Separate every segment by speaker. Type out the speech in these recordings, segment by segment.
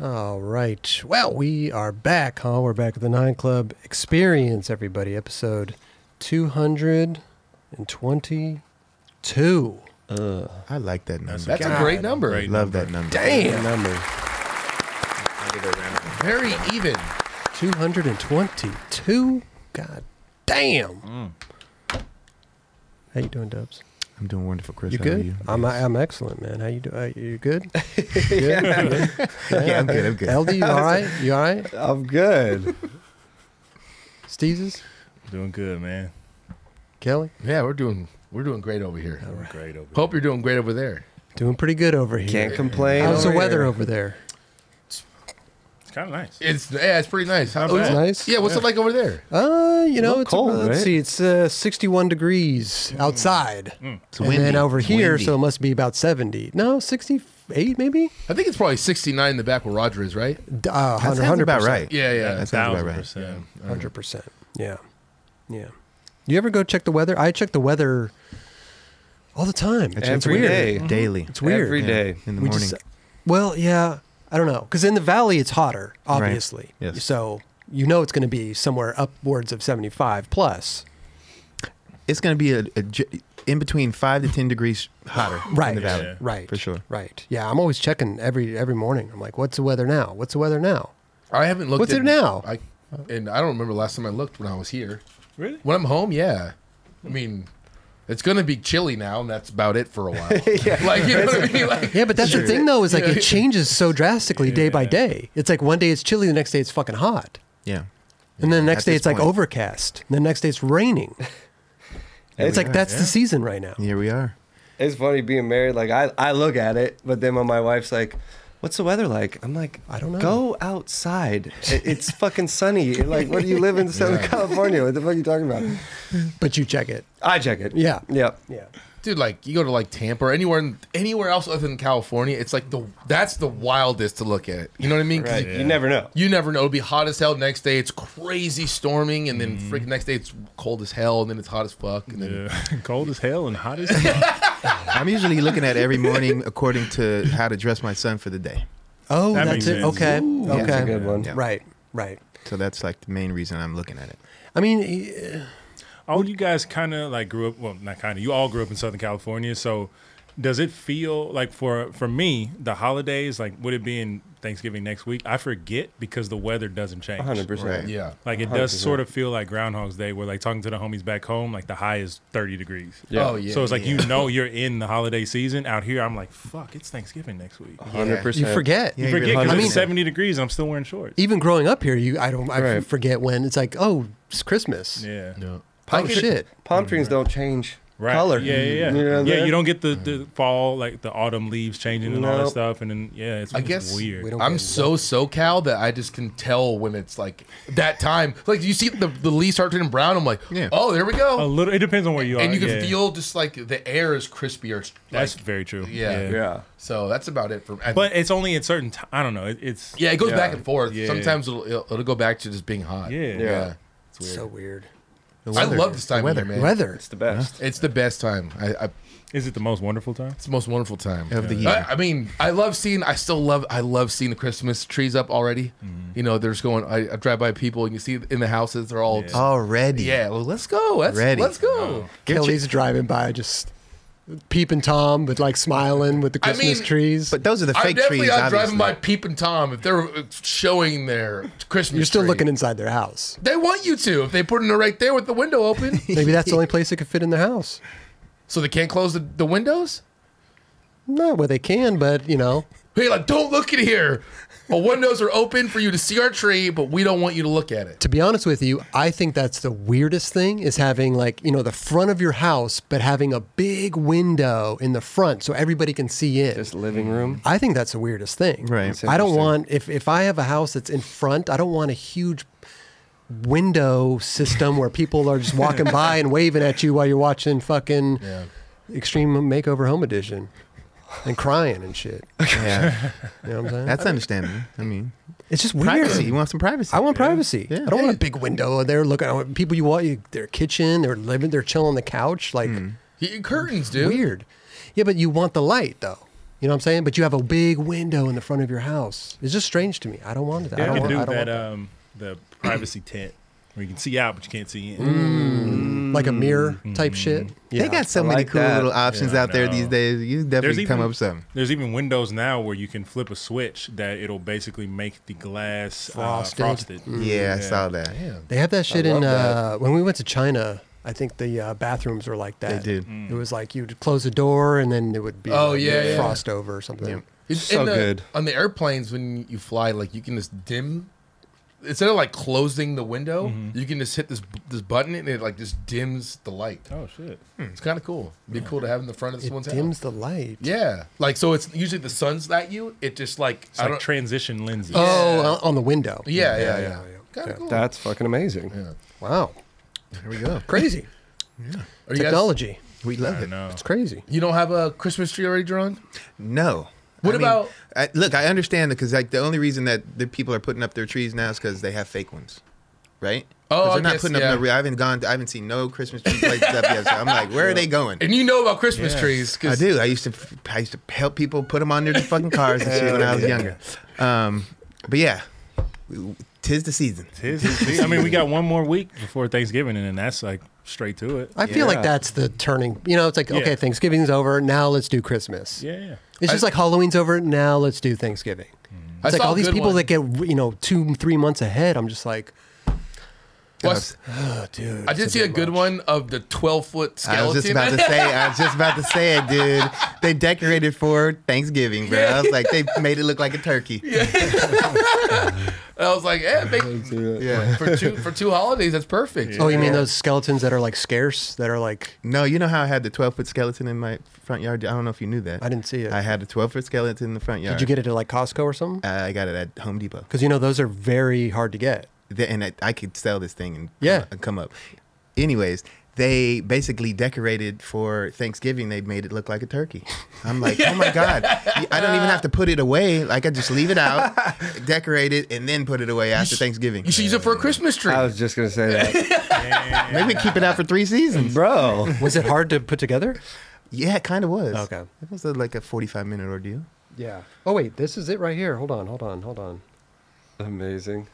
Speaker 1: All right. Well, we are back, huh? We're back at the Nine Club Experience, everybody. Episode 222.
Speaker 2: I like that number.
Speaker 3: That's
Speaker 1: God,
Speaker 3: a great number.
Speaker 2: I love that number.
Speaker 1: That
Speaker 3: Damn.
Speaker 1: number.
Speaker 3: Very even.
Speaker 1: 222. God damn. How you doing, Dubs?
Speaker 2: I'm doing wonderful, Chris.
Speaker 1: You
Speaker 2: How
Speaker 1: good?
Speaker 2: Are you?
Speaker 1: I'm I'm excellent, man. How you do? Uh, you good?
Speaker 2: yeah, I'm good. I'm good.
Speaker 1: LD, you all right? You all right?
Speaker 4: I'm good.
Speaker 1: Steezes?
Speaker 5: Doing good, man.
Speaker 1: Kelly?
Speaker 3: Yeah, we're doing we're doing great over here.
Speaker 5: Doing great over
Speaker 3: Hope you're doing great over there.
Speaker 1: Doing pretty good over here.
Speaker 4: Can't complain.
Speaker 1: How's the
Speaker 4: over
Speaker 1: weather
Speaker 4: here.
Speaker 1: over there?
Speaker 5: there. It's kind of nice.
Speaker 3: It's yeah, it's pretty nice. How
Speaker 5: Not
Speaker 3: about-
Speaker 5: bad.
Speaker 1: Nice.
Speaker 3: Yeah, what's it like over there?
Speaker 1: Uh, you know,
Speaker 4: Not
Speaker 1: it's
Speaker 4: cold,
Speaker 1: uh, let's
Speaker 4: right?
Speaker 1: see, it's uh, 61 degrees
Speaker 5: Mm.
Speaker 1: outside,
Speaker 2: It's
Speaker 1: and then over
Speaker 2: It's
Speaker 1: here,
Speaker 2: windy.
Speaker 1: so it must be about 70. No, 68 maybe.
Speaker 3: I think it's probably 69 in the back where Roger is, right?
Speaker 1: D- Uh,
Speaker 2: that
Speaker 1: 100,
Speaker 2: sounds about right.
Speaker 3: Yeah, yeah.
Speaker 2: that sounds about
Speaker 5: Thousand
Speaker 2: right.
Speaker 5: percent.
Speaker 1: 100 percent. Yeah, yeah. You ever go check the weather? I check the weather all the time.
Speaker 2: I check
Speaker 1: it's
Speaker 2: the
Speaker 1: weird.
Speaker 2: weather
Speaker 4: day.
Speaker 2: daily.
Speaker 1: It's weird.
Speaker 4: Every day.
Speaker 2: in the
Speaker 1: We
Speaker 2: morning.
Speaker 1: just- uh, well, yeah, I don't know, because in the valley it's hotter,
Speaker 2: Right.
Speaker 1: obviously.
Speaker 2: Yes.
Speaker 1: So you know it's going to be somewhere upwards of 75 plus.
Speaker 2: it's going to be a, a j- in between five to ten degrees hotter
Speaker 1: Right.
Speaker 2: in the valley.
Speaker 5: Yeah.
Speaker 1: Right.
Speaker 2: for sure.
Speaker 1: Right. Yeah, I'm always checking every every morning. I'm like, what's the weather now? What's the weather now?
Speaker 3: I haven't looked
Speaker 1: What's
Speaker 3: at
Speaker 1: it now?
Speaker 3: I and I don't remember the last time I looked when I was here.
Speaker 5: Really?
Speaker 3: When I'm home, yeah. I mean, it's gonna be chilly now, and that's about it for a while. Like you know what I mean? Like,
Speaker 1: Yeah, but that's the thing though, is like it changes so drastically day by
Speaker 5: Yeah.
Speaker 1: day. It's like one day it's chilly, the next day it's fucking hot.
Speaker 2: Yeah,
Speaker 1: And then the next
Speaker 2: At
Speaker 1: day
Speaker 2: this
Speaker 1: it's like
Speaker 2: point.
Speaker 1: overcast. And the next day it's raining. it's like that's the season right now.
Speaker 2: here we are.
Speaker 4: It's funny being married. Like I, I look at it, but then when my wife's like, "What's the weather like?" I'm like,
Speaker 1: I don't know.
Speaker 4: Go outside. It- it's fucking sunny. Like, what do you live in Southern California? What the fuck are you talking about?
Speaker 1: But you check it.
Speaker 4: I check it.
Speaker 1: Yeah.
Speaker 4: Yep.
Speaker 1: Yeah.
Speaker 3: dude, like you go to like Tampa or anywhere in, anywhere else other than California, it's like the that's the wildest to look at. You know what I mean? 'Cause
Speaker 4: Right.
Speaker 3: you-
Speaker 4: You never know.
Speaker 3: You never know. It'll be hot as hell. Next day, it's crazy storming, and then
Speaker 5: Mm-hmm.
Speaker 3: freaking next day, it's cold as hell, and then it's hot as fuck, and then
Speaker 5: Yeah. Cold as hell and hot as hell.
Speaker 2: I'm usually looking at every morning according to how to dress my son for the day.
Speaker 1: Oh,
Speaker 5: That
Speaker 1: that's
Speaker 5: makes
Speaker 1: it.
Speaker 5: sense.
Speaker 1: Okay.
Speaker 4: Yeah,
Speaker 1: okay.
Speaker 4: That's a good one.
Speaker 2: Yeah.
Speaker 1: Right. Right.
Speaker 2: So that's like the main reason I'm looking at it.
Speaker 1: I mean, eh,
Speaker 5: all you guys kind of like grew up. Well, not kind of. You all grew up in Southern California. So, does it feel like for for me the holidays? Like, would it be in Thanksgiving next week? I forget because the weather doesn't change.
Speaker 4: 100. percent
Speaker 2: Right.
Speaker 3: yeah.
Speaker 5: Like it does
Speaker 4: 100%.
Speaker 5: sort of feel like Groundhog's Day, where like talking to the homies back home, like the high is 30 degrees.
Speaker 3: Oh yeah.
Speaker 5: so it's like you know you're in the holiday season. Out here, I'm like, fuck, it's Thanksgiving next week.
Speaker 4: Hundred
Speaker 1: you
Speaker 4: percent.
Speaker 1: forget.
Speaker 2: Yeah,
Speaker 5: You
Speaker 2: you
Speaker 5: forget
Speaker 2: really
Speaker 5: because
Speaker 1: I mean-
Speaker 5: it's 70 degrees and I'm still wearing shorts.
Speaker 1: Even growing up here, you I don't I
Speaker 4: Right.
Speaker 1: forget when it's like, oh, it's Christmas.
Speaker 5: Yeah.
Speaker 3: No.
Speaker 1: Oh shit.
Speaker 4: Palm trees don't change
Speaker 5: Mm-hmm. Right.
Speaker 4: color.
Speaker 5: Yeah, yeah, yeah.
Speaker 4: You know what I'm
Speaker 5: yeah,
Speaker 4: saying?
Speaker 5: you don't get the, the fall, like the autumn leaves changing and all that
Speaker 4: Nope.
Speaker 5: stuff. And then, yeah, it's,
Speaker 3: I
Speaker 5: it's
Speaker 3: guess
Speaker 5: weird.
Speaker 1: we don't-
Speaker 3: I'm
Speaker 1: get
Speaker 3: so SoCal that I just can tell when it's like that time. Like you see the the leaves start turning brown. I'm like,
Speaker 2: Yeah.
Speaker 3: oh, there we
Speaker 5: A
Speaker 3: go.
Speaker 5: little, it depends on where you are.
Speaker 3: And you can
Speaker 5: yeah.
Speaker 3: feel just like the air is crispier. Like,
Speaker 5: That's very true.
Speaker 3: Yeah.
Speaker 4: Yeah.
Speaker 3: so that's about it for. I,
Speaker 5: But it's only at certain time. I don't know. It, it's,
Speaker 3: yeah, it goes
Speaker 4: Yeah.
Speaker 3: back and forth.
Speaker 5: Yeah.
Speaker 3: Sometimes it'll, it'll it'll go back to just being hot.
Speaker 5: Yeah.
Speaker 3: yeah.
Speaker 4: Yeah.
Speaker 3: It's weird.
Speaker 1: So weird.
Speaker 2: The
Speaker 3: I
Speaker 2: weather-
Speaker 3: love this time of
Speaker 2: weather
Speaker 3: year, man.
Speaker 1: Weather.
Speaker 4: It's the best.
Speaker 3: It's the best time. I, I
Speaker 5: is it the most wonderful time?
Speaker 3: It's the most wonderful time
Speaker 2: Of the
Speaker 3: I-
Speaker 2: year.
Speaker 3: I, mean, I love seeing. I still love. I love seeing the Christmas trees up already.
Speaker 2: Mm-hmm.
Speaker 3: You know, there's going. I, I drive by people and you see in the houses they're all. Yeah,
Speaker 2: already.
Speaker 3: well, let's go. Let's,
Speaker 2: Oh, Ready. Oh.
Speaker 3: Let's go.
Speaker 2: Get
Speaker 1: Kelly's driving by just peeping Tom, but like smiling with the
Speaker 3: I
Speaker 1: Christmas
Speaker 3: mean,
Speaker 1: trees.
Speaker 2: But those are the
Speaker 3: I'm
Speaker 2: fake
Speaker 3: definitely
Speaker 2: trees.
Speaker 3: not driving
Speaker 2: obviously.
Speaker 3: by Peep and Tom if they're uh, showing their Christmas.
Speaker 1: you're still
Speaker 3: tree.
Speaker 1: looking inside their house.
Speaker 3: They want you to if they put it right there with the window open,
Speaker 1: Maybe that's the only place it could fit in their house.
Speaker 3: so they can't close the, the windows.
Speaker 1: No, well they can, but you know,
Speaker 3: Hey, like, don't look in here. Our windows are open for you to see our tree, but we don't want you to look at it.
Speaker 1: to be honest with you, I think that's the weirdest thing is having like, you know, the front of your house, but having a big window in the front so everybody can see in.
Speaker 4: Just living room.
Speaker 1: I think that's the weirdest thing.
Speaker 2: Right. That's
Speaker 1: I don't
Speaker 4: interesting.
Speaker 1: want if if I have a house that's in front, I don't want a huge window system where people are just walking by and waving at you while you're watching fucking Extreme Makeover Home Edition and crying and shit.
Speaker 2: Yeah,
Speaker 1: You know what I'm saying?
Speaker 2: that's understandable. I mean,
Speaker 1: it's just weird.
Speaker 2: privacy. You want some privacy?
Speaker 1: I want privacy.
Speaker 2: Yeah.
Speaker 1: I don't want a big window there. Look, I want people you want you, their kitchen, they're living, they're chilling on the couch, like
Speaker 3: Your curtains, dude.
Speaker 1: weird. Yeah, but you want the light though. You know what I'm saying? But you have a big window in the front of your house. It's just strange to me. I don't want that.
Speaker 5: They
Speaker 1: I don't
Speaker 5: could
Speaker 1: want,
Speaker 5: do
Speaker 1: I don't
Speaker 5: that,
Speaker 1: want that.
Speaker 5: um, the privacy tent where you can see out but you can't see in.
Speaker 1: Mm. Like a mirror type shit. Yeah.
Speaker 2: they got so
Speaker 4: I
Speaker 2: many
Speaker 4: like
Speaker 2: cool
Speaker 4: that.
Speaker 2: little options
Speaker 5: Yeah, I
Speaker 2: out there these
Speaker 5: know.
Speaker 2: days. You definitely come up with something.
Speaker 5: There's even windows now where you can flip a switch that it'll basically make the glass
Speaker 1: Frosted.
Speaker 5: frosted. Uh, frosted.
Speaker 2: Yeah, I saw that.
Speaker 3: Yeah.
Speaker 1: They have that shit in.
Speaker 4: love
Speaker 1: Uh, when we went to China, I think the uh, bathrooms were like that.
Speaker 2: did.
Speaker 1: It was like you'd close the door and then it would be
Speaker 3: Oh,
Speaker 1: like
Speaker 3: yeah, yeah.
Speaker 1: frost over or something.
Speaker 3: It's
Speaker 4: So
Speaker 3: in the-
Speaker 4: good.
Speaker 3: On the airplanes, when you fly, like you can just dim. Instead of like closing the window, you can just hit this this button and it like just dims the light.
Speaker 5: Oh shit!
Speaker 3: It's kind of cool. It'd be cool to have in the front of
Speaker 1: It
Speaker 3: someone's
Speaker 1: dims
Speaker 3: house.
Speaker 1: the light.
Speaker 3: Yeah, like so. It's usually the sun's at you. It just like
Speaker 5: It's
Speaker 3: I
Speaker 5: like
Speaker 3: don't.
Speaker 5: transition lenses.
Speaker 1: Oh, on- on the window.
Speaker 3: yeah, yeah, yeah.
Speaker 1: yeah.
Speaker 3: Kind of cool.
Speaker 4: That's fucking amazing.
Speaker 1: Wow.
Speaker 2: Here we go.
Speaker 1: Crazy.
Speaker 3: Are you guys-
Speaker 1: Technology.
Speaker 2: We
Speaker 5: I
Speaker 2: love
Speaker 5: don't
Speaker 2: it.
Speaker 5: know.
Speaker 1: It's crazy.
Speaker 3: you don't have a Christmas tree already drawn?
Speaker 2: No.
Speaker 3: What
Speaker 2: I mean,
Speaker 3: about-
Speaker 2: I, look, I understand that because like the only reason that the people are putting up their trees now is because they have fake ones, right? 'Cause
Speaker 3: Oh, I
Speaker 2: they're not
Speaker 3: guess,
Speaker 2: putting
Speaker 3: yeah.
Speaker 2: up no. Re- I haven't gone. I haven't seen no Christmas tree places up yet. So I'm like, where are they going?
Speaker 3: And you know about Christmas
Speaker 5: Yeah.
Speaker 3: trees? 'cause-
Speaker 2: I do. I used to. I used to help people put them on their fucking cars and shit when I was younger. Um, but yeah, we- tis the season.
Speaker 5: Tis the season. I mean, we got one more week before Thanksgiving, and then that's like straight to it.
Speaker 1: I feel like
Speaker 4: Yeah.
Speaker 1: that's the turning. You know, it's like,
Speaker 5: Yeah.
Speaker 1: okay, Thanksgiving's over. Now let's do Christmas.
Speaker 5: Yeah.
Speaker 1: It's just like Halloween's over. Now let's do Thanksgiving.
Speaker 3: I
Speaker 1: It's like
Speaker 3: saw a
Speaker 1: all these
Speaker 3: good
Speaker 1: people
Speaker 3: one.
Speaker 1: that get, you know, two, three months ahead. I'm just like,
Speaker 3: Well, I s-
Speaker 1: oh, dude.
Speaker 3: I
Speaker 1: it's
Speaker 3: did
Speaker 1: a
Speaker 3: see a
Speaker 1: bit
Speaker 3: good
Speaker 1: much.
Speaker 3: one of the twelve foot skeleton.
Speaker 2: I was just about to say. I was just about to say it, dude. They decorated for Thanksgiving, bro. I was like, they made it look like a turkey.
Speaker 3: And I was like, eh, make,
Speaker 2: Yeah.
Speaker 3: for two for two holidays, that's perfect.
Speaker 1: Oh, you mean those skeletons that are like scarce? That are like,
Speaker 2: No, you know how I had the 12 foot skeleton in my front yard? I don't know if you knew that.
Speaker 1: I didn't see it.
Speaker 2: I had a 12 foot skeleton in the front yard.
Speaker 1: did you get it at like Costco or something?
Speaker 2: Uh, I got it at Home Depot.
Speaker 1: Because, you know, those are very hard to get.
Speaker 2: The- And I, I could sell this thing and,
Speaker 1: Yeah.
Speaker 2: and come up. Anyways, they basically decorated for Thanksgiving. They made it look like a turkey. I'm like, oh my God. I don't even have to put it away. Like, I just leave it out, decorate it, and then put it away after Thanksgiving.
Speaker 3: You should use it for a Christmas tree.
Speaker 4: I was just gonna say that,
Speaker 2: Maybe keep it out for three seasons.
Speaker 4: bro.
Speaker 1: Was it hard to put together?
Speaker 2: Yeah, it kind of was.
Speaker 1: Okay.
Speaker 2: It was uh, like a 45 minute ordeal.
Speaker 1: Yeah. Oh, wait, this is it right here. Hold on, hold on, hold on.
Speaker 4: Amazing.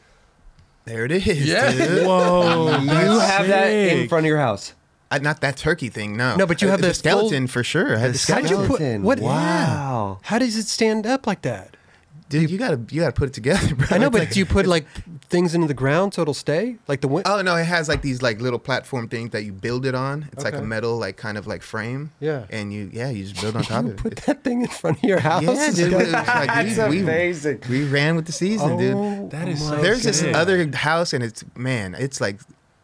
Speaker 2: There it is.
Speaker 3: Yeah.
Speaker 2: dude.
Speaker 5: Whoa!
Speaker 4: You have that in front of your house.
Speaker 2: I, not that turkey thing, no.
Speaker 1: No, but you
Speaker 2: Uh,
Speaker 1: have
Speaker 2: the
Speaker 1: the full-
Speaker 2: skeleton for sure. I had the
Speaker 1: How'd you
Speaker 2: skeleton.
Speaker 1: put
Speaker 4: Skeleton.
Speaker 1: what?
Speaker 4: Wow.
Speaker 1: How does it stand up like that?
Speaker 2: Dude, you gotta you gotta put it together, bro.
Speaker 1: I know,
Speaker 2: It's
Speaker 1: but
Speaker 2: like-
Speaker 1: do you put like things into the ground so it'll stay? Like the wind?
Speaker 2: Oh no, it has like these like little platform things that you build it on. It's like a
Speaker 1: Okay.
Speaker 2: metal like kind of like frame.
Speaker 1: Yeah.
Speaker 2: And you yeah, you just build on top
Speaker 1: you
Speaker 2: of
Speaker 1: put
Speaker 2: it.
Speaker 1: that thing in front of your house?
Speaker 2: Yeah, dude, it was like,
Speaker 4: That's
Speaker 2: we, we,
Speaker 4: amazing.
Speaker 2: we ran with the season,
Speaker 1: Oh.
Speaker 2: dude.
Speaker 5: That is
Speaker 1: my
Speaker 5: so
Speaker 2: There's this
Speaker 5: good.
Speaker 2: other house and it's man, it's like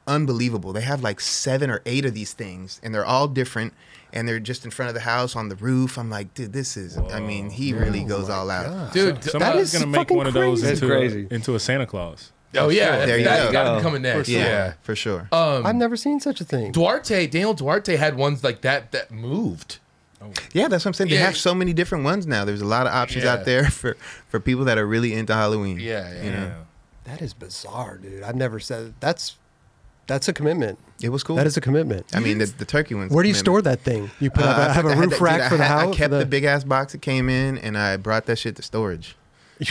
Speaker 2: unbelievable. They have like seven or eight of these things and they're all different and they're just in front of the house on the roof. I'm like, dude, this is I mean, he
Speaker 1: Oh
Speaker 2: really goes all out.
Speaker 3: Dude,
Speaker 5: Somebody's
Speaker 1: is
Speaker 5: gonna make
Speaker 1: fucking
Speaker 5: one of those
Speaker 1: crazy.
Speaker 4: That's
Speaker 5: into,
Speaker 4: crazy.
Speaker 5: into a Santa Claus.
Speaker 3: oh yeah,
Speaker 2: There you
Speaker 3: that,
Speaker 2: go.
Speaker 3: Got coming next.
Speaker 2: Yeah,
Speaker 3: Yeah. Uh, Um,
Speaker 2: for sure.
Speaker 1: I've never seen such a thing.
Speaker 3: Duarte, Daniel Duarte had ones like that that moved.
Speaker 2: Yeah, that's what I'm saying. They
Speaker 3: Yeah.
Speaker 2: have so many different ones now. There's a lot of options
Speaker 3: Yeah.
Speaker 2: out there for for people that are really into Halloween.
Speaker 3: Yeah, yeah.
Speaker 2: You know,
Speaker 1: That is bizarre, dude. I've never said that's that's a commitment.
Speaker 2: it was cool.
Speaker 1: That is a commitment.
Speaker 2: I mean, the, the turkey ones.
Speaker 1: Where do you
Speaker 2: man.
Speaker 1: store that thing? You put
Speaker 2: Uh,
Speaker 1: up,
Speaker 2: I
Speaker 1: I have
Speaker 2: put-
Speaker 1: a
Speaker 2: I had
Speaker 1: roof
Speaker 2: that-
Speaker 1: rack
Speaker 2: dude, I
Speaker 1: for the
Speaker 2: had-
Speaker 1: house.
Speaker 2: I kept
Speaker 1: for
Speaker 2: the, big ass box that came in, and I brought that shit to storage.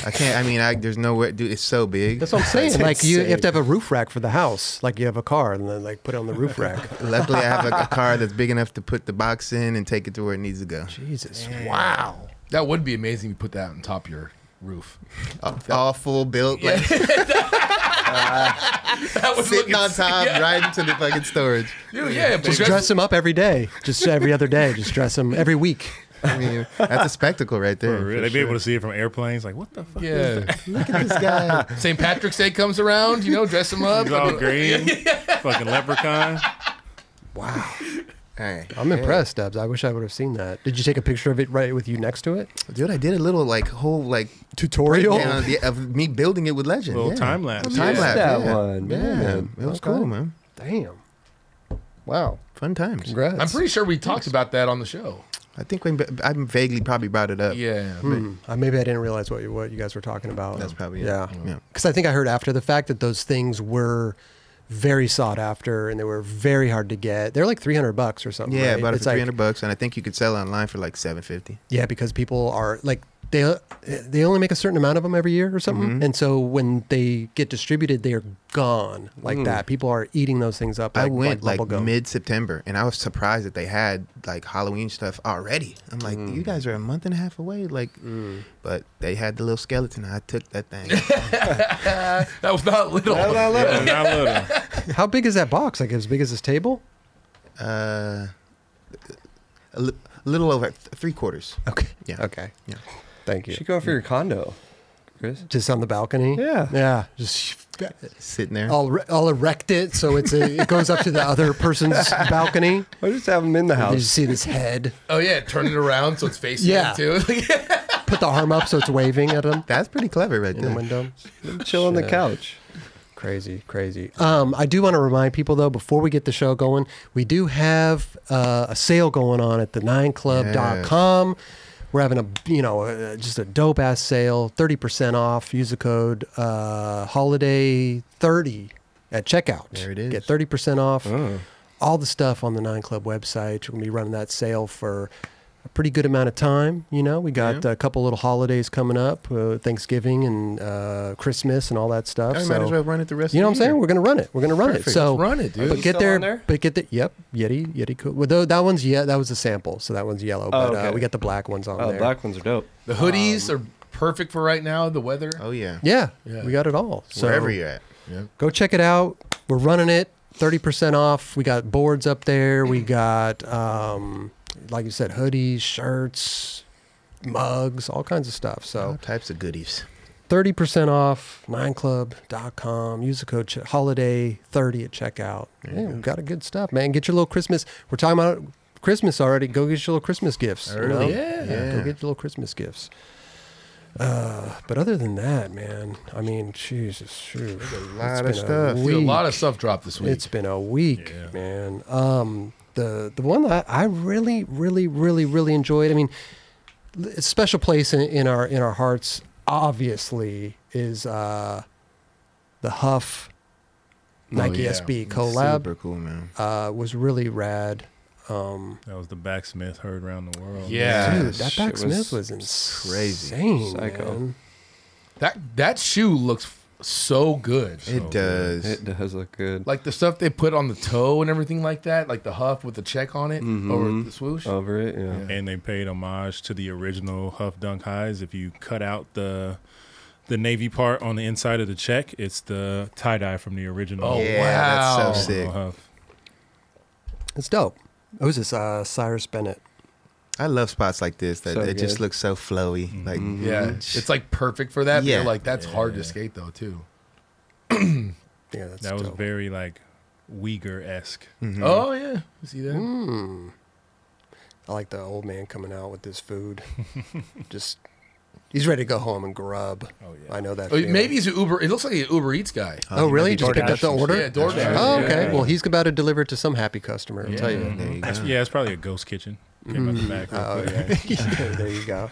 Speaker 2: I can't. I mean, I there's nowhere, dude. It's so big.
Speaker 1: That's what I'm saying. like you, you have
Speaker 2: insane.
Speaker 1: to have a roof rack for the house. Like you have a car, and then like put it on the roof rack.
Speaker 2: Luckily, I have a, a car that's big enough to put the box in and take it to where it needs to go.
Speaker 1: Jesus,
Speaker 3: Wow, that would be amazing. if You put that on top of your roof.
Speaker 2: All, all full built, like
Speaker 3: That would
Speaker 2: sitting
Speaker 3: look
Speaker 2: on
Speaker 3: ins-
Speaker 2: top,
Speaker 3: Yeah.
Speaker 2: right into the fucking storage.
Speaker 3: Dude, yeah, but
Speaker 1: Just dress him up every day. Just every other day. Just dress him every week.
Speaker 2: I mean, that's a spectacle right there.
Speaker 5: For real. They'd be able to see it from airplanes. Like, what the fuck?
Speaker 3: Yeah,
Speaker 2: Look at this guy.
Speaker 3: St. Patrick's Day comes around. You know, dress him up.
Speaker 5: He's all green, fucking leprechaun.
Speaker 2: Hey,
Speaker 1: I'm impressed, Dubs. I wish I would have seen that. Did you take a picture of it right with you next to it?
Speaker 2: dude, I did a little like whole like
Speaker 1: Tutorial.
Speaker 2: breakdown of, the, of me building it with Legend.
Speaker 5: Little
Speaker 2: yeah.
Speaker 5: time lapse.
Speaker 2: Time
Speaker 4: Yeah.
Speaker 2: lapse.
Speaker 4: That
Speaker 2: yeah.
Speaker 4: one,
Speaker 2: Yeah,
Speaker 4: man.
Speaker 2: it was
Speaker 1: Okay.
Speaker 2: cool, man.
Speaker 1: Damn. Wow.
Speaker 2: Fun times.
Speaker 1: Congrats.
Speaker 3: I'm pretty sure we talked about that on the show.
Speaker 2: I think we, I vaguely probably brought it up.
Speaker 3: Yeah,
Speaker 1: Hmm. Uh, maybe I didn't realize what you, what you guys were talking about.
Speaker 2: That's probably it.
Speaker 1: yeah.
Speaker 2: Yeah.
Speaker 1: Because I think I heard after the fact that those things were very sought after and they were very hard to get. They're like 300 bucks or something.
Speaker 2: Yeah,
Speaker 1: right?
Speaker 2: about
Speaker 1: It's
Speaker 2: for
Speaker 1: like-
Speaker 2: three hundred bucks, and I think you could sell it online for like seven fifty.
Speaker 1: Yeah, because people are like they they only make a certain amount of them every year or something,
Speaker 2: Mm-hmm.
Speaker 1: and so when they get distributed, they are gone like that. People are eating those things up. Like,
Speaker 2: Mm. I went
Speaker 1: like,
Speaker 2: like,
Speaker 1: bubble gum.
Speaker 2: mid September, and I was surprised that they had like Halloween stuff already. I'm like,
Speaker 1: Mm.
Speaker 2: you guys are a month and a half away, like, but they had the little skeleton. I took that thing.
Speaker 3: That was not little.
Speaker 4: Not that little.
Speaker 5: Yeah, not little.
Speaker 1: How big is that box? Like as big as this table?
Speaker 2: uh, a li- a little over th- three quarters.
Speaker 1: Okay.
Speaker 2: Yeah.
Speaker 1: Okay.
Speaker 2: Yeah.
Speaker 1: Thank
Speaker 4: You
Speaker 1: you.
Speaker 4: should go for your condo, Chris.
Speaker 1: Just on the balcony.
Speaker 4: Yeah.
Speaker 1: Yeah. Just
Speaker 2: Sitting there.
Speaker 1: I'll re- I'll erect it so it's a, it goes up to the other person's balcony.
Speaker 4: Or just have them in the
Speaker 1: You just
Speaker 4: house.
Speaker 1: see this head.
Speaker 3: Oh yeah, turn it around so it's facing
Speaker 1: Yeah.
Speaker 3: yeah. too.
Speaker 1: Put the arm up so it's waving at them
Speaker 2: That's pretty clever, right
Speaker 1: in the
Speaker 2: there.
Speaker 1: window.
Speaker 4: Chill on the couch.
Speaker 1: Crazy, crazy. Um, I do want to remind people though, before we get the show going, we do have uh, a sale going on at the nineclub.com. We're having a you know uh just a dope ass sale, thirty percent off. Use the code uh, holiday thirty at checkout.
Speaker 2: There it is.
Speaker 1: Get thirty percent off. All the stuff on the Nine Club website. We're gonna be running that sale for a pretty good amount of time. You know, we got
Speaker 2: Yeah.
Speaker 1: a couple little holidays coming up, uh, Thanksgiving and uh, Christmas and all that stuff.
Speaker 2: I
Speaker 1: so
Speaker 2: might as well run it the rest.
Speaker 1: you know what I'm
Speaker 2: of the
Speaker 1: saying? We're gonna run it. We're gonna run it.
Speaker 2: Perfect.
Speaker 1: So
Speaker 3: Run it, dude.
Speaker 1: But get
Speaker 4: Still
Speaker 1: there,
Speaker 4: on there?
Speaker 1: But get there. Yep. Yeti. Yeti. Cool. Well, though, that one's yeah. That was a sample. So that one's yellow. but
Speaker 4: Oh, okay.
Speaker 1: uh, we got the black ones on
Speaker 4: Oh,
Speaker 1: there.
Speaker 4: black ones are dope.
Speaker 3: The hoodies are perfect for right now. The weather.
Speaker 2: Oh yeah.
Speaker 1: Yeah,
Speaker 3: Yeah.
Speaker 1: We got it all. So
Speaker 2: Wherever you're at.
Speaker 1: go check it out. We're running it. Thirty percent off. We got boards up there. We got um, like you said, hoodies, shirts, mugs, all kinds of stuff.
Speaker 2: All
Speaker 1: So
Speaker 2: types of goodies.
Speaker 1: 30% off nineclub.com. Use the code ch- holiday30 at checkout. Yeah, we got a good stuff, man. Get your little Christmas. We're talking about Christmas already. Go get your little Christmas gifts. you know?
Speaker 3: yeah.
Speaker 1: Go get your little Christmas gifts. Uh, but other than that, man, I mean, Jesus, shoot. It's been A
Speaker 2: lot of stuff.
Speaker 3: Dude, a lot of stuff dropped this week.
Speaker 1: It's been a week, man. Um, the the one that I really, really, really, really enjoyed. I mean, l- it's a special place in, in our in our hearts, obviously, is uh, the Huff Nike
Speaker 3: yeah.
Speaker 1: SB collab.
Speaker 2: Super cool, man.
Speaker 1: Uh, was really rad. Um,
Speaker 5: That was the backsmith heard around the world.
Speaker 3: yeah.
Speaker 1: Dude, that
Speaker 4: shit
Speaker 1: back Smith was
Speaker 4: was
Speaker 2: crazy.
Speaker 1: insane.
Speaker 4: Psycho.
Speaker 1: man.
Speaker 3: That that shoe looks f- so good.
Speaker 2: It does.
Speaker 4: It does look good.
Speaker 3: like the stuff they put on the toe and everything like that, like the huff with the check on it over the swoosh.
Speaker 4: Over it, yeah.
Speaker 5: and they paid homage to the original Huff Dunk Highs. If you cut out the the navy part on the inside of the check, it's the tie dye from the original.
Speaker 3: Oh,
Speaker 2: yeah,
Speaker 3: wow.
Speaker 2: that's so
Speaker 5: original
Speaker 2: sick.
Speaker 5: Huff.
Speaker 1: It's dope. Who's this? Uh, Cyrus Bennett.
Speaker 2: I love spots like this that
Speaker 4: So
Speaker 2: it just
Speaker 4: good.
Speaker 2: looks so flowy. Like
Speaker 3: Mm-hmm. Yeah, it's like perfect for that. Yeah,
Speaker 2: mm-hmm. Yeah.
Speaker 3: like that's hard to skate though too.
Speaker 1: Yeah, that's
Speaker 5: That was
Speaker 1: dope.
Speaker 5: very like Uyghur esque.
Speaker 3: Oh yeah, you see that?
Speaker 1: I like the old man coming out with his food. Just he's ready to go home and grub.
Speaker 5: Oh, yeah.
Speaker 1: I know that.
Speaker 3: Oh,
Speaker 1: feeling.
Speaker 3: maybe he's an Uber. It looks like an Uber Eats guy.
Speaker 1: Oh,
Speaker 2: he
Speaker 1: really?
Speaker 2: might be
Speaker 1: Just picked up
Speaker 5: DoorDash
Speaker 1: the
Speaker 5: and
Speaker 1: order.
Speaker 3: Yeah, DoorDash.
Speaker 1: Oh,
Speaker 3: Yeah.
Speaker 1: okay. Well, he's about to deliver it to some happy customer. I'll tell you.
Speaker 2: There you go.
Speaker 5: That's, yeah, it's probably a ghost kitchen. Came out the back. real
Speaker 1: Oh
Speaker 5: quick.
Speaker 1: yeah. there you go.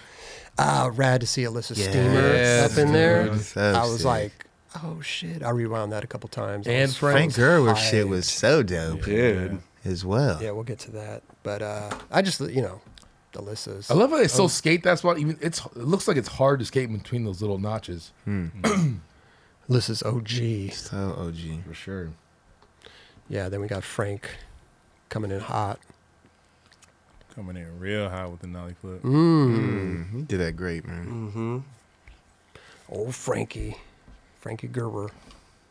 Speaker 1: Ah, rad to see Alyssa
Speaker 2: Yes,
Speaker 1: Steamer up in there.
Speaker 2: dude. So
Speaker 1: I was
Speaker 2: sick.
Speaker 1: like, oh shit! I rewound that a couple times. I
Speaker 3: And
Speaker 1: was-
Speaker 3: Frank.
Speaker 2: Frank Gerwer's
Speaker 1: I-
Speaker 2: shit was so dope
Speaker 4: Dude.
Speaker 2: as well.
Speaker 1: Yeah, we'll get to that. But uh, I just, you know, Alyssa's.
Speaker 3: I love how they still skate that spot. Even it's it looks like it's hard to skate in between those little notches.
Speaker 1: Alyssa's OG.
Speaker 2: Hmm. So OG.
Speaker 3: For sure.
Speaker 1: Yeah. Then we got Frank coming in hot.
Speaker 5: Coming in real high with the nollie flip.
Speaker 2: Mm, he did that great, man.
Speaker 4: Mm-hmm,
Speaker 1: Old Frankie. Frankie Gerber.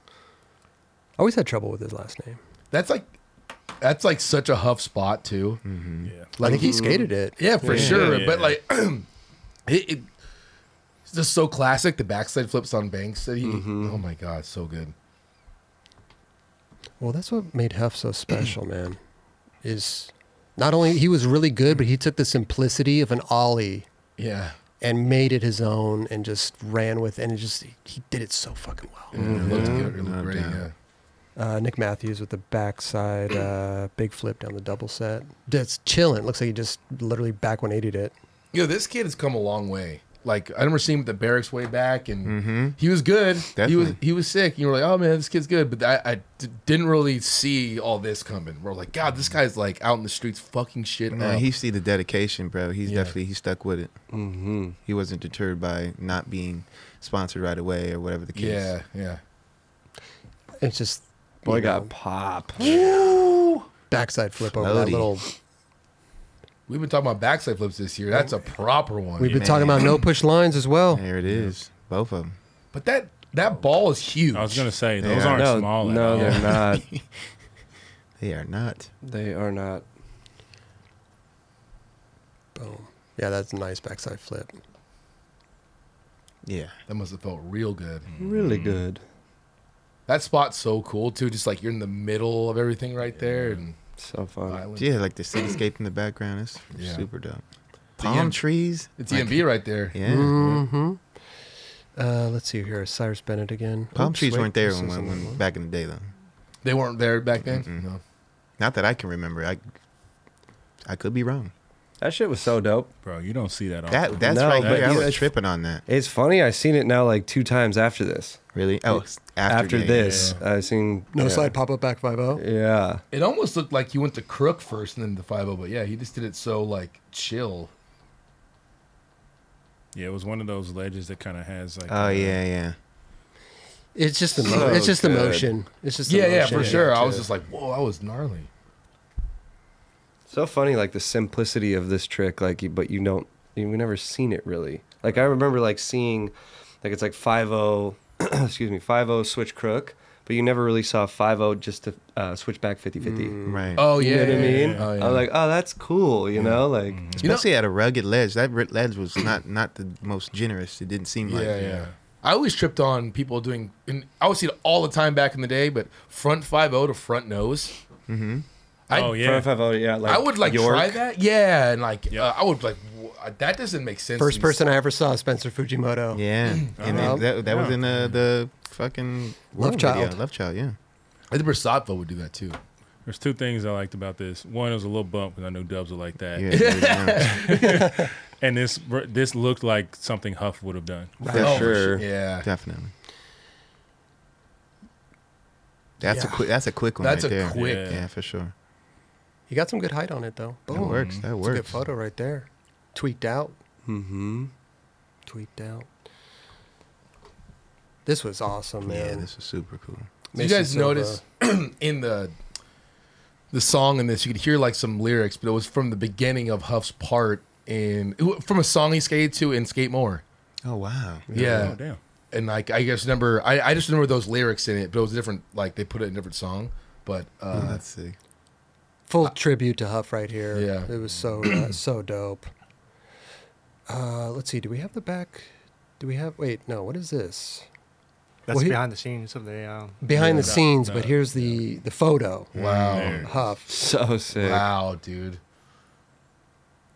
Speaker 1: I always had trouble with his last name.
Speaker 3: That's like that's like such a huff spot too.
Speaker 5: Yeah.
Speaker 1: I think he skated it.
Speaker 3: Yeah, for
Speaker 5: Yeah.
Speaker 3: sure.
Speaker 5: Yeah.
Speaker 3: But like, it, it- it's just so classic. The backside flips on Banks. That he, Oh my god, so good.
Speaker 1: Well, that's what made Huff so special, man. Is not only he was really good, but he took the simplicity of an ollie
Speaker 3: Yeah,
Speaker 1: and made it his own, and just ran with, it and it just he did it so fucking well.
Speaker 3: Mm-hmm. it looked good. It
Speaker 2: No
Speaker 3: looked great.
Speaker 2: doubt.
Speaker 3: Yeah.
Speaker 1: Uh, Nick Matthews with the backside uh, big flip down the double set. That's chilling. Looks like he just literally back 180'd it.
Speaker 3: Yo, this kid has come a long way. like I remember seeing him at the barracks way back, and he was good. He was
Speaker 2: Mm-hmm. Definitely.
Speaker 3: he was sick. And you were like, oh man, this kid's good. But I, I d- didn't really see all this coming. We're like, God, this guy's like out in the streets, fucking shit.
Speaker 2: No,
Speaker 3: up.
Speaker 2: he see the dedication, bro. He's
Speaker 3: Yeah.
Speaker 2: definitely he stuck with it. Mm-hmm. He wasn't deterred by not being sponsored right away or whatever the case.
Speaker 3: yeah, yeah.
Speaker 1: It's just
Speaker 4: Boy
Speaker 1: you know,
Speaker 4: got pop.
Speaker 1: backside flip over that
Speaker 2: Floaty.
Speaker 1: little.
Speaker 3: We've been talking about backside flips this year. That's a proper one.
Speaker 1: We've been talking about no push lines as well.
Speaker 2: there it is. Both of them.
Speaker 3: but that that ball is huge.
Speaker 5: I was gonna say those
Speaker 2: Yeah.
Speaker 5: aren't
Speaker 4: No,
Speaker 5: small. at
Speaker 4: no,
Speaker 5: all.
Speaker 4: they're not.
Speaker 2: They are not.
Speaker 4: They are not.
Speaker 1: Boom. Yeah, that's a nice backside flip.
Speaker 2: Yeah.
Speaker 3: That must have felt real good.
Speaker 4: Really good.
Speaker 3: That spot's so cool too. Just like you're in the middle of everything right there and
Speaker 4: So fun.
Speaker 3: island.
Speaker 2: Yeah, like the cityscape in the background. It's
Speaker 3: Yeah.
Speaker 2: super dope.
Speaker 3: The
Speaker 2: Palm
Speaker 3: end-
Speaker 2: trees.
Speaker 3: It's EMB right there.
Speaker 2: Yeah.
Speaker 1: Mm-hmm. Uh, let's see here. Cyrus Bennett again.
Speaker 2: Palm
Speaker 1: Oops,
Speaker 2: trees
Speaker 1: wait,
Speaker 2: weren't there
Speaker 1: this
Speaker 2: when,
Speaker 1: is
Speaker 2: when,
Speaker 1: another one.
Speaker 2: back in the day though.
Speaker 3: They weren't there back then. No.
Speaker 2: Not that I can remember. I I could be wrong.
Speaker 4: That shit was so dope.
Speaker 5: bro. You don't see Oh. that. Often.
Speaker 2: That that's
Speaker 4: No,
Speaker 2: right
Speaker 5: but
Speaker 2: there. I
Speaker 5: you-
Speaker 2: was tripping on that.
Speaker 4: It's funny. I've seen it now like two times after this.
Speaker 2: Really? Oh, after,
Speaker 4: After,
Speaker 2: yeah, yeah,
Speaker 4: this, I've seen
Speaker 1: No
Speaker 4: yeah.
Speaker 1: side pop up back oh. 5
Speaker 4: Oh.
Speaker 1: 0.
Speaker 4: Yeah.
Speaker 3: It almost looked like you went to crook first and then the 5 but yeah, he just did it so like chill.
Speaker 5: yeah, it was one of those ledges that kind of has like.
Speaker 2: yeah.
Speaker 5: uh,
Speaker 2: Oh yeah, yeah.
Speaker 1: It's just the mo-
Speaker 4: So
Speaker 1: it's just the
Speaker 4: good.
Speaker 1: motion. It's just the
Speaker 3: yeah, yeah,
Speaker 1: motion.
Speaker 3: for sure. I
Speaker 1: to-
Speaker 3: was just like, whoa, I was gnarly.
Speaker 4: So funny, like the simplicity of this trick. Like, you- but you don't. You, we never seen it really. Like I remember like seeing, like it's like five zero. excuse me, five zero switch crook. But you never really saw five zero just to uh, switch back 50-50.
Speaker 2: Right.
Speaker 3: Oh
Speaker 4: You
Speaker 3: yeah.
Speaker 4: know what I
Speaker 3: yeah,
Speaker 4: mean?
Speaker 3: yeah. Oh, yeah. Mm.
Speaker 4: I'm like, oh, that's cool. You know, like
Speaker 3: You know-
Speaker 2: Especially at a rugged ledge. That ri- ledge was not not the most generous. It didn't seem like.
Speaker 3: yeah, yeah. I always tripped on people doing, and I would see it all the time back in the day. But front five zero to front nose. Mm-hmm. I,
Speaker 5: oh yeah.
Speaker 4: front five zero. Yeah. Like
Speaker 3: I would like
Speaker 4: York.
Speaker 3: try that. Yeah, and like
Speaker 5: Yeah.
Speaker 3: uh, I would like wha- that doesn't make sense.
Speaker 1: First
Speaker 3: These-
Speaker 1: person I ever saw Spencer Fujimoto.
Speaker 2: Yeah. And
Speaker 1: Uh-huh.
Speaker 2: then that that was
Speaker 5: Yeah.
Speaker 2: in uh, the fucking
Speaker 1: Love
Speaker 2: Warren
Speaker 1: Child.
Speaker 2: Love child. Yeah.
Speaker 3: I think Bersatva would do that too.
Speaker 5: There's two things I liked about this. One, it was a little bump because I knew Dubs were like that,
Speaker 2: Yeah. yeah.
Speaker 5: and this this looked like something Huff would have done.
Speaker 2: For
Speaker 3: Oh,
Speaker 2: sure.
Speaker 3: Yeah,
Speaker 2: Definitely. That's a
Speaker 1: Yeah.
Speaker 2: quick. That's a quick one.
Speaker 3: that's
Speaker 2: right
Speaker 3: a
Speaker 2: there.
Speaker 3: quick.
Speaker 5: Yeah.
Speaker 2: Yeah, for sure.
Speaker 1: He got some good height on it though.
Speaker 2: That
Speaker 1: Boom.
Speaker 2: works. That
Speaker 1: It's a good
Speaker 2: works.
Speaker 1: photo right there. Tweaked out.
Speaker 4: Mm-hmm.
Speaker 1: Tweaked out. This was awesome, man.
Speaker 2: Yeah, this is super cool.
Speaker 3: Did
Speaker 1: Mason
Speaker 3: you guys
Speaker 1: Silva.
Speaker 3: notice in the the song in this, you could hear like some lyrics, but it was from the beginning of Huff's part in from a song he skated to in Skate More.
Speaker 2: Oh wow.
Speaker 3: Yeah.
Speaker 5: Oh, damn.
Speaker 3: and like I just remember I, I just remember those lyrics in it, but it was different. Like they put it in a different song, but uh,
Speaker 2: Let's see.
Speaker 1: Full tribute to Huff right here.
Speaker 3: Yeah.
Speaker 1: It was so uh, so dope. Uh, let's see. Do we have the back? Do we have? Wait, no. What is this?
Speaker 6: That's
Speaker 1: Well, he-
Speaker 6: behind the scenes of the. Uh,
Speaker 1: Behind the
Speaker 5: No,
Speaker 1: scenes,
Speaker 5: no,
Speaker 1: but here's the the photo.
Speaker 3: wow,
Speaker 5: There.
Speaker 1: Huff.
Speaker 4: So sick.
Speaker 3: wow, dude.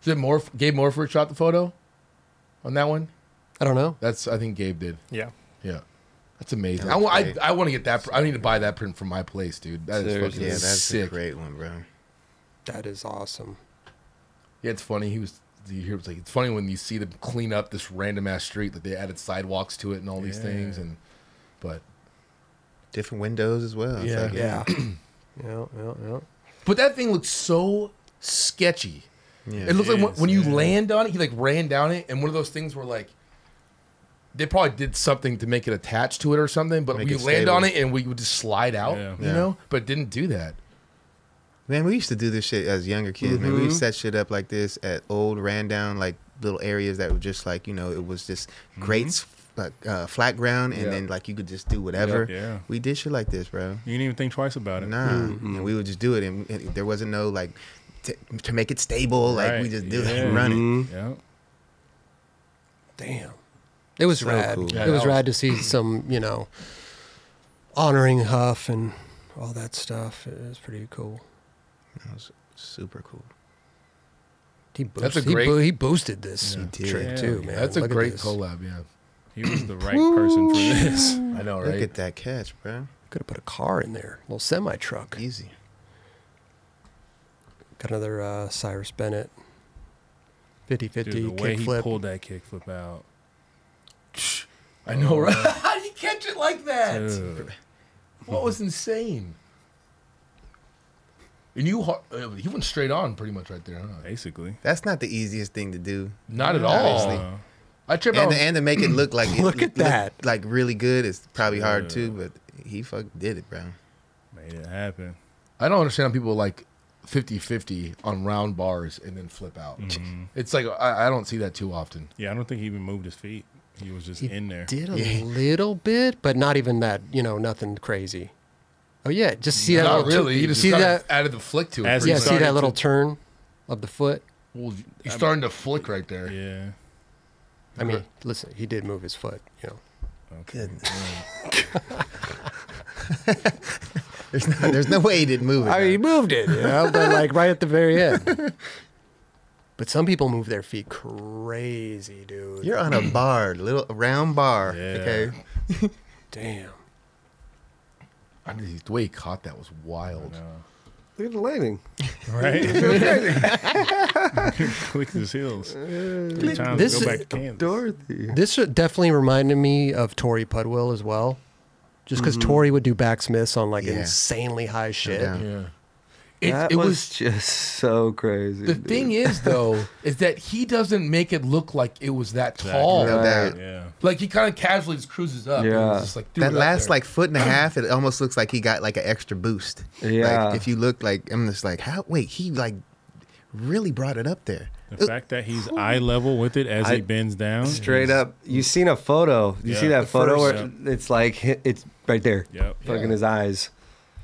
Speaker 3: Did Morf Gabe Morford shot the photo on that one?
Speaker 1: I don't know.
Speaker 3: That's I think Gabe did.
Speaker 6: yeah.
Speaker 3: Yeah, that's amazing.
Speaker 2: That
Speaker 3: I,
Speaker 2: looks
Speaker 3: wa- I,
Speaker 2: great.
Speaker 3: I want to get that. pr- I need to buy that print from my place, dude. That is
Speaker 4: Seriously.
Speaker 3: fucking
Speaker 2: Yeah, that's
Speaker 3: sick.
Speaker 2: a great one, bro.
Speaker 1: That is awesome.
Speaker 3: Yeah, it's funny. He was. You hear it's like it's funny when you see them clean up this random ass street that they added sidewalks to it and all these
Speaker 5: Yeah.
Speaker 3: things and, but
Speaker 2: Different windows as well. It's
Speaker 3: Yeah.
Speaker 2: like-
Speaker 1: Yeah. yeah. Yeah. Yeah.
Speaker 3: but that thing looks so sketchy.
Speaker 2: yeah.
Speaker 3: It looks like when,
Speaker 5: is,
Speaker 3: when you
Speaker 5: yeah.
Speaker 3: land on it, he like ran down it, and one of those things where like they probably did something to make it attached to it or something. But
Speaker 2: Make
Speaker 3: we
Speaker 2: it
Speaker 3: land on it
Speaker 2: stable.
Speaker 3: and we would just slide out,
Speaker 5: Yeah.
Speaker 3: you
Speaker 2: Yeah.
Speaker 3: know. But it didn't do that.
Speaker 2: Man, we used to do this shit as younger kids. Man,
Speaker 3: Mm-hmm.
Speaker 2: we used to set shit up like this at old ran down like little areas that were just like you know it was just grates like uh, flat ground, and
Speaker 3: Mm-hmm. Yeah.
Speaker 2: then like you could just do whatever.
Speaker 5: Yeah.
Speaker 2: We did shit like this, bro.
Speaker 5: You didn't even think twice about it.
Speaker 2: Nah,
Speaker 1: Mm-hmm.
Speaker 2: and we would just do it, and, and there wasn't no like t- to make it stable. Like we
Speaker 5: Right,
Speaker 2: just do it
Speaker 5: yeah.
Speaker 2: and run
Speaker 1: Mm-hmm.
Speaker 2: it.
Speaker 4: Mhm.
Speaker 5: Yeah.
Speaker 1: Damn. It was
Speaker 2: So
Speaker 1: rad.
Speaker 2: cool.
Speaker 3: Yeah,
Speaker 1: it was
Speaker 3: that was-
Speaker 1: rad to see some, you know, honoring Huff and all that stuff. It was pretty cool.
Speaker 2: That was super cool.
Speaker 1: He boosted,
Speaker 3: That's a
Speaker 1: he,
Speaker 3: great-
Speaker 1: bo- he boosted this
Speaker 2: He did.
Speaker 1: trick
Speaker 5: Yeah.
Speaker 1: too, man.
Speaker 3: That's a
Speaker 1: Look at
Speaker 3: great
Speaker 1: this.
Speaker 3: collab. Yeah,
Speaker 5: He was the right person for this.
Speaker 3: I know,
Speaker 2: Look
Speaker 3: right?
Speaker 2: at that catch, bro.
Speaker 1: Could have put a car in there, a little semi truck.
Speaker 2: Easy.
Speaker 1: Got another uh, Cyrus Bennett 50
Speaker 5: Dude, the
Speaker 1: 50
Speaker 5: way he
Speaker 1: kickflip.
Speaker 5: pulled that kickflip out.
Speaker 3: I know, right? How do you catch it like that?
Speaker 5: Dude.
Speaker 3: What was insane? And you, har- uh, you went straight on pretty much right there. Huh?
Speaker 5: Basically. Uh,
Speaker 2: That's not the easiest thing to do.
Speaker 3: Not at
Speaker 2: Obviously.
Speaker 3: all. I trip out.
Speaker 2: And, and to make it look like it
Speaker 1: Look at
Speaker 2: looked
Speaker 1: that.
Speaker 2: like really good is probably hard too. But he fuck did it, bro.
Speaker 5: Made it happen.
Speaker 3: I don't understand how people like 50-50 on round bars and then flip out. It's like I, I don't see that too often.
Speaker 5: Yeah, I don't think he even moved his feet. He was just in there.
Speaker 1: Did a little bit, but not even that. You know, nothing crazy. Oh yeah, just see that.
Speaker 3: Not
Speaker 1: little
Speaker 3: really. You just
Speaker 1: see
Speaker 3: kinda
Speaker 1: that.
Speaker 3: added the flick to it.
Speaker 5: As
Speaker 3: pretty
Speaker 1: Yeah,
Speaker 5: he
Speaker 3: much.
Speaker 1: see
Speaker 5: started
Speaker 1: that
Speaker 5: to-
Speaker 1: little turn of the foot.
Speaker 3: Well, you're starting to flick right there.
Speaker 5: Yeah.
Speaker 1: I mean, listen, he did move his foot. You know,
Speaker 2: There's no, there's no way he didn't move it.
Speaker 1: I mean, he
Speaker 2: man.
Speaker 1: moved it. You know, but like right at the very end. But some people move their feet crazy, dude.
Speaker 2: You're on a bar, little a round bar.
Speaker 5: Yeah.
Speaker 2: Okay,
Speaker 1: Damn.
Speaker 3: I mean, the way he caught that was wild.
Speaker 4: Look at the lighting.
Speaker 5: Right? Click his heels. Three times
Speaker 1: This
Speaker 5: go
Speaker 1: is-
Speaker 5: back to Kansas.
Speaker 4: Dorothy.
Speaker 1: This definitely reminded me of Tori Pudwill as well, just
Speaker 4: Mm-hmm.
Speaker 1: because Tori would do backsmiths on like
Speaker 2: Yeah.
Speaker 1: insanely high shit.
Speaker 2: doubt.
Speaker 3: Yeah. It,
Speaker 4: that
Speaker 3: it
Speaker 4: was,
Speaker 3: was
Speaker 4: just so crazy.
Speaker 3: the
Speaker 4: dude.
Speaker 3: thing is though is that he doesn't make it look like it was that tall.
Speaker 2: no
Speaker 4: Right.
Speaker 2: doubt.
Speaker 5: Yeah.
Speaker 3: Like he kind of casually just cruises up. Yeah. And
Speaker 4: Yeah.
Speaker 3: it's just like, dude,
Speaker 2: That
Speaker 3: out
Speaker 2: last
Speaker 3: there.
Speaker 2: like foot and a half, it almost looks like he got like an extra boost.
Speaker 4: Yeah.
Speaker 2: Like, if you look like I'm just like, how? Wait, he like really brought it up there.
Speaker 5: The fact that he's eye level with it as
Speaker 4: I-
Speaker 5: he bends down.
Speaker 4: Straight up, you seen a photo. You
Speaker 5: Yeah.
Speaker 4: see that
Speaker 5: The
Speaker 4: photo
Speaker 5: first,
Speaker 4: where it's like hi- it's right there,
Speaker 5: Yep.
Speaker 4: fucking his eyes.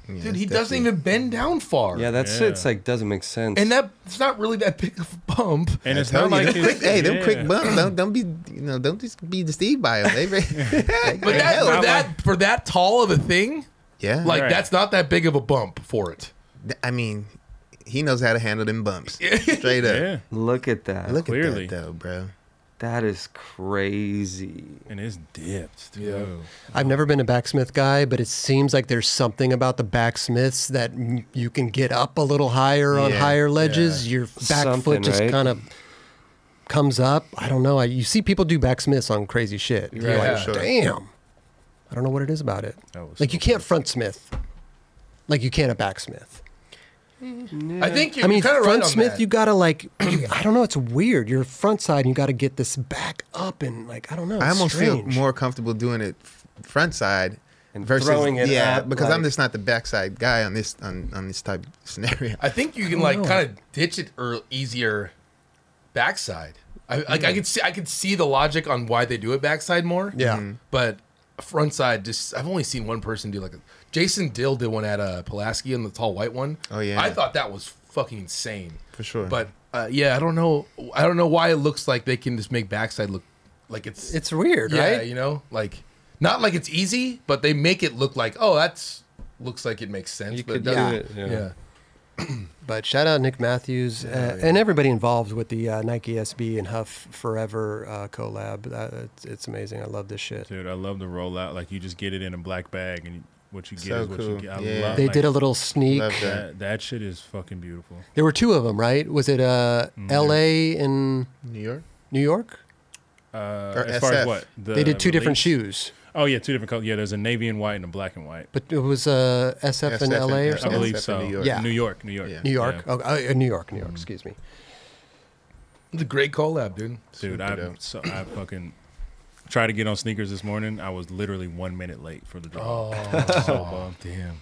Speaker 2: Yeah,
Speaker 3: dude, he
Speaker 2: it's
Speaker 3: doesn't
Speaker 2: definitely-
Speaker 3: even bend down far.
Speaker 4: Yeah, that
Speaker 5: Yeah.
Speaker 4: shit's like doesn't make sense.
Speaker 3: And that it's not really that big of a bump.
Speaker 5: And it's
Speaker 2: Tell
Speaker 5: not
Speaker 2: you,
Speaker 5: like
Speaker 2: them
Speaker 5: his,
Speaker 2: quick, hey, them
Speaker 5: yeah.
Speaker 2: quick bumps. Don't don't be you know don't just be deceived by them. They, re- they
Speaker 3: But that,
Speaker 2: hell,
Speaker 3: for
Speaker 5: not
Speaker 3: that for that tall of a thing,
Speaker 2: yeah,
Speaker 3: like
Speaker 5: Right.
Speaker 3: that's not that big of a bump for it.
Speaker 2: Th- I mean, he knows how to handle them bumps. Straight up.
Speaker 5: Yeah.
Speaker 4: Look at that.
Speaker 2: Look
Speaker 5: Clearly.
Speaker 2: at that though, bro.
Speaker 4: that is crazy.
Speaker 5: And it's dipped. Dude.
Speaker 1: I've never been a backsmith guy, but it seems like there's something about the backsmiths that m- you can get up a little higher on
Speaker 2: Yeah,
Speaker 1: higher ledges. Your back
Speaker 4: Something,
Speaker 1: foot just
Speaker 4: right?
Speaker 1: kind of comes up. I don't know. I, you see people do backsmiths on crazy shit. You're
Speaker 3: Yeah,
Speaker 1: like,
Speaker 2: sure.
Speaker 1: damn. I don't know what it is about it.
Speaker 5: That was
Speaker 1: Like
Speaker 5: so
Speaker 1: you can't front smith. Like you can't a backsmith.
Speaker 3: I think you're,
Speaker 1: I mean,
Speaker 3: kind of right
Speaker 1: front
Speaker 3: on
Speaker 1: smith,
Speaker 3: that.
Speaker 1: you gotta like. You, I don't know. It's weird. You're front side, and you gotta get this back up, and like I don't know.
Speaker 2: I
Speaker 1: it's
Speaker 2: almost
Speaker 1: strange.
Speaker 2: feel more comfortable doing it f- front side
Speaker 4: And
Speaker 2: versus
Speaker 4: throwing it
Speaker 2: yeah,
Speaker 4: up,
Speaker 2: because I'm
Speaker 4: like-
Speaker 2: just not the backside guy on this on, on this type of scenario.
Speaker 3: I think you can like kind of ditch it or easier backside. I like I could see I could see the logic on why they do it backside more.
Speaker 1: Yeah. Mhm.
Speaker 3: But front side just I've only seen one person do like a Jason Dill did one at uh, Pulaski and the tall white one.
Speaker 2: Oh, yeah.
Speaker 3: I thought that was fucking insane.
Speaker 2: For sure.
Speaker 3: But uh, yeah, I don't know I don't know why it looks like they can just make backside look like it's
Speaker 1: It's weird,
Speaker 3: yeah,
Speaker 1: right?
Speaker 3: you know, like not like it's easy, but they make it look like oh that's looks like it makes sense.
Speaker 4: You
Speaker 3: but
Speaker 4: could do
Speaker 3: doesn't.
Speaker 4: it. Yeah.
Speaker 3: yeah.
Speaker 1: But shout out Nick Matthews uh, and everybody involved with the uh, Nike SB and Huff Forever uh, collab. Uh, it's, it's amazing. I love this shit.
Speaker 5: Dude, I love the rollout. Like you just get it in a black bag, and what you get
Speaker 2: So
Speaker 5: is what
Speaker 2: cool.
Speaker 5: you get. I
Speaker 2: Yeah.
Speaker 5: love.
Speaker 1: They
Speaker 5: like,
Speaker 1: did a little sneak.
Speaker 2: Love that.
Speaker 5: that. That shit is fucking beautiful.
Speaker 1: There were two of them, right? Was it uh,
Speaker 5: Mm,
Speaker 1: L.A. in
Speaker 2: New York.
Speaker 1: New York?
Speaker 5: Uh,
Speaker 2: Or
Speaker 5: as far
Speaker 2: SF.
Speaker 5: as what The
Speaker 1: they did two different
Speaker 5: release?
Speaker 1: shoes,
Speaker 5: Oh yeah, two different colors. Yeah, there's a navy and white and a black and white.
Speaker 1: but it was uh, SF,
Speaker 2: SF
Speaker 1: in
Speaker 2: and-
Speaker 1: L.A. or
Speaker 2: yeah.
Speaker 5: I
Speaker 1: something.
Speaker 2: SF
Speaker 5: believe
Speaker 2: in
Speaker 5: so.
Speaker 2: New York.
Speaker 1: Yeah.
Speaker 5: New York, New York,
Speaker 2: Yeah.
Speaker 1: New York.
Speaker 5: Yeah.
Speaker 1: Oh, uh, New York, New York. Excuse me.
Speaker 3: The great collab, dude.
Speaker 5: Dude,
Speaker 2: Super
Speaker 5: I
Speaker 2: dope.
Speaker 5: so I fucking tried to get on sneakers this morning. I was literally one minute late for the drop.
Speaker 3: Oh,
Speaker 5: So uh, bummed. Damn.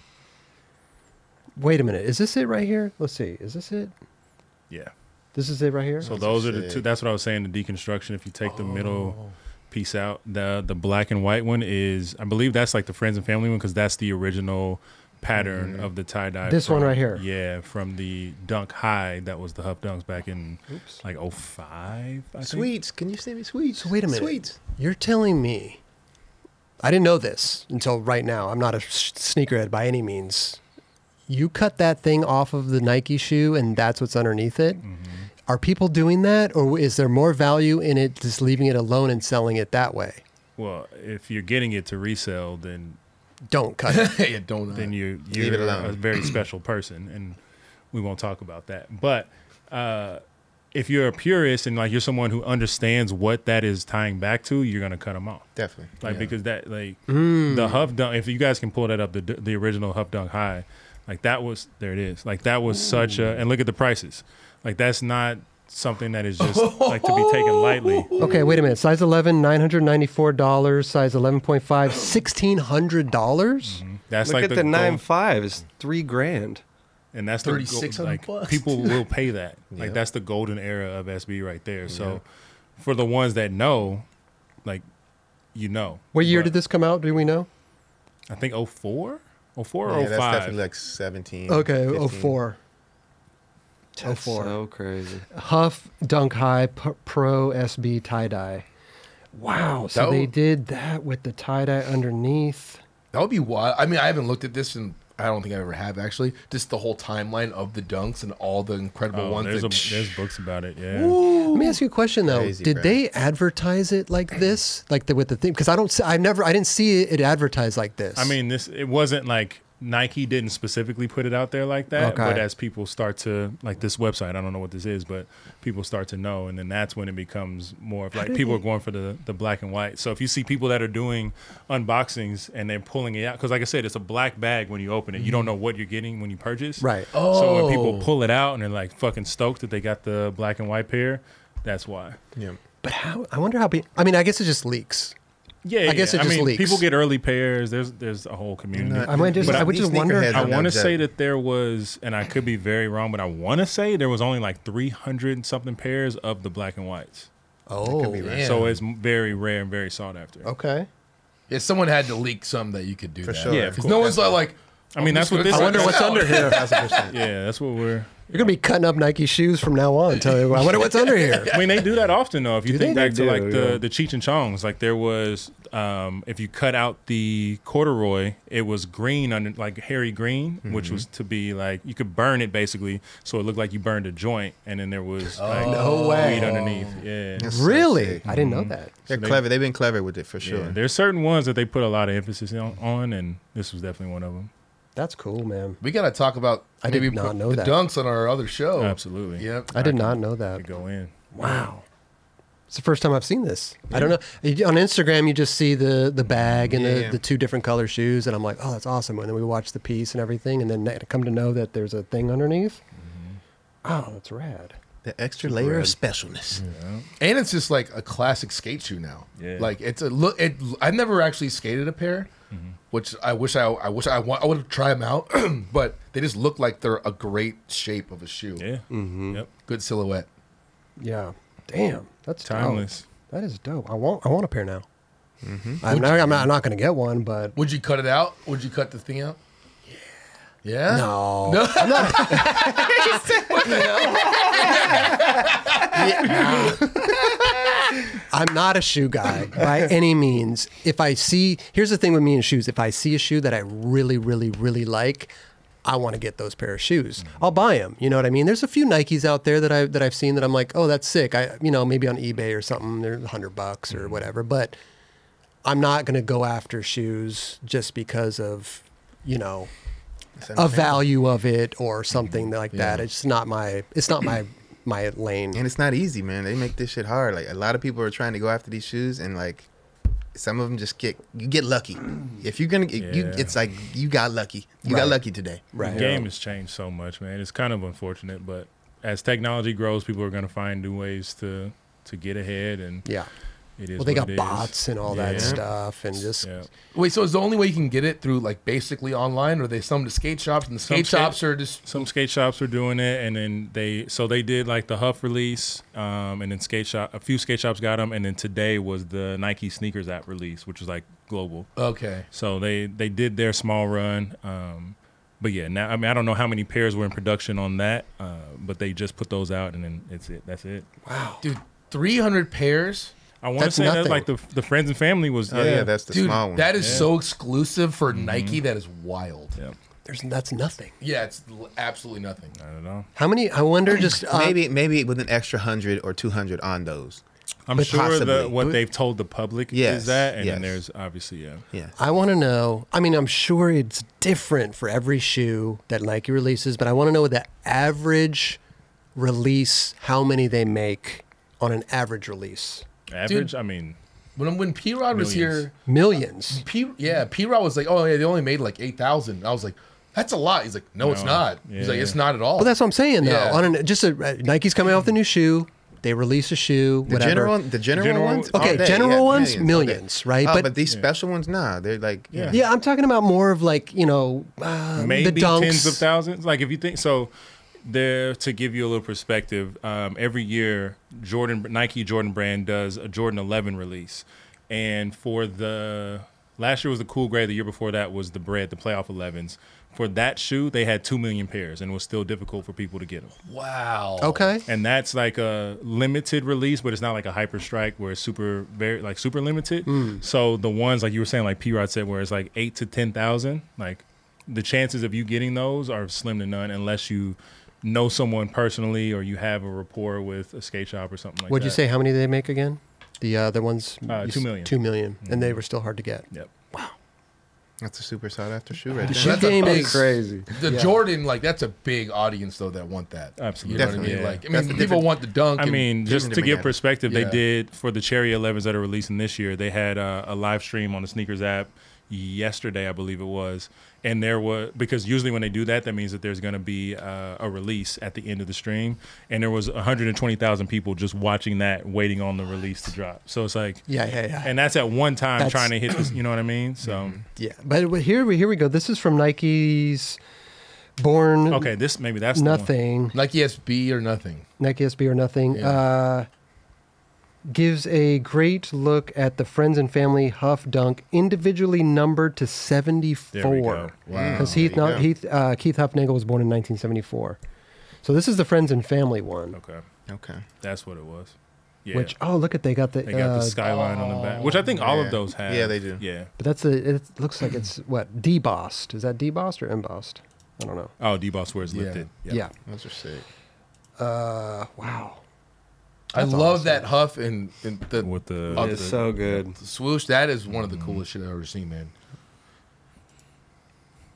Speaker 1: Wait a minute. Is this it right here? Let's see. Is this it?
Speaker 5: Yeah.
Speaker 1: This is it right here.
Speaker 5: So those are the
Speaker 2: shit.
Speaker 5: two. That's what I was saying. The deconstruction. If you take the middle piece out, the the black and white one is, I believe that's like the friends and family one because that's the original pattern of the tie dye.
Speaker 1: This one
Speaker 5: from-
Speaker 1: right here.
Speaker 5: Yeah, from the Dunk High that was the Huff Dunks back in like 05, I think.
Speaker 2: Sweets, can you send me sweets?
Speaker 1: So wait a minute.
Speaker 2: Sweets.
Speaker 1: You're telling me I didn't know this until right now. I'm not a s- sneakerhead by any means. You cut that thing off of the Nike shoe and that's what's underneath it. Are people doing that or is there more value in it just leaving it alone and selling it that way?
Speaker 5: Well, if you're getting it to resell, then
Speaker 1: Don't cut it.
Speaker 3: hey, a donut.
Speaker 5: then you
Speaker 2: Leave it
Speaker 5: you're
Speaker 2: alone.
Speaker 5: a very special person, and we won't talk about that. But uh, if you're a purist and like you're someone who understands what that is tying back to, you're gonna cut them off.
Speaker 2: Definitely.
Speaker 5: Like
Speaker 2: Yeah. Mm.
Speaker 5: because that like the Huff Dunk. If you guys can pull that up, the the original Huff Dunk High, like that was there it is. Like that was such a and look at the prices. Like that's not something that is just like to be taken lightly.
Speaker 1: Okay, wait a minute. Size 11, $994. Size 11.5, $1,600? dollars
Speaker 5: That's
Speaker 4: Look
Speaker 5: like
Speaker 4: at
Speaker 5: the,
Speaker 4: the nine
Speaker 5: gold-
Speaker 4: five is three grand.
Speaker 5: and that's the gold-
Speaker 3: 3600
Speaker 5: like
Speaker 3: bucks.
Speaker 5: people will pay that. Like that's the golden era of SB right there. So for the ones that know, like you know,
Speaker 1: What year
Speaker 5: But
Speaker 1: did this come out? Do we know?
Speaker 5: I think 04? 04 or
Speaker 2: Yeah, that's
Speaker 5: 05.
Speaker 2: definitely like 17.
Speaker 1: Okay, oh,
Speaker 2: 15.
Speaker 1: 04.
Speaker 4: That's
Speaker 1: 04.
Speaker 4: so crazy.
Speaker 1: Huff Dunk High P- Pro SB tie dye. Wow. So
Speaker 3: That
Speaker 1: they
Speaker 3: would-
Speaker 1: did that with the tie dye underneath.
Speaker 3: That would be wild. I mean, I haven't looked at this, and I don't think I ever have actually. Just the whole timeline of the dunks and all the incredible
Speaker 5: Oh,
Speaker 3: ones.
Speaker 5: there's, a,
Speaker 3: that-
Speaker 5: there's books about it. Yeah.
Speaker 1: Let me ask you a question though.
Speaker 2: Crazy,
Speaker 1: did
Speaker 2: bro.
Speaker 1: they advertise it like this, like the, with the theme? Because I don't, see, I never, I didn't see it advertised like this.
Speaker 5: I mean, this it wasn't like Nike didn't specifically put it out there like that, but
Speaker 1: Okay.
Speaker 5: as people start to like this website, I don't know what this is, but people start to know, and then that's when it becomes more of like people are going for the the black and white. So if you see people that are doing unboxings and they're pulling it out, because like I said, it's a black bag when you open it, you don't know what you're getting when you purchase.
Speaker 1: Mm-hmm. right.
Speaker 5: So when people
Speaker 3: Oh.
Speaker 5: pull it out and they're like fucking stoked that they got the black and white pair, that's why.
Speaker 2: Yeah.
Speaker 1: But how, I wonder how, be, I mean, I guess it just leaks.
Speaker 5: Yeah, yeah,
Speaker 1: guess
Speaker 5: yeah.
Speaker 1: it just
Speaker 5: mean,
Speaker 1: leaks.
Speaker 5: people get early pairs. There's there's a whole community.
Speaker 1: I might just-
Speaker 2: These-
Speaker 1: I would
Speaker 2: these
Speaker 1: just wonder-
Speaker 2: sneakerheads
Speaker 5: I
Speaker 2: are no
Speaker 5: want to say
Speaker 2: joke.
Speaker 5: that there was, and I could be very wrong, but I want to say there was only like 300 and something pairs of the black and whites.
Speaker 1: Oh,
Speaker 3: right. Yeah.
Speaker 5: So it's very rare and very sought after.
Speaker 1: okay.
Speaker 3: yeah, someone had to leak some that you could do
Speaker 2: For
Speaker 3: that.
Speaker 2: sure. Yeah, of
Speaker 3: because no one's like, like, "Oh,
Speaker 5: I mean, that's what this.
Speaker 3: I wonder what's
Speaker 5: under.
Speaker 2: A thousand percent.
Speaker 5: Yeah, that's what we're.
Speaker 1: You're gonna be cutting up Nike shoes from now on. Tell you, I wonder what's under here.
Speaker 5: I mean, they do that often though. If you
Speaker 4: Do
Speaker 5: think
Speaker 4: they?
Speaker 5: back
Speaker 4: They
Speaker 5: to
Speaker 4: do,
Speaker 5: like the
Speaker 4: yeah.
Speaker 5: the Cheech and Chongs, like there was, um, if you cut out the corduroy, it was green under like hairy green, which was to be like you could burn it basically, so it looked like you burned a joint, and then there was like
Speaker 1: no way.
Speaker 5: weed underneath. Yeah.
Speaker 2: That's so
Speaker 1: Really?
Speaker 2: sick.
Speaker 1: I didn't know that.
Speaker 2: They're clever. They've been clever with it for sure.
Speaker 5: Yeah, there's certain ones that they put a lot of emphasis on, on, and this was definitely one of them.
Speaker 1: That's cool, man.
Speaker 3: we got to talk about
Speaker 1: I did
Speaker 3: maybe
Speaker 1: not know
Speaker 3: the
Speaker 1: that.
Speaker 3: dunks on our other
Speaker 1: Oh,
Speaker 3: show.
Speaker 5: Absolutely.
Speaker 3: Yep.
Speaker 1: I did not know that.
Speaker 5: They go in.
Speaker 1: Wow. It's the first time I've seen this. I don't know. You- On Instagram, you just see the the bag and the,
Speaker 2: Yeah.
Speaker 1: the two different color shoes, and I'm like, oh, that's awesome. And then we watch the piece and everything, and then I come to know that there's a thing underneath. Oh, that's rad.
Speaker 2: The extra layer of specialness.
Speaker 3: and it's just like a classic skate shoe now.
Speaker 5: Yeah.
Speaker 3: Like it's a look. It, I've never actually skated a pair, which I wish I I wish I want I would try them out, but they just look like they're a great shape of a shoe.
Speaker 5: Yeah.
Speaker 1: Mm-hmm.
Speaker 5: Yep.
Speaker 3: Good silhouette.
Speaker 1: Yeah. Damn. That's dope.
Speaker 5: Timeless.
Speaker 1: That is dope. I want I want a pair now. I'm, not, I'm not I'm not gonna get one, but
Speaker 3: Would you cut it out? Would you cut the thing out? Yeah. Yeah.
Speaker 1: no. I'm not a shoe guy by any means. If I see, here's the thing with me and shoes. If I see a shoe that I really, really, really like, I want to get those pair of shoes. I'll buy them. You know what I mean? There's a few Nikes out there that I that I've seen that I'm like, oh, that's sick. I you know maybe on eBay or something. They're hundred bucks or whatever. But I'm not gonna go after shoes just because of you know a value of it or something like that. It's not my it's not my my lane.
Speaker 2: And it's not easy, man. They make this shit hard. Like a lot of people are trying to go after these shoes, and like some of them just get you get lucky. If you're gonna, you,
Speaker 5: Yeah.
Speaker 2: it's like you got lucky. You got lucky today.
Speaker 5: The game has changed so much, man. It's kind of unfortunate, but as technology grows, people are going to find new ways to to get ahead, and
Speaker 1: Yeah.
Speaker 5: it is.
Speaker 1: Well, they
Speaker 5: what
Speaker 1: got
Speaker 5: it is.
Speaker 1: bots and all
Speaker 5: Yeah.
Speaker 1: that stuff, and just
Speaker 5: Yeah.
Speaker 3: Wait, so is the only way you can get it through like basically online, or are they some to skate shops, and the skate
Speaker 5: skate-
Speaker 3: shops are just
Speaker 5: Some skate shops are doing it, and then they so they did like the Huff release, um, and then skate shop a few skate shops got them, and then today was the Nike sneakers app release, which is like global.
Speaker 3: okay?
Speaker 5: So they they did their small run, um, but yeah. Now I mean I don't know how many pairs were in production on that, uh, but they just put those out and then it's it. That's it.
Speaker 3: Dude, three hundred pairs.
Speaker 5: I want to
Speaker 1: That's
Speaker 5: say
Speaker 1: nothing.
Speaker 5: that like the the friends and family was.
Speaker 2: Oh yeah, that's the
Speaker 3: Dude,
Speaker 2: small one.
Speaker 3: that is so exclusive for Nike. That is wild. Yeah,
Speaker 5: yeah.
Speaker 1: there's that's nothing.
Speaker 3: it's l- absolutely nothing.
Speaker 5: I don't know.
Speaker 1: How many? I wonder. Just uh,
Speaker 2: maybe maybe with an extra hundred or two hundred on those.
Speaker 5: I'm
Speaker 2: But
Speaker 5: sure
Speaker 2: possibly.
Speaker 5: that what they've told the public
Speaker 2: Yes,
Speaker 5: is that, and then
Speaker 2: yes.
Speaker 5: there's obviously yeah.
Speaker 2: Yeah.
Speaker 1: I want to know. I mean, I'm sure it's different for every shoe that Nike releases, but I want to know what the average release how many they make on an average release.
Speaker 5: Average. I mean,
Speaker 3: When when P Rod was
Speaker 5: Millions.
Speaker 3: here,
Speaker 1: Millions.
Speaker 5: Uh,
Speaker 3: P yeah, P Rod was like, oh yeah, they only made like eight thousand. I was like, that's a lot. He's like, no, it's
Speaker 5: No.
Speaker 3: not. He's like,
Speaker 5: Yeah.
Speaker 3: it's not at all.
Speaker 1: Well, that's what I'm saying though.
Speaker 3: Yeah.
Speaker 1: On an, just a, uh, Nike's coming off the new shoe. They release a shoe.
Speaker 2: The
Speaker 1: whatever.
Speaker 2: general, the general,
Speaker 5: General-
Speaker 2: ones.
Speaker 1: Okay,
Speaker 2: all day,
Speaker 1: general
Speaker 2: yeah,
Speaker 1: ones,
Speaker 2: all day.
Speaker 1: millions, right?
Speaker 2: Oh,
Speaker 1: But-
Speaker 2: but, these special ones, nah, they're like yeah.
Speaker 1: Yeah, I'm talking about more of like you know uh,
Speaker 5: maybe
Speaker 1: the dunks.
Speaker 5: tens of thousands. Like if you think so, there to give you a little perspective. Um, every year, Jordan Nike Jordan Brand does a Jordan 11 release, and for the last year was the Cool Gray. The year before that was the Bread, the playoff 11s. For that shoe, they had two million pairs, and it was still difficult for people to get them.
Speaker 3: wow.
Speaker 1: Okay,
Speaker 5: And that's like a limited release, but it's not like a hyper strike where it's super very like super limited.
Speaker 1: Hmm.
Speaker 5: So the ones like you were saying, like P Rod said, where it's like eight to ten thousand, like the chances of you getting those are slim to none unless you know someone personally or you have a rapport with a skate shop or something like
Speaker 1: what'd
Speaker 5: that.
Speaker 1: you say? How many did they make again? The uh, the ones
Speaker 5: Uh,
Speaker 1: you
Speaker 5: two
Speaker 1: s-
Speaker 5: million. Mm-hmm.
Speaker 1: two million, and they were still hard to get.
Speaker 5: Yep.
Speaker 2: That's a super sought after shoe right
Speaker 1: The
Speaker 2: there.
Speaker 1: shoe
Speaker 3: that's a
Speaker 1: game
Speaker 3: big
Speaker 1: is
Speaker 4: Crazy.
Speaker 3: The Jordan, like that's a big audience though that want that. You
Speaker 5: Absolutely.
Speaker 3: know what I mean?
Speaker 5: Definitely.
Speaker 3: Like, I
Speaker 2: That's
Speaker 3: mean,
Speaker 2: the
Speaker 3: people
Speaker 2: difference.
Speaker 3: want the dunk.
Speaker 5: I
Speaker 3: and-
Speaker 5: mean, just
Speaker 2: Even
Speaker 5: to
Speaker 2: to
Speaker 5: give
Speaker 2: begin.
Speaker 5: perspective,
Speaker 3: Yeah.
Speaker 5: they did for the Cherry 11s that are releasing this year. They had uh, a live stream on the sneakers app yesterday, I believe it was, and there was because usually when they do that, that means that there's going to be uh, a release at the end of the stream, and there was 120,000 people just watching that, waiting on the release to drop. So it's like,
Speaker 1: Yeah, yeah, yeah.
Speaker 5: and that's at one time
Speaker 1: That's- Mm-hmm.
Speaker 5: trying to hit this. You know what I mean? So.
Speaker 1: yeah, but we- here we here we go. This is from Nike's Born
Speaker 5: Okay, this maybe that's the one.
Speaker 1: Nothing
Speaker 3: Nike SB or nothing.
Speaker 1: Nike SB or Nothing
Speaker 3: Yeah.
Speaker 1: uh, gives a great look at the friends and family Huff Dunk individually numbered to seventy
Speaker 5: There we go. Oh,
Speaker 1: four.
Speaker 3: Wow.
Speaker 1: Because Heath,
Speaker 2: there you
Speaker 1: no,
Speaker 2: go.
Speaker 1: Heath uh, Keith Huffnagel was born in 1974. So this is the friends and family one.
Speaker 5: Okay,
Speaker 2: Okay.
Speaker 5: that's what it was. Oh, Yeah,
Speaker 1: Which oh look at they got the,
Speaker 5: they got
Speaker 1: uh,
Speaker 5: the skyline on the back, which I think all
Speaker 2: Yeah.
Speaker 5: of those have.
Speaker 2: Yeah, they do.
Speaker 5: Yeah.
Speaker 1: but that's the it looks like it's what debossed is that debossed or embossed I don't know
Speaker 5: Oh, D-Boss where it's
Speaker 3: Yeah.
Speaker 5: lifted.
Speaker 1: yeah
Speaker 2: Those are sick.
Speaker 1: uh, wow
Speaker 3: I love that huff and, and the,
Speaker 5: With the Mm-hmm.
Speaker 3: Oh,
Speaker 4: It's
Speaker 3: the-
Speaker 4: so good.
Speaker 3: the swoosh. That is one of the coolest shit I've ever seen, man.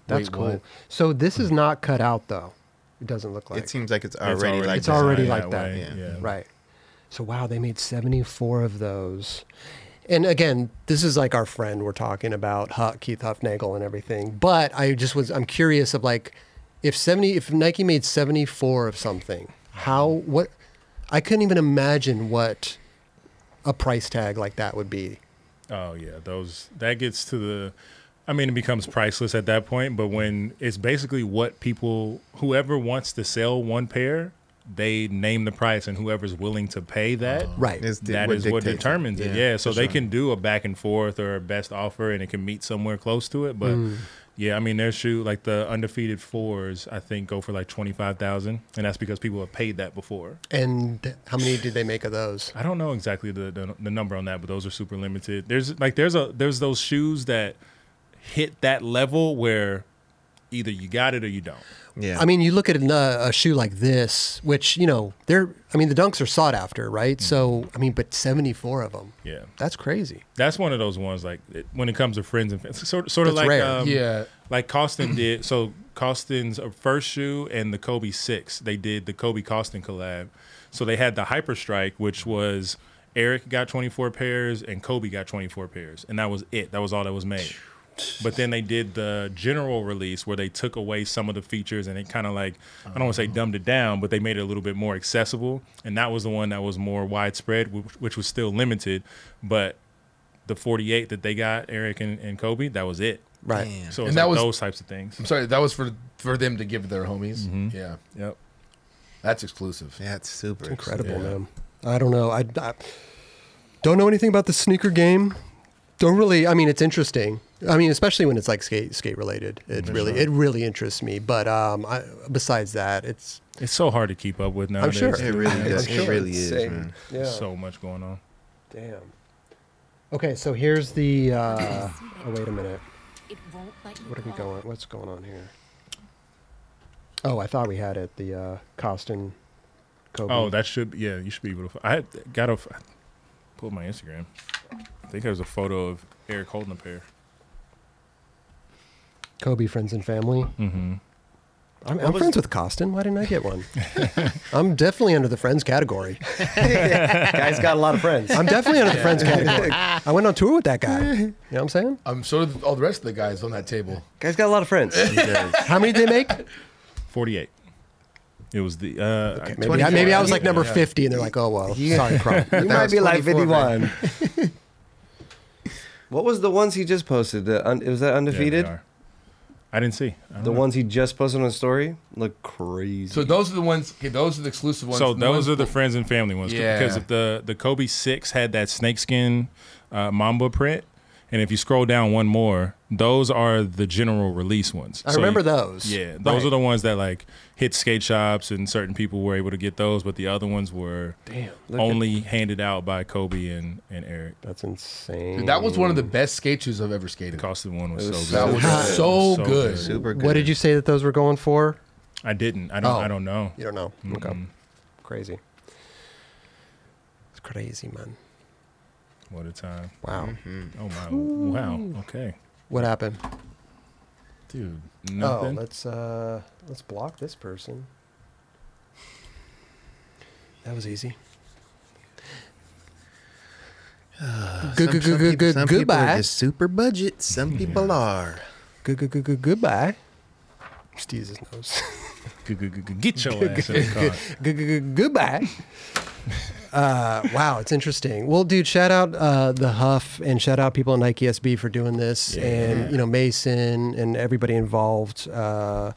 Speaker 1: that's
Speaker 3: Wait,
Speaker 1: cool
Speaker 3: what?
Speaker 1: so this is not cut out though it doesn't look like
Speaker 2: it seems like it's already,
Speaker 5: It's
Speaker 2: like
Speaker 1: It's already
Speaker 5: designed
Speaker 1: like that,
Speaker 5: way,
Speaker 2: yeah.
Speaker 1: right so wow they made 74 of those and again this is like our friend we're talking about Hu- Keith Huffnagel and everything but I just was I'm curious of like if 70 if Nike made 74 of something how what I couldn't even imagine what a price tag like that would be
Speaker 5: Oh yeah, those that gets to the. I mean, it becomes priceless at that point. But when it's basically what people, whoever wants to sell one pair, they name the price, and whoever's willing to pay that,
Speaker 1: Uh-huh. right
Speaker 2: It's di-
Speaker 5: that
Speaker 2: what
Speaker 5: is what
Speaker 2: dictates it.
Speaker 5: determines it. Yeah, so
Speaker 2: for
Speaker 5: they
Speaker 2: sure.
Speaker 5: can do a back and forth or a best offer, and it can meet somewhere close to it. But
Speaker 1: Mm.
Speaker 5: yeah, I mean, their shoe like the undefeated fours, I think go for like twenty five thousand, and that's because people have paid that before.
Speaker 1: and how many did they make of those
Speaker 5: I don't know exactly the, the the number on that, but those are super limited. There's like there's a there's those shoes that hit that level where either you got it or you don't.
Speaker 2: Yeah.
Speaker 1: I mean, you look at an, uh, a shoe like this, which you know they're. I mean, the dunks are sought after, right?
Speaker 2: Mm.
Speaker 1: So, I mean, but seventy-four of them.
Speaker 5: Yeah,
Speaker 1: That's crazy.
Speaker 5: that's one of those ones like it, when it comes to friends and fans, sort sort of
Speaker 1: That's
Speaker 5: like
Speaker 1: rare.
Speaker 5: Um,
Speaker 3: yeah.
Speaker 5: like Costin did. So Costin's uh, first shoe and the Kobe six, they did the Kobe Costin collab. So they had the Hyper Strike, which was Eric got 24 pairs and Kobe got 24 pairs, and that was it. That was all that was made. But then they did the general release where they took away some of the features and it kind of like I don't want to say dumbed it down, but they made it a little bit more accessible. And that was the one that was more widespread, which, which was still limited, but the 48 that they got Eric and, and Kobe, that was it.
Speaker 1: Right.
Speaker 5: So
Speaker 3: And
Speaker 5: it's
Speaker 3: that
Speaker 5: like
Speaker 3: was-
Speaker 5: those types of things.
Speaker 3: I'm sorry. That was for for them to give their homies.
Speaker 5: Mm-hmm.
Speaker 3: Yeah,
Speaker 5: Yep.
Speaker 3: that's exclusive.
Speaker 2: yeah, it's super
Speaker 1: Incredible,
Speaker 3: Yeah.
Speaker 1: man. I don't know. I, I don't know anything about the sneaker game. Don't really. I mean, it's interesting. I mean, especially when it's like skate skate related. It really it really interests me. But um, I, besides that, it's
Speaker 5: It's so hard to keep up with now.
Speaker 1: sure.
Speaker 2: It really is.
Speaker 1: sure.
Speaker 2: It really is,
Speaker 4: Insane.
Speaker 2: man.
Speaker 1: yeah.
Speaker 5: So much going on.
Speaker 1: damn. Okay, so here's the. Uh, oh wait a minute.
Speaker 7: It won't let you
Speaker 1: What are we
Speaker 7: off.
Speaker 1: going? What's going on here? Oh, I thought we had it. The uh, Costin, Kobe.
Speaker 5: Oh, that should be, yeah, you should be able to. I had, got a, I pulled my Instagram. I think there's a photo of Eric holding a pair.
Speaker 1: Kobe friends and family.
Speaker 5: Mm-hmm.
Speaker 1: I'm, I'm friends with Costin. Why didn't I get one? I'm definitely under the friends category.
Speaker 4: Guy's got a lot of friends.
Speaker 1: I'm definitely under the friends category. I went on tour with that guy. You know what I'm saying?
Speaker 3: I'm Um, so did all the rest of the guys on that table.
Speaker 4: Guy's got a lot of friends.
Speaker 1: How many did they make?
Speaker 5: 48. It was the. Uh, I-
Speaker 1: Maybe, I, maybe I was like number 50, and they're like, oh, well, sorry, Crom.
Speaker 2: That
Speaker 4: You might
Speaker 2: was
Speaker 4: be like
Speaker 2: 24, man.
Speaker 4: 51. what was the ones he just posted? The un- was that
Speaker 5: yeah, they
Speaker 4: undefeated?
Speaker 5: are. I didn't see. I don't
Speaker 4: the
Speaker 5: know.
Speaker 4: ones he just posted on the story look crazy.
Speaker 3: So those are the ones. Okay, those are the exclusive ones.
Speaker 5: So
Speaker 3: The
Speaker 5: those
Speaker 3: ones-
Speaker 5: are the friends and family ones.
Speaker 3: Yeah.
Speaker 5: Because if the the Kobe six had that snakeskin uh, Mamba print, and if you scroll down one more, those are the general release ones.
Speaker 1: I
Speaker 5: So
Speaker 1: remember
Speaker 5: you-
Speaker 1: those.
Speaker 5: Yeah, those are the ones that like hit skate shops, and certain people were able to get those, but the other ones were damn
Speaker 4: at-
Speaker 5: only handed out by Kobe and and Eric.
Speaker 4: That's insane.
Speaker 3: Dude, that was one of the best skate shoes I've ever skated.
Speaker 5: Costin one was,
Speaker 4: It was
Speaker 5: so
Speaker 4: so
Speaker 5: good.
Speaker 3: That was so, good.
Speaker 2: Super good.
Speaker 1: What did you say that those were going for?
Speaker 5: I didn't. I don't.
Speaker 1: Oh.
Speaker 5: I don't know.
Speaker 1: You don't know. Okay.
Speaker 5: Mm-hmm.
Speaker 4: Crazy.
Speaker 1: It's crazy, man.
Speaker 5: What a time.
Speaker 1: Wow.
Speaker 5: Oh my. Wow. Okay.
Speaker 1: What happened?
Speaker 5: Dude. Nothing.
Speaker 1: Oh, let's uh, let's block this person. That was easy. Good, good, good, good,
Speaker 2: people-
Speaker 1: good,
Speaker 2: some people are
Speaker 1: goodbye.
Speaker 2: just super budget. Some people are.
Speaker 1: Good, good, good, good, goodbye. Just use his nose.
Speaker 5: G- g- g- g- Get your ass in the car.
Speaker 1: Good, good, good, goodbye. Uh, wow, it's interesting. Well, dude, shout out uh, the Huff and shout out people at Nike SB for doing this, and you know Mason and everybody involved. Uh,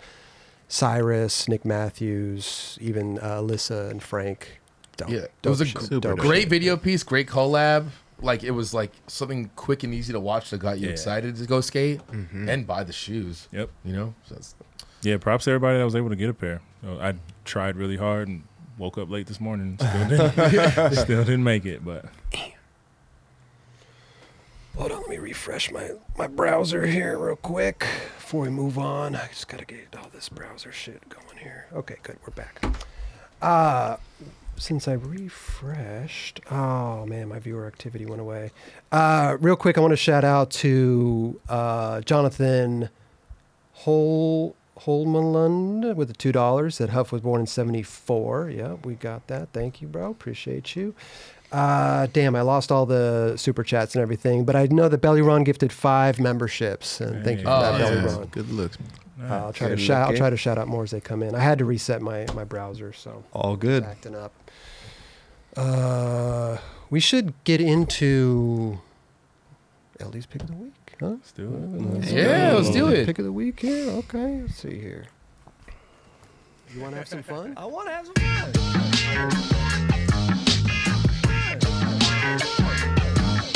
Speaker 1: Cyrus, Nick Matthews, even uh, Alyssa and Frank. Dope.
Speaker 3: Yeah, it
Speaker 1: Dope
Speaker 3: was a
Speaker 1: shit.
Speaker 3: gr-
Speaker 1: Dope shit.
Speaker 3: great video piece, great collab. Like it was like something quick and easy to watch that got you
Speaker 5: Yeah.
Speaker 3: excited to go skate
Speaker 1: Mm-hmm.
Speaker 3: and buy the shoes.
Speaker 5: Yep.
Speaker 3: You know, so that's,
Speaker 5: Yeah, props to everybody that was able to get a pair. Uh, I tried really hard and woke up late this morning. and Still didn't, still didn't make it, but
Speaker 1: Hold on, let me refresh my, my browser here real quick before we move on. I just gotta get all this browser shit going here. Okay, good, we're back. Uh, since I refreshed, oh man, my viewer activity went away. Uh, real quick, I want to shout out to uh, Jonathan Hol Holmeland with the two dollars. That Huff was born in '74. Yeah, we got that. Thank you, bro. Appreciate you. Uh, damn, I lost all the super chats and everything, but I know that Belly Ron gifted five memberships, and thank you for
Speaker 3: Hey.
Speaker 1: that,
Speaker 3: Oh,
Speaker 1: Belly
Speaker 3: yeah.
Speaker 1: Ron.
Speaker 2: Good looks.
Speaker 1: Uh, I'll try to
Speaker 4: Good
Speaker 1: shout. I'll
Speaker 4: looking.
Speaker 1: try to shout out more as they come in. I had to reset my my browser, so
Speaker 4: All good.
Speaker 1: it's acting up. Uh, we should get into LD's pick of the week, huh?
Speaker 5: let's do it.
Speaker 3: yeah, let's do it.
Speaker 1: Pick of the week here. Okay, let's see here. You want to have some fun?
Speaker 4: I want to have some fun.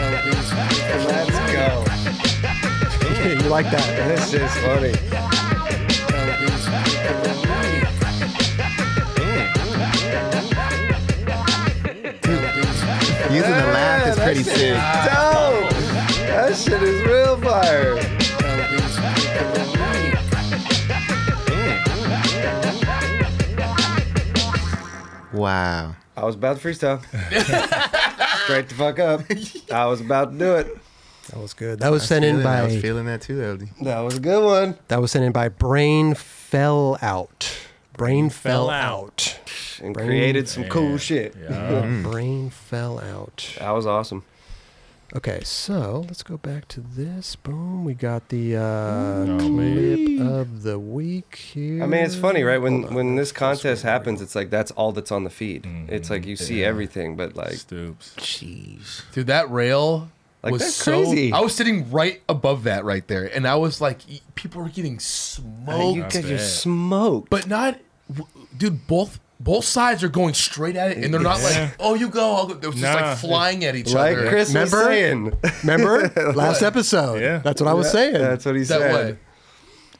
Speaker 4: Let's go.
Speaker 1: you like that?
Speaker 4: This is funny.
Speaker 2: Using the laugh is pretty sick.
Speaker 4: Dope. That shit is real fire.
Speaker 2: Wow.
Speaker 4: I was about to freestyle. Straight the fuck up. I was about to do it.
Speaker 1: That was good. That was sent
Speaker 2: Feeling-
Speaker 1: in by
Speaker 2: I was feeling that too, LD.
Speaker 4: That was a good one.
Speaker 1: that was sent in by Brain Fell Out. Brain
Speaker 5: Fell
Speaker 1: fell
Speaker 5: Out.
Speaker 1: out.
Speaker 4: And
Speaker 1: Boom.
Speaker 4: created some cool shit.
Speaker 1: Brain fell out.
Speaker 4: That was awesome.
Speaker 1: Okay, so let's go back to this. Boom, we got the uh,
Speaker 5: Oh,
Speaker 1: clip of the week here.
Speaker 4: I mean, it's funny, right?
Speaker 1: Hold
Speaker 4: When
Speaker 1: on.
Speaker 4: when this contest happens, it's like that's all that's on the feed. It's like you see everything, but like
Speaker 5: Stoops.
Speaker 2: Jeez.
Speaker 3: Dude, that rail
Speaker 4: Like,
Speaker 3: was
Speaker 4: that's
Speaker 3: so.
Speaker 4: crazy.
Speaker 3: I was sitting right above that right there, and I was like, e- people were getting
Speaker 4: oh, you
Speaker 3: smoked,
Speaker 4: get your
Speaker 5: bad.
Speaker 4: smoke.
Speaker 3: but not, dude. Both both sides are going straight at it, and they're not
Speaker 5: Yeah.
Speaker 3: like, oh, you go. I'll go. They're just
Speaker 5: Nah.
Speaker 3: like flying at each
Speaker 4: like
Speaker 3: other.
Speaker 4: Chris was
Speaker 1: Remember?
Speaker 4: saying.
Speaker 1: Remember last episode?
Speaker 5: Yeah.
Speaker 1: that's what I was
Speaker 4: Yeah,
Speaker 1: saying.
Speaker 4: That's what he
Speaker 3: that
Speaker 4: said.
Speaker 3: way.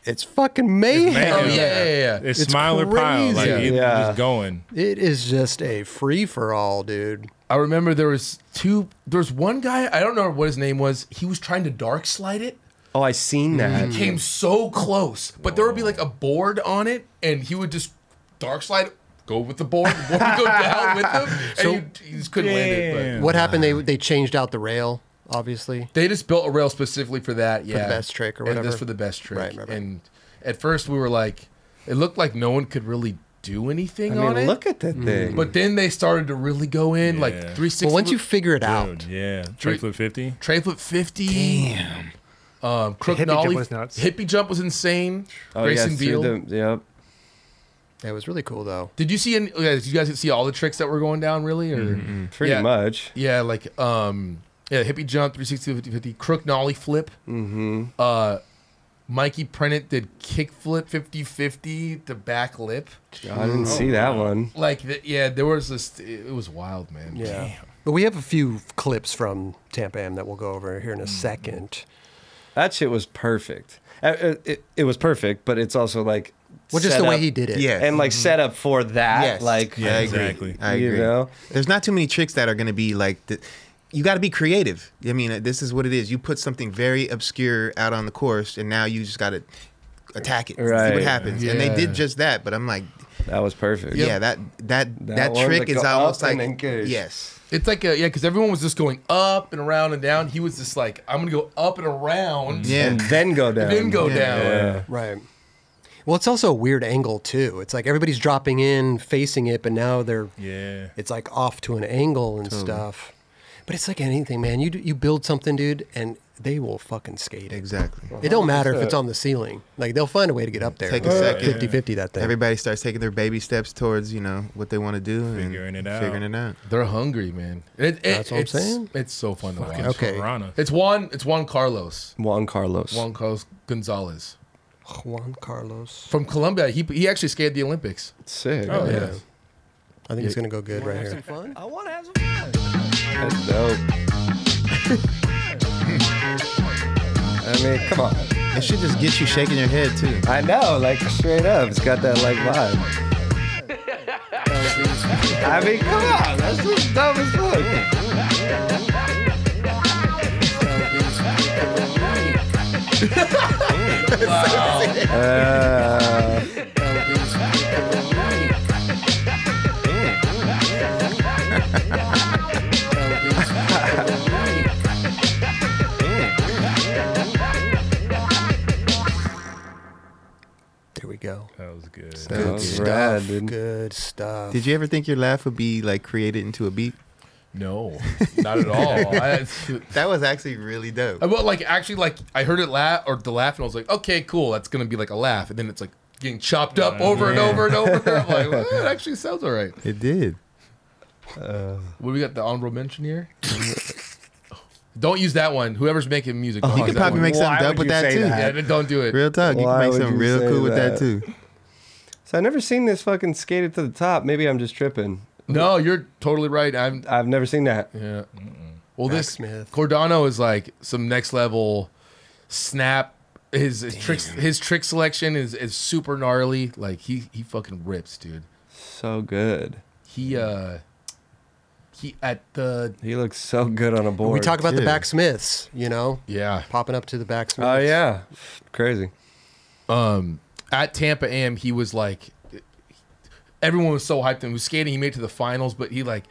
Speaker 1: it's fucking mayhem.
Speaker 5: mayhem.
Speaker 3: Oh yeah, yeah, yeah. yeah.
Speaker 5: It's,
Speaker 1: It's
Speaker 5: smile or pile. Like
Speaker 3: crazy.
Speaker 5: either
Speaker 4: Yeah.
Speaker 5: just going.
Speaker 1: It is just a free for all, dude.
Speaker 3: I remember there was two. There was one guy. I don't know what his name was. He was trying to dark slide it.
Speaker 4: Oh, I seen that.
Speaker 3: Came so close, but there would be like a board on it, and he would just dark slide, go with the board, the board would go down with him, and you, you just couldn't land it.
Speaker 5: Damn.
Speaker 1: What happened? They they changed out the rail obviously.
Speaker 3: They just built a rail specifically for that. Yeah,
Speaker 2: best trick or
Speaker 3: And
Speaker 2: whatever.
Speaker 3: this for the best trick.
Speaker 2: Right, right, right.
Speaker 3: And at first we were like, it looked like no one could really do anything
Speaker 4: I
Speaker 3: on
Speaker 4: mean,
Speaker 3: it.
Speaker 4: look at that thing.
Speaker 3: But then they started to really go in like
Speaker 5: Yeah.
Speaker 3: 360.
Speaker 1: Well, once you figure it out,
Speaker 5: Dude, yeah.
Speaker 3: Three-
Speaker 5: Tray flip 50.
Speaker 3: tray flip 50. Damn. Um, crook
Speaker 6: hippie
Speaker 3: nollie.
Speaker 6: jump was nuts.
Speaker 3: Hippie jump was insane.
Speaker 4: oh yeah,
Speaker 3: Grayson
Speaker 4: through
Speaker 3: Beal.
Speaker 4: the yep.
Speaker 1: it was really cool though.
Speaker 3: Did you see any? Okay, did you guys see all the tricks that were going down really? Or
Speaker 6: Mm-hmm.
Speaker 4: Pretty
Speaker 3: Yeah.
Speaker 4: much.
Speaker 3: yeah, like um, yeah, hippie jump 360 50 50 crook nollie flip. Mm-hmm. Uh, Mikey Prennett did kick flip 50 50 to back lip.
Speaker 4: I didn't
Speaker 1: Oh,
Speaker 4: see that one.
Speaker 3: Like th- yeah, there was this. It, it was wild, man.
Speaker 1: Yeah. But we have a few clips from Tampa Am that we'll go over here in a second.
Speaker 4: That shit was perfect. Uh, uh, It, it was perfect, but it's also like
Speaker 1: Well, just
Speaker 4: set
Speaker 1: the way
Speaker 4: up-
Speaker 1: he did it.
Speaker 2: Yeah.
Speaker 4: and like set up for that.
Speaker 2: Yes.
Speaker 4: Like
Speaker 5: Yeah, exactly.
Speaker 2: I
Speaker 4: You
Speaker 2: agree.
Speaker 4: know?
Speaker 2: There's not too many tricks that are going to be like the, you got to be creative. I mean, uh, this is what it is. You put something very obscure out on the course and now you just got to attack it. See
Speaker 4: Right.
Speaker 2: what happens. And they
Speaker 3: Yeah.
Speaker 2: did just that, but I'm like
Speaker 4: that was perfect.
Speaker 2: yeah, that that
Speaker 4: That
Speaker 2: that,
Speaker 4: one,
Speaker 2: trick
Speaker 4: the
Speaker 2: is
Speaker 4: go up
Speaker 2: almost
Speaker 4: and
Speaker 2: like
Speaker 4: engage.
Speaker 2: yes.
Speaker 3: It's like a yeah, because everyone was just going up and around and down. He was just like, I'm gonna go up and around,
Speaker 2: Yeah.
Speaker 4: And then go down.
Speaker 3: and then go
Speaker 2: Yeah.
Speaker 3: down.
Speaker 4: Yeah.
Speaker 1: Right. Well, it's also a weird angle too. It's like everybody's dropping in, facing it, but now they're
Speaker 5: Yeah.
Speaker 1: it's like off to an angle and stuff. But it's like anything, man. You d- you build something, dude, and they will fucking skate it.
Speaker 2: Exactly.
Speaker 1: It don't matter if it's on the ceiling. Like they'll find a way to get up there.
Speaker 2: Take a second.
Speaker 1: 50-50 that thing.
Speaker 2: Everybody starts taking their baby steps towards, you know, what they want to do
Speaker 5: Figuring
Speaker 2: and
Speaker 5: it out.
Speaker 2: Figuring it out.
Speaker 3: They're hungry, man. It, it,
Speaker 1: That's what I'm
Speaker 3: it's,
Speaker 1: saying.
Speaker 3: It's so fun to watch.
Speaker 1: Okay.
Speaker 5: Piranha.
Speaker 3: It's Juan. It's Juan Carlos.
Speaker 4: Juan Carlos.
Speaker 3: Juan Carlos Gonzalez
Speaker 1: Juan Carlos.
Speaker 3: from Colombia. He he actually skated the Olympics.
Speaker 4: Sick.
Speaker 5: Oh, yeah.
Speaker 1: I think it's gonna go good right here.
Speaker 4: I want to have some fun. That's dope. I mean, come on.
Speaker 2: It should just get you shaking your head too.
Speaker 4: I know, like straight up, it's got that like vibe. I mean, come on, that's just dumb as fuck. Uh,
Speaker 1: There we go.
Speaker 5: That was good.
Speaker 4: that
Speaker 1: Good
Speaker 4: was
Speaker 1: stuff.
Speaker 4: rad, dude.
Speaker 1: Good stuff.
Speaker 2: Did you ever think your laugh would be like created into a beat?
Speaker 3: No, not at all. I,
Speaker 2: That was actually really dope.
Speaker 3: I well, like actually, like I heard it laugh or the laugh, and I was like, okay, cool. That's gonna be like a laugh, and then it's like getting chopped up over and over and over. I'm like, well, it actually sounds all right.
Speaker 2: It did.
Speaker 3: What do we got? The honorable mention here. don't use that one. Whoever's making music, don't
Speaker 2: You
Speaker 3: use
Speaker 2: could
Speaker 3: that
Speaker 2: probably
Speaker 3: one.
Speaker 2: make something
Speaker 4: Oh, Why
Speaker 2: dope
Speaker 4: would
Speaker 2: with
Speaker 4: you
Speaker 2: that
Speaker 4: say
Speaker 2: too.
Speaker 4: that?
Speaker 3: Yeah, don't do it.
Speaker 2: Real talk. You
Speaker 4: Why
Speaker 2: can make
Speaker 4: would
Speaker 2: something
Speaker 4: you
Speaker 2: real
Speaker 4: say
Speaker 2: cool with that
Speaker 4: that?
Speaker 2: too.
Speaker 4: So I've never seen this fucking skated to the top. Maybe I'm just tripping.
Speaker 3: No, you're totally right. I'm.
Speaker 4: I've never seen that.
Speaker 3: Yeah. Well, this
Speaker 1: Smith.
Speaker 3: Cordano is like some next level snap. His, his tricks, his trick selection is, is super gnarly. Like he he fucking rips, dude.
Speaker 4: So good.
Speaker 3: He uh, he at the
Speaker 4: He looks so good on a board.
Speaker 1: we talk about the
Speaker 2: too.
Speaker 1: backsmiths, you know,
Speaker 3: yeah
Speaker 1: popping up to the backsmiths.
Speaker 4: Oh yeah, crazy.
Speaker 3: um at Tampa Am he was like everyone was so hyped and was skating. He made it to the finals, but he like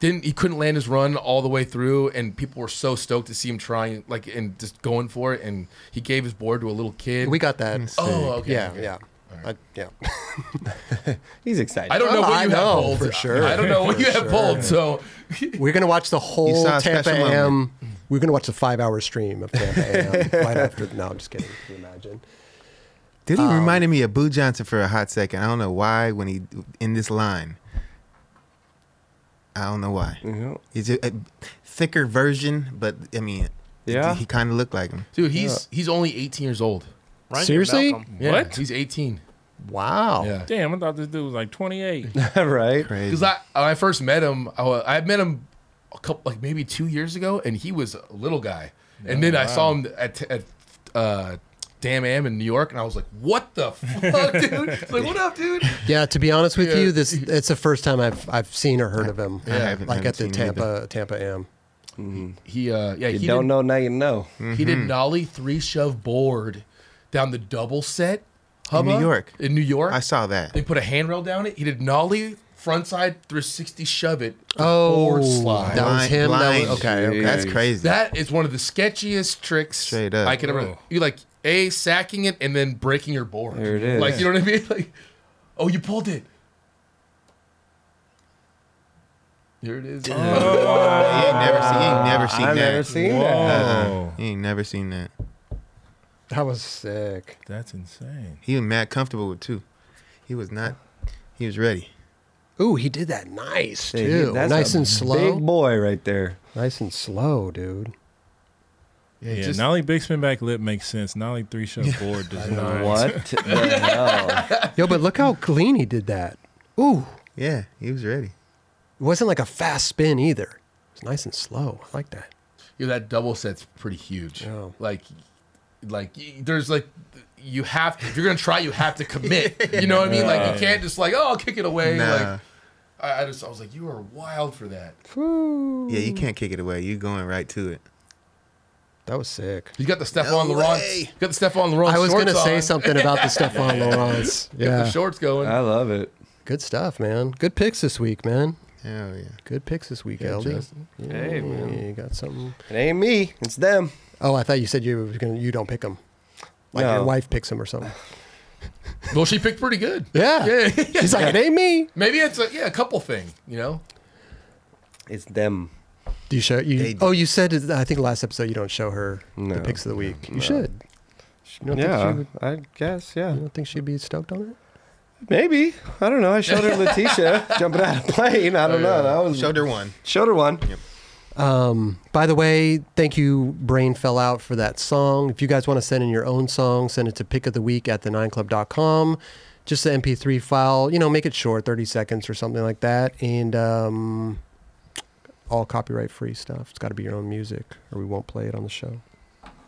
Speaker 3: didn't he couldn't land his run all the way through, and people were so stoked to see him trying like and just going for it. And he gave his board to a little kid.
Speaker 1: We got that.
Speaker 3: oh okay
Speaker 1: yeah,
Speaker 3: okay.
Speaker 1: yeah, I, yeah.
Speaker 4: He's excited.
Speaker 3: I don't know
Speaker 1: Oh,
Speaker 3: what you
Speaker 1: I
Speaker 3: have
Speaker 1: know,
Speaker 3: pulled
Speaker 1: for sure.
Speaker 3: I don't know what you have pulled. So
Speaker 1: We're gonna watch the whole
Speaker 2: saw a
Speaker 1: Tampa
Speaker 2: special moment.
Speaker 1: AM. We're gonna watch the five-hour stream of Tampa AM right after. No, I'm just kidding. Can you imagine?
Speaker 2: Dude,
Speaker 4: Oh.
Speaker 2: he reminded me of Boo Johnson for a hot second. I don't know why when he in this line. I don't know why.
Speaker 4: know.
Speaker 2: He's a, a thicker version, but I mean,
Speaker 4: Yeah.
Speaker 2: he kind of looked like him.
Speaker 3: dude, he's he's only 18 years old.
Speaker 6: Ryan
Speaker 1: Seriously?
Speaker 6: Malcolm.
Speaker 3: Yeah,
Speaker 5: What?
Speaker 3: He's 18.
Speaker 1: Wow.
Speaker 3: Yeah.
Speaker 5: Damn, I thought this dude was like 28.
Speaker 4: right?
Speaker 2: Crazy.
Speaker 3: Because I when I first met him, I, wa- I met him a couple like maybe two years ago, and he was a little guy. And then I saw him at, at uh, Damn Am in New York, and I was like, "What the fuck, dude? It's like, what up, dude?"
Speaker 1: Yeah, to be honest with
Speaker 3: Yeah.
Speaker 1: you, this it's the first time I've I've seen or heard of him.
Speaker 2: I haven't-
Speaker 1: like
Speaker 2: haven't
Speaker 1: at the
Speaker 2: seen it
Speaker 1: Tampa
Speaker 2: either.
Speaker 1: Tampa AM.
Speaker 3: He uh, yeah,
Speaker 4: You
Speaker 3: he
Speaker 4: don't
Speaker 3: did,
Speaker 4: know now you know.
Speaker 3: He did nollie three shove board down the double set
Speaker 2: In New
Speaker 3: hubba
Speaker 2: York.
Speaker 3: in New York.
Speaker 2: I saw that.
Speaker 3: They put a handrail down it. He did nollie front side 360 shove it. to
Speaker 1: Oh,
Speaker 3: board slide.
Speaker 1: That was him, that
Speaker 2: Blind-
Speaker 1: was-
Speaker 2: okay, okay. That's
Speaker 4: Jeez.
Speaker 2: crazy.
Speaker 3: That is one of the sketchiest tricks
Speaker 2: Straight up.
Speaker 3: I can ever.
Speaker 5: Oh.
Speaker 3: You like a sacking it and then breaking your board.
Speaker 4: There it is.
Speaker 3: Like you know what I mean? Like, oh, you pulled it. Here it is. Oh.
Speaker 2: you ain't never seen. You ain't never seen
Speaker 4: I've
Speaker 2: that.
Speaker 4: never seen Oh.
Speaker 5: Whoa,
Speaker 4: that.
Speaker 2: You ain't never seen that.
Speaker 1: That was sick.
Speaker 5: that's insane.
Speaker 2: He was mad comfortable with two. He was not. He was ready.
Speaker 1: Ooh, he did that nice
Speaker 4: Hey,
Speaker 1: too.
Speaker 4: that's
Speaker 1: nice
Speaker 4: a
Speaker 1: and slow.
Speaker 4: Big boy right there.
Speaker 1: nice and slow, dude.
Speaker 3: Yeah,
Speaker 5: Yeah,
Speaker 3: just-
Speaker 5: not only big spin back lip makes sense. Not only three shot board does not.
Speaker 4: What the hell?
Speaker 1: Yo, but look how clean he did that. Ooh,
Speaker 2: Yeah, he was ready.
Speaker 1: it wasn't like a fast spin either. It's nice and slow. I like that.
Speaker 3: yeah, that double set's pretty huge.
Speaker 1: Yeah.
Speaker 3: Like, like y- there's like you have to, if you're gonna try, you have to commit. You know what I mean? Like you can't just like oh, I'll kick it away.
Speaker 2: Nah.
Speaker 3: Like I, I just I was like, you are wild for that.
Speaker 2: Yeah, you can't kick it away. You're going right to it.
Speaker 1: That was sick.
Speaker 3: You got the Stephon
Speaker 2: No
Speaker 3: Laurent.
Speaker 2: way.
Speaker 3: You got the Stephon Laurent.
Speaker 1: I was
Speaker 3: shorts
Speaker 1: gonna say
Speaker 3: on.
Speaker 1: something about the Stephon Lawrence.
Speaker 3: Get the
Speaker 1: Yeah,
Speaker 3: shorts going.
Speaker 4: I love it.
Speaker 1: good stuff, man. Good picks this week, man.
Speaker 2: Hell yeah.
Speaker 1: Good picks this week, LD.
Speaker 3: Justin.
Speaker 4: Hey, man.
Speaker 1: You got something?
Speaker 4: It ain't me. It's them.
Speaker 1: Oh, I thought you said you were gonna. You don't pick them. Like
Speaker 4: No.
Speaker 1: your wife picks them or something.
Speaker 3: Well, she picked pretty good.
Speaker 1: Yeah.
Speaker 3: Yeah.
Speaker 1: He's like, it ain't me.
Speaker 3: Maybe it's a yeah, a couple thing, you know?
Speaker 4: It's them.
Speaker 1: Do you show you?
Speaker 2: They do.
Speaker 1: Oh, you said it- I think last episode you don't show her
Speaker 4: No.
Speaker 1: the picks of the week. You should. You don't
Speaker 4: yeah,
Speaker 1: think she would,
Speaker 4: I guess. Yeah,
Speaker 1: you don't think she'd be stoked on it?
Speaker 4: maybe. I don't know. I showed her Letitia jumping out of a plane. I don't
Speaker 3: Oh, yeah.
Speaker 4: know. That was showed,
Speaker 2: Shoulder one.
Speaker 4: her one.
Speaker 1: Um, by the way, thank you, Brain Fell Out, for that song. If you guys want to send in your own song, send it to pick of the week at the nineclub.com. Just the MP3 file, you know, make it short, 30 seconds or something like that. And um, all copyright free stuff. It's got to be your own music or we won't play it on the show.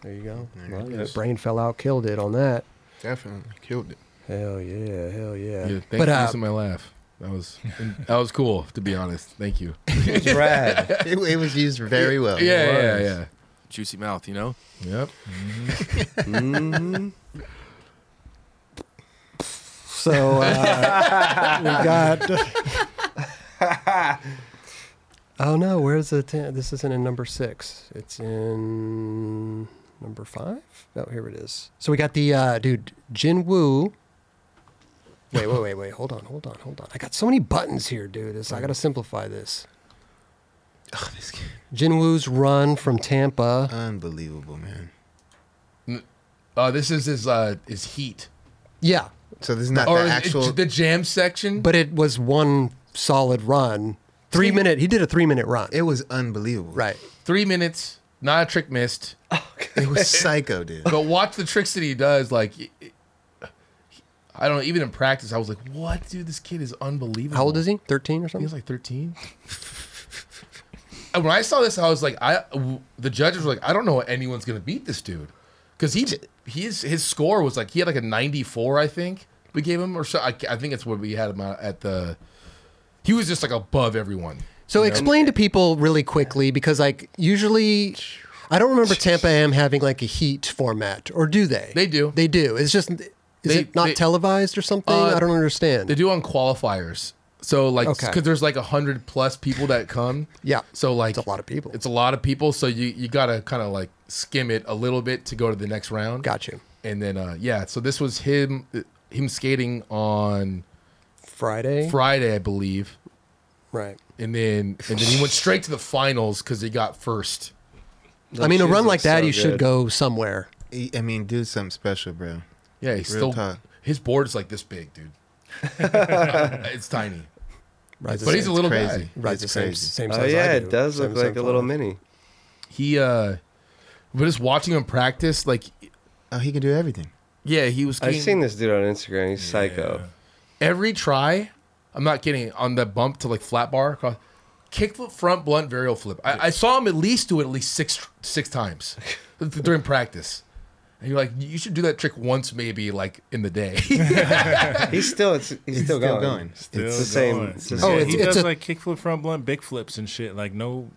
Speaker 1: There you go.
Speaker 4: Love it.
Speaker 1: Brain Fell Out killed it on that.
Speaker 2: Definitely killed it.
Speaker 1: Hell yeah, hell yeah.
Speaker 3: Yeah, thank
Speaker 1: but
Speaker 3: you
Speaker 1: uh,
Speaker 3: for my laugh. That was that was cool, to be honest. Thank you.
Speaker 4: It was rad.
Speaker 2: It, it was used very well.
Speaker 3: yeah, yeah,
Speaker 5: was.
Speaker 3: yeah. Juicy mouth, you know? Yep.
Speaker 1: Mm-hmm.
Speaker 4: Mhm.
Speaker 1: so uh, we got. oh no, where's the ten? This isn't in number six. It's in number five. Oh, here it is. So we got the uh, dude Jin Woo. Wait, wait, wait, wait. Hold on, hold on, hold on. I got so many buttons here, dude. It's, I gotta simplify this.
Speaker 2: Oh, this guy.
Speaker 1: Jin Woo's run from Tampa.
Speaker 2: Unbelievable, man.
Speaker 3: Uh, this is his uh his heat.
Speaker 1: Yeah,
Speaker 2: So this is not
Speaker 3: Or
Speaker 2: the
Speaker 3: is it
Speaker 2: actual.
Speaker 3: the jam section.
Speaker 1: but it was one solid run. Three minute. He did a three minute run.
Speaker 2: it was unbelievable.
Speaker 1: right.
Speaker 3: Three minutes, not a trick missed.
Speaker 2: It was psycho, dude.
Speaker 3: But watch the tricks that he does, like it- it- I don't know, even in practice, I was like, What dude, this kid is unbelievable.
Speaker 1: How old is he? 13 or something?
Speaker 3: He's like 13. and when I saw this, I was like, I w- the judges were like, I don't know anyone's gonna beat this dude, because he his his score was like he had like a 94, I think we gave him or so. I, I think that's what we had him at at the. He was just like above everyone.
Speaker 1: so explain to people really quickly because like usually I don't remember Tampa Am having like a heat format or do they?
Speaker 3: They do.
Speaker 1: They do. It's just is
Speaker 3: They-
Speaker 1: it not
Speaker 3: they-
Speaker 1: televised or something?
Speaker 3: Uh,
Speaker 1: I don't understand.
Speaker 3: They do on qualifiers. So like,
Speaker 1: Okay.
Speaker 3: because there's like a hundred plus people that come.
Speaker 1: Yeah.
Speaker 3: So like,
Speaker 1: It's a lot of people.
Speaker 3: It's a lot of people. So you you gotta kind of like skim it a little bit to go to the next round.
Speaker 1: Got you.
Speaker 3: and then uh yeah so this was him him skating on
Speaker 1: Friday.
Speaker 3: friday i believe
Speaker 1: right.
Speaker 3: and then and then he went straight to the finals because he got first
Speaker 1: I mean a
Speaker 4: shoes
Speaker 1: run
Speaker 4: look
Speaker 1: like that
Speaker 4: so
Speaker 1: you should
Speaker 4: good.
Speaker 1: go somewhere.
Speaker 2: I I mean, do something special, bro.
Speaker 3: yeah he's still
Speaker 2: talk.
Speaker 3: his board's like this big dude it's tiny
Speaker 1: Right.
Speaker 3: but he's a little
Speaker 2: Crazy.
Speaker 3: guy
Speaker 1: right the
Speaker 2: It's
Speaker 1: same,
Speaker 2: crazy.
Speaker 1: same size
Speaker 4: Oh
Speaker 1: I
Speaker 4: yeah,
Speaker 1: do.
Speaker 4: it does
Speaker 1: Same
Speaker 4: look like a
Speaker 1: size
Speaker 4: little
Speaker 1: I-
Speaker 4: mini.
Speaker 3: he uh but just watching him practice like
Speaker 2: Oh, he can do everything.
Speaker 3: yeah he was
Speaker 4: I've
Speaker 3: skating-
Speaker 4: seen this dude on Instagram. He's psycho.
Speaker 3: every try, I'm not kidding, on the bump to like flat bar, cross- kickflip, front blunt, varial flip. I, I saw him at least do it at least six six times during practice. And you're like, you should do that trick once, maybe like in the day.
Speaker 4: He's still. It's, he's, still, going.
Speaker 5: Still
Speaker 4: It's the same-
Speaker 5: going.
Speaker 4: it's the
Speaker 1: same-
Speaker 5: Yeah,
Speaker 1: it's-
Speaker 5: he
Speaker 1: it's
Speaker 5: does
Speaker 1: a-
Speaker 5: like kickflip front blunt, big flips and shit. Like no,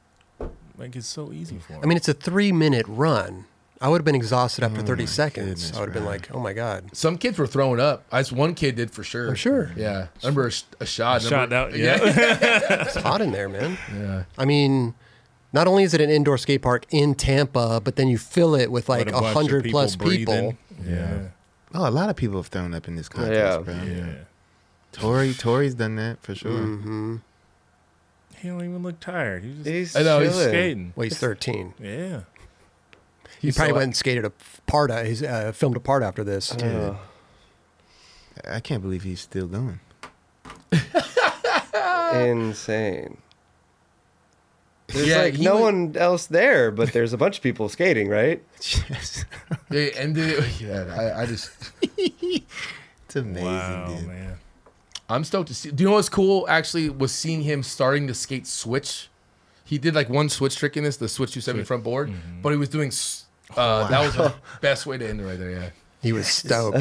Speaker 5: like it's so easy for him.
Speaker 1: I mean it's a 3 minute run. I would have been exhausted after 30 seconds.
Speaker 2: goodness,
Speaker 1: I would have been like, oh my God.
Speaker 3: Some kids were throwing up. I s- one kid did for sure.
Speaker 1: For sure.
Speaker 3: Yeah. I remember a, sh- a shot.
Speaker 5: Shot
Speaker 3: number-
Speaker 5: out,
Speaker 1: It's hot in there, man.
Speaker 3: yeah.
Speaker 1: I mean, not only is it an indoor skate park in Tampa, but then you fill it with like
Speaker 5: With
Speaker 1: a
Speaker 5: bunch of
Speaker 1: hundred plus people.
Speaker 5: breathing. Yeah.
Speaker 2: Oh, a lot of people have thrown up in this contest,
Speaker 4: Yeah.
Speaker 2: bro.
Speaker 5: yeah,
Speaker 2: Tori, Tori's done that for sure.
Speaker 4: Mm-hmm.
Speaker 5: He don't even look tired. He was just
Speaker 4: He's
Speaker 3: I know, he's
Speaker 4: chilling.
Speaker 5: skating.
Speaker 1: Well, he's 13.
Speaker 5: Yeah,
Speaker 1: He probably
Speaker 3: so-
Speaker 1: went and skated a part. uh, He's uh, filmed a part after this.
Speaker 4: Yeah.
Speaker 2: I can't believe he's still going.
Speaker 4: insane. There's
Speaker 3: Yeah,
Speaker 4: like
Speaker 3: he
Speaker 4: no
Speaker 3: was-
Speaker 4: one else there, but there's a bunch of people skating, right?
Speaker 2: Yes.
Speaker 3: They ended it. Yeah. I, I just.
Speaker 2: it's amazing,
Speaker 5: wow,
Speaker 2: dude.
Speaker 5: man.
Speaker 3: I'm stoked to see. Do you know what's cool? Actually, was seeing him starting to skate switch. He did like one switch trick in this, the switch 270 front board,
Speaker 5: Mm-hmm.
Speaker 3: but he was doing. s-
Speaker 5: Oh,
Speaker 3: Uh, That was the best way to end it right there. Yeah.
Speaker 1: He was stoked.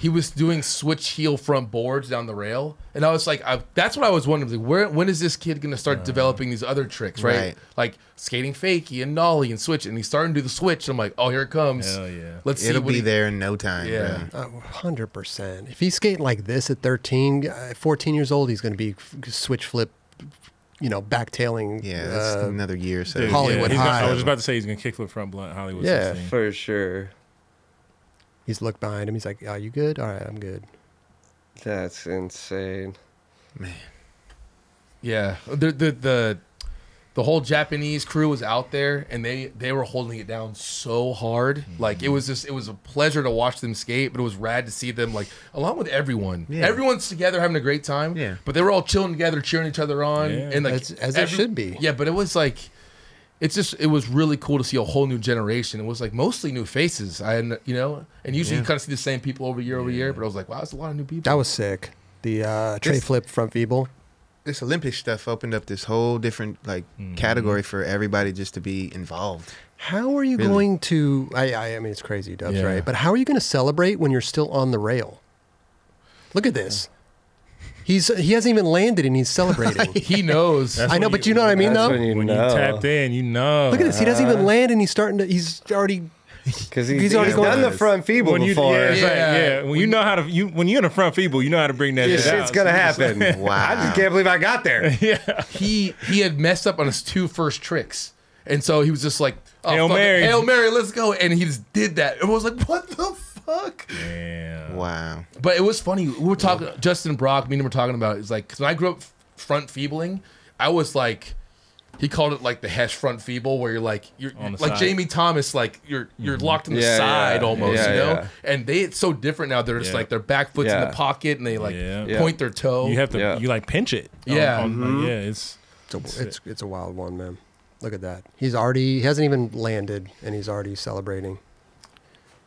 Speaker 3: he was doing switch heel front boards down the rail, and I was like, I, "That's what I was wondering. Like, where when is this kid gonna start
Speaker 5: Uh.
Speaker 3: developing these other tricks, right?
Speaker 2: Right.
Speaker 3: Like skating fakie and nollie and switch, and he's starting to do the switch. I'm like, oh, here it comes.
Speaker 5: Hell yeah.
Speaker 3: Let's see
Speaker 2: It'll
Speaker 3: what
Speaker 2: be
Speaker 3: he-
Speaker 2: there in no time.
Speaker 3: Yeah.
Speaker 2: bro.
Speaker 1: Uh, 100%. If he's skating like this at 13, uh, 14 years old, he's going to be f- switch flip, you know, backtailing.
Speaker 2: Yeah, that's
Speaker 1: uh,
Speaker 2: another year or so.
Speaker 5: Dude,
Speaker 1: Hollywood
Speaker 5: yeah. He's gonna-
Speaker 1: High.
Speaker 5: I was about to say he's gonna kickflip front blunt Hollywood.
Speaker 1: Yeah.
Speaker 5: 16.
Speaker 4: For sure.
Speaker 1: he's looked behind him. He's like, are you good? All right, I'm good.
Speaker 4: That's insane.
Speaker 2: Man.
Speaker 3: Yeah, the the the the whole Japanese crew was out there, and they they were holding it down so hard.
Speaker 1: Mm-hmm.
Speaker 3: Like it was just it was a pleasure to watch them skate, but it was rad to see them like along with everyone.
Speaker 2: Yeah.
Speaker 3: Everyone's together having a great time.
Speaker 2: Yeah.
Speaker 3: but they were all chilling together, cheering each other on,
Speaker 5: Yeah.
Speaker 3: and like
Speaker 1: As- as it should be.
Speaker 3: Yeah, but it was like. It's just it was really cool to see a whole new generation. It was like mostly new faces. I hadn't- you know, and usually you kind of see the same people over year over year. But I was like, wow, that's a lot of new people.
Speaker 1: That was sick. The uh, tray
Speaker 2: This-
Speaker 1: flip front feeble.
Speaker 2: This Olympic stuff opened up this whole different like category for everybody just to be involved.
Speaker 1: How are you
Speaker 2: Really?
Speaker 1: going to? I, I, I mean, it's crazy, Dubs,
Speaker 3: Yeah.
Speaker 1: right? But how are you going to celebrate when you're still on the rail? Look at this. He's he hasn't even landed and he's celebrating.
Speaker 3: he knows.
Speaker 1: I know,
Speaker 5: when
Speaker 1: but
Speaker 5: you-
Speaker 1: you know what I mean,
Speaker 4: That's
Speaker 1: though.
Speaker 4: when you Uh-huh.
Speaker 5: When
Speaker 4: know.
Speaker 5: you tapped in, you know.
Speaker 1: Look at this. He doesn't even land and he's starting to. He's already.
Speaker 4: Because he's,
Speaker 1: He's already
Speaker 4: he's
Speaker 1: going-
Speaker 4: done the front feeble
Speaker 5: When you,
Speaker 4: before.
Speaker 5: yeah, it's like,
Speaker 3: Yeah.
Speaker 5: yeah. When you know how to, you when you're in a front feeble, you know how to bring that
Speaker 4: This
Speaker 5: shit out.
Speaker 4: shit's gonna
Speaker 5: So you just-
Speaker 4: happen.
Speaker 2: Wow.
Speaker 4: I just can't believe I got there.
Speaker 3: he he had messed up on his two first tricks. And so he was just like, oh,
Speaker 5: Hail
Speaker 3: fuck it.
Speaker 5: Mary.
Speaker 3: Hail Mary, let's go. And he just did that. It was like, what the fuck?
Speaker 5: Damn.
Speaker 2: Wow.
Speaker 3: But it was funny. We were talking, Justin Brock, me and him were talking about it. It's like, because when I grew up f- front feebling, I was like, he called it like the hash front feeble, where you're like, you're
Speaker 5: On the
Speaker 3: like
Speaker 5: side. Mm-hmm.
Speaker 3: Jamie Thomas, like you're you're locked in the
Speaker 4: Yeah,
Speaker 3: side
Speaker 4: yeah.
Speaker 3: almost,
Speaker 4: Yeah,
Speaker 3: you know.
Speaker 4: yeah.
Speaker 3: And they it's so different now. They're just
Speaker 5: Yeah.
Speaker 3: like their back foot's in
Speaker 4: Yeah.
Speaker 3: the pocket, and they like
Speaker 5: Yeah.
Speaker 4: Yeah.
Speaker 3: point their toe.
Speaker 5: You have to,
Speaker 4: Yeah. Mm-hmm.
Speaker 5: you like pinch it. on-
Speaker 3: Yeah.
Speaker 5: on- yeah. It's
Speaker 1: It's a, it's it's a wild one, man. Look at that. He's already. He hasn't even landed and he's already celebrating.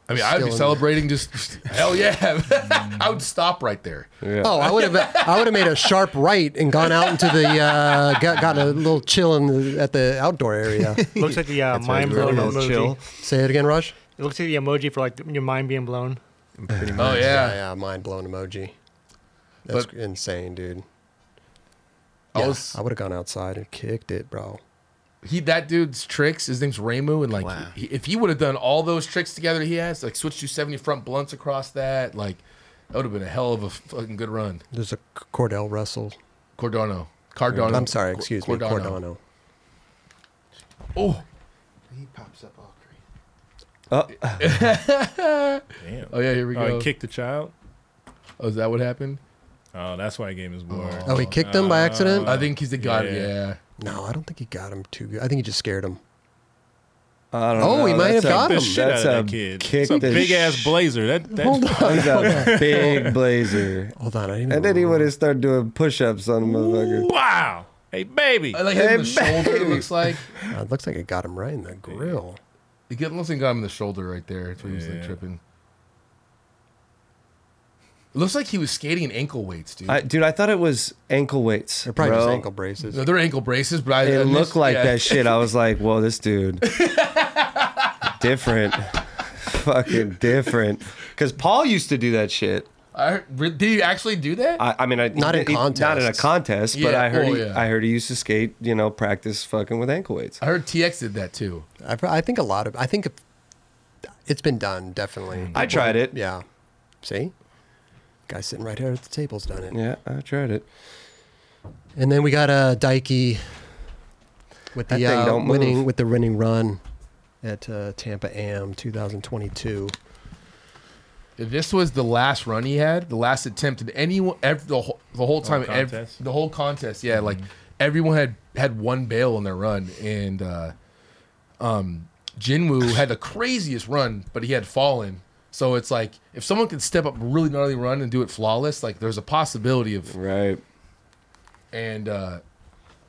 Speaker 3: I mean, I'd
Speaker 1: Still
Speaker 3: be
Speaker 1: in the-
Speaker 3: celebrating just hell yeah. I would stop right there.
Speaker 4: Yeah.
Speaker 1: Oh, I would have. I would have made a sharp right and gone out into the. Uh, got, gotten a little chill in the, at the outdoor area.
Speaker 6: Looks like the uh,
Speaker 2: why
Speaker 6: mind
Speaker 2: you're
Speaker 6: blown
Speaker 2: on
Speaker 6: emoji.
Speaker 4: chill.
Speaker 1: Say it again, Rush.
Speaker 6: It looks like the emoji for like your mind being blown.
Speaker 2: Pretty
Speaker 3: Oh
Speaker 2: much.
Speaker 3: yeah.
Speaker 1: Yeah, mind blown emoji. That's
Speaker 3: But-
Speaker 1: insane, dude.
Speaker 3: I
Speaker 1: Yeah,
Speaker 3: was-
Speaker 1: I would have gone outside and kicked it, bro.
Speaker 3: He that dude's tricks. His name's Ramu, and like
Speaker 2: Wow.
Speaker 3: he, if he would have done all those tricks together, he has like switch to seventy front blunts across that. Like that would have been a hell of a fucking good run.
Speaker 1: There's a C- Cordell Russell.
Speaker 3: Cardano, Cardano.
Speaker 1: I'm sorry, excuse me, Cordano.
Speaker 3: Oh,
Speaker 2: He pops up all crazy.
Speaker 4: Uh,
Speaker 5: damn.
Speaker 3: oh yeah. Here we go.
Speaker 5: Oh, he kicked the child.
Speaker 3: oh, is that what happened?
Speaker 5: Oh, that's why he gave him his board.
Speaker 1: Oh, he kicked him by accident.
Speaker 3: Uh, I think he's the guy.
Speaker 5: Yeah.
Speaker 3: Yeah.
Speaker 1: no, I don't think he got him too good. I think he just scared him.
Speaker 4: I don't
Speaker 1: Oh,
Speaker 4: know.
Speaker 1: he might have
Speaker 4: That's a-
Speaker 1: got him.
Speaker 5: the shit
Speaker 4: That's
Speaker 5: out of
Speaker 4: a
Speaker 5: that kid.
Speaker 4: kick
Speaker 5: It's a
Speaker 4: the
Speaker 5: big ass
Speaker 4: sh-
Speaker 5: blazer. That, that
Speaker 1: Hold on,
Speaker 4: That's a big blazer.
Speaker 1: hold on. I didn't
Speaker 4: And then
Speaker 1: even-
Speaker 4: he would have started doing push-ups on the motherfucker.
Speaker 5: Wow. Hey, baby.
Speaker 3: I like hit him in the
Speaker 4: Hey,
Speaker 3: shoulder. It looks like
Speaker 1: Uh, it looks like it got him right in the grill.
Speaker 3: he get- looks like he got him in the shoulder right there. That's where he was like
Speaker 5: Yeah.
Speaker 3: tripping. It looks like he was skating in ankle weights, dude.
Speaker 4: I, dude, I thought it was ankle weights.
Speaker 1: They're probably
Speaker 4: bro.
Speaker 1: just ankle braces.
Speaker 3: No, they're ankle braces, but I
Speaker 4: It
Speaker 3: and
Speaker 4: looked
Speaker 3: this-
Speaker 4: like
Speaker 3: yeah.
Speaker 4: that shit. I was like, whoa, this dude. different. Fucking different. Because Paul used to do that shit.
Speaker 3: I heard- re- did he actually do that?
Speaker 4: I, I mean, I,
Speaker 1: Not in
Speaker 4: he- Not in a
Speaker 1: contests.
Speaker 4: contest, but
Speaker 3: Yeah,
Speaker 4: I heard
Speaker 3: oh,
Speaker 4: he,
Speaker 3: yeah.
Speaker 4: I heard he used to skate, you know, practice fucking with ankle weights.
Speaker 3: I heard TX did that too.
Speaker 1: I, pro- I think a lot of. I think if it's been done definitely.
Speaker 4: I tried it.
Speaker 1: Yeah. See? Guy sitting right here at the table's done it.
Speaker 4: Yeah, I tried it.
Speaker 1: And then we got a uh, Dikey with
Speaker 4: That
Speaker 1: the
Speaker 4: thing
Speaker 1: uh,
Speaker 4: don't
Speaker 1: winning
Speaker 4: move.
Speaker 1: with the winning run at uh, Tampa Am 2022.
Speaker 3: If this was the last run he had, the last attempt, and anyone ev the whole, the whole time, ev-
Speaker 5: contest?
Speaker 3: the whole contest, yeah, like everyone had had one bail on their run, and uh, um, Jinwoo had the craziest run, but he had fallen. So it's like if someone could step up a really gnarly run and do it flawless, like there's a possibility of
Speaker 4: Right.
Speaker 3: and uh,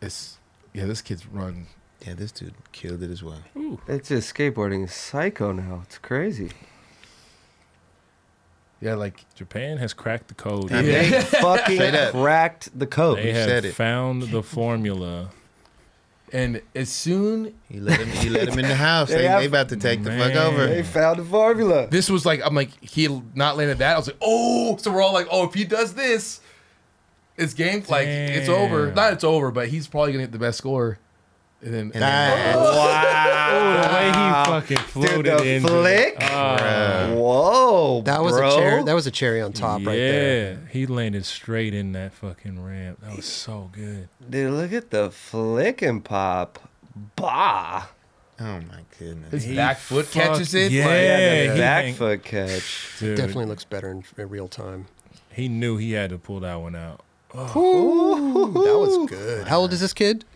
Speaker 3: it's yeah, this kid's run.
Speaker 2: Yeah, this dude killed it as well.
Speaker 4: It's just skateboarding is psycho now. It's crazy.
Speaker 3: Yeah, like
Speaker 5: Japan has cracked the code.
Speaker 2: Yeah.
Speaker 4: They
Speaker 2: Straight
Speaker 4: fucking
Speaker 2: up.
Speaker 4: cracked the code.
Speaker 5: They
Speaker 2: You
Speaker 5: have
Speaker 2: said it.
Speaker 5: found the formula.
Speaker 3: and as soon
Speaker 2: He let him. He let him in the house.
Speaker 4: They
Speaker 2: They,
Speaker 4: have-
Speaker 2: they about to take the fuck
Speaker 5: Man.
Speaker 4: They
Speaker 2: over.
Speaker 4: found the formula.
Speaker 3: this was like I'm like he not landed that. I was like, oh, so we're all like, oh, if he does this, it's game. Like it's over.
Speaker 5: Damn.
Speaker 3: Not it's over, but he's probably gonna get the best score. And then
Speaker 2: And then-
Speaker 5: Oh, the way
Speaker 4: Wow.
Speaker 5: he fucking floated
Speaker 4: Ah, Dude, the
Speaker 5: in.
Speaker 4: flick.
Speaker 3: Ah.
Speaker 4: Whoa.
Speaker 1: That was
Speaker 4: bro.
Speaker 1: a cherry. That was a cherry on top
Speaker 5: Oh, yeah,
Speaker 1: right there.
Speaker 5: he landed straight in that fucking ramp. That was so good.
Speaker 4: Dude, look at the flick and pop. Bah.
Speaker 2: oh my goodness.
Speaker 3: his back foot
Speaker 5: fuck-
Speaker 3: catches it.
Speaker 5: Oh, yeah.
Speaker 3: like-
Speaker 5: Hey,
Speaker 4: the
Speaker 5: he
Speaker 4: back
Speaker 5: ain't-
Speaker 4: foot catch.
Speaker 5: Dude,
Speaker 1: Definitely looks better in, in real time.
Speaker 5: He knew he had to pull that one out.
Speaker 1: Ooh, that was good. How old is this kid?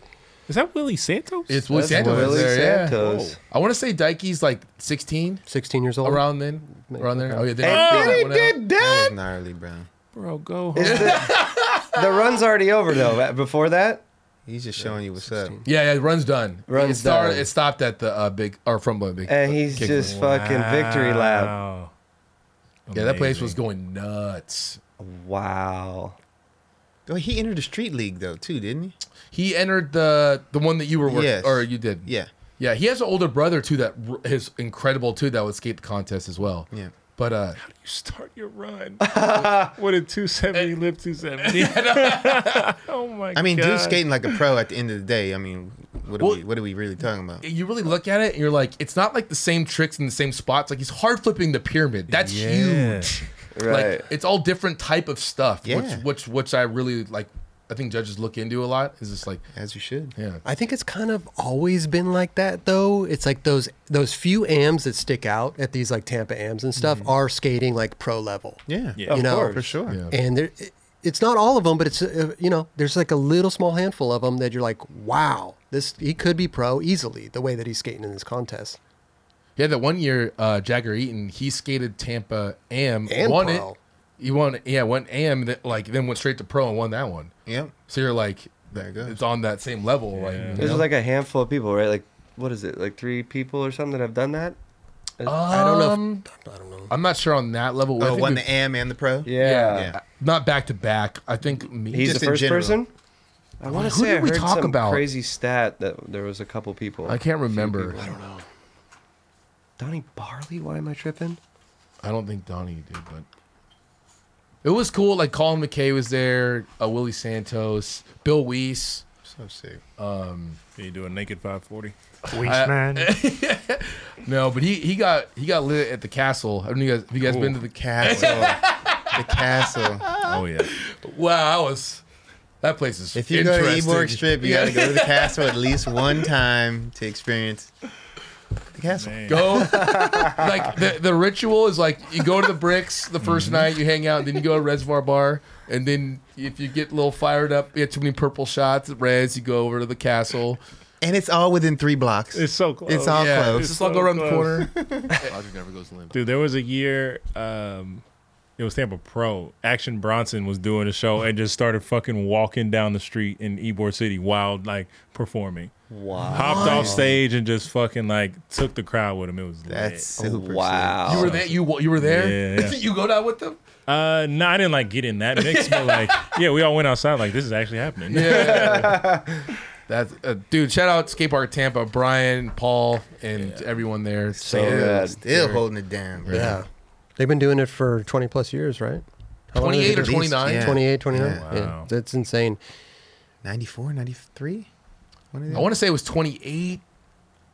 Speaker 5: Is that Willie Santos?
Speaker 3: it's Willie
Speaker 4: That's
Speaker 3: Santos.
Speaker 4: Willie
Speaker 3: there, yeah.
Speaker 4: Santos.
Speaker 3: I want to say Dikey's like 16
Speaker 1: 16 years old.
Speaker 3: around then, around there. Oh yeah, then
Speaker 4: And
Speaker 3: he
Speaker 4: then
Speaker 3: pulled
Speaker 4: he
Speaker 3: that one out.
Speaker 4: did
Speaker 2: That
Speaker 4: that.
Speaker 2: was gnarly, bro.
Speaker 5: bro, go
Speaker 4: Is
Speaker 5: home.
Speaker 4: the, the run's already over though. Before that,
Speaker 2: He's just showing you what's up.
Speaker 3: Yeah, yeah, the run's done.
Speaker 4: Run's
Speaker 3: it started,
Speaker 4: done.
Speaker 3: It stopped at the uh, big or from the big.
Speaker 4: and he's just fucking victory lap.
Speaker 5: Wow.
Speaker 3: yeah, that place was going
Speaker 5: Amazing.
Speaker 3: nuts.
Speaker 4: Wow.
Speaker 2: Oh, he entered the street league though too, didn't he?
Speaker 3: He entered the the one that you were working,
Speaker 2: Yes.
Speaker 3: or you did.
Speaker 2: Yeah.
Speaker 3: yeah. He has an older brother too that r- is incredible too. That would skate the contest as well.
Speaker 2: Yeah.
Speaker 3: But uh,
Speaker 5: You start your run. what a 270 lift 270. oh my god.
Speaker 2: I mean, dude's skating like a pro at the end of the day. I mean, what are
Speaker 3: Well-
Speaker 2: we what are we really talking about?
Speaker 3: you really look at it and you're like, it's not like the same tricks in the same spots. Like he's hard flipping the pyramid. That's
Speaker 5: Yeah.
Speaker 3: huge.
Speaker 4: Right.
Speaker 3: Like it's all different type of stuff.
Speaker 2: Yeah.
Speaker 3: Which which which I really like. I think judges look into a lot. Is just like
Speaker 2: As you should.
Speaker 3: yeah.
Speaker 1: I think it's kind of always been like that though. It's like those those few AMs that stick out at these like Tampa AMs and stuff are skating like pro level.
Speaker 2: Yeah.
Speaker 5: Yeah.
Speaker 4: Of
Speaker 1: You know,
Speaker 4: course.
Speaker 2: For sure.
Speaker 3: Yeah.
Speaker 1: And there, it- it's not all of them, but it's uh, you know, there's like a little small handful of them that you're like, wow, this he could be pro easily the way that he's skating in this contest.
Speaker 3: Yeah, that one year, uh, Jagger Eaton, he skated Tampa Am,
Speaker 1: And
Speaker 3: won
Speaker 1: pro.
Speaker 3: it. He won, yeah, won Am, that like then went straight to pro and won that one.
Speaker 2: Yep.
Speaker 3: So you're like,
Speaker 2: There you go.
Speaker 3: it's on that same level. Like,
Speaker 5: Yeah.
Speaker 3: you
Speaker 4: There's
Speaker 3: know?
Speaker 4: like a handful of people, right? Like, what is it? Like three people or something that have done that?
Speaker 1: I don't know.
Speaker 3: Um,
Speaker 1: If, I don't know.
Speaker 3: I'm not sure on that level. I
Speaker 2: Oh,
Speaker 3: think
Speaker 2: one
Speaker 3: we've-
Speaker 2: the AM and the pro.
Speaker 4: Yeah.
Speaker 3: Uh,
Speaker 2: Yeah.
Speaker 3: not back to back. I think me.
Speaker 4: He's
Speaker 2: Just
Speaker 4: the
Speaker 2: in
Speaker 4: first
Speaker 2: general.
Speaker 4: person. I want to
Speaker 3: Who
Speaker 4: say I
Speaker 3: did we
Speaker 4: heard
Speaker 3: talk
Speaker 4: some
Speaker 3: about?
Speaker 4: crazy stat that there was a couple people.
Speaker 3: I can't remember.
Speaker 4: I don't know. Donnie Barley? Why am I tripping?
Speaker 3: I don't think Donnie did, but it was cool. Like Colin McKay was there, uh, Willie Santos, Bill Weiss.
Speaker 2: So sick.
Speaker 5: Can you do a naked 540?
Speaker 6: Weeks,
Speaker 3: I-
Speaker 6: man.
Speaker 3: No, but he he got he got lit at the castle. I don't know you guys. Have you guys been to the
Speaker 2: Castle. the castle.
Speaker 5: Oh yeah.
Speaker 3: Wow, I was. That place is.
Speaker 2: If you go to
Speaker 3: interesting.
Speaker 2: Eborg Strip, you
Speaker 3: Yeah.
Speaker 2: gotta go to the castle at least one time to experience the castle.
Speaker 5: Man.
Speaker 3: go like the the ritual is like you go to the bricks the 1st night, you hang out, then you go to Reservoir Bar, and then if you get a little fired up, you had too many purple shots at Reds, you go over to the castle.
Speaker 2: And it's all within three blocks.
Speaker 5: It's so close.
Speaker 2: It's all
Speaker 3: yeah,
Speaker 2: close.
Speaker 3: it's just like go around the
Speaker 5: So
Speaker 3: corner. Roger never goes limp.
Speaker 5: Dude, there was a year um it was Tampa Pro. Action Bronson was doing a show and just started fucking walking down the street in Ybor City while like performing.
Speaker 4: Wow.
Speaker 5: Hopped off stage and just fucking like took the crowd with him. It was lit.
Speaker 2: That's super sick.
Speaker 4: Oh, wow.
Speaker 3: You were there. You wa- you were there.
Speaker 5: Yeah, yeah.
Speaker 3: you go down with them.
Speaker 5: Uh, no, I didn't like get in that mix, but like, yeah, we all went outside. Like, this is actually happening.
Speaker 3: Yeah. That's uh, dude. Shout out Skate Park Tampa, Brian, Paul, and everyone there.
Speaker 4: So bad.
Speaker 2: Still holding it down, bro.
Speaker 1: Yeah, they've been doing it for 20 plus years, right? How long has it
Speaker 3: 28 or
Speaker 1: been?
Speaker 2: least,
Speaker 3: 29.
Speaker 2: yeah.
Speaker 1: 28, 29.
Speaker 2: Yeah.
Speaker 1: Yeah.
Speaker 5: Wow.
Speaker 1: that's insane.
Speaker 2: 94, 93? One of
Speaker 3: I
Speaker 2: them?
Speaker 3: Oh, want to say it was 28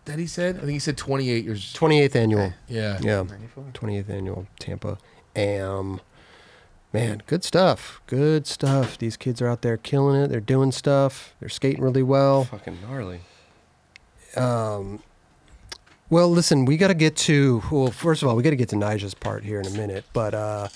Speaker 3: that he said? I think he said 28 years.
Speaker 1: 28th annual.
Speaker 3: Yeah.
Speaker 1: Yeah.
Speaker 2: 94.
Speaker 1: 28th annual Tampa AM. Man, good stuff. Good stuff. These kids are out there killing it. They're doing stuff. They're skating really well.
Speaker 4: Fucking gnarly.
Speaker 1: Well, listen, we got to get to, well, first of all, we got to get to Nija's part here in a minute. But uh,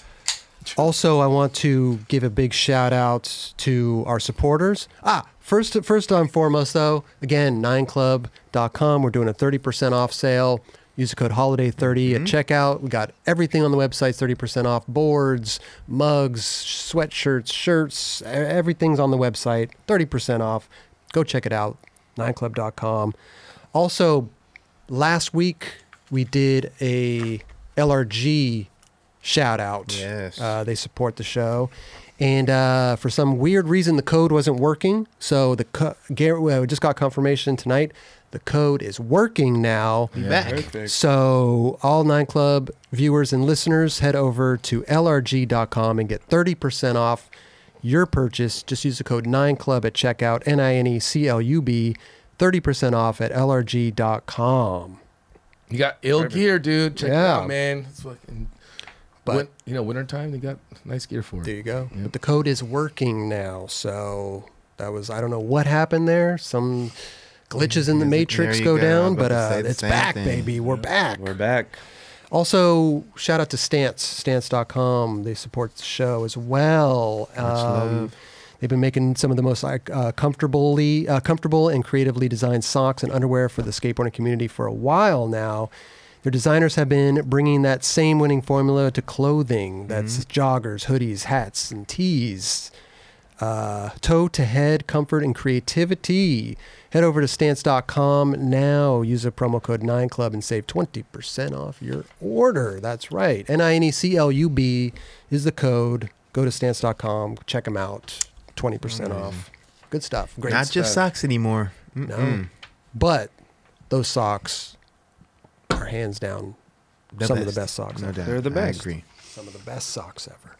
Speaker 1: also, I want to give a big shout out to our supporters. Ah, first, first and foremost, though, again, nineclub.com. We're doing a 30% off sale. Use the code HOLIDAY30 at checkout. We got everything on the website 30% off boards, mugs, sweatshirts, shirts, e- everything's on the website 30% off. Go check it out, nineclub.com. Also, last week we did a LRG shout out.
Speaker 2: Yes.
Speaker 1: Uh, they support the show. And uh, for some weird reason, the code wasn't working. So the co- Garrett, well, we just got confirmation tonight. The code is working now.
Speaker 2: Back.
Speaker 1: So, all Nine Club viewers and listeners, head over to lrg.com and get 30% off your purchase. Just use the code 9club at checkout, N I N E C L U B, 30% off at lrg.com.
Speaker 3: You got ill gear, dude. Check
Speaker 1: Yeah.
Speaker 3: it out, man. It's fucking.
Speaker 1: But-
Speaker 3: Win- you know, wintertime, they got nice gear for it.
Speaker 1: There you go. But the code is working now. So, that was, I don't know what happened there. Some glitches in the
Speaker 2: There
Speaker 1: matrix
Speaker 2: you
Speaker 1: go,
Speaker 2: go. I
Speaker 1: down,
Speaker 2: was
Speaker 1: but
Speaker 2: about to
Speaker 1: uh,
Speaker 2: say the
Speaker 1: it's
Speaker 2: same
Speaker 1: back,
Speaker 2: thing.
Speaker 1: baby. We're back.
Speaker 4: We're back.
Speaker 1: Also, shout out to Stance, stance.com. They support the show as well. Um, they've been making some of the most uh, comfortably, uh, comfortable and creatively designed socks and underwear for the skateboarding community for a while now. Their designers have been bringing that same winning formula to clothing. That's joggers, hoodies, hats, and tees uh, toe to head comfort and creativity. Head over to stance.com now. Use the promo code 9club and save 20% off your order. That's right. N I N E C L U B is the code. Go to stance.com, check them out. 20% off. Good stuff. Great
Speaker 2: Mm. Not
Speaker 1: stuff.
Speaker 2: just socks anymore.
Speaker 1: No. But those socks are hands down some of the best socks
Speaker 2: No
Speaker 1: ever.
Speaker 2: doubt.
Speaker 4: They're the best.
Speaker 2: I agree.
Speaker 1: Some of the best socks ever.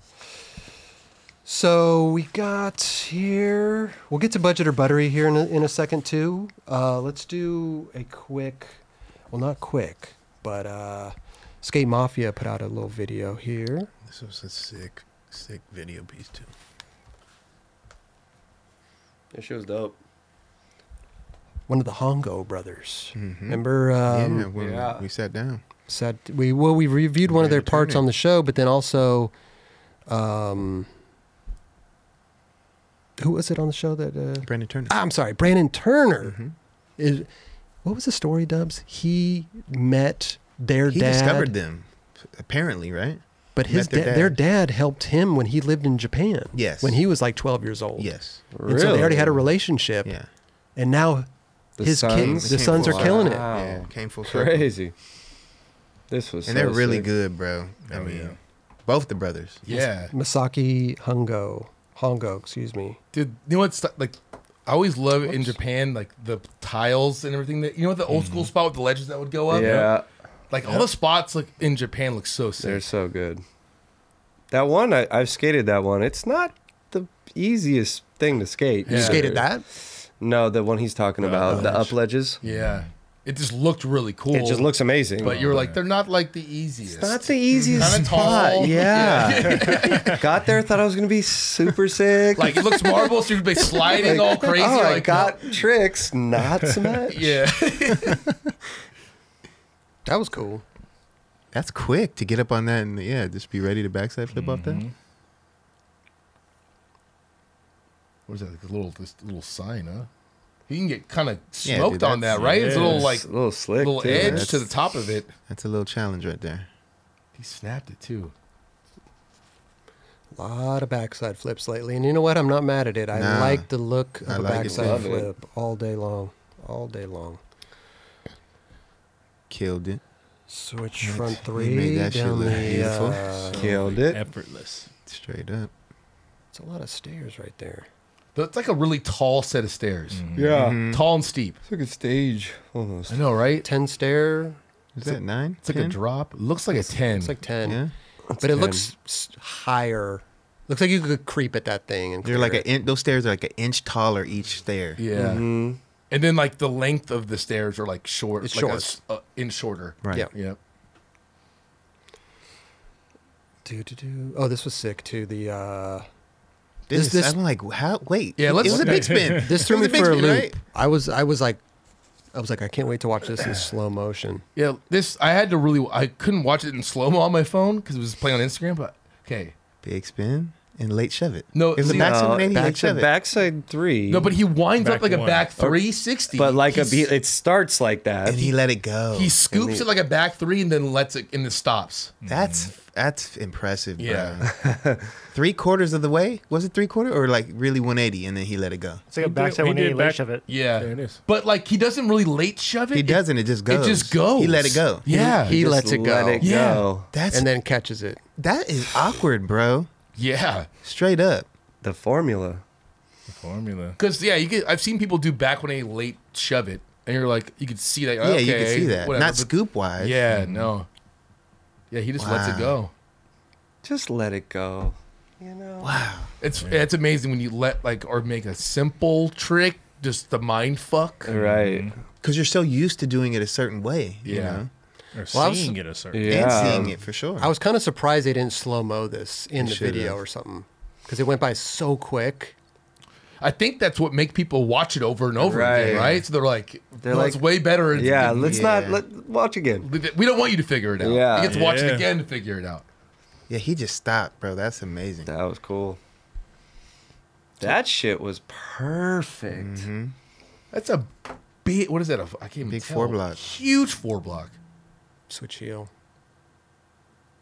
Speaker 1: So we got here. We'll get to budget or buttery here in a, in a second too. Uh, let's do a quick, well, not quick, but uh, Skate Mafia put out a little video here.
Speaker 2: This was a sick, sick video piece too.
Speaker 4: That shit was dope.
Speaker 1: One of the Hongo brothers.
Speaker 2: Mhm.
Speaker 1: Remember? Um,
Speaker 2: yeah, when
Speaker 4: yeah.
Speaker 2: we sat down.
Speaker 1: said we well we reviewed one of their
Speaker 2: Randy
Speaker 1: parts
Speaker 2: Turner.
Speaker 1: on the show, but then also, um, who was it on the show that? Uh,
Speaker 2: Brandon Turner.
Speaker 1: Ah, I'm sorry, Brandon Turner.
Speaker 2: Mhm.
Speaker 1: Is what was the story, Dubs? He met their
Speaker 2: He
Speaker 1: dad,
Speaker 2: discovered them, apparently, right?
Speaker 1: but his
Speaker 2: met their
Speaker 1: da- their
Speaker 2: dad.
Speaker 1: dad helped him when he lived in Japan.
Speaker 2: Yes.
Speaker 1: when he was like 12 years old.
Speaker 2: Yes.
Speaker 1: and so they already had a relationship,
Speaker 2: Yeah.
Speaker 1: and now
Speaker 4: The
Speaker 1: his
Speaker 4: sons?
Speaker 1: kids, the
Speaker 2: Came
Speaker 1: sons
Speaker 2: full
Speaker 1: are killing
Speaker 2: circle.
Speaker 1: it.
Speaker 4: Wow.
Speaker 2: Yeah, came full circle.
Speaker 4: Crazy. This was
Speaker 2: And
Speaker 4: so
Speaker 2: they're really
Speaker 4: sick.
Speaker 2: good, bro. I
Speaker 3: Oh,
Speaker 2: mean,
Speaker 3: yeah.
Speaker 2: both the brothers.
Speaker 3: Yeah.
Speaker 1: Masaki Hongo, Hongo, excuse me.
Speaker 3: Dude, you know what's like? I always love in Japan, like the tiles and everything. That you know, what the old school spot with the ledges that would go up.
Speaker 4: Yeah,
Speaker 3: like all the spots like in Japan look so sick.
Speaker 4: they're so good. That one I, I've skated. That one. It's not the easiest thing to skate.
Speaker 3: You
Speaker 4: either.
Speaker 1: Skated that?
Speaker 4: No, the one he's talking about, the up ledges.
Speaker 3: yeah, it just looked really cool.
Speaker 4: It just looks amazing.
Speaker 3: But you're like, they're not like the easiest.
Speaker 4: It's not the easiest
Speaker 3: Kinda
Speaker 4: spot.
Speaker 3: tall.
Speaker 4: Yeah. got there, thought I was gonna be super sick.
Speaker 3: like it looks marble, so you'd be sliding all crazy.
Speaker 4: Oh, I
Speaker 3: like
Speaker 4: got tricks, not so much.
Speaker 3: yeah.
Speaker 1: That was cool.
Speaker 2: That's quick to get up on that and yeah, just be ready to backside flip off that.
Speaker 3: What is that? Like a little this little sign, huh? You can get kind of
Speaker 2: Yeah,
Speaker 3: smoked
Speaker 2: dude,
Speaker 3: on that,
Speaker 2: that's-
Speaker 3: right? It's a little
Speaker 5: yeah.
Speaker 3: like
Speaker 4: It's a little slick.
Speaker 3: little
Speaker 4: too.
Speaker 3: edge
Speaker 2: That's-
Speaker 3: to the top of it.
Speaker 2: That's a little challenge right there.
Speaker 3: He snapped it too.
Speaker 1: A lot of backside flips lately, and you know what? I'm not mad at it. I
Speaker 2: Nah.
Speaker 1: like the look of
Speaker 2: I
Speaker 1: a
Speaker 2: like it
Speaker 1: backside
Speaker 4: too.
Speaker 1: flip all day long, all day long.
Speaker 2: Killed it.
Speaker 1: Switch front
Speaker 2: He
Speaker 1: three
Speaker 2: made that shit
Speaker 1: down
Speaker 2: look
Speaker 1: the.
Speaker 2: beautiful.
Speaker 1: Uh,
Speaker 4: Killed it.
Speaker 5: Effortless.
Speaker 2: Straight up.
Speaker 1: it's a lot of stairs right there.
Speaker 3: Though It's like a really tall set of stairs,
Speaker 4: Yeah.
Speaker 3: tall and steep.
Speaker 4: It's like a stage almost.
Speaker 3: I know, right?
Speaker 1: Ten stair.
Speaker 2: Is that nine?
Speaker 3: It's like a drop. It looks like a ten.
Speaker 1: It's like ten,
Speaker 2: Yeah.
Speaker 1: but it looks s- higher. Looks like you could creep at that thing. And
Speaker 2: They're
Speaker 1: clear
Speaker 2: like an
Speaker 1: it.
Speaker 2: in, those stairs are like an inch taller each stair.
Speaker 3: yeah.
Speaker 4: Mhm.
Speaker 3: And then like the length of the stairs are like short,
Speaker 1: It's
Speaker 3: like
Speaker 1: short.
Speaker 3: s- uh, in shorter.
Speaker 2: Right.
Speaker 1: Yeah.
Speaker 3: Yeah.
Speaker 1: Do, do, do. Oh, this was sick too. The uh,
Speaker 2: This,
Speaker 1: This- this-
Speaker 2: I'm like, how? Wait.
Speaker 3: Yeah, let's-
Speaker 2: It was a big spin.
Speaker 1: this threw
Speaker 2: It was
Speaker 1: me
Speaker 2: big
Speaker 1: for a
Speaker 2: spin,
Speaker 1: loop.
Speaker 2: right?
Speaker 1: I was I was like, I was like, I can't wait to watch this in slow motion.
Speaker 3: Yeah, this I had to really I couldn't watch it in slow mo on my phone because it was playing on Instagram. But okay,
Speaker 2: Big spin and late shove it.
Speaker 3: No,
Speaker 2: it was a
Speaker 3: see, uh,
Speaker 2: backside
Speaker 4: No,
Speaker 2: 180 late
Speaker 4: back
Speaker 2: shove
Speaker 4: to
Speaker 2: it.
Speaker 4: backside three.
Speaker 3: no, but he winds
Speaker 5: Back
Speaker 3: up like a
Speaker 5: one.
Speaker 3: back three sixty,
Speaker 4: but like a
Speaker 3: He's-
Speaker 4: beat, it starts like that.
Speaker 2: and he let it go.
Speaker 3: Oh, He scoops it like a back three and then lets it and it stops.
Speaker 2: that's that's impressive.
Speaker 3: Yeah.
Speaker 2: bro. three quarters of the way was it three quarter or like really 180, and then he let it go.
Speaker 6: It's like
Speaker 5: He
Speaker 6: a
Speaker 5: did-
Speaker 6: backside
Speaker 5: he
Speaker 6: one eighty
Speaker 5: did
Speaker 6: late
Speaker 5: back-
Speaker 6: shove it.
Speaker 3: Yeah,
Speaker 5: There it is.
Speaker 3: But like he doesn't really late shove it.
Speaker 2: He
Speaker 3: It-
Speaker 2: doesn't. It just
Speaker 3: It,
Speaker 2: goes.
Speaker 3: just goes.
Speaker 2: He let it go.
Speaker 3: Yeah.
Speaker 1: He
Speaker 4: Just
Speaker 1: lets it go.
Speaker 4: Let it
Speaker 3: Yeah.
Speaker 4: go.
Speaker 2: That's
Speaker 1: and then catches it.
Speaker 2: that is awkward, bro.
Speaker 3: yeah.
Speaker 2: Straight up.
Speaker 4: The formula.
Speaker 5: The formula.
Speaker 3: Because yeah, you get. I've seen people do back when they late shove it, and you're like, you could see that.
Speaker 2: Yeah,
Speaker 3: okay,
Speaker 2: you can see that.
Speaker 3: whatever,
Speaker 2: Not
Speaker 3: but-
Speaker 2: scoop wise.
Speaker 3: Yeah, no. Yeah, he just lets it
Speaker 2: Wow.
Speaker 3: go.
Speaker 4: Just let it go. You know.
Speaker 3: It's it's amazing when you let like or make a simple trick, just the mind fuck.
Speaker 4: Uh, Right.
Speaker 2: because you're so used to doing it a certain way. You
Speaker 3: Yeah.
Speaker 2: know?
Speaker 5: Or
Speaker 1: Well, I was-
Speaker 5: seeing it a certain.
Speaker 4: Yeah.
Speaker 2: and seeing it for sure.
Speaker 1: I was kind of surprised they didn't slow mo this in
Speaker 2: They
Speaker 1: the
Speaker 2: should've.
Speaker 1: video or something because it went by so quick.
Speaker 3: I think that's what make people watch it over and over again,
Speaker 4: Right.
Speaker 3: right? So they're like,
Speaker 4: They're
Speaker 3: "No,
Speaker 4: like-
Speaker 3: it's way better.
Speaker 4: Yeah. Let's not
Speaker 2: Yeah.
Speaker 4: let watch again.
Speaker 3: we don't want you to figure it out.
Speaker 4: Yeah.
Speaker 3: you get to watch it
Speaker 5: Yeah.
Speaker 3: again to figure it out.
Speaker 2: yeah, he just stopped, bro. That's amazing.
Speaker 4: That was cool. That shit was perfect.
Speaker 3: That's a big. What is that? A, I can't even
Speaker 2: Big
Speaker 3: tell.
Speaker 2: four block.
Speaker 3: Huge four block.
Speaker 1: Switch heel.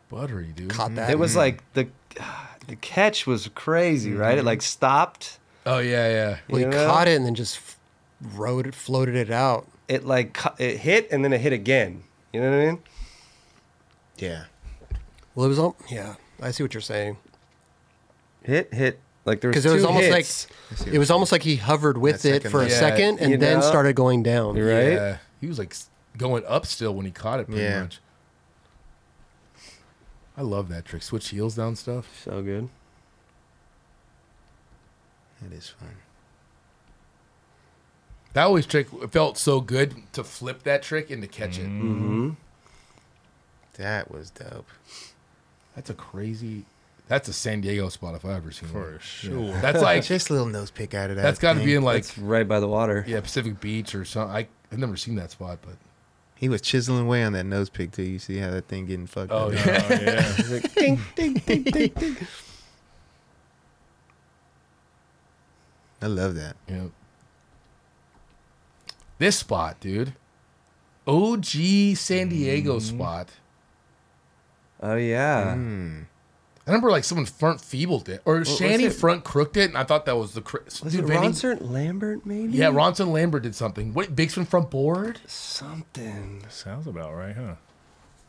Speaker 3: Buttery dude.
Speaker 2: Mm-hmm.
Speaker 1: Caught that.
Speaker 4: It was like the the catch was crazy, right? It like stopped.
Speaker 3: Oh yeah, yeah.
Speaker 1: Well, he
Speaker 4: you know?
Speaker 1: caught it and then just f- rode it, floated it out.
Speaker 4: It like cu- it hit and then it hit again. You know what I mean?
Speaker 2: Yeah.
Speaker 1: Well, it was all. Yeah, I see what you're saying.
Speaker 4: Hit, hit. Like there was
Speaker 1: Because
Speaker 4: two
Speaker 1: it was almost
Speaker 4: hits,
Speaker 1: like it was almost like he hovered with
Speaker 2: That
Speaker 1: it
Speaker 2: second
Speaker 1: for a
Speaker 2: leg.
Speaker 1: second and
Speaker 4: you
Speaker 1: then
Speaker 4: know?
Speaker 1: started going down.
Speaker 4: right.
Speaker 3: Yeah. He was like s- going up still when he caught it. Pretty
Speaker 2: Yeah.
Speaker 3: much. I love that trick. Switch heels down stuff.
Speaker 4: So good.
Speaker 2: That is fun.
Speaker 3: That always trick it felt so good to flip that trick and to catch it.
Speaker 4: Mm-hmm.
Speaker 2: That was dope.
Speaker 3: That's a crazy. That's a San Diego spot if I ever seen
Speaker 5: For
Speaker 3: one.
Speaker 5: sure.
Speaker 3: That's like
Speaker 2: Just a little nose pick out of that.
Speaker 3: that's got to be in like
Speaker 4: It's right by the water.
Speaker 3: yeah Pacific Beach or something. I, I've never seen that spot, but
Speaker 2: He was chiseling away on that nose pick too. You see how that thing getting fucked
Speaker 3: oh
Speaker 2: up.
Speaker 3: yeah.
Speaker 5: Oh, yeah.
Speaker 2: I love that.
Speaker 3: Yeah. This spot, dude. OG San Diego spot.
Speaker 4: Oh yeah.
Speaker 3: I remember like someone front feebled it, or
Speaker 4: was
Speaker 3: Shanny
Speaker 4: it?
Speaker 3: front crooked it, and I thought that was the cra-
Speaker 4: Was
Speaker 3: dude,
Speaker 4: it
Speaker 3: Vandy-
Speaker 4: Ronsert Lambert maybe?
Speaker 3: Yeah, Ronson Lambert did something. What big spin front board?
Speaker 4: Something.
Speaker 5: Sounds about right, huh?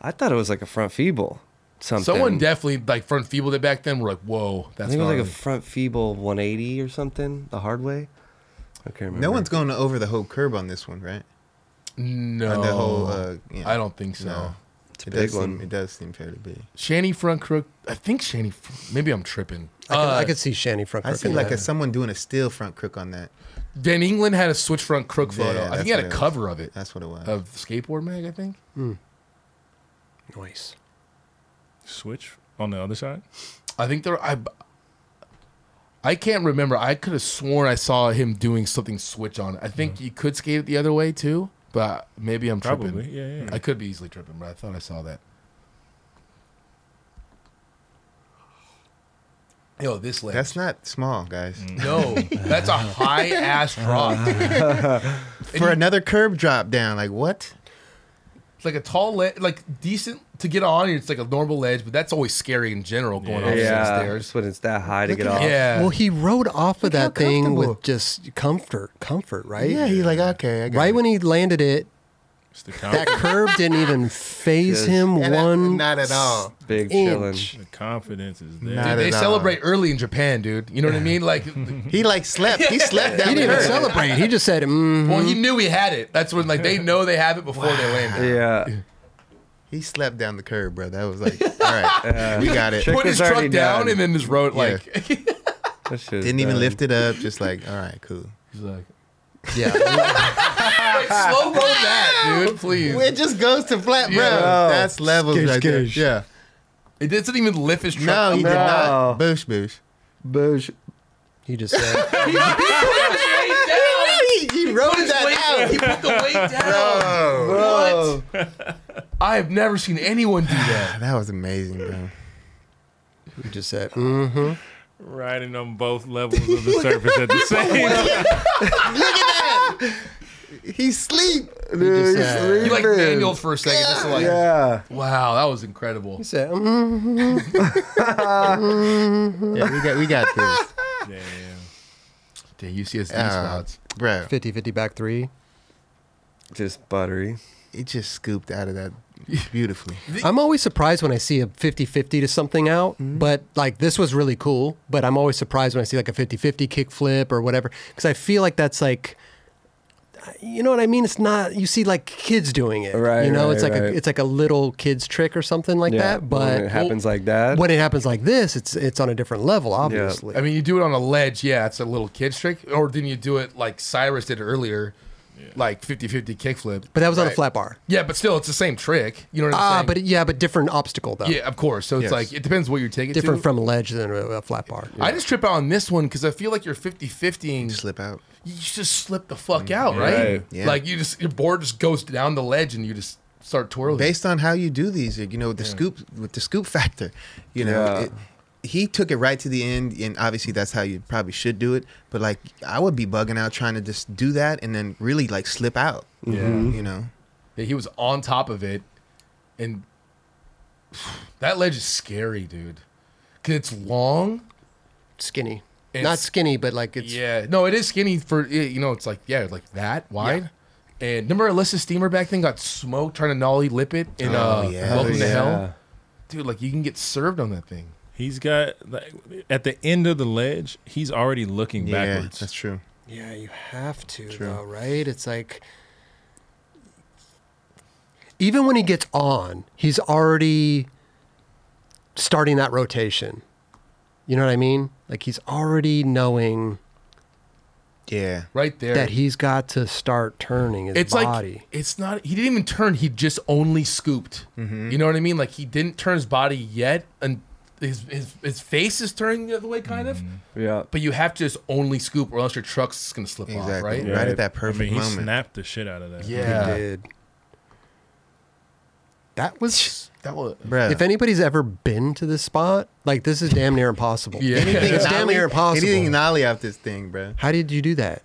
Speaker 4: I thought it was like a front feeble. Something.
Speaker 3: Someone definitely like front feebled it back then. We're like, whoa,
Speaker 4: I
Speaker 3: that's
Speaker 4: think
Speaker 3: not
Speaker 4: it was like a
Speaker 3: really-
Speaker 4: front feeble 180 or something. The hard way. I can't remember.
Speaker 2: No one's going over the whole curb on this one, right?
Speaker 3: no.
Speaker 2: On the whole. Uh, yeah.
Speaker 3: I don't think so.
Speaker 2: No.
Speaker 4: It's a
Speaker 2: It
Speaker 4: big
Speaker 2: does,
Speaker 4: one.
Speaker 2: seem, it does seem fairly big.
Speaker 3: Shanny front crook. I think Shanny. fr- Maybe I'm tripping.
Speaker 1: I could, I
Speaker 3: Uh,
Speaker 1: could see Shanny front.
Speaker 2: I
Speaker 1: crook
Speaker 2: see
Speaker 1: in
Speaker 2: like
Speaker 1: that.
Speaker 2: a, someone doing a steel front crook on that.
Speaker 3: Van England had a switch front crook
Speaker 2: Yeah,
Speaker 3: photo. I
Speaker 2: that's
Speaker 3: think he had
Speaker 2: what
Speaker 3: a
Speaker 2: it was.
Speaker 3: cover of it
Speaker 2: That's what it was.
Speaker 3: of skateboard mag. I think.
Speaker 1: noise.
Speaker 5: Switch on the other side.
Speaker 3: I think there. I I can't remember. I could have sworn I saw him doing something switch on. it. I think
Speaker 5: Mm-hmm.
Speaker 3: you could skate it the other way too, but maybe I'm tripping.
Speaker 5: Probably. Yeah, yeah.
Speaker 3: I could be easily tripping, but I thought I saw that. Yo, this ledge.
Speaker 2: that's not small, guys.
Speaker 3: no, that's a high ass drop. dude.
Speaker 2: For another curb drop down, like what?
Speaker 3: It's like a tall ledge, like decent to get on. It's like a normal ledge, but that's always scary in general going
Speaker 5: Yeah.
Speaker 3: off
Speaker 4: yeah.
Speaker 3: some
Speaker 4: Just
Speaker 3: stairs.
Speaker 4: when it's that high to
Speaker 2: Look
Speaker 4: get
Speaker 2: at
Speaker 4: off.
Speaker 3: Yeah.
Speaker 1: Well, he rode off of
Speaker 2: how
Speaker 1: that thing
Speaker 2: comfortable.
Speaker 1: with just comfort, comfort, right?
Speaker 2: Yeah, he's like, okay, I got
Speaker 1: Right
Speaker 2: it.
Speaker 1: when he landed it,
Speaker 5: It's the
Speaker 1: that
Speaker 5: confidence.
Speaker 1: curve didn't even phase
Speaker 4: Just-
Speaker 1: him
Speaker 2: And I-
Speaker 1: one.
Speaker 2: not at all.
Speaker 4: Big chillin'.
Speaker 1: inch.
Speaker 5: The confidence is there.
Speaker 2: Nah,
Speaker 3: Dude, they
Speaker 2: Not at all.
Speaker 3: celebrate early in Japan, dude. You know what I mean? Like,
Speaker 2: He like slept. Mm-hmm. He slept
Speaker 1: He
Speaker 2: down the
Speaker 1: didn't even
Speaker 2: curb.
Speaker 1: celebrate. He just said, mm.
Speaker 3: well, he knew he had it. That's when, like, they know they have it before they land. it.
Speaker 4: Yeah.
Speaker 2: He slept down the curb, bro. That was like, all right, we got it.
Speaker 4: Trick
Speaker 3: Put his
Speaker 4: is
Speaker 3: truck
Speaker 4: already
Speaker 3: down
Speaker 4: done.
Speaker 3: and then just rode like.
Speaker 4: That shit's
Speaker 2: Didn't even
Speaker 4: done.
Speaker 2: lift it up. Just like, all right, cool.
Speaker 3: He's like,
Speaker 2: Yeah,
Speaker 3: Slow roll that, dude. Please.
Speaker 2: it just goes to flat brown.
Speaker 4: Yeah.
Speaker 2: That's levels
Speaker 1: Skish,
Speaker 2: right there.
Speaker 1: skish.
Speaker 2: Yeah.
Speaker 3: It doesn't even lift his
Speaker 2: No,
Speaker 3: truck.
Speaker 2: he
Speaker 3: up.
Speaker 2: did not.
Speaker 4: No.
Speaker 2: Boosh, boosh.
Speaker 4: Boosh.
Speaker 1: You just said
Speaker 2: He wrote
Speaker 3: Put his weight- He put the weight down.
Speaker 2: Oh,
Speaker 4: Bro.
Speaker 3: I have never seen anyone do that.
Speaker 2: that was amazing, bro.
Speaker 1: you just said mm,
Speaker 5: Riding on both levels of the surface at the same time.
Speaker 2: He's sleep.
Speaker 1: just
Speaker 4: Dude, you
Speaker 1: said-
Speaker 3: He like manualed for a second. Just like,
Speaker 4: Yeah.
Speaker 3: wow, that was incredible.
Speaker 1: you said mm.
Speaker 2: Yeah, we got we got this,
Speaker 5: Yeah,
Speaker 3: Dang, UCSD
Speaker 2: Uh,
Speaker 3: spots.
Speaker 2: bro.
Speaker 1: 50-50 back three.
Speaker 4: Just buttery.
Speaker 2: It just scooped out of that beautifully.
Speaker 1: I'm always surprised when I see a 50-50 to something out,
Speaker 4: Mm-hmm.
Speaker 1: but like this was really cool, but I'm always surprised when I see like a 50-50 kickflip or whatever cuz I feel like that's like you know what I mean? It's not you see like kids doing it.
Speaker 4: Right,
Speaker 1: You know,
Speaker 4: right,
Speaker 1: it's like
Speaker 4: right.
Speaker 1: a it's like a little kid's trick or something like
Speaker 4: yeah.
Speaker 1: that. But
Speaker 4: when it happens like that.
Speaker 1: when it happens like this, it's it's on a different level, obviously.
Speaker 3: I mean, you do it on a ledge, yeah, it's a little kid's trick. Or then you do it like Cyrus did earlier, like 50 50 kickflip.
Speaker 1: but that was on a
Speaker 3: Right.
Speaker 1: flat bar.
Speaker 3: Yeah, but still, it's the same trick. You know what I'm
Speaker 1: Ah,
Speaker 3: saying?
Speaker 1: but yeah, but different obstacle though.
Speaker 3: yeah, of course. So it's
Speaker 2: Yes.
Speaker 3: like, it depends what you take it
Speaker 1: different
Speaker 3: to.
Speaker 1: from a ledge than a, a flat bar.
Speaker 3: I just trip out on this one because I feel like you're 50 50ing.
Speaker 2: Slip out.
Speaker 3: You just slip the fuck out, right?
Speaker 4: Right.
Speaker 2: Yeah.
Speaker 3: Like you just, your board just goes down the ledge and you just start twirling.
Speaker 2: Based on how you do these, you know, with the scoop with the scoop factor, you know,
Speaker 4: Yeah.
Speaker 2: it, he took it right to the end, and obviously that's how you probably should do it. But like, I would be bugging out trying to just do that and then really like slip out.
Speaker 3: Mhm.
Speaker 2: You know,
Speaker 3: Yeah, he was on top of it, and that ledge is scary, dude. Cause it's long.
Speaker 1: Skinny.
Speaker 3: It's-
Speaker 1: Not skinny, but like it's
Speaker 3: yeah, no, it is skinny for yeah, you know. It's like yeah, like that wide. And remember Alyssa Steamer back thing got smoked trying to nollie lip it in
Speaker 2: Oh,
Speaker 3: uh,
Speaker 2: yeah.
Speaker 3: Welcome
Speaker 4: Yeah.
Speaker 3: to Hell, dude. Like you can get served on that thing.
Speaker 5: He's got like at the end of the ledge, he's already looking
Speaker 2: yeah,
Speaker 5: backwards.
Speaker 2: that's true.
Speaker 1: Yeah, you have to,
Speaker 2: True.
Speaker 1: though, right? It's like even when he gets on, he's already starting that rotation. You know what I mean? Like he's already knowing
Speaker 2: Yeah,
Speaker 3: Right there.
Speaker 1: that he's got to start turning his
Speaker 3: it's
Speaker 1: body.
Speaker 3: like it's not. He didn't even turn. He just only scooped. You know what I mean? Like he didn't turn his body yet, and his his, his face is turning the other way, kind of.
Speaker 4: Yeah.
Speaker 3: But you have to just only scoop, or else your truck's gonna slip off,
Speaker 2: exactly.
Speaker 3: right?
Speaker 2: Right,
Speaker 5: Yeah.
Speaker 2: at that
Speaker 5: I mean,
Speaker 2: perfect
Speaker 5: he
Speaker 2: moment.
Speaker 5: snapped the shit out of that.
Speaker 1: he
Speaker 3: Yeah,
Speaker 1: did. That was
Speaker 3: that was.
Speaker 2: Bruh.
Speaker 1: if anybody's ever been to this spot, like this is damn near impossible.
Speaker 3: Yeah.
Speaker 2: Anything
Speaker 1: It's damn
Speaker 2: gnarly-
Speaker 1: near impossible.
Speaker 2: Anything gnarly out this thing, bro.
Speaker 1: How did you do that?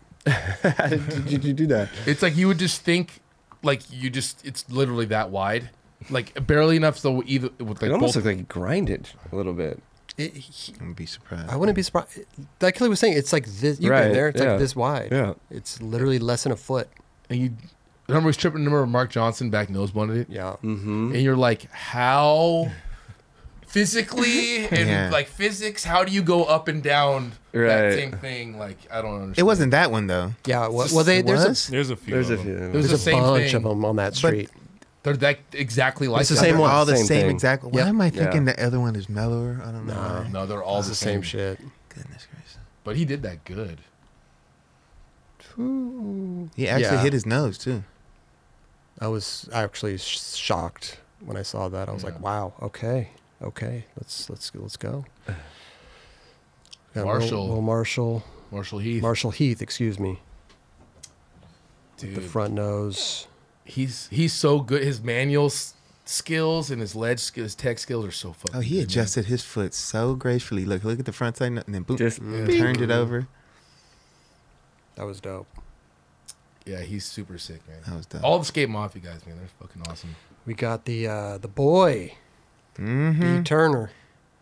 Speaker 4: Did you do that?
Speaker 3: It's like you would just think, like you just, it's literally that wide, like barely enough so either with
Speaker 4: It
Speaker 3: like both.
Speaker 4: almost looked like you grinded a little bit.
Speaker 2: I'm gonna be surprised.
Speaker 1: I wouldn't be surprised. Like Kelly was saying, it's like this. You've
Speaker 4: Right,
Speaker 1: been there. It's
Speaker 4: yeah.
Speaker 1: like this wide.
Speaker 4: Yeah.
Speaker 1: It's literally less than a foot.
Speaker 3: and you remember he's tripping. Remember Mark Johnson back nose bunted it,
Speaker 1: Yeah.
Speaker 4: Mm-hmm.
Speaker 3: and you're like, how physically and
Speaker 2: Yeah.
Speaker 3: like physics, how do you go up and down that
Speaker 4: Right.
Speaker 3: same thing? Like I don't understand.
Speaker 2: It wasn't that one though.
Speaker 1: Yeah. Well, well they, there's
Speaker 2: was?
Speaker 1: a,
Speaker 5: There's a few.
Speaker 4: There's a
Speaker 5: of
Speaker 4: few.
Speaker 5: them.
Speaker 3: It was
Speaker 1: there's
Speaker 3: the
Speaker 1: a
Speaker 3: same
Speaker 1: bunch
Speaker 3: thing.
Speaker 1: of them on that street.
Speaker 3: They're that exactly like
Speaker 1: It's the
Speaker 3: that.
Speaker 1: same
Speaker 2: They're
Speaker 1: one.
Speaker 2: All the
Speaker 4: Same
Speaker 2: same,
Speaker 4: thing.
Speaker 2: exact. Why
Speaker 1: Yep.
Speaker 2: am I
Speaker 4: Yeah.
Speaker 2: thinking the other one is mellower? I don't know.
Speaker 1: Nah.
Speaker 3: No, they're all
Speaker 1: It's
Speaker 3: the
Speaker 1: the same
Speaker 3: same.
Speaker 1: shit.
Speaker 2: Goodness gracious.
Speaker 3: But he did that good.
Speaker 2: He actually
Speaker 1: Yeah.
Speaker 2: hit his nose too.
Speaker 1: I was actually sh- shocked when I saw that. I was
Speaker 3: Yeah.
Speaker 1: like, wow. Okay. Okay. Let's let's let's go. Yeah, Will-
Speaker 3: Marshall.
Speaker 1: Will Marshall.
Speaker 3: Marshall Heath.
Speaker 1: Marshall Heath. Excuse me.
Speaker 3: dude.
Speaker 1: The front nose.
Speaker 3: he's he's so good. His manual s- skills and his ledge skills, his tech skills are so fucking.
Speaker 2: Oh, he
Speaker 3: good, man.
Speaker 2: adjusted his foot so gracefully. Look, look at the front side, and then boop, mm,
Speaker 4: Just
Speaker 2: turned it over.
Speaker 1: That was dope.
Speaker 3: Yeah, he's super sick, man.
Speaker 2: That was done.
Speaker 3: All the skate mafia guys, man, they're fucking awesome.
Speaker 1: We got the uh, the boy,
Speaker 2: mm-hmm.
Speaker 1: B Turner,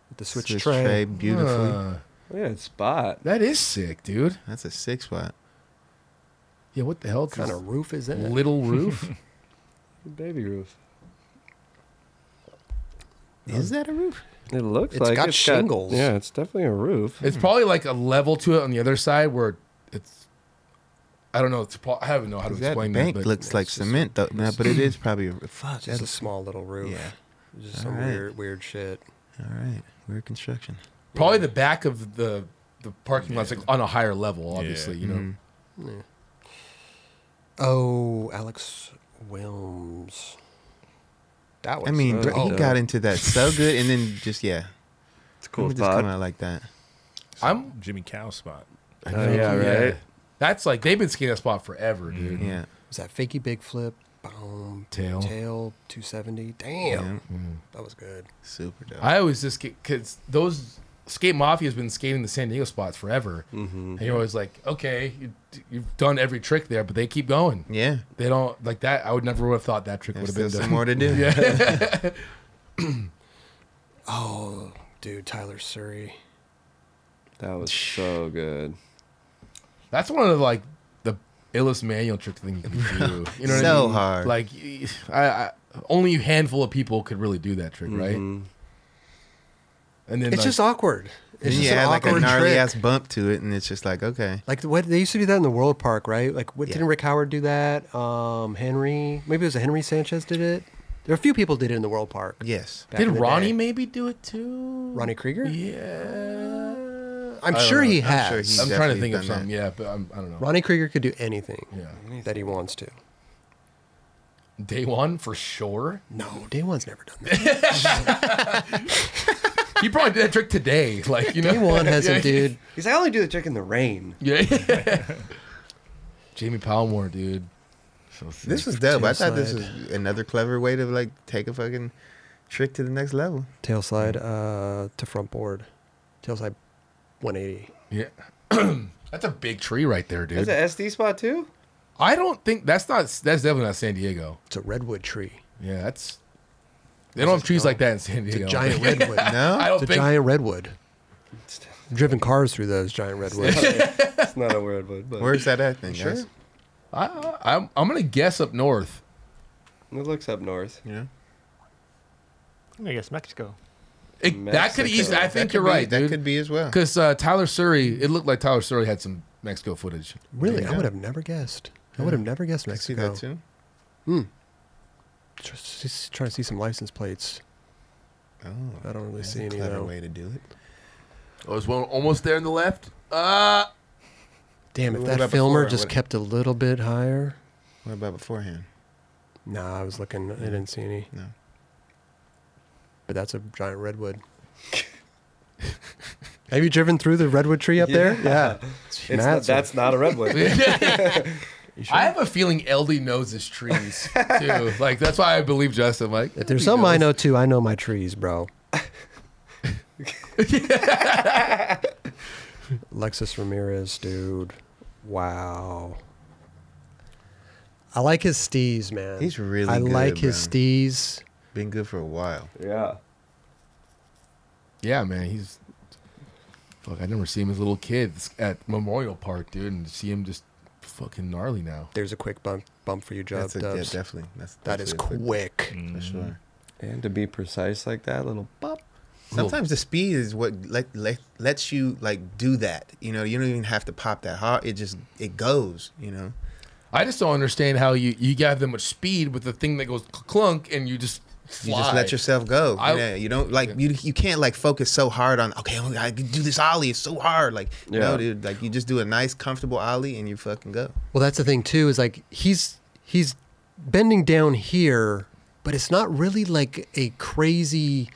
Speaker 1: with the switch, tray.
Speaker 2: beautifully.
Speaker 3: Uh,
Speaker 4: Yeah, spot.
Speaker 3: that is sick, dude.
Speaker 2: That's a six spot.
Speaker 3: Yeah, what the hell?
Speaker 1: What kind of roof is that?
Speaker 3: little roof?
Speaker 4: Baby roof.
Speaker 2: Is that a roof?
Speaker 4: It looks
Speaker 1: It's
Speaker 4: like
Speaker 1: got
Speaker 4: it's
Speaker 1: shingles.
Speaker 4: yeah, it's definitely a roof.
Speaker 3: it's probably like a level to it on the other side where it's. I don't know. It's pro- I haven't know how to
Speaker 2: 'Cause that
Speaker 3: explain
Speaker 2: bank
Speaker 3: that. but
Speaker 2: looks like
Speaker 1: it's just-
Speaker 2: cement, though. No, but it is probably a
Speaker 1: Fuck, that's a small little roof.
Speaker 2: Yeah.
Speaker 1: Just some
Speaker 2: Alright.
Speaker 1: weird, weird shit.
Speaker 2: All right, weird construction.
Speaker 3: probably the
Speaker 4: Mm.
Speaker 3: back of the the parking lot's like on a higher level. Obviously, you know.
Speaker 2: Mhm.
Speaker 1: Oh, Alex Wilms. That was.
Speaker 2: I mean,
Speaker 4: so
Speaker 2: bro, he
Speaker 4: dope.
Speaker 2: got into that so good, and then just yeah,
Speaker 4: It's a cool
Speaker 2: Let me just come
Speaker 4: spot.
Speaker 2: out like that. mm-hmm.
Speaker 3: I'm-
Speaker 5: Jimmy Cow spot.
Speaker 4: Oh, yeah, right.
Speaker 3: That's like they've been skating that spot forever, dude.
Speaker 4: Mm-hmm.
Speaker 2: Yeah,
Speaker 1: was that fakie big flip? Boom.
Speaker 3: Tail.
Speaker 1: Tail 270. Damn.
Speaker 2: Yeah.
Speaker 1: That was good.
Speaker 2: super dope.
Speaker 3: I always just get because those skate mafia has been skating the San Diego spots forever,
Speaker 2: Mm-hmm.
Speaker 3: and you're always like, okay, you, you've done every trick there, but they keep going.
Speaker 2: yeah,
Speaker 3: They don't like that. I would never would have thought that trick would
Speaker 2: there's
Speaker 3: have been
Speaker 2: still some
Speaker 3: done.
Speaker 2: more to do.
Speaker 1: Oh, dude, Tyler Surrey.
Speaker 4: That was so good.
Speaker 3: That's one of the, like the illest manual trick thing you can do. You know what I
Speaker 2: So
Speaker 3: mean?
Speaker 2: hard.
Speaker 3: Like, I, I only a handful of people could really do that trick, right?
Speaker 2: Mm-hmm.
Speaker 4: Mhm.
Speaker 3: And then
Speaker 1: It's
Speaker 3: like,
Speaker 1: just awkward. It's
Speaker 2: Then you
Speaker 1: just an
Speaker 2: add like a
Speaker 1: awkward
Speaker 2: gnarly
Speaker 1: trick.
Speaker 2: ass bump to it, and it's just like okay.
Speaker 1: Like what they used to do that in the World Park, right? Like what
Speaker 2: Yeah.
Speaker 1: didn't Rick Howard do that? Um, Henry, maybe it was a Henry Sanchez did it. There were a few people did it in the World Park.
Speaker 2: Yes.
Speaker 1: back
Speaker 3: did
Speaker 1: in the
Speaker 3: Ronnie
Speaker 1: day.
Speaker 3: maybe do it too?
Speaker 1: Ronnie Krieger?
Speaker 3: Yeah.
Speaker 1: I'm
Speaker 3: I don't
Speaker 1: sure
Speaker 3: know.
Speaker 1: he
Speaker 2: I'm
Speaker 1: has.
Speaker 2: sure he-
Speaker 3: I'm trying to
Speaker 2: definitely
Speaker 3: think of
Speaker 2: done that.
Speaker 3: something. Yeah, but I'm, I don't know.
Speaker 1: Ronnie Krieger could do anything
Speaker 3: Yeah.
Speaker 1: that he wants to.
Speaker 3: Day one for sure.
Speaker 1: No, Day One's never done that.
Speaker 3: He probably did that trick today. Like you know,
Speaker 1: Day One hasn't, dude.
Speaker 4: He's like, I only do the trick in the rain.
Speaker 3: Yeah. Jamie Palmore, dude. So sick.
Speaker 2: This was dope. I thought this was
Speaker 1: Tailslide.
Speaker 2: another clever way to like take a fucking trick to the next level.
Speaker 1: Tail slide uh, to front board. Tail slide 180.
Speaker 3: yeah. that's a big tree right there, dude.
Speaker 4: That's an SD spot too.
Speaker 3: I don't think that's not that's definitely not San Diego.
Speaker 1: It's a redwood tree.
Speaker 3: Yeah, that's they don't have trees like that in San
Speaker 1: It's
Speaker 3: Diego.
Speaker 1: a giant redwood.
Speaker 3: I
Speaker 2: No,
Speaker 4: Oh,
Speaker 3: don't
Speaker 1: It's a
Speaker 3: think
Speaker 1: giant redwood. Driven cars through those giant redwoods.
Speaker 4: It's not a word, but, but
Speaker 2: where's that at? Thing,
Speaker 4: Sure.
Speaker 2: guys?
Speaker 3: I, I'm I'm gonna guess up north.
Speaker 4: it looks up north.
Speaker 2: Yeah.
Speaker 6: I guess Mexico.
Speaker 3: It, that could
Speaker 4: Mexico.
Speaker 3: easily. I
Speaker 4: That
Speaker 3: think
Speaker 2: That
Speaker 3: you're
Speaker 2: could be-
Speaker 3: right,
Speaker 2: That
Speaker 3: dude.
Speaker 2: could be as well.
Speaker 3: Because uh, Tyler Surrey, it looked like Tyler Surrey had some Mexico footage.
Speaker 1: Really,
Speaker 2: you
Speaker 1: I
Speaker 2: go.
Speaker 1: would have never guessed. I would have never guessed
Speaker 2: I see that
Speaker 1: Mexico.
Speaker 2: too.
Speaker 1: Just, just trying to see some license plates.
Speaker 2: Oh,
Speaker 1: I don't really
Speaker 2: that's
Speaker 1: see
Speaker 2: a
Speaker 1: any
Speaker 2: clever
Speaker 1: though.
Speaker 2: way to do it.
Speaker 3: Oh, is one almost there in the left? Uh
Speaker 1: Damn, if
Speaker 2: What
Speaker 1: that
Speaker 2: about
Speaker 1: filmer
Speaker 2: before?
Speaker 1: just
Speaker 2: What-
Speaker 1: kept a little bit higher.
Speaker 2: What about beforehand?
Speaker 1: Nah, I was looking. I didn't see any.
Speaker 2: No.
Speaker 1: But that's a giant redwood. have you driven through the redwood tree up there? Yeah. It's
Speaker 4: It's not, that's not a redwood.
Speaker 3: I have a feeling LD knows his trees too. like that's why I believe Justin. Like
Speaker 1: if there's something I know too, I know my trees, bro. Alexis Ramirez, dude. Wow. I like his stees, man.
Speaker 2: He's really
Speaker 1: I like
Speaker 2: good,
Speaker 1: his
Speaker 2: bro.
Speaker 1: stees.
Speaker 2: Been good for a while.
Speaker 4: yeah.
Speaker 3: Yeah, man, he's. Fuck, I never see him as a little kid at Memorial Park, dude, and see him just fucking gnarly now.
Speaker 1: There's a quick bump bump for you, Job
Speaker 2: That's a, yeah,
Speaker 1: Dubs.
Speaker 2: definitely. That's
Speaker 1: that is
Speaker 2: definitely a
Speaker 1: quick.
Speaker 2: quick- For sure.
Speaker 4: And to be precise like that, little bop.
Speaker 2: Sometimes the speed is what let, let lets you like do that. You know, you don't even have to pop that hard. It just it goes. You know.
Speaker 3: I just don't understand how you you have that much speed with the thing that goes clunk and you just fly.
Speaker 2: You just let yourself go.
Speaker 3: I-
Speaker 2: yeah, you don't like you. You can't like focus so hard on. Okay, oh, I can do this ollie. It's so hard. Like
Speaker 4: Yeah.
Speaker 2: no, dude. Like you just do a nice, comfortable ollie and you fucking go.
Speaker 1: Well, that's the thing too. Is like he's he's bending down here, but it's not really like a crazy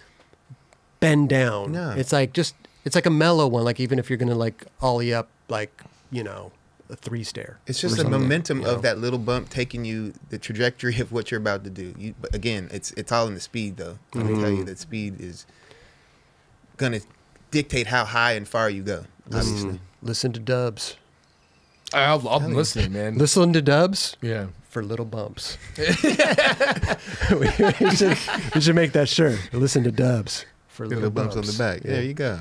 Speaker 1: bend down.
Speaker 2: No.
Speaker 1: It's like just it's like a mellow one. Like even if you're gonna like ollie up, like you know, a three stair.
Speaker 2: It's just
Speaker 1: or
Speaker 2: the
Speaker 1: something,
Speaker 2: momentum
Speaker 1: you know?
Speaker 2: of that little bump taking you the trajectory of what you're about to do. You, but again, it's it's all in the speed though. Let me
Speaker 1: Mm-hmm.
Speaker 2: tell you that speed is gonna dictate how high and far you go. Obviously.
Speaker 1: Mm. Listen to Dubs.
Speaker 3: I'll, I'll listen, man.
Speaker 1: Listen to Dubs
Speaker 3: Yeah,
Speaker 1: for little bumps. we, we should, we should make that sure. Listen to Dubs for little,
Speaker 2: Little bumps on the back. There you go.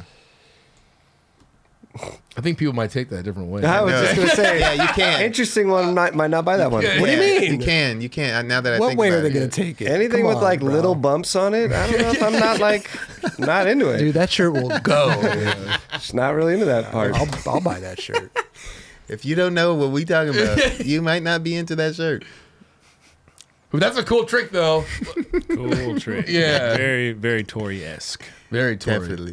Speaker 3: I think people might take that a different way.
Speaker 4: I was
Speaker 2: No.
Speaker 4: just gonna say,
Speaker 2: Yeah, you can.
Speaker 4: interesting one. Might, might not buy that one.
Speaker 3: Yeah.
Speaker 1: What do you
Speaker 2: Yeah,
Speaker 1: mean?
Speaker 2: You can. You can. Uh, Now that I
Speaker 1: What
Speaker 2: think
Speaker 1: way
Speaker 2: about
Speaker 1: are they
Speaker 2: it.
Speaker 1: gonna take it?
Speaker 4: Anything
Speaker 1: Come
Speaker 4: with
Speaker 1: on,
Speaker 4: like
Speaker 1: bro.
Speaker 4: little bumps on it, I don't know if I'm not like not into it.
Speaker 1: Dude, that shirt will go.
Speaker 4: Just not really into that part.
Speaker 1: I'll, I'll buy that shirt.
Speaker 2: If you don't know what we talking about, you might not be into that shirt.
Speaker 3: But that's a cool trick, though.
Speaker 5: Cool trick.
Speaker 3: Yeah.
Speaker 5: Very, very Tory esque.
Speaker 3: Very Tory.
Speaker 2: Definitely.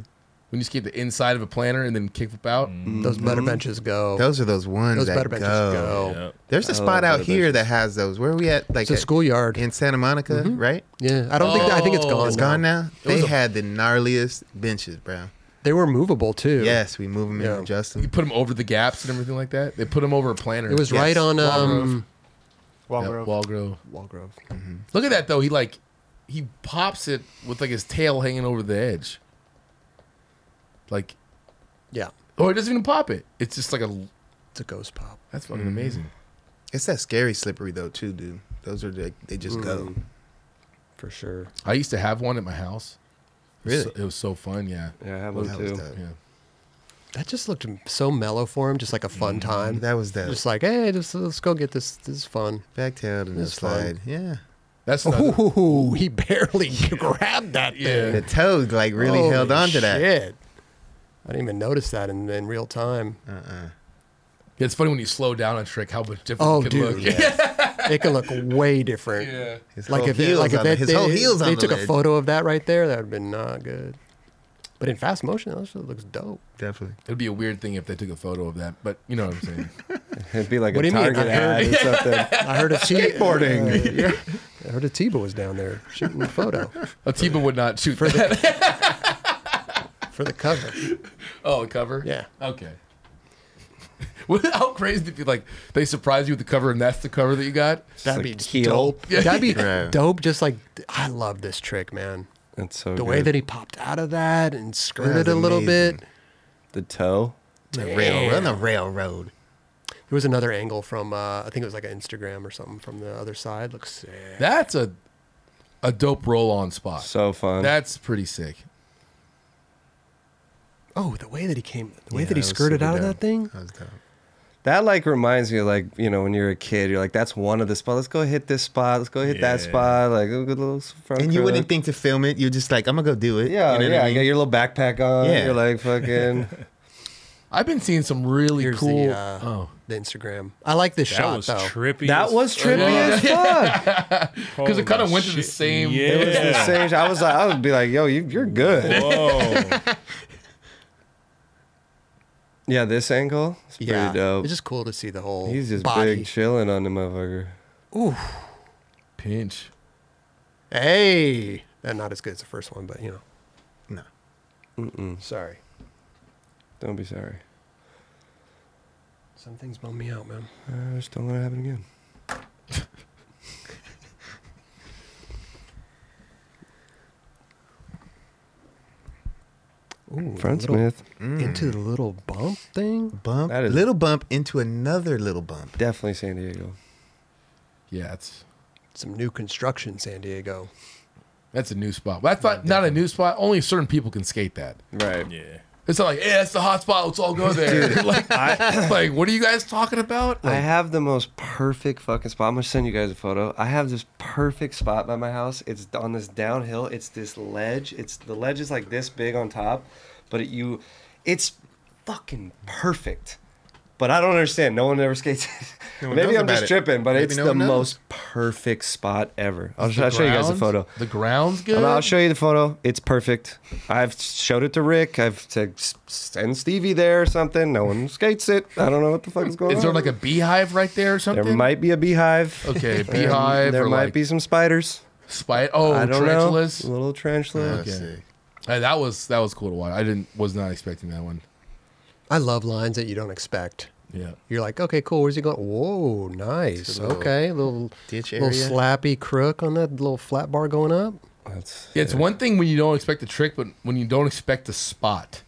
Speaker 3: when you just keep the inside of a planter and then kick flip out.
Speaker 1: Those butter benches go.
Speaker 2: Mm-hmm. Those are those ones
Speaker 1: Those
Speaker 2: that
Speaker 1: butter benches
Speaker 2: go.
Speaker 1: go.
Speaker 5: Yeah.
Speaker 2: There's a
Speaker 4: I
Speaker 2: spot
Speaker 4: love
Speaker 2: out
Speaker 4: butter
Speaker 2: here
Speaker 4: benches.
Speaker 2: that has those. Where are we at? Like
Speaker 1: It's a Mm-hmm.
Speaker 2: at-
Speaker 1: schoolyard.
Speaker 2: in Santa Monica, right?
Speaker 1: Yeah, I don't think that, I think it's
Speaker 3: Oh.
Speaker 1: gone.
Speaker 2: It's
Speaker 1: now.
Speaker 2: gone now. They
Speaker 3: was a-
Speaker 2: had the gnarliest benches, bro.
Speaker 1: They were movable too.
Speaker 2: Yes, we move them in
Speaker 1: Yeah.
Speaker 2: and adjust
Speaker 3: You
Speaker 2: 'em.
Speaker 3: put them over the gaps and everything like that. They put them over a planter.
Speaker 1: it was
Speaker 2: Yes.
Speaker 1: right on um,
Speaker 3: Yeah,
Speaker 6: Walgrove.
Speaker 3: Walgrove.
Speaker 1: Walgrove.
Speaker 3: Look at that though. He like he pops it with like his tail hanging over the edge. Like
Speaker 1: Yeah,
Speaker 3: oh, it doesn't even pop it. It's just like a
Speaker 1: it's a ghost pop.
Speaker 3: that's fucking amazing.
Speaker 2: It's that scary slippery though, too, dude. Those are like they just go.
Speaker 1: for sure.
Speaker 3: I used to have one at my house. It was
Speaker 2: Really?
Speaker 3: so- it was so fun. Yeah,
Speaker 4: Yeah, I
Speaker 2: That
Speaker 4: have one
Speaker 2: was
Speaker 4: Mm-hmm. too.
Speaker 2: dope.
Speaker 3: yeah.
Speaker 1: That just looked so mellow for him, just like a fun
Speaker 2: Mm-hmm.
Speaker 1: time.
Speaker 2: That was that
Speaker 1: just like, hey, just, let's go get this. This is fun.
Speaker 2: back tailed and the
Speaker 1: It's fun.
Speaker 2: slide. Yeah.
Speaker 3: That's another,
Speaker 1: Ooh, he barely grabbed that thing.
Speaker 3: yeah.
Speaker 2: The toad like really
Speaker 1: Holy
Speaker 2: held on to that.
Speaker 1: Shit. I didn't even notice that in, in real time.
Speaker 2: Uh-huh.
Speaker 3: It's funny when you slow down a trick how much different
Speaker 1: Oh,
Speaker 3: it can
Speaker 1: dude,
Speaker 3: look.
Speaker 1: it can look way different.
Speaker 3: yeah.
Speaker 2: His
Speaker 1: Like
Speaker 2: whole
Speaker 1: if, it,
Speaker 2: heels
Speaker 1: like if
Speaker 2: on the-
Speaker 1: that,
Speaker 2: his
Speaker 1: they,
Speaker 2: whole heels
Speaker 1: they
Speaker 2: on the
Speaker 1: took a
Speaker 2: ledge.
Speaker 1: photo of that right there, that would have been not good. But in fast motion, that shit looks dope.
Speaker 2: Definitely.
Speaker 3: It'd be a weird thing if they took a photo of that, but you know what I'm saying.
Speaker 4: It'd be like
Speaker 1: What
Speaker 4: a
Speaker 1: do you mean?
Speaker 4: Target
Speaker 1: I heard-
Speaker 4: ad or something.
Speaker 1: I heard a T-
Speaker 4: Skateboarding.
Speaker 1: uh, I heard a Tiba was down there shooting a photo
Speaker 3: Atiba would not shoot
Speaker 1: For
Speaker 3: that.
Speaker 1: for the cover.
Speaker 3: Oh, the cover.
Speaker 1: Yeah.
Speaker 3: Okay. What- How crazy if you like they surprise you with the cover and that's the cover that you got?
Speaker 1: That'd
Speaker 4: like
Speaker 1: be
Speaker 4: keel.
Speaker 1: dope.
Speaker 3: Yeah.
Speaker 1: That'd be
Speaker 2: Right.
Speaker 1: dope. Just like I love this trick, man.
Speaker 4: That's so
Speaker 1: The
Speaker 4: good.
Speaker 1: way that he popped out of that and skirted
Speaker 2: was
Speaker 1: a little
Speaker 2: amazing.
Speaker 1: bit.
Speaker 4: the toe.
Speaker 2: The railroad. On the railroad.
Speaker 1: There was another angle from uh, I think it was like an Instagram or something from the other side. Looks sick.
Speaker 3: That's a a dope roll on spot.
Speaker 4: So um, fun.
Speaker 3: that's pretty sick.
Speaker 1: Oh, the way that he came, the way
Speaker 2: Yeah,
Speaker 1: that he
Speaker 2: that was
Speaker 1: skirted
Speaker 2: super
Speaker 1: out of
Speaker 2: dope.
Speaker 1: that thing.
Speaker 2: That was dope.
Speaker 4: That like reminds me, like you know, when you're a kid, you're like, "That's one of the spots. Let's go hit this spot. Let's go hit that
Speaker 5: Yeah.
Speaker 4: spot." Like a good little front.
Speaker 2: And you
Speaker 4: crook.
Speaker 2: wouldn't think to film it. You're just like, I'm gonna go do it.
Speaker 4: Yeah,
Speaker 2: You know what I
Speaker 4: yeah. You
Speaker 2: mean?
Speaker 4: got your little backpack on.
Speaker 2: Yeah.
Speaker 4: You're like fucking.
Speaker 3: I've been seeing some really
Speaker 1: Here's
Speaker 3: cool.
Speaker 1: the uh,
Speaker 3: oh,
Speaker 1: the Instagram. I like this
Speaker 5: That
Speaker 1: shot
Speaker 5: was
Speaker 1: though.
Speaker 5: trippy.
Speaker 4: that was trippy as fuck.
Speaker 5: because
Speaker 3: it kinda went to the same-
Speaker 5: Yeah.
Speaker 4: It was the same. I was like, I would be like, "Yo, you, you're good."
Speaker 5: Whoa.
Speaker 4: Yeah, this angle. It's pretty
Speaker 1: yeah,
Speaker 4: dope.
Speaker 1: it's just cool to see the whole.
Speaker 4: He's just
Speaker 1: body.
Speaker 4: big chilling on the motherfucker.
Speaker 3: pinch.
Speaker 1: Hey, and not as good as the first one, but you know.
Speaker 2: No.
Speaker 1: Sorry,
Speaker 4: Don't be sorry.
Speaker 1: some things bum me out, man.
Speaker 4: I just don't let it happen again.
Speaker 1: Ooh,
Speaker 4: Front
Speaker 1: the little-
Speaker 4: Smith. Mm.
Speaker 1: into the little bump thing.
Speaker 2: Bump.
Speaker 4: That is-
Speaker 2: little bump into another little bump.
Speaker 4: Definitely San Diego.
Speaker 3: Yeah, it's
Speaker 1: Some new construction, San Diego.
Speaker 3: that's a new spot. But I thought not a new spot. Only certain people can skate that.
Speaker 4: Right.
Speaker 5: Yeah.
Speaker 3: It's not like, yeah, that's the hot spot. Let's all go there. like, like, what are you guys talking about?
Speaker 4: I
Speaker 3: Like,
Speaker 4: have the most perfect fucking spot. I'm gonna send you guys a photo. I have this perfect spot by my house. It's on this downhill. It's this ledge. It's the ledge is like this big on top, but it, you, it's fucking perfect. But I don't understand. No one ever skates.
Speaker 2: No one
Speaker 4: Maybe
Speaker 2: knows
Speaker 4: I'm
Speaker 2: about
Speaker 4: just
Speaker 2: it.
Speaker 4: tripping, but
Speaker 2: Maybe
Speaker 4: it's
Speaker 2: no
Speaker 4: the
Speaker 2: one knows.
Speaker 4: most perfect spot ever. I'll,
Speaker 3: the
Speaker 4: I'll show you guys the
Speaker 3: grounds-
Speaker 4: photo.
Speaker 3: The ground's good.
Speaker 4: I'll show you the photo. It's perfect. I've showed it to Rick. I've said "S- send Stevie there or something. No one skates it. I don't know what the fuck is going
Speaker 3: Is there
Speaker 4: on.
Speaker 3: like a beehive right there or something?
Speaker 4: there might be a beehive.
Speaker 3: Okay,
Speaker 4: Um,
Speaker 3: beehive
Speaker 4: there
Speaker 3: or
Speaker 4: might
Speaker 3: like-
Speaker 4: be some spiders.
Speaker 3: Spite. Oh,
Speaker 4: I don't
Speaker 3: tarantulas.
Speaker 4: know. Little tarantula.
Speaker 2: Let's
Speaker 3: Okay.
Speaker 2: see.
Speaker 3: Hey, that was that was cool to watch. I didn't was not expecting that one.
Speaker 1: I love lines that you don't expect.
Speaker 3: Yeah.
Speaker 1: You're like, okay, cool. Where's he going? Whoa, nice.
Speaker 4: little
Speaker 1: okay, little
Speaker 2: ditch
Speaker 1: little
Speaker 2: area.
Speaker 1: slappy crook on that little flat bar going up.
Speaker 4: That's
Speaker 3: It's one thing when you don't expect the trick, but when you don't expect the spot.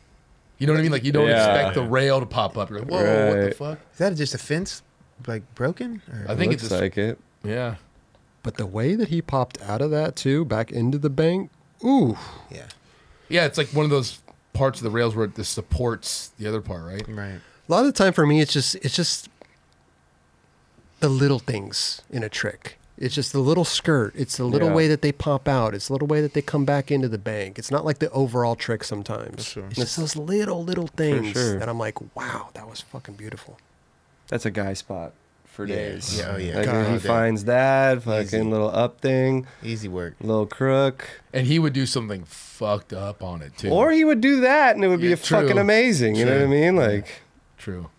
Speaker 3: You know what I mean? Like you don't
Speaker 4: Yeah.
Speaker 3: expect the rail to pop up. You're like, whoa, what the
Speaker 4: Right.
Speaker 3: fuck?
Speaker 2: Is that just a fence like broken? Or
Speaker 3: I think
Speaker 4: looks
Speaker 3: it's a-
Speaker 4: like it.
Speaker 3: Yeah.
Speaker 1: But the way that he popped out of that too, back into the bank. Ooh,
Speaker 2: yeah.
Speaker 3: Yeah, it's like one of those parts of the rails where it just supports the other part, right?
Speaker 2: Right.
Speaker 1: a lot of the time for me, it's just it's just the little things in a trick. It's just the little skirt. It's the little
Speaker 4: Yeah.
Speaker 1: way that they pop out. It's the little way that they come back into the bank. It's not like the overall trick sometimes.
Speaker 2: Sure.
Speaker 1: It's just those little little things
Speaker 4: sure.
Speaker 1: that I'm like, wow, that was fucking beautiful.
Speaker 4: That's a guy spot for
Speaker 2: Yeah.
Speaker 4: days.
Speaker 2: Yeah, oh, yeah.
Speaker 4: Like
Speaker 2: God,
Speaker 4: he
Speaker 2: yeah.
Speaker 4: finds that fucking
Speaker 2: Easy.
Speaker 4: little up thing,
Speaker 2: Easy work.
Speaker 4: little crook,
Speaker 3: And he would do something fucked up on it too.
Speaker 4: or he would do that and it would be
Speaker 3: Yeah,
Speaker 4: a fucking
Speaker 3: true.
Speaker 4: amazing. You know what I
Speaker 3: True.
Speaker 4: mean? Like.
Speaker 3: true.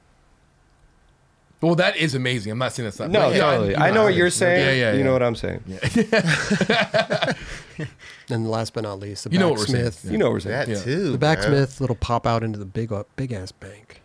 Speaker 3: Well, that is amazing. I'm not saying that's not.
Speaker 4: No,
Speaker 3: but yeah,
Speaker 4: totally. I know what you're saying.
Speaker 3: Yeah, yeah.
Speaker 4: You know
Speaker 3: yeah.
Speaker 4: what I'm saying.
Speaker 1: And last but not least, the
Speaker 3: You know what we're saying.
Speaker 1: backsmith.
Speaker 4: You know what we're saying.
Speaker 2: That
Speaker 3: Yeah.
Speaker 2: too.
Speaker 1: The
Speaker 2: bro.
Speaker 1: backsmith little pop out into the big uh, big ass bank.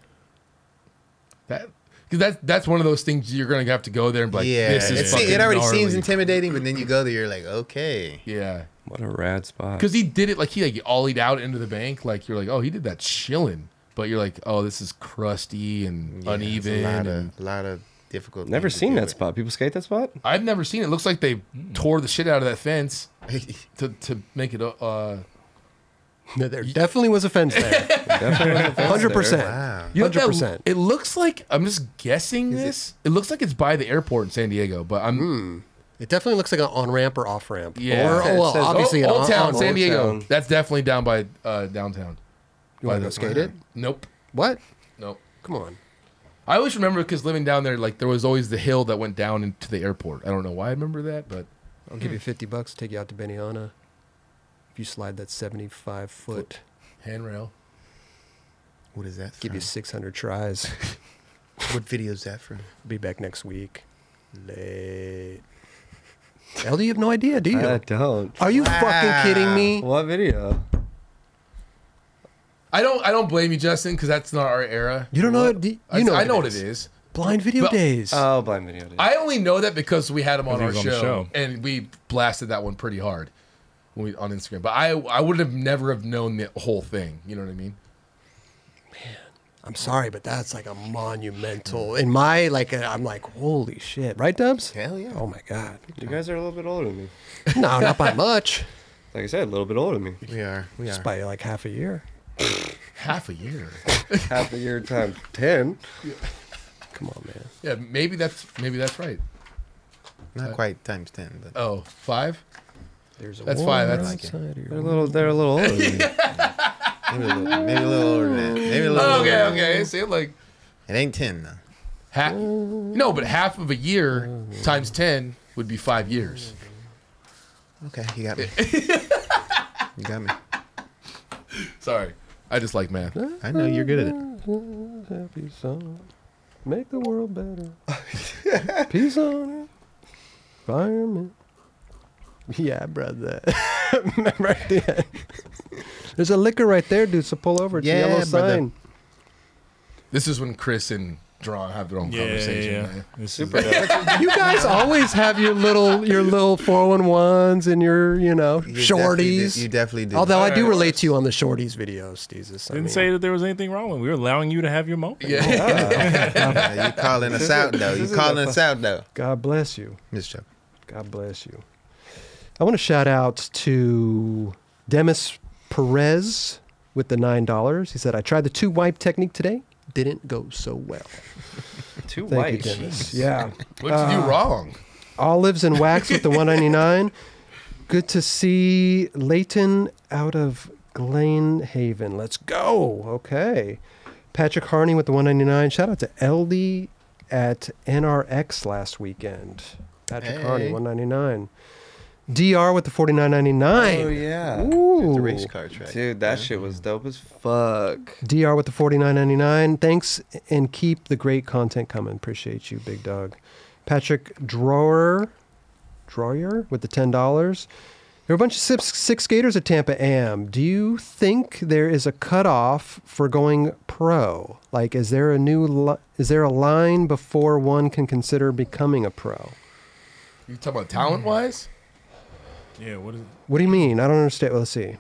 Speaker 3: That because that's that's one of those things you're gonna have to go there and be like,
Speaker 2: yeah,
Speaker 3: this
Speaker 2: it,
Speaker 3: is
Speaker 2: se-
Speaker 3: fucking
Speaker 2: it already seems
Speaker 3: gnarly.
Speaker 2: intimidating, but then you go there, you're like, okay,
Speaker 3: Yeah,
Speaker 4: What a rad spot.
Speaker 3: because he did it like he like ollied out into the bank. Like you're like, oh, he did that chilling. But you're like, oh, this is crusty and
Speaker 2: Yeah, it's
Speaker 3: uneven.
Speaker 2: a lot
Speaker 3: and-
Speaker 2: of, lot of difficult.
Speaker 4: Never
Speaker 2: things to
Speaker 4: seen
Speaker 2: do
Speaker 4: that spot. People skate that spot?
Speaker 3: I've never seen it. Looks like they tore the shit out of that fence
Speaker 2: with.
Speaker 3: to to make it. Uh,
Speaker 1: No, There definitely was a fence there.
Speaker 4: Definitely wasn't a fence
Speaker 1: Hundred percent.
Speaker 2: wow.
Speaker 3: you know what
Speaker 1: 100%.
Speaker 3: that- It looks like I'm just guessing this. It, looks like it's by the airport in San Diego, but I'm
Speaker 1: It definitely looks like an on ramp or off ramp.
Speaker 3: Yeah.
Speaker 1: Or,
Speaker 4: Yeah, it
Speaker 1: well,
Speaker 4: says-
Speaker 1: obviously,
Speaker 3: Oh,
Speaker 1: an
Speaker 3: Old
Speaker 1: on-
Speaker 3: Town,
Speaker 1: on-
Speaker 3: San
Speaker 4: Old
Speaker 3: Diego.
Speaker 4: Town.
Speaker 3: That's definitely down by uh, downtown.
Speaker 1: You want to
Speaker 3: By
Speaker 1: go
Speaker 3: the-
Speaker 1: skate it?
Speaker 3: Nope,
Speaker 1: What?
Speaker 3: nope.
Speaker 1: Come on.
Speaker 3: I always remember because living down there, like there was always the hill that went down into the airport. I don't know why I remember that, but
Speaker 1: I'll give you 50 bucks to take you out to Benihana. If you slide that 75 foot,
Speaker 3: handrail.
Speaker 2: What is that?
Speaker 1: give you
Speaker 2: from?
Speaker 1: 600 tries.
Speaker 2: what video is that from?
Speaker 1: Be back next week. Late. LD, you have no idea, do you?
Speaker 4: I don't.
Speaker 1: Are you fucking kidding me?
Speaker 4: What video?
Speaker 3: I don't. I don't blame you, Justin, because that's not our era.
Speaker 1: You don't know it? Do you
Speaker 3: I,
Speaker 1: know
Speaker 3: I
Speaker 1: what it
Speaker 3: know what
Speaker 1: is.
Speaker 3: it is.
Speaker 1: Blind video
Speaker 3: But-
Speaker 1: days.
Speaker 4: Oh, blind video. Dude.
Speaker 3: I only know that because we had him on
Speaker 5: he
Speaker 3: our
Speaker 5: was
Speaker 3: show,
Speaker 5: on the show.
Speaker 3: and we blasted that one pretty hard when we, on Instagram. But I I would have never have known the whole thing. You know what I mean?
Speaker 1: I'm sorry, but that's like a monumental. In my like, uh, I'm like, holy shit, right, Dubs?
Speaker 2: Hell yeah.
Speaker 1: Oh my god.
Speaker 4: you guys are a little bit older than me.
Speaker 1: No, not by much.
Speaker 4: Like I said, a little bit older than me.
Speaker 2: We are. We
Speaker 1: Just
Speaker 2: are.
Speaker 1: by like half a year.
Speaker 3: Half a year.
Speaker 4: Half a year times ten.
Speaker 1: Come on, man.
Speaker 3: yeah, maybe that's maybe that's right.
Speaker 2: Not quite times ten, but
Speaker 3: Oh, five.
Speaker 1: There's a
Speaker 3: That's
Speaker 1: war
Speaker 3: fine, that's-
Speaker 1: outside
Speaker 4: They're a
Speaker 1: here.
Speaker 4: little. They're a little older than me.
Speaker 2: maybe a little, maybe a little older than that. Maybe a little.
Speaker 3: Oh, okay,
Speaker 2: older.
Speaker 3: okay. See, like
Speaker 2: It ain't ten though.
Speaker 3: half. No, but half of a year times ten would be five years.
Speaker 2: Okay, you got me. you got me.
Speaker 3: Sorry, I just like math.
Speaker 2: I know you're good at it.
Speaker 4: Happy song. Make the world better. Peace on it. Environment.
Speaker 1: Yeah, brother. Remember at the end. There's a liquor right there, dude. So pull over. It's a
Speaker 2: Yeah,
Speaker 1: yellow
Speaker 2: brother.
Speaker 1: sign.
Speaker 3: This is when Chris and Drawn have their own
Speaker 5: Yeah, yeah,
Speaker 3: conversation.
Speaker 5: yeah.
Speaker 3: man.
Speaker 5: This is-
Speaker 2: Super. dope.
Speaker 1: You guys always have your little your little 411s and your, you know,
Speaker 2: You definitely do-
Speaker 1: shorties.
Speaker 2: you definitely do.
Speaker 1: Although I do
Speaker 3: Alright.
Speaker 1: relate to you on the shorties videos, Jesus. I
Speaker 5: Didn't
Speaker 1: mean,
Speaker 5: say that there was anything wrong with. it. We were allowing you to have your moment.
Speaker 3: Yeah.
Speaker 2: Yeah, you calling us out though. You
Speaker 4: This is
Speaker 2: calling
Speaker 4: a-
Speaker 2: us out though.
Speaker 4: God bless you.
Speaker 2: Miss Chuck.
Speaker 4: God bless you.
Speaker 1: I want to shout out to Demis Perez with the nine dollars. He said, "I tried the two wipe technique today. Didn't go so well."
Speaker 4: Too
Speaker 1: Thank you,
Speaker 4: white.
Speaker 1: Demis. Yeah,
Speaker 3: What did
Speaker 1: Uh,
Speaker 3: you do wrong?
Speaker 1: olives and wax with the one ninety nine. Good to see Leighton out of Glenhaven. Let's go. Okay, Patrick Harney with the one ninety nine. Shout out to LD at NRX last weekend. Patrick Harney
Speaker 2: Hey.
Speaker 1: one ninety nine. DR with the forty nine ninety nine.
Speaker 4: Oh yeah.
Speaker 2: It's
Speaker 1: Ooh.
Speaker 2: a race car track.
Speaker 4: Dude, that shit was dope as fuck.
Speaker 1: DR with the 49.99. Thanks and keep the great content coming. Appreciate you, big dog. Patrick Drawer, Drawer with the ten dollars. There are a bunch of six, six skaters at Tampa Am. Do you think there is a cutoff for going pro? Like, is there a new li- is there a line before one can consider becoming a pro?
Speaker 3: You talking about talent wise?
Speaker 5: Yeah. What is?
Speaker 1: What do you mean? I don't understand. Let's see.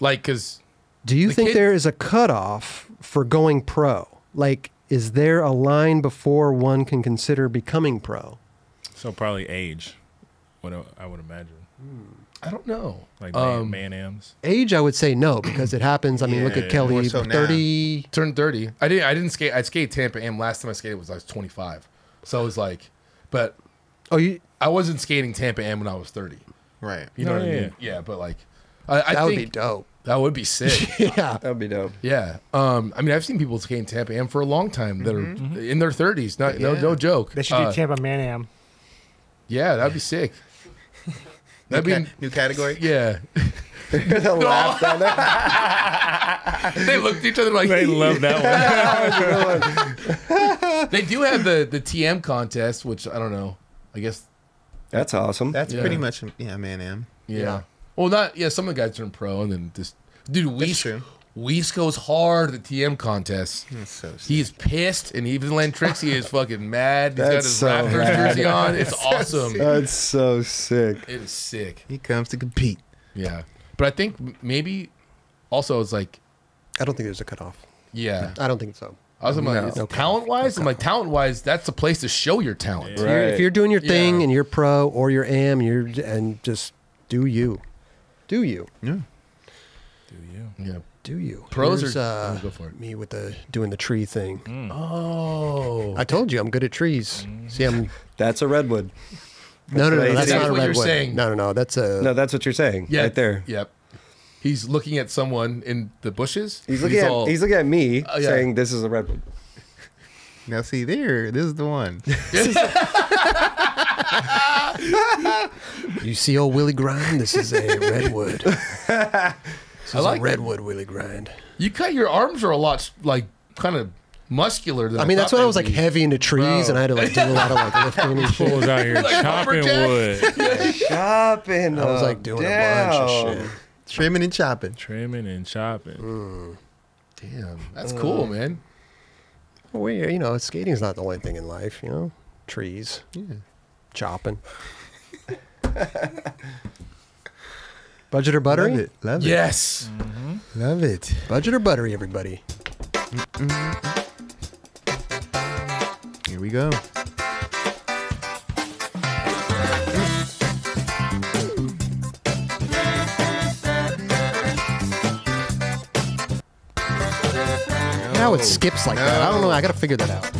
Speaker 3: Like, cause
Speaker 1: Do you
Speaker 3: The
Speaker 1: think
Speaker 3: kid-
Speaker 1: there is a cutoff for going pro? Like, is there a line before one can consider becoming pro?
Speaker 5: So probably age. What I- I would imagine.
Speaker 3: I don't know.
Speaker 5: Like
Speaker 3: Um,
Speaker 5: man, man ams.
Speaker 1: Age, I would say no because it happens. I mean, look
Speaker 5: Yeah,
Speaker 1: at Kelly,
Speaker 2: more so now.
Speaker 1: thirty.
Speaker 3: turned 30. I didn't. I didn't skate. I skated Tampa Am last time I skated was I was 25. So I was like, but
Speaker 1: Oh, you,
Speaker 3: I wasn't skating Tampa Am when I was 30.
Speaker 2: Right.
Speaker 3: You know
Speaker 5: Oh,
Speaker 3: what I
Speaker 5: yeah,
Speaker 3: mean? Yeah, but like, I, I
Speaker 1: that would
Speaker 3: think
Speaker 1: be dope.
Speaker 3: that would be sick.
Speaker 1: yeah.
Speaker 4: That'd be dope.
Speaker 3: yeah. Um. I mean, I've seen people skate in Tampa Am for a long time that are in their 30s. Not, No, no joke.
Speaker 6: They should
Speaker 3: Uh,
Speaker 6: do Tampa Man Am.
Speaker 3: yeah, that'd be sick. That'd
Speaker 2: New,
Speaker 3: be
Speaker 2: ca- new category.
Speaker 3: yeah.
Speaker 4: The laugh down there.
Speaker 3: They looked at each other like
Speaker 5: They love that one.
Speaker 3: They do have the the TM contest, which I don't know. I guess
Speaker 4: That's awesome.
Speaker 2: That's
Speaker 3: Yeah.
Speaker 2: pretty much yeah, man. Am
Speaker 3: yeah.
Speaker 1: Yeah.
Speaker 3: Well, not yeah. Some of the guys turn pro, and then just dude, Weiss,
Speaker 2: true.
Speaker 3: Weiss goes hard at the TM contest.
Speaker 2: That's so sick.
Speaker 3: He's pissed, and even Lantrixie is fucking mad. He's got
Speaker 4: That's
Speaker 3: his
Speaker 4: so
Speaker 3: Raptors
Speaker 4: rad.
Speaker 3: jersey on. It's awesome. It
Speaker 4: That's so sick.
Speaker 3: is sick.
Speaker 2: He comes to compete.
Speaker 3: Yeah, but I think m- maybe also it's like
Speaker 1: I don't think there's a cutoff.
Speaker 3: yeah.
Speaker 1: I don't think so.
Speaker 3: I was like,
Speaker 1: No.
Speaker 3: talent wise, I'm like talent wise, that's the place to show your talent.
Speaker 1: If you're-
Speaker 4: Right.
Speaker 1: If you're doing your thing
Speaker 3: Yeah.
Speaker 1: and you're pro or you're am, and you're and just do you, do you,
Speaker 2: Yeah.
Speaker 3: Yeah.
Speaker 1: do you.
Speaker 3: Pros
Speaker 1: Here's,
Speaker 3: are- Mm.
Speaker 1: uh,
Speaker 3: oh, go for it.
Speaker 1: me with the doing the tree thing.
Speaker 3: Oh.
Speaker 1: I told you I'm good at trees. See, I'm
Speaker 4: That's a redwood.
Speaker 1: no, no,
Speaker 4: what
Speaker 1: no.
Speaker 4: he
Speaker 1: That's
Speaker 4: said.
Speaker 1: not a
Speaker 3: That's what you're
Speaker 1: redwood.
Speaker 3: saying.
Speaker 1: No, no, no. That's a
Speaker 4: No, that's what you're saying.
Speaker 3: Yeah.
Speaker 4: Right there.
Speaker 3: Yep. He's looking at someone in the bushes. and
Speaker 4: He's looking at
Speaker 3: all-
Speaker 4: he's looking at me
Speaker 3: Oh, yeah.
Speaker 4: saying this is a redwood.
Speaker 2: Now see there, this is the one.
Speaker 1: You see old Willie Grind? This is a redwood. This is
Speaker 3: I like
Speaker 1: a redwood Willie Grind.
Speaker 3: You cut your arms are a lot s- like kind of muscular. Than
Speaker 1: I mean, that's
Speaker 3: thought
Speaker 1: why I was
Speaker 3: they'd
Speaker 1: like
Speaker 3: be.
Speaker 1: heavy into trees,
Speaker 3: Bro.
Speaker 1: and I had to like do a lot of like lifting and shit.
Speaker 5: Fools out here chopping
Speaker 3: lumberjack.
Speaker 5: wood,
Speaker 4: Chopping.
Speaker 1: I was like doing a bunch of shit.
Speaker 2: Trimming and chopping.
Speaker 5: trimming and chopping.
Speaker 1: Mm.
Speaker 3: Damn, that's cool, man.
Speaker 1: Well, yeah, you know, skating's not the only thing in life. You know, trees, chopping. Budget or
Speaker 2: Love
Speaker 1: buttery?
Speaker 2: it. Love it.
Speaker 3: Yes.
Speaker 2: Love it.
Speaker 1: Budget or buttery, everybody.
Speaker 2: Here we go.
Speaker 1: Now it skips like that. I don't know. I got to figure that out.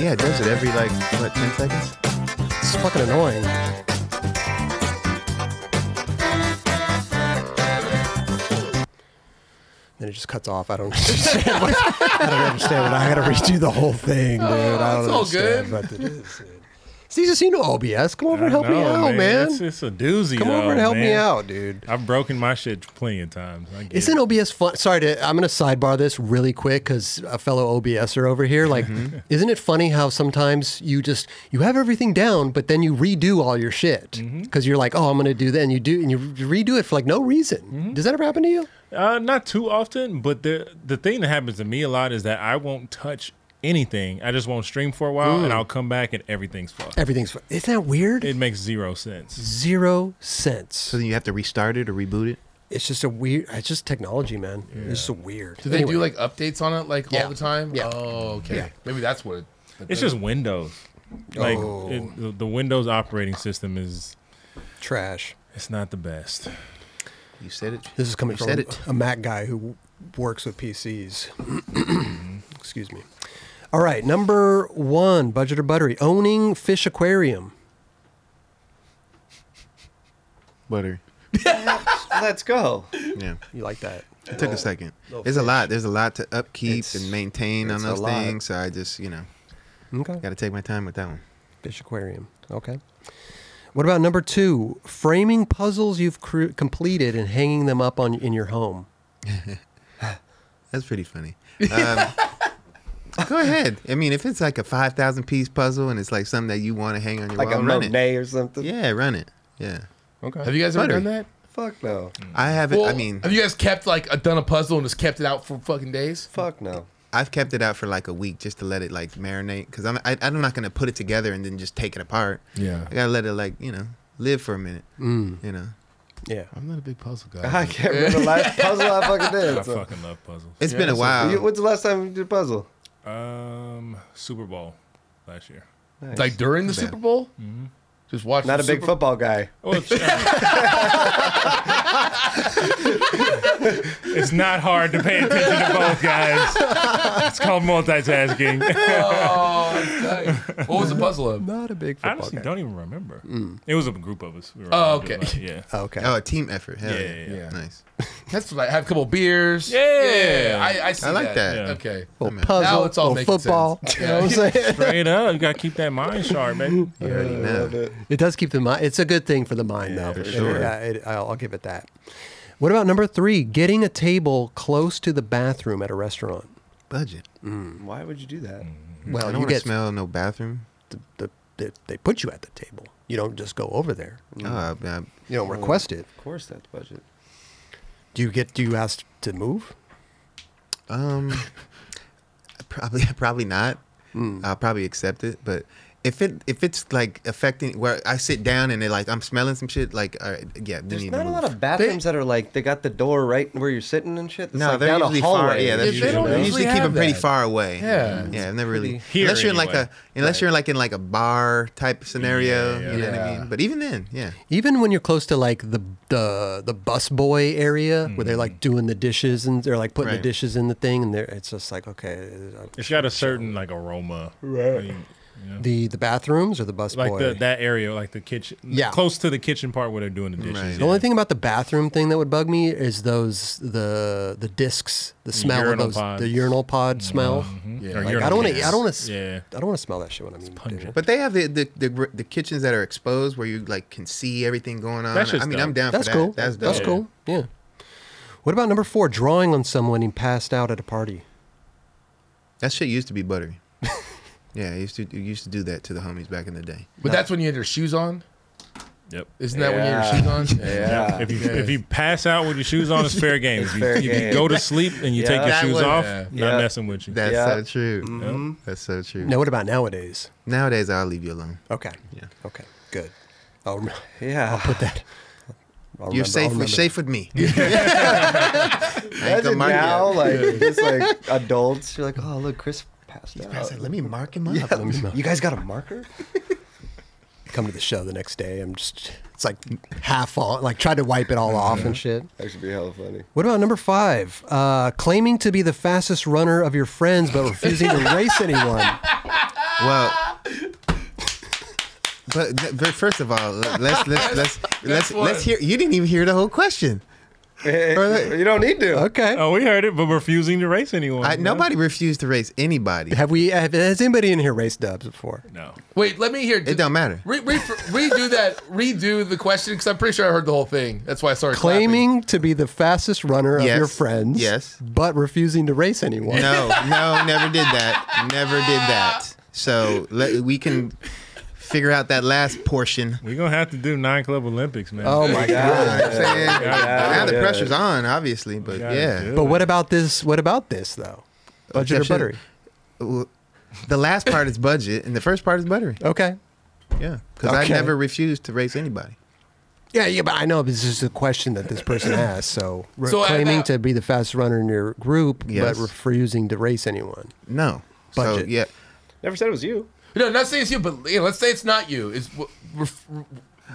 Speaker 2: Yeah, it does it every like what ten seconds?
Speaker 1: It's fucking annoying. Then it just cuts off. I don't understand. What, I don't understand. What, I got to redo the whole thing, dude. I don't
Speaker 3: it's all
Speaker 1: understand
Speaker 3: good.
Speaker 1: what it is, dude. Steve, just you know OBS. Come over and help me
Speaker 5: I know,
Speaker 1: out, man.
Speaker 5: It's, it's a doozy.
Speaker 1: Come over
Speaker 5: though,
Speaker 1: and help me
Speaker 5: man.
Speaker 1: out, dude.
Speaker 5: I've broken my shit plenty of times. I get
Speaker 1: Isn't
Speaker 5: it.
Speaker 1: OBS fun? Sorry, to, I'm going to sidebar this really quick because a fellow OBSer over here, like,
Speaker 3: Mm-hmm.
Speaker 1: isn't it funny how sometimes you just you have everything down, but then you redo all your shit
Speaker 3: Mm-hmm.
Speaker 1: because you're like, oh, I'm going to do that, and you do, and you redo it for like no reason.
Speaker 3: Mm-hmm.
Speaker 1: Does that ever happen to you?
Speaker 5: Uh, not too often, but the the thing that happens to me a lot is that I won't touch anything. I just won't stream for a while,
Speaker 1: Mm.
Speaker 5: and I'll come back and everything's fucked.
Speaker 1: Everything's fu- isn't that weird?
Speaker 5: It makes zero sense.
Speaker 1: Zero sense.
Speaker 2: So then you have to restart it or reboot it.
Speaker 1: It's just a weird. It's just technology, man. It's just weird.
Speaker 3: Do they do like updates on it like
Speaker 1: Yeah.
Speaker 3: all the time?
Speaker 1: Yeah.
Speaker 3: Oh, okay.
Speaker 1: Yeah.
Speaker 3: Maybe that's what. It,
Speaker 5: It's just Windows. Like
Speaker 1: Oh.
Speaker 5: it, the- the Windows operating system is
Speaker 1: trash?
Speaker 5: it's not the best.
Speaker 2: You said it.
Speaker 1: This is coming
Speaker 2: You
Speaker 1: from
Speaker 2: said it.
Speaker 1: a Mac guy who works with PCs. Excuse me. All right, number one, budget or buttery, owning fish aquarium.
Speaker 2: Butter.
Speaker 4: Let's go.
Speaker 2: Yeah.
Speaker 1: You like that?
Speaker 2: It took a second. There's a lot. There's a lot to upkeep
Speaker 1: It's-
Speaker 2: and maintain on
Speaker 1: it's a
Speaker 2: those
Speaker 1: lot.
Speaker 2: things. So I just, you know,
Speaker 1: Okay.
Speaker 2: got to take my time with that one.
Speaker 1: Fish aquarium. Okay. What about number two, framing puzzles you've cr- completed and hanging them up on in your home?
Speaker 2: That's pretty funny. Um, go ahead. I mean, if it's like a five thousand piece puzzle and it's like something that you want to hang on your
Speaker 4: Like
Speaker 2: wall,
Speaker 4: a
Speaker 2: run it.
Speaker 4: Monet or something.
Speaker 2: Yeah, run it. Yeah.
Speaker 4: Okay.
Speaker 3: have you guys ever
Speaker 2: Butter.
Speaker 3: done that?
Speaker 4: Fuck no.
Speaker 5: Hmm.
Speaker 2: I haven't.
Speaker 3: Well,
Speaker 2: I mean,
Speaker 3: have you guys kept like a, done a puzzle and just kept it out for fucking days?
Speaker 4: Fuck no.
Speaker 2: I've kept it out for like a week just to let it like marinate because I'm I, I'm not gonna put it together and then just take it apart.
Speaker 3: Yeah.
Speaker 2: I gotta let it like you know live for a minute. You know,
Speaker 1: Yeah.
Speaker 3: I'm not a big puzzle guy.
Speaker 4: I can't remember the last puzzle I fucking
Speaker 5: I
Speaker 4: did. So.
Speaker 5: fucking love puzzles.
Speaker 2: it's been a while.
Speaker 4: You- When's the last time you did a puzzle?
Speaker 5: Um, Super Bowl last year.
Speaker 4: Nice.
Speaker 3: like during the
Speaker 2: Bad.
Speaker 3: Super Bowl,
Speaker 5: Mm-hmm.
Speaker 3: just watch.
Speaker 4: Not
Speaker 3: the
Speaker 4: a big
Speaker 3: Super-
Speaker 4: football guy.
Speaker 5: Well, it's- It's not hard to pay attention to both guys. It's called multitasking.
Speaker 3: what was the puzzle of?
Speaker 1: Not a big
Speaker 5: I
Speaker 1: football
Speaker 5: honestly
Speaker 1: guy.
Speaker 5: don't even remember. It was a group of us. We were
Speaker 3: Oh,
Speaker 5: all
Speaker 3: okay.
Speaker 5: doing it, yeah.
Speaker 1: Hmm. Okay.
Speaker 2: Oh, a team effort. Hell
Speaker 5: Yeah,
Speaker 2: yeah,
Speaker 5: yeah,
Speaker 3: yeah.
Speaker 2: Nice.
Speaker 3: That's like have a couple beers.
Speaker 5: Yeah.
Speaker 3: I, I see
Speaker 2: I like that.
Speaker 5: Yeah.
Speaker 3: Okay.
Speaker 1: little
Speaker 2: man.
Speaker 1: puzzle,
Speaker 3: Oh, Now it's all
Speaker 1: little
Speaker 3: making
Speaker 1: football.
Speaker 3: sense.
Speaker 1: You know what I'm saying?
Speaker 5: Straight up, you gotta keep that mind sharp, man.
Speaker 2: You already know.
Speaker 1: It does keep the mind. It's a good thing for the mind, though.
Speaker 5: for
Speaker 1: It-
Speaker 2: sure.
Speaker 1: Yeah, it, I'll, I'll give it that. What about number three? Getting a table close to the bathroom at a restaurant.
Speaker 2: Budget.
Speaker 4: Why would you do that?
Speaker 2: I
Speaker 1: Well,
Speaker 2: don't
Speaker 1: you
Speaker 2: want to
Speaker 1: get
Speaker 2: smell no bathroom.
Speaker 1: the, the, the, they put you at the table. You don't just go over there.
Speaker 2: Oh, I, I,
Speaker 1: You don't request it.
Speaker 4: Of course, that's budget.
Speaker 1: Hmm. Do you get? Do you ask to move?
Speaker 2: Um, probably, probably not.
Speaker 1: Hmm.
Speaker 2: I'll probably accept it, but if it if it's like affecting where I sit down and they're like I'm smelling some shit, like all right, yeah, we
Speaker 4: There's
Speaker 2: need
Speaker 4: not
Speaker 2: to
Speaker 4: a
Speaker 2: move.
Speaker 4: lot of bathrooms that are like they got the door right where you're sitting and shit. It's
Speaker 2: No,
Speaker 4: like
Speaker 2: they're
Speaker 4: down
Speaker 2: usually
Speaker 4: a hallway.
Speaker 2: far. Yeah, that's
Speaker 3: They-
Speaker 2: usually,
Speaker 3: they don't
Speaker 2: they usually
Speaker 3: usually
Speaker 2: keep
Speaker 3: have
Speaker 2: them pretty
Speaker 3: that.
Speaker 2: far away.
Speaker 3: Yeah.
Speaker 2: yeah, I've never really.
Speaker 5: Here,
Speaker 2: unless you're in like
Speaker 5: anyway.
Speaker 2: a unless you're in like in like a bar type scenario,
Speaker 5: Yeah,
Speaker 2: you know what
Speaker 3: yeah.
Speaker 2: I mean. But even then, yeah,
Speaker 1: Even when you're close to like the the the busboy area where they're like doing the dishes and they're like putting the
Speaker 2: Right.
Speaker 1: dishes in the thing and they're it's just like okay. uh,
Speaker 5: It's got a certain like aroma. Right. you know?
Speaker 1: The the bathrooms or the busboy.
Speaker 5: Like the, that area, like the kitchen,
Speaker 1: Yeah.
Speaker 5: close to the kitchen part where they're doing the dishes.
Speaker 2: Right. The
Speaker 1: The only thing about the bathroom thing that would bug me is those the the discs, the smell of
Speaker 5: urinal
Speaker 1: those,
Speaker 5: pods.
Speaker 1: the urinal pod smell.
Speaker 2: Mm-hmm.
Speaker 3: Yeah.
Speaker 5: Or
Speaker 1: Like,
Speaker 5: urinal
Speaker 1: I don't want
Speaker 5: cans.
Speaker 1: to. I don't want to.
Speaker 5: Yeah.
Speaker 1: I don't want to smell that shit when I'm eating
Speaker 5: pungent.
Speaker 1: dinner.
Speaker 2: but they have the the, the the kitchens that are exposed where you like can see everything going on.
Speaker 5: That's just
Speaker 2: I mean,
Speaker 5: dope.
Speaker 2: I'm down
Speaker 1: That's
Speaker 2: for that.
Speaker 1: cool.
Speaker 2: That's
Speaker 1: That's,
Speaker 2: dope.
Speaker 1: cool. Yeah. What about number four? Drawing on someone he passed out at a party.
Speaker 2: That shit used to be buttery. yeah, I used to you used to do that to the homies back in the day.
Speaker 3: But that's when you had your shoes on.
Speaker 5: Yep.
Speaker 3: Isn't that when you had your shoes on?
Speaker 4: Yeah.
Speaker 5: If you
Speaker 3: Yeah.
Speaker 5: if you pass out with your shoes on, it's fair game. If you,
Speaker 4: fair
Speaker 5: if you
Speaker 4: game.
Speaker 5: go to sleep and you
Speaker 4: Yeah.
Speaker 5: take your
Speaker 2: That
Speaker 5: shoes
Speaker 2: was-
Speaker 5: off,
Speaker 3: Yeah.
Speaker 5: not
Speaker 4: Yeah.
Speaker 5: messing with you.
Speaker 2: That's
Speaker 4: Yeah.
Speaker 2: so true.
Speaker 5: Mm-hmm.
Speaker 4: Mhm.
Speaker 2: That's so true.
Speaker 1: Now, what about nowadays?
Speaker 2: Nowadays, I'll leave you alone.
Speaker 1: Okay.
Speaker 2: Yeah.
Speaker 1: Okay. Good. I'll, rem-
Speaker 4: Yeah.
Speaker 1: I'll put that. I'll remember- I'll
Speaker 2: You're safe. You're
Speaker 1: remember.
Speaker 2: safe with me. I ain't
Speaker 4: Imagine
Speaker 2: gonna mark you
Speaker 4: now,
Speaker 2: up.
Speaker 4: like just like adults, you're like, oh look, Chris passed out.
Speaker 2: I said, let me mark him up.
Speaker 4: Yeah, let me- you guys got a marker?
Speaker 1: Come to the show the next day. I'm just. It's like half on. Like tried to wipe it
Speaker 2: Mm-hmm.
Speaker 1: all off and shit.
Speaker 4: That should be hella funny.
Speaker 1: What about number five? Uh, claiming to be the fastest runner of your friends but refusing to race anyone.
Speaker 2: Well, but, th- but first of all, le- let's let's let's let's,
Speaker 3: what-
Speaker 2: let's hear. You didn't even hear the whole question.
Speaker 4: you don't need to.
Speaker 1: Okay.
Speaker 5: Oh, we heard it, but refusing to race anyone.
Speaker 2: I,
Speaker 5: you know?
Speaker 2: nobody refused to race anybody.
Speaker 1: Have we? Have, has anybody in here raced dubs before?
Speaker 5: No.
Speaker 3: Wait, let me hear.
Speaker 2: It don't matter.
Speaker 3: Re, re, redo that. Redo the question because I'm pretty sure I heard the whole thing. That's why I started
Speaker 1: Claiming to be the fastest runner of
Speaker 2: Yes.
Speaker 1: your friends.
Speaker 2: Yes.
Speaker 1: But refusing to race anyone.
Speaker 2: No, no, never did that. Never did that. So let, we can figure out that last portion. Uh,
Speaker 5: We're gonna have to do nine club Olympics, man.
Speaker 1: Oh my god.
Speaker 2: I'm saying now the
Speaker 4: yeah.
Speaker 2: pressure's on, obviously, but
Speaker 5: Gotta
Speaker 2: yeah.
Speaker 5: do
Speaker 1: But
Speaker 5: it.
Speaker 1: what about this? What about this though? Budget or
Speaker 2: Objection.
Speaker 1: buttery?
Speaker 2: Well, The last part is budget, and the first part is buttery.
Speaker 1: Okay.
Speaker 2: Yeah, because
Speaker 1: Okay.
Speaker 2: I never refused to race anybody.
Speaker 1: Yeah, yeah, but I know this is a question that this person asked. So, re-
Speaker 3: So I-
Speaker 1: claiming
Speaker 3: I-
Speaker 1: to be the fastest runner in your group,
Speaker 2: uh, Yes.
Speaker 1: but refusing to race anyone.
Speaker 2: No. So
Speaker 1: Budget.
Speaker 2: yeah,
Speaker 4: Never said it was you.
Speaker 3: No, not saying it's you, but you know, let's say it's not you. It's w- ref-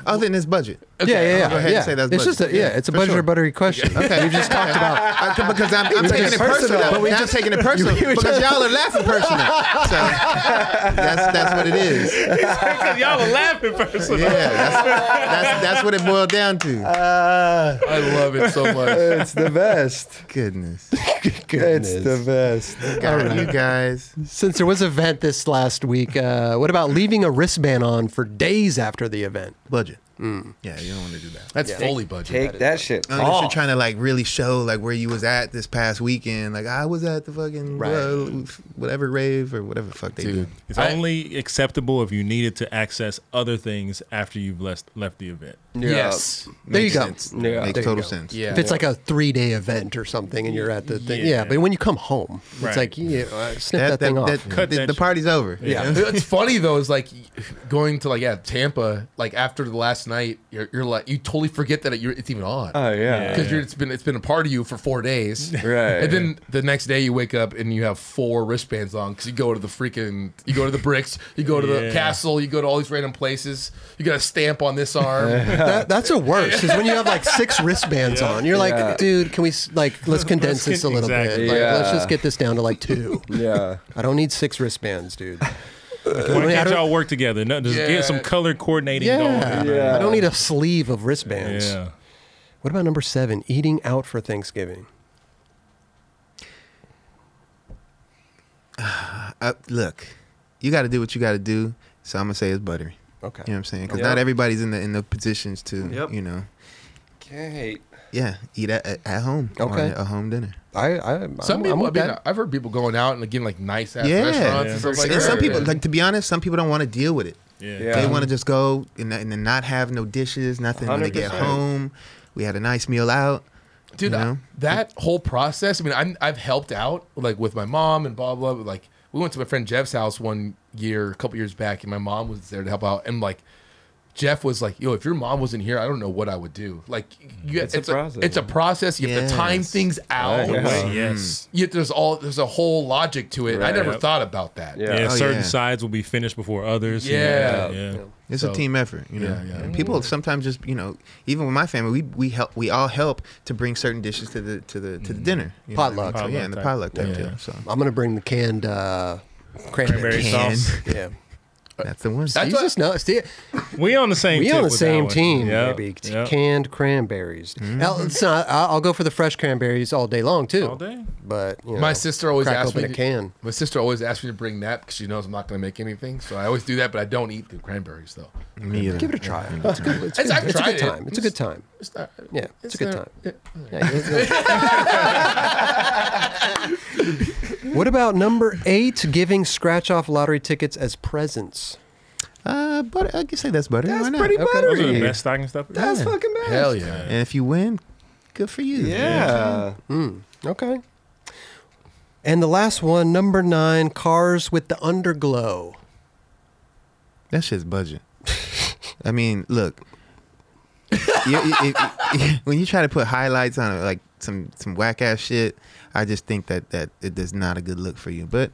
Speaker 2: other than this budget.
Speaker 1: Yeah, yeah, yeah.
Speaker 2: Go ahead and
Speaker 1: yeah.
Speaker 2: say that's
Speaker 1: it's just a,
Speaker 2: budget.
Speaker 1: yeah,
Speaker 2: Yeah,
Speaker 1: it's a
Speaker 2: for
Speaker 1: budget or
Speaker 2: sure.
Speaker 1: buttery question.
Speaker 2: Okay, we just talked about because I'm, I'm taking it personal.
Speaker 1: personal, but we
Speaker 2: I'm taking it personal because y'all are laughing personal. So that's that's what it is.
Speaker 5: y'all are laughing person.
Speaker 2: Yeah, that's, that's that's what it boiled down to.
Speaker 3: I love it so much.
Speaker 4: It's the best.
Speaker 2: Goodness,
Speaker 4: It's the best.
Speaker 2: God, you guys.
Speaker 1: Since there was an event this last week, uh, what about leaving a wristband on for days after the event?
Speaker 2: budget. Yeah, you don't want to do that.
Speaker 3: That's fully budget.
Speaker 4: Take that shit.
Speaker 2: Unless
Speaker 4: off.
Speaker 2: you're trying to like really show like where you was at this past weekend, like I was at the fucking
Speaker 1: Right.
Speaker 2: uh, whatever rave or whatever the fuck they
Speaker 3: Dude,
Speaker 2: do.
Speaker 5: It's
Speaker 3: I-
Speaker 5: only acceptable if you needed to access other things after you've left left the event.
Speaker 3: Uh, Yes.
Speaker 1: There you go.
Speaker 2: Sense.
Speaker 4: Yeah.
Speaker 2: Makes
Speaker 1: There you
Speaker 2: total
Speaker 1: go.
Speaker 2: sense.
Speaker 3: Yeah.
Speaker 1: If it's like a three day event or something and you're at the thing, yeah,
Speaker 5: Yeah.
Speaker 1: but when you come home, it's
Speaker 5: Right.
Speaker 1: like, yeah, uh, snip that,
Speaker 2: That,
Speaker 1: thing
Speaker 2: that,
Speaker 1: off.
Speaker 2: that,
Speaker 5: Cut
Speaker 2: the,
Speaker 5: that
Speaker 2: the
Speaker 5: shit.
Speaker 2: party's over.
Speaker 1: yeah.
Speaker 3: It's funny though. Is like going to like yeah Tampa like after the last last night, you're, you're like you totally forget that it, you're, it's even on
Speaker 4: Oh yeah.
Speaker 3: because you're it's been it's been a part of you for four days.
Speaker 4: Right.
Speaker 3: And then the next day you wake up and you have four wristbands on because you go to the freaking, you go to the bricks, you go to the
Speaker 5: Yeah.
Speaker 3: castle, you go to all these random places. You got a stamp on this arm.
Speaker 1: That, that's the worst is when you have like six wristbands on. You're like, dude, can we s- like let's condense
Speaker 5: con-
Speaker 1: this a little
Speaker 5: exactly.
Speaker 1: bit? Like, Let's
Speaker 4: Yeah.
Speaker 1: just get this down to like two.
Speaker 4: yeah.
Speaker 1: I don't need six wristbands, dude.
Speaker 5: Why
Speaker 1: I
Speaker 5: can't
Speaker 1: don't-
Speaker 5: y'all work together? No, just
Speaker 3: Yeah.
Speaker 5: get some color coordinating
Speaker 1: Yeah.
Speaker 5: going.
Speaker 4: Yeah.
Speaker 1: I don't need a sleeve of wristbands.
Speaker 5: Yeah.
Speaker 1: What about number seven? Eating out for Thanksgiving.
Speaker 2: Uh, look, you got to do what you got to do. So I'm gonna say it's buttery.
Speaker 1: Okay.
Speaker 2: You know what I'm saying? Because
Speaker 4: Yep.
Speaker 2: not everybody's in the in the positions to
Speaker 4: Yep.
Speaker 2: you know,
Speaker 4: Okay.
Speaker 2: yeah, eat at at, at home or
Speaker 1: Okay.
Speaker 2: a home dinner.
Speaker 1: I, I
Speaker 3: some
Speaker 1: I'm,
Speaker 3: people,
Speaker 1: I'm
Speaker 3: i
Speaker 1: with
Speaker 3: mean,
Speaker 1: that.
Speaker 3: I've heard people going out and like, getting like nice ass
Speaker 2: Yeah.
Speaker 3: restaurants
Speaker 5: Yeah.
Speaker 3: and stuff like
Speaker 2: and
Speaker 3: that.
Speaker 2: some people,
Speaker 3: Yeah.
Speaker 2: like to be honest, some people don't want to deal with it.
Speaker 5: Yeah.
Speaker 4: Yeah.
Speaker 2: They want to just go and, and then not have no dishes, nothing. When they get
Speaker 4: 100%.
Speaker 2: home, we had a nice meal out.
Speaker 3: dude,
Speaker 2: You
Speaker 3: I-
Speaker 2: know?
Speaker 3: that whole process. I mean, I'm, I've helped out like with my mom and blah blah. blah. Like we went to my friend Jeff's house one year, a couple years back, and my mom was there to help out. And like Jeff was like, "Yo, if your mom wasn't here, I don't know what I would do." Like you,
Speaker 4: It's
Speaker 3: it's,
Speaker 4: a
Speaker 3: a,
Speaker 4: process.
Speaker 3: it's a process. You have to time
Speaker 2: Yes.
Speaker 3: things out.
Speaker 4: Yeah.
Speaker 3: Like,
Speaker 5: Yes.
Speaker 3: Yet there's all there's a whole logic to it. I
Speaker 4: Right.
Speaker 3: never
Speaker 5: Yep.
Speaker 3: thought about that.
Speaker 4: Yeah.
Speaker 5: Yeah.
Speaker 2: Oh,
Speaker 5: certain
Speaker 2: yeah.
Speaker 5: sides will be finished before others.
Speaker 3: Yeah.
Speaker 5: Yeah. yeah.
Speaker 2: It's
Speaker 3: So-
Speaker 2: a team effort, you know.
Speaker 3: Yeah, yeah.
Speaker 2: And people sometimes just, you know, even with my family, we we help, we all help to bring certain dishes to the to the to the dinner. you know what I mean?
Speaker 1: Potluck.
Speaker 2: So, yeah, and the potluck
Speaker 5: Potluck type.
Speaker 2: type
Speaker 5: Yeah.
Speaker 2: deal. So
Speaker 1: I'm gonna bring the canned uh, cranberry.
Speaker 5: Cranberry
Speaker 2: Can.
Speaker 5: sauce.
Speaker 1: Yeah.
Speaker 2: that's the one.
Speaker 3: That's
Speaker 1: You
Speaker 3: what-
Speaker 1: just know. see,
Speaker 5: We on the same.
Speaker 1: We
Speaker 5: tip
Speaker 1: on the
Speaker 5: with that
Speaker 1: same
Speaker 5: one.
Speaker 1: team,
Speaker 5: Yep.
Speaker 1: maybe. T-
Speaker 5: Yep.
Speaker 1: Canned cranberries. Now, it's not- I- I'll go for the fresh cranberries all day long too.
Speaker 5: All day.
Speaker 1: But you know,
Speaker 3: My sister always
Speaker 1: crack
Speaker 3: asks
Speaker 1: open
Speaker 3: me
Speaker 1: a
Speaker 3: to-
Speaker 1: can.
Speaker 3: My sister always asks me to bring that because she knows I'm not going to make anything. So I always do that, but I don't eat the cranberries though.
Speaker 2: Me either.
Speaker 1: Give it a try. It's, good, it's,
Speaker 3: It's-
Speaker 1: good-
Speaker 3: I've
Speaker 1: it's a
Speaker 3: tried
Speaker 1: good
Speaker 3: it.
Speaker 1: time. It's a good time.
Speaker 3: It's not,
Speaker 1: Yeah, it's, a good
Speaker 3: not-
Speaker 1: time.
Speaker 3: yeah.
Speaker 1: Yeah, it's good. what about number eight? Giving scratch off lottery tickets as presents.
Speaker 2: Uh, but I can say that's butter. Why
Speaker 4: That's
Speaker 2: not?
Speaker 4: pretty
Speaker 1: Okay.
Speaker 5: Those are the
Speaker 4: buttery.
Speaker 5: best stocking stuffers.
Speaker 4: That's
Speaker 2: Yeah.
Speaker 4: fucking bad.
Speaker 3: Hell yeah.
Speaker 2: And if you win, good for you.
Speaker 4: Yeah.
Speaker 1: Hmm, Okay. And the last one, number nine, cars with the underglow.
Speaker 2: That shit's budget. I mean, look. You- you- it- when you try to put highlights on it, like some some whack ass shit, I just think that that it is not a good look for you. But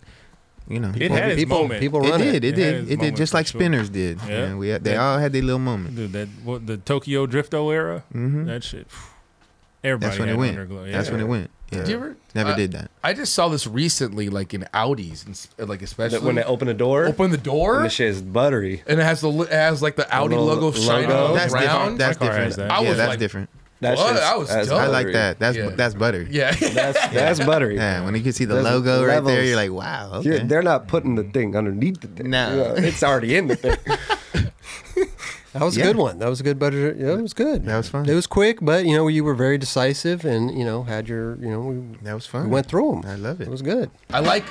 Speaker 2: you know,
Speaker 5: It had its
Speaker 1: people,
Speaker 5: moment.
Speaker 1: people
Speaker 2: it
Speaker 1: run it.
Speaker 2: did, it,
Speaker 5: It had its
Speaker 2: did, it did.
Speaker 5: moment
Speaker 2: Just
Speaker 5: for
Speaker 2: like
Speaker 5: sure.
Speaker 2: spinners did.
Speaker 5: Yeah.
Speaker 2: Yeah, we had- they
Speaker 5: Yeah.
Speaker 2: all had their little moment.
Speaker 5: Dude, that what the Tokyo Drifto era.
Speaker 2: Mhm.
Speaker 5: That shit. phew. Everybody.
Speaker 2: That's when
Speaker 5: had
Speaker 2: it went.
Speaker 5: Underglow.
Speaker 2: That's
Speaker 5: Yeah.
Speaker 2: when it went. Yeah.
Speaker 3: Do you ever-
Speaker 2: Never
Speaker 3: uh,
Speaker 2: did that.
Speaker 3: I just saw this recently, like in Audis, and s- like especially
Speaker 4: That when they open a door,
Speaker 3: open the door,
Speaker 4: and the
Speaker 3: and,
Speaker 4: shit is buttery.
Speaker 3: it has the li- it has like the Audi
Speaker 4: little
Speaker 3: logo,
Speaker 4: logo.
Speaker 3: shiny
Speaker 4: Oh,
Speaker 2: That's different.
Speaker 3: round.
Speaker 2: That's
Speaker 5: My car
Speaker 2: different.
Speaker 5: has that.
Speaker 3: I
Speaker 2: Yeah,
Speaker 3: was
Speaker 2: that's
Speaker 3: like-
Speaker 2: different.
Speaker 4: That
Speaker 3: What?
Speaker 4: shit's-
Speaker 3: I was
Speaker 4: that's
Speaker 5: oh,
Speaker 3: dumb.
Speaker 2: I
Speaker 4: buttery.
Speaker 2: like that. That's
Speaker 3: Yeah.
Speaker 2: that's butter. Yeah.
Speaker 3: yeah,
Speaker 4: That's that's buttery.
Speaker 2: When you can see the
Speaker 4: There's
Speaker 2: logo right there,
Speaker 4: levels.
Speaker 2: you're like, wow.
Speaker 4: You're-
Speaker 2: Okay.
Speaker 4: They're not putting the thing underneath the thing.
Speaker 2: No.
Speaker 4: You know, it's already in the thing.
Speaker 1: That was
Speaker 2: Yeah.
Speaker 1: a good one. That was a good budget. Yeah, it was good.
Speaker 2: That was fun.
Speaker 1: It was quick, but you know you were very decisive, and you know had your you know we,
Speaker 2: That was
Speaker 1: we
Speaker 2: fun.
Speaker 1: went through them.
Speaker 2: I love it.
Speaker 1: It was good.
Speaker 3: I like.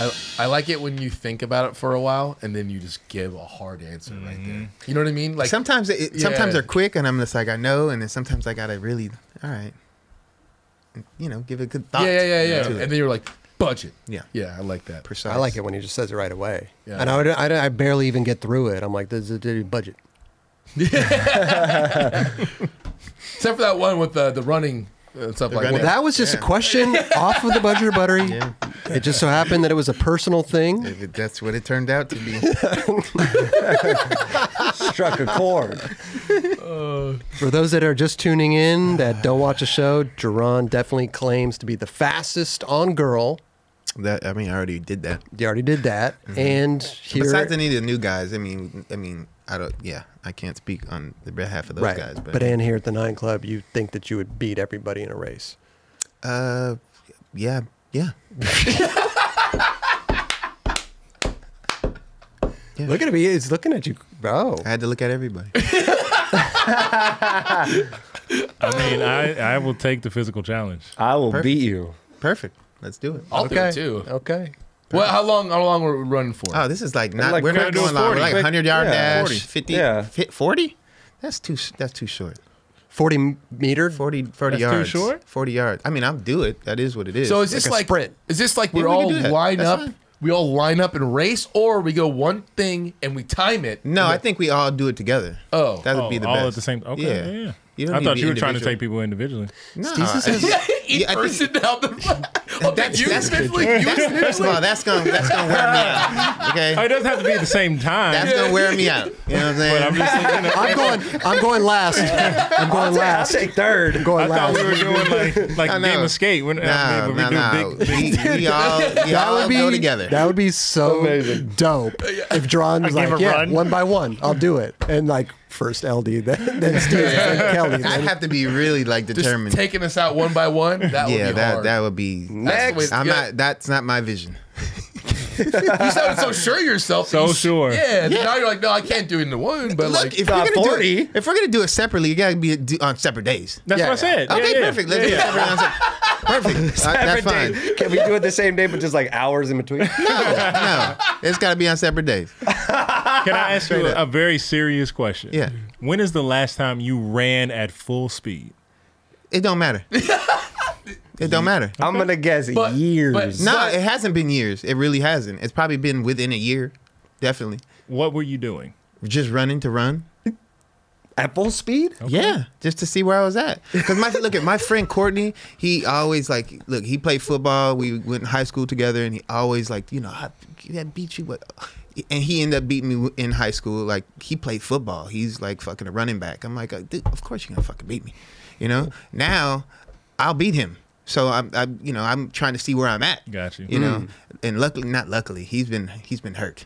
Speaker 3: I, I like it when you think about it for a while and then you just give a hard answer right there. You know what I mean? Like
Speaker 2: sometimes it, it-
Speaker 3: yeah.
Speaker 2: sometimes they're quick and I'm just like I know and then sometimes I gotta really all right you know give it good thought
Speaker 3: yeah, yeah, yeah, yeah.
Speaker 2: to
Speaker 3: And
Speaker 2: it.
Speaker 3: then you're like budget.
Speaker 2: Yeah.
Speaker 3: yeah, I like that.
Speaker 2: precise
Speaker 1: I like it when he just says it right away.
Speaker 3: Yeah.
Speaker 1: And I, would, I, I barely even get through it. I'm like, this is a budget.
Speaker 3: Except for that one with the the running and stuff like
Speaker 2: running-
Speaker 1: Well,
Speaker 3: that.
Speaker 1: that was just a
Speaker 2: Yeah.
Speaker 1: question off of the budget or buttery.
Speaker 2: Yeah.
Speaker 1: It just so happened that it was a personal thing.
Speaker 2: If it- that's what it turned out to be
Speaker 4: Struck a chord.
Speaker 1: For those that are just tuning in that don't watch the show, Jerron definitely claims to be the fastest on girl.
Speaker 2: that I mean I already did that
Speaker 1: He already did that. And here,
Speaker 2: Mm-hmm. besides any of the new guys I mean I mean I don't yeah I can't speak on the behalf of those
Speaker 1: right,
Speaker 2: guys
Speaker 1: but,
Speaker 2: but,
Speaker 1: and here at the Nine Club, you think that you would beat everybody in a race.
Speaker 2: uh yeah yeah
Speaker 1: Look at me. He's looking at you. Oh.
Speaker 2: I had to look at everybody
Speaker 5: I mean, I I will take the physical challenge.
Speaker 4: I will
Speaker 2: Perfect.
Speaker 4: beat you.
Speaker 2: perfect let's do it
Speaker 3: I'll
Speaker 1: okay.
Speaker 3: do it too.
Speaker 1: Okay.
Speaker 3: Well, how long? How long were we running for?
Speaker 2: oh this is like not
Speaker 4: like,
Speaker 2: we're
Speaker 4: gotta
Speaker 2: not
Speaker 4: do a
Speaker 2: going long we're
Speaker 4: 40.
Speaker 2: like
Speaker 4: Quick-
Speaker 2: 100 yard
Speaker 4: yeah.
Speaker 2: dash
Speaker 4: 40.
Speaker 2: 50
Speaker 4: Yeah.
Speaker 2: 40 that's too that's too short
Speaker 1: 40 metered.
Speaker 2: 40, 40
Speaker 5: That's too
Speaker 2: yards.
Speaker 5: short?
Speaker 2: 40 yards. I mean, I'll do it. That is what it is.
Speaker 3: so is this
Speaker 1: a
Speaker 3: like
Speaker 1: sprint.
Speaker 3: is this like
Speaker 2: Yeah,
Speaker 3: we're
Speaker 2: we can
Speaker 3: all
Speaker 2: do that.
Speaker 3: line
Speaker 2: That's
Speaker 3: up?
Speaker 2: fine.
Speaker 3: we all line up and race, or we go one thing and we time it.
Speaker 2: No,
Speaker 3: And
Speaker 2: I think we all do it together.
Speaker 3: we- oh,
Speaker 2: That would
Speaker 5: Oh,
Speaker 2: be the
Speaker 5: all
Speaker 2: best.
Speaker 5: at the same. Okay,
Speaker 2: Yeah.
Speaker 5: yeah. yeah,
Speaker 2: You don't
Speaker 5: I
Speaker 2: need
Speaker 5: thought
Speaker 2: to
Speaker 5: you
Speaker 2: be
Speaker 5: were trying to
Speaker 2: individual.
Speaker 5: take people individually.
Speaker 2: Nah,
Speaker 1: Steve's says-
Speaker 2: I- Yeah,
Speaker 3: each
Speaker 2: I think-
Speaker 3: person down the front. Oh,
Speaker 2: that's-
Speaker 3: you
Speaker 2: that's
Speaker 3: individually, you
Speaker 2: First of all, that's gonna that's gonna wear me out.
Speaker 5: Oh, it
Speaker 2: Okay,
Speaker 5: doesn't have to be at the same time.
Speaker 2: that's gonna wear me out. You know what I'm
Speaker 5: but
Speaker 2: saying?
Speaker 5: I'm just saying, you know,
Speaker 1: I'm going. I'm going last. I'm going last.
Speaker 4: take third.
Speaker 1: I'm going
Speaker 5: I thought
Speaker 1: last.
Speaker 5: we were doing like like
Speaker 2: I
Speaker 5: a
Speaker 2: know.
Speaker 5: game of skate. When,
Speaker 2: No,
Speaker 5: uh, when we
Speaker 2: no,
Speaker 5: do
Speaker 2: no.
Speaker 5: big,
Speaker 2: We, we all, we
Speaker 1: that
Speaker 2: all
Speaker 1: would be
Speaker 2: go together.
Speaker 1: That would be so
Speaker 4: Amazing.
Speaker 1: dope if John was
Speaker 6: give
Speaker 1: like,
Speaker 6: a
Speaker 1: yeah,
Speaker 6: run."
Speaker 1: one by one, I'll do it, and like first LD, then then Steve, then Kelly,
Speaker 2: I'd
Speaker 1: then
Speaker 2: have to be really like
Speaker 3: just
Speaker 2: determined.
Speaker 3: taking us out one by one. That would
Speaker 2: yeah,
Speaker 3: be
Speaker 2: that
Speaker 3: hard.
Speaker 2: that would be.
Speaker 3: That's the way-
Speaker 2: I'm
Speaker 3: yeah.
Speaker 2: not. That's not my vision.
Speaker 3: You sounded so sure of yourself. that
Speaker 5: So
Speaker 3: you-
Speaker 5: sure.
Speaker 3: Yeah,
Speaker 2: Yeah.
Speaker 3: Now you're like, no, I can't do it in the one. But
Speaker 2: Look,
Speaker 3: like,
Speaker 2: if we're, gonna do
Speaker 4: 40.
Speaker 2: it, if we're gonna do it separately, you gotta be do, on separate days.
Speaker 5: That's
Speaker 1: Yeah,
Speaker 5: what I said. Yeah,
Speaker 2: okay,
Speaker 5: yeah.
Speaker 2: perfect. Let's
Speaker 5: Yeah, yeah.
Speaker 2: do it separately on se- Perfect. Uh, that's fine.
Speaker 4: Can we do it the same day, but just like hours in between?
Speaker 2: No, no, it's gotta be on separate days.
Speaker 5: Can I ask you
Speaker 2: Straight
Speaker 5: a, a very serious question?
Speaker 2: Yeah.
Speaker 5: When is the last time you ran at full speed?
Speaker 2: It don't matter. It don't matter.
Speaker 4: I'm gonna guess
Speaker 3: But-
Speaker 4: years.
Speaker 3: but-
Speaker 2: No,
Speaker 3: But-
Speaker 2: it hasn't been years. It really hasn't. It's probably been within a year, definitely.
Speaker 5: What were you doing?
Speaker 2: Just running to run.
Speaker 4: At full speed?
Speaker 2: Yeah, just to see where I was at. Cause my look at my friend Courtney, he always like look. He played football. We went in high school together, and he always like you know I, I beat you, what? And he ended up beating me in high school. Like he played football. He's like fucking a running back. I'm like, Dude, of course you're gonna fucking beat me. You know. Now, I'll beat him. So I'm, I'm you know I'm trying to see where I'm at.
Speaker 5: Got you.
Speaker 2: You know, and luckily, not luckily, he's been he's been hurt.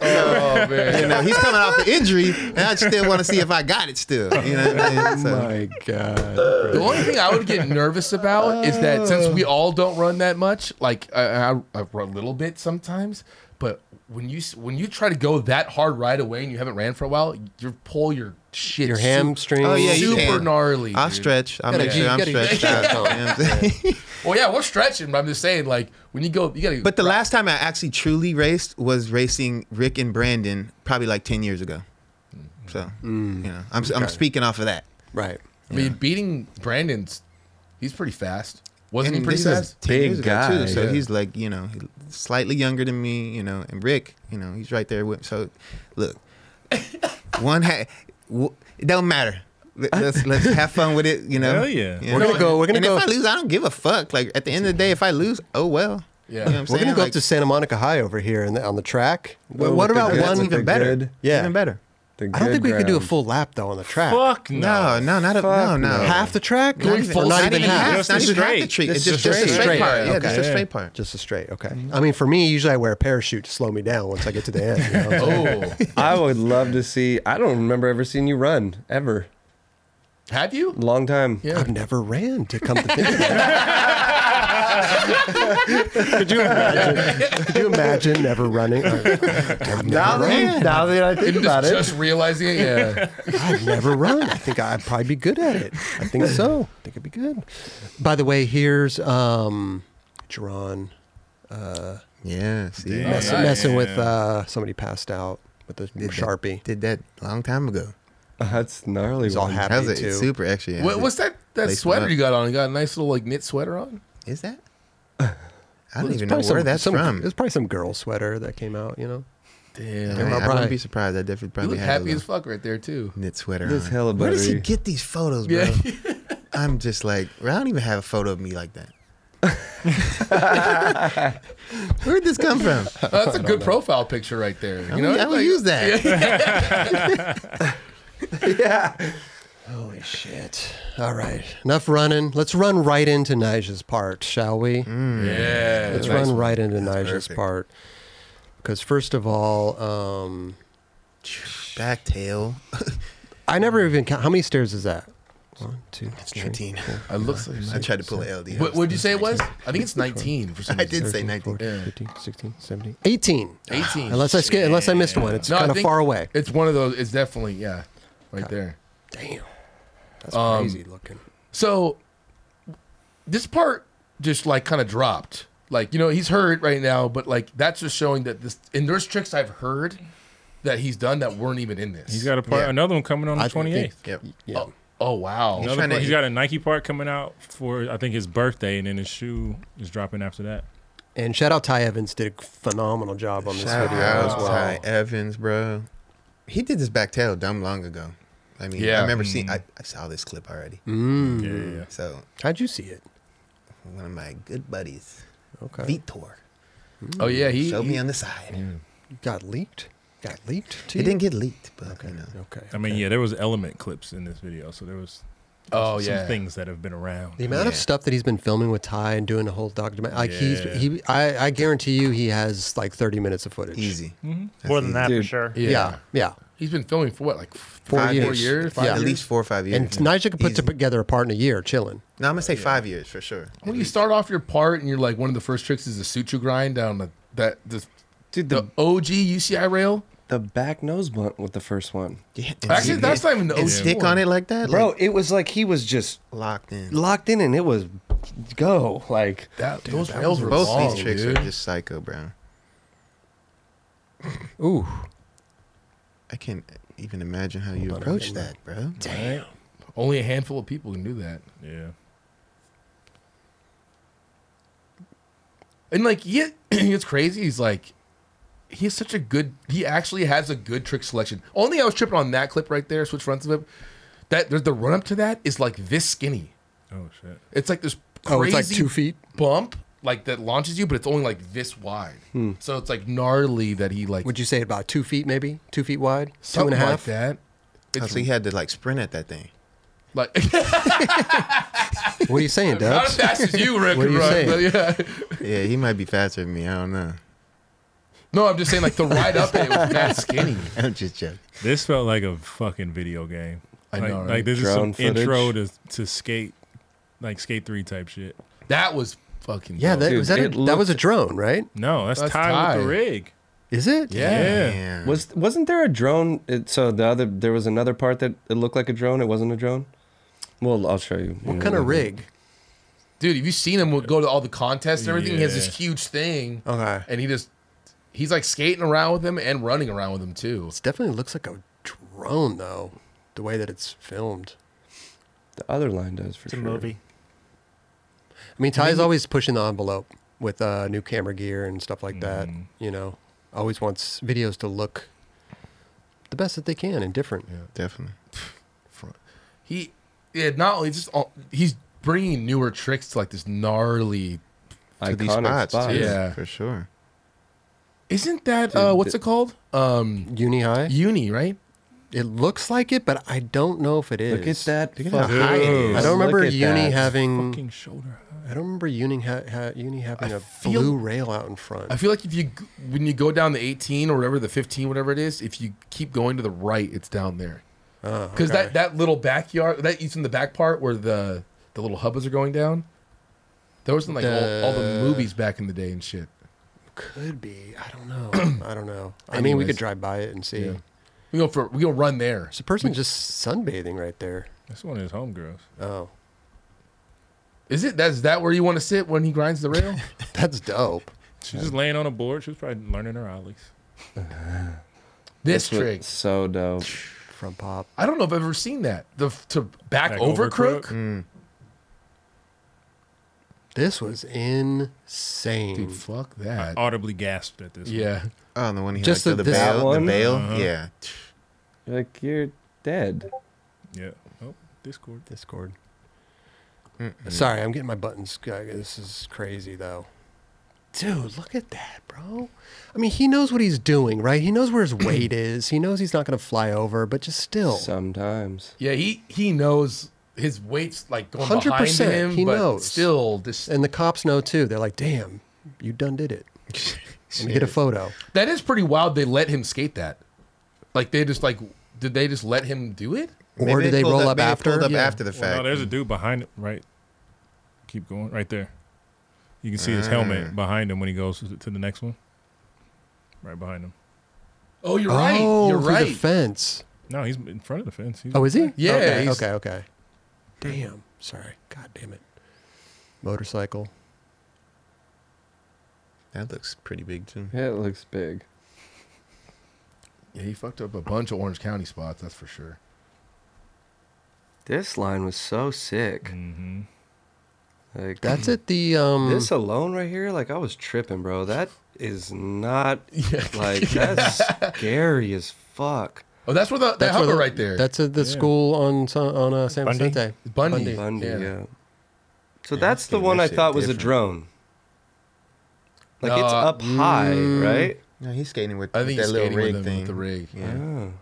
Speaker 3: oh
Speaker 2: You
Speaker 3: man,
Speaker 2: know, he's coming off the injury, and I still want to see if I got it still. You know what I mean? So-
Speaker 1: my God,
Speaker 3: the only thing I would get nervous about is that since we
Speaker 4: Oh.
Speaker 3: all don't run that much, like I, I, I run a little bit sometimes, but when you s- when you try to go that hard right away and you haven't ran for a while, you pull your shit.
Speaker 1: your
Speaker 3: su-
Speaker 1: hamstring.
Speaker 2: Oh yeah, you
Speaker 3: super
Speaker 2: can.
Speaker 3: gnarly.
Speaker 2: I'll
Speaker 3: dude.
Speaker 2: stretch. I'll
Speaker 1: Gotta
Speaker 2: make
Speaker 1: get-
Speaker 2: sure I'm
Speaker 1: gotta get-
Speaker 2: stretched out. You know what I'm saying?
Speaker 3: Well, yeah, we're stretching, but I'm just saying, like when you go, you gotta.
Speaker 2: But the last time I actually truly raced was racing Rick and Brandon, probably like ten years ago. So
Speaker 1: Mm.
Speaker 2: you know, I'm I'm speaking off of that.
Speaker 1: right.
Speaker 3: I mean, beating Brandon's, he's pretty fast. Wasn't he
Speaker 2: And
Speaker 3: pretty
Speaker 2: this was
Speaker 3: fast?
Speaker 2: 10 years
Speaker 4: Big
Speaker 2: ago,
Speaker 4: guy,
Speaker 2: too. So
Speaker 4: yeah.
Speaker 2: he's like, you know, slightly younger than me, you know, and Rick, you know, he's right there with. So look, one ha- w- it don't matter. Let- Let's let's have fun with it, you know.
Speaker 5: Hell yeah.
Speaker 2: You
Speaker 1: We're
Speaker 2: know?
Speaker 1: gonna go. We're gonna
Speaker 2: and
Speaker 1: go.
Speaker 2: if I lose, I don't give a fuck. Like at the end of the day, if I lose, oh well. You
Speaker 3: Yeah.
Speaker 2: know what I'm
Speaker 1: We're gonna
Speaker 2: saying?
Speaker 1: go
Speaker 2: Like,
Speaker 1: up to Santa Monica High over here and on the track.
Speaker 4: Oh,
Speaker 1: But what
Speaker 4: with the
Speaker 1: about
Speaker 4: good-
Speaker 2: That's
Speaker 1: one?
Speaker 4: with
Speaker 2: even
Speaker 4: the
Speaker 2: better.
Speaker 4: good-
Speaker 1: Yeah.
Speaker 2: even better.
Speaker 1: I don't think we could do a full lap though on the track.
Speaker 5: Fuck
Speaker 2: No, no,
Speaker 5: no.
Speaker 2: not a, no,
Speaker 4: Fuck
Speaker 2: no.
Speaker 4: no.
Speaker 1: Half the track?
Speaker 2: Not
Speaker 1: Or
Speaker 2: even,
Speaker 1: not,
Speaker 2: not
Speaker 1: even half.
Speaker 2: half. Not
Speaker 5: Just
Speaker 2: even half the
Speaker 5: straight.
Speaker 2: treat. It's
Speaker 1: Just
Speaker 2: just, just a
Speaker 1: straight.
Speaker 2: straight part.
Speaker 1: Straight.
Speaker 2: Yeah, just a
Speaker 5: Okay.
Speaker 2: straight part.
Speaker 1: Just a straight. Okay. I mean, for me, usually I wear a parachute to slow me down once I get to the end. you know what I'm saying?
Speaker 3: Oh,
Speaker 4: I would love to see. I don't remember ever seeing you run ever.
Speaker 3: have you?
Speaker 4: Long time.
Speaker 3: Yeah.
Speaker 1: I've never ran to come to think of it.
Speaker 5: Could you imagine?
Speaker 1: Could you imagine never running? I've
Speaker 4: Now
Speaker 1: never run.
Speaker 4: that, now that I think
Speaker 3: And
Speaker 4: about
Speaker 3: just,
Speaker 4: it,
Speaker 3: just realizing it, yeah.
Speaker 1: I've never run. I think I'd probably be good at it. I think so. I think I'd be good. By the way, here's um, Jerron
Speaker 2: Yeah, see,
Speaker 5: Damn.
Speaker 1: mess,
Speaker 3: nice.
Speaker 1: messing with uh, somebody passed out with a sharpie.
Speaker 2: did that long time ago.
Speaker 4: Uh, that's gnarly.
Speaker 1: He's all
Speaker 4: one.
Speaker 1: happy.
Speaker 2: That was a
Speaker 1: too.
Speaker 2: super extra. Yeah.
Speaker 3: What, what's that? That
Speaker 2: Lace them
Speaker 3: sweater
Speaker 2: up.
Speaker 3: you got on? You got a nice little like knit sweater on.
Speaker 2: is that? I don't
Speaker 1: It's
Speaker 2: even know where
Speaker 1: probably some-
Speaker 2: that's
Speaker 1: some-
Speaker 2: from.
Speaker 1: It's probably some girl sweater that came out. You know,
Speaker 3: Damn,
Speaker 2: I, mean, I
Speaker 1: probably-
Speaker 2: wouldn't be surprised. I definitely
Speaker 3: you
Speaker 2: probably
Speaker 3: look
Speaker 2: had a
Speaker 3: happy as
Speaker 2: little
Speaker 3: fuck right there too.
Speaker 2: knit sweater.
Speaker 4: This
Speaker 2: on.
Speaker 4: hella
Speaker 2: Where does he
Speaker 4: buttery.
Speaker 2: get these photos, bro?
Speaker 3: Yeah.
Speaker 2: I'm just like, bro, I don't even have a photo of me like that. Where'd this come from?
Speaker 3: that's a good profile picture right there. You
Speaker 2: I
Speaker 3: know,
Speaker 2: would, I would
Speaker 3: like-
Speaker 2: use that.
Speaker 4: yeah.
Speaker 1: Holy shit. All right. Enough running. Let's run right into Nija's part, shall we?
Speaker 2: Hmm.
Speaker 3: Yeah,
Speaker 1: Let's
Speaker 3: nice
Speaker 1: run
Speaker 3: one.
Speaker 1: right into Nija's
Speaker 2: perfect.
Speaker 1: part. Because, first of all, um,
Speaker 2: Back tail.
Speaker 1: I never even count. How many stairs is that? One, two,
Speaker 2: It's
Speaker 1: three,
Speaker 2: 19.
Speaker 3: I look.
Speaker 2: I tried to pull an LD.
Speaker 3: What would you say it was? I think it's 19 for some
Speaker 2: I
Speaker 3: reason.
Speaker 2: did say 19.
Speaker 1: 14,
Speaker 3: Yeah.
Speaker 1: 15, 16, 17, 18.
Speaker 3: 18.
Speaker 1: Unless I skip, unless I missed one, it's
Speaker 3: No, I
Speaker 1: kind of
Speaker 3: think
Speaker 1: far away.
Speaker 3: It's one of those. It's definitely yeah, right there.
Speaker 1: Damn, that's
Speaker 2: Um,
Speaker 1: crazy looking.
Speaker 3: So this part just like kind of dropped. Like, you know, he's hurt right now, but like that's just showing that this and there's tricks I've heard that he's done that weren't even in this.
Speaker 5: He's got a part,
Speaker 2: Yeah.
Speaker 5: another one coming on the
Speaker 1: I think-
Speaker 5: 28th.
Speaker 2: Yep.
Speaker 1: Yeah,
Speaker 3: Oh, Oh wow.
Speaker 2: He's
Speaker 5: Another
Speaker 2: trying to-
Speaker 5: part- he's got a Nike part coming out for I think his birthday, and then his shoe is dropping after that.
Speaker 1: And shout out Ty Evans did a phenomenal job on this
Speaker 2: Shout
Speaker 1: video
Speaker 2: out
Speaker 1: as well.
Speaker 2: Ty Evans, bro. He did this back tail dumb long ago. I mean,
Speaker 3: Yeah.
Speaker 2: I remember seeing.
Speaker 5: Mm.
Speaker 2: I, I saw this clip already.
Speaker 1: Mm.
Speaker 5: Yeah, yeah.
Speaker 2: So
Speaker 1: How'd you see it?
Speaker 2: one of my good buddies,
Speaker 1: Okay.
Speaker 2: Vitor,
Speaker 3: Oh yeah. He.
Speaker 2: showed
Speaker 3: he-
Speaker 2: me on the side.
Speaker 1: got leaked. Got leaked. To
Speaker 2: It
Speaker 1: you?
Speaker 2: didn't get leaked, but
Speaker 1: Okay.
Speaker 2: you know.
Speaker 1: Okay.
Speaker 5: I mean, yeah, there was element clips in this video, so there was
Speaker 3: oh
Speaker 5: some
Speaker 3: yeah.
Speaker 5: things that have been around.
Speaker 1: The amount of
Speaker 2: Yeah.
Speaker 1: stuff that he's been filming with Ty and doing the whole documentary, like
Speaker 5: Yeah.
Speaker 1: he's he, I, I guarantee you, he has like thirty minutes of footage.
Speaker 2: Easy.
Speaker 6: More than that,
Speaker 4: Dude.
Speaker 6: for sure.
Speaker 3: Yeah.
Speaker 1: Yeah, yeah.
Speaker 3: He's been filming for what, like f-
Speaker 1: Four
Speaker 2: Five
Speaker 1: years.
Speaker 3: four years, five
Speaker 1: Yeah.
Speaker 2: At
Speaker 3: years.
Speaker 2: least four or five years.
Speaker 1: And Nigel could put
Speaker 2: Easy.
Speaker 1: together a part in a year, chilling.
Speaker 2: No, I'm gonna say five years for sure.
Speaker 3: When Oh, you start off your part and you're like, one of the first tricks is the suture grind down the that the
Speaker 4: Dude,
Speaker 3: the
Speaker 4: the
Speaker 3: OG UCI rail.
Speaker 4: the back nose bunt with the first one,
Speaker 2: Yeah,
Speaker 3: Actually,
Speaker 2: and-
Speaker 3: that's not even the
Speaker 2: and
Speaker 3: OG
Speaker 2: stick
Speaker 3: one.
Speaker 2: on it like that,
Speaker 4: bro.
Speaker 2: like,
Speaker 4: It was like he was just
Speaker 2: locked in.
Speaker 4: locked in, and it was go like.
Speaker 3: That, those rails were
Speaker 2: Both
Speaker 3: long,
Speaker 2: these tricks
Speaker 3: dude.
Speaker 2: are just psycho, bro.
Speaker 1: Ooh,
Speaker 2: I can't even imagine how you
Speaker 1: Hold on,
Speaker 2: approach
Speaker 1: hold on.
Speaker 2: that, bro.
Speaker 5: Damn.
Speaker 3: Only a handful of people can do that.
Speaker 5: Yeah.
Speaker 3: And like, yeah, it's crazy. He's like, he has such a good. He actually has a good trick selection. Only I was tripping on that clip right there, switch front flip. That the- the run up to that is like this skinny.
Speaker 5: Oh shit.
Speaker 3: It's like this crazy
Speaker 1: oh, it's like two feet.
Speaker 3: bump, like that launches you, but it's only like this wide. So it's like gnarly that he like
Speaker 1: Hmm. Would you say about two feet, maybe two feet wide, two and
Speaker 3: something
Speaker 1: a half?
Speaker 3: like that.
Speaker 2: Oh,
Speaker 3: It's
Speaker 2: so you had to like sprint at that thing.
Speaker 3: like
Speaker 1: What are you saying,
Speaker 3: not
Speaker 1: Dubs?
Speaker 3: as fast as you, Rick.
Speaker 1: What are you
Speaker 3: run,
Speaker 1: saying?
Speaker 3: but yeah.
Speaker 2: Yeah, he might be faster than me. I don't know.
Speaker 3: No, I'm just saying like the ride up it was that skinny.
Speaker 2: I'm just joking.
Speaker 5: This felt like a fucking video game.
Speaker 3: I
Speaker 5: like,
Speaker 3: know, right?
Speaker 5: like this
Speaker 4: Drone
Speaker 5: is some intro to
Speaker 4: footage.
Speaker 5: to skate, like skate three type shit.
Speaker 3: That was fucking
Speaker 1: Yeah,
Speaker 3: dope.
Speaker 1: that
Speaker 4: Dude,
Speaker 1: was that. A,
Speaker 4: it
Speaker 1: that was a
Speaker 4: looked-
Speaker 1: drone, right?
Speaker 5: No, that's,
Speaker 3: That's
Speaker 5: tied with
Speaker 3: Ty.
Speaker 5: the rig.
Speaker 1: Is it?
Speaker 3: yeah.
Speaker 2: Man.
Speaker 4: Was wasn't there a drone? It, so the other there was another part that it looked like a drone. It wasn't a drone. Well, I'll show you.
Speaker 1: What kind of rig?
Speaker 3: Dude, have you seen him go to all the contests and everything? He has
Speaker 5: Yeah.
Speaker 3: this huge thing.
Speaker 1: Okay.
Speaker 3: And he just he's like skating around with him and running around with him too.
Speaker 1: It definitely looks like a drone, though. The way that it's filmed.
Speaker 4: The other line does for
Speaker 6: It's a
Speaker 4: sure.
Speaker 6: movie.
Speaker 1: I mean, Ty's always pushing the envelope with uh, new camera gear and stuff like that. You know, always wants videos to look the best that they can and different.
Speaker 2: Definitely.
Speaker 3: Front. He yeah, not only just all, he's bringing newer tricks to like this gnarly.
Speaker 2: To
Speaker 4: Iconic
Speaker 2: these spots,
Speaker 4: spots.
Speaker 2: too,
Speaker 3: Yeah.
Speaker 2: for sure.
Speaker 3: Isn't that uh
Speaker 4: Dude,
Speaker 3: what's it called? Um
Speaker 1: Uni high.
Speaker 3: uni, right?
Speaker 1: It looks like it, but I don't know if it is.
Speaker 4: Look at that.
Speaker 2: Look at
Speaker 4: fucking-
Speaker 2: how high it is.
Speaker 1: I don't
Speaker 4: Look
Speaker 1: remember
Speaker 4: at
Speaker 1: uni
Speaker 4: that.
Speaker 1: having.
Speaker 5: Fucking shoulder.
Speaker 1: I don't remember uni ha- ha- uni having
Speaker 3: I
Speaker 1: a
Speaker 3: feel-
Speaker 1: blue rail out in front.
Speaker 3: I feel like if you g- when you go down the 18 or whatever the 15 whatever it is, if you keep going to the right, it's down there.
Speaker 1: Oh,
Speaker 3: Because
Speaker 1: okay.
Speaker 3: that, that little backyard, that it's in the back part where the the little hubbas are going down. There wasn't like all, all the
Speaker 1: The-
Speaker 3: movies back in the day and shit.
Speaker 1: could be. I don't know. I don't know. I mean, we could
Speaker 3: Anyways.
Speaker 1: drive by it and see.
Speaker 3: Yeah. We go for we go run there.
Speaker 1: There's a person just sunbathing right there.
Speaker 5: That's one of his homegirls.
Speaker 1: Oh,
Speaker 3: Is it that's that where you want to sit when he grinds the rail?
Speaker 1: that's dope.
Speaker 5: She's just laying on a board. She was probably learning her ollies.
Speaker 3: this
Speaker 4: This was
Speaker 3: trick.
Speaker 4: So dope.
Speaker 1: From pop.
Speaker 3: I don't know if I've ever seen that. The f- to back,
Speaker 5: Back
Speaker 3: over,
Speaker 5: over
Speaker 3: crook.
Speaker 5: crook?
Speaker 1: This was insane.
Speaker 3: Dude, fuck that.
Speaker 5: Audibly gasped at this. one.
Speaker 3: yeah.
Speaker 2: Oh, the one he
Speaker 1: Just
Speaker 2: just like,
Speaker 1: the-
Speaker 2: the,
Speaker 1: this-
Speaker 4: That
Speaker 2: bail, the
Speaker 4: one?
Speaker 2: bail.
Speaker 5: Uh-huh.
Speaker 2: Yeah,
Speaker 4: Like you're dead.
Speaker 5: Yeah. Oh, Discord.
Speaker 1: Discord. Sorry, I'm getting my buttons. uh, This is crazy though. Dude, look at that, bro. I mean, he knows what he's doing, right? He knows where his weight is. He knows he's not going to fly over, but just still.
Speaker 4: Sometimes.
Speaker 3: Yeah, he he knows his weight's like going 100 behind
Speaker 1: 100%,
Speaker 3: him,
Speaker 1: he
Speaker 3: but
Speaker 1: knows.
Speaker 3: still this
Speaker 1: and the cops know too. They're like, "Damn, you done did it." Let me get a photo.
Speaker 3: That is pretty wild. They let him skate that. Like they just like did they just let him do it?
Speaker 2: Maybe
Speaker 1: or do they
Speaker 2: pulled
Speaker 1: roll up,
Speaker 2: maybe they
Speaker 1: after?
Speaker 2: Pulled up
Speaker 3: Yeah.
Speaker 2: after the
Speaker 5: Well, no,
Speaker 2: fact.
Speaker 5: there's a dude behind it. Right. Keep going. Right there. You can see his helmet behind him when he goes to to the next one. Right behind him.
Speaker 3: Oh, you're
Speaker 1: Oh,
Speaker 3: right. You're
Speaker 1: through the
Speaker 3: right.
Speaker 1: fence.
Speaker 5: No, he's in front of the fence. He's
Speaker 1: Oh, is he?
Speaker 3: Yeah,
Speaker 1: Okay.
Speaker 3: he's-
Speaker 1: Okay. okay. Damn. Sorry. God damn it. Motorcycle.
Speaker 2: that looks pretty big too.
Speaker 4: Yeah, it looks big.
Speaker 3: yeah, he fucked up a bunch of Orange County spots. That's for sure.
Speaker 4: This line was so sick.
Speaker 6: Mm-hmm.
Speaker 4: Like
Speaker 1: That's at the um
Speaker 4: This alone right here, like I was tripping, bro. That is not
Speaker 3: Yeah.
Speaker 4: like that's scary as fuck.
Speaker 3: Oh, that's where the, that
Speaker 1: that's where
Speaker 3: hover
Speaker 1: the-
Speaker 3: right there.
Speaker 1: That's at the
Speaker 5: Yeah.
Speaker 1: school on Sa- on uh, San
Speaker 6: Bundy?
Speaker 1: Vicente.
Speaker 3: Bundy.
Speaker 4: Bundy,
Speaker 3: Yeah.
Speaker 4: yeah. So
Speaker 2: Yeah,
Speaker 4: that's the
Speaker 2: dude,
Speaker 4: one
Speaker 2: that
Speaker 4: I
Speaker 2: shit
Speaker 4: thought was
Speaker 2: different.
Speaker 4: a drone. Like it's
Speaker 3: Uh,
Speaker 4: up high,
Speaker 1: mm.
Speaker 4: right?
Speaker 2: No, he's skating with,
Speaker 3: I
Speaker 2: with
Speaker 3: think
Speaker 2: that
Speaker 3: he's
Speaker 2: little
Speaker 3: skating
Speaker 2: rig
Speaker 3: with, him
Speaker 2: thing.
Speaker 3: with the rig.
Speaker 2: Yeah.
Speaker 4: Oh.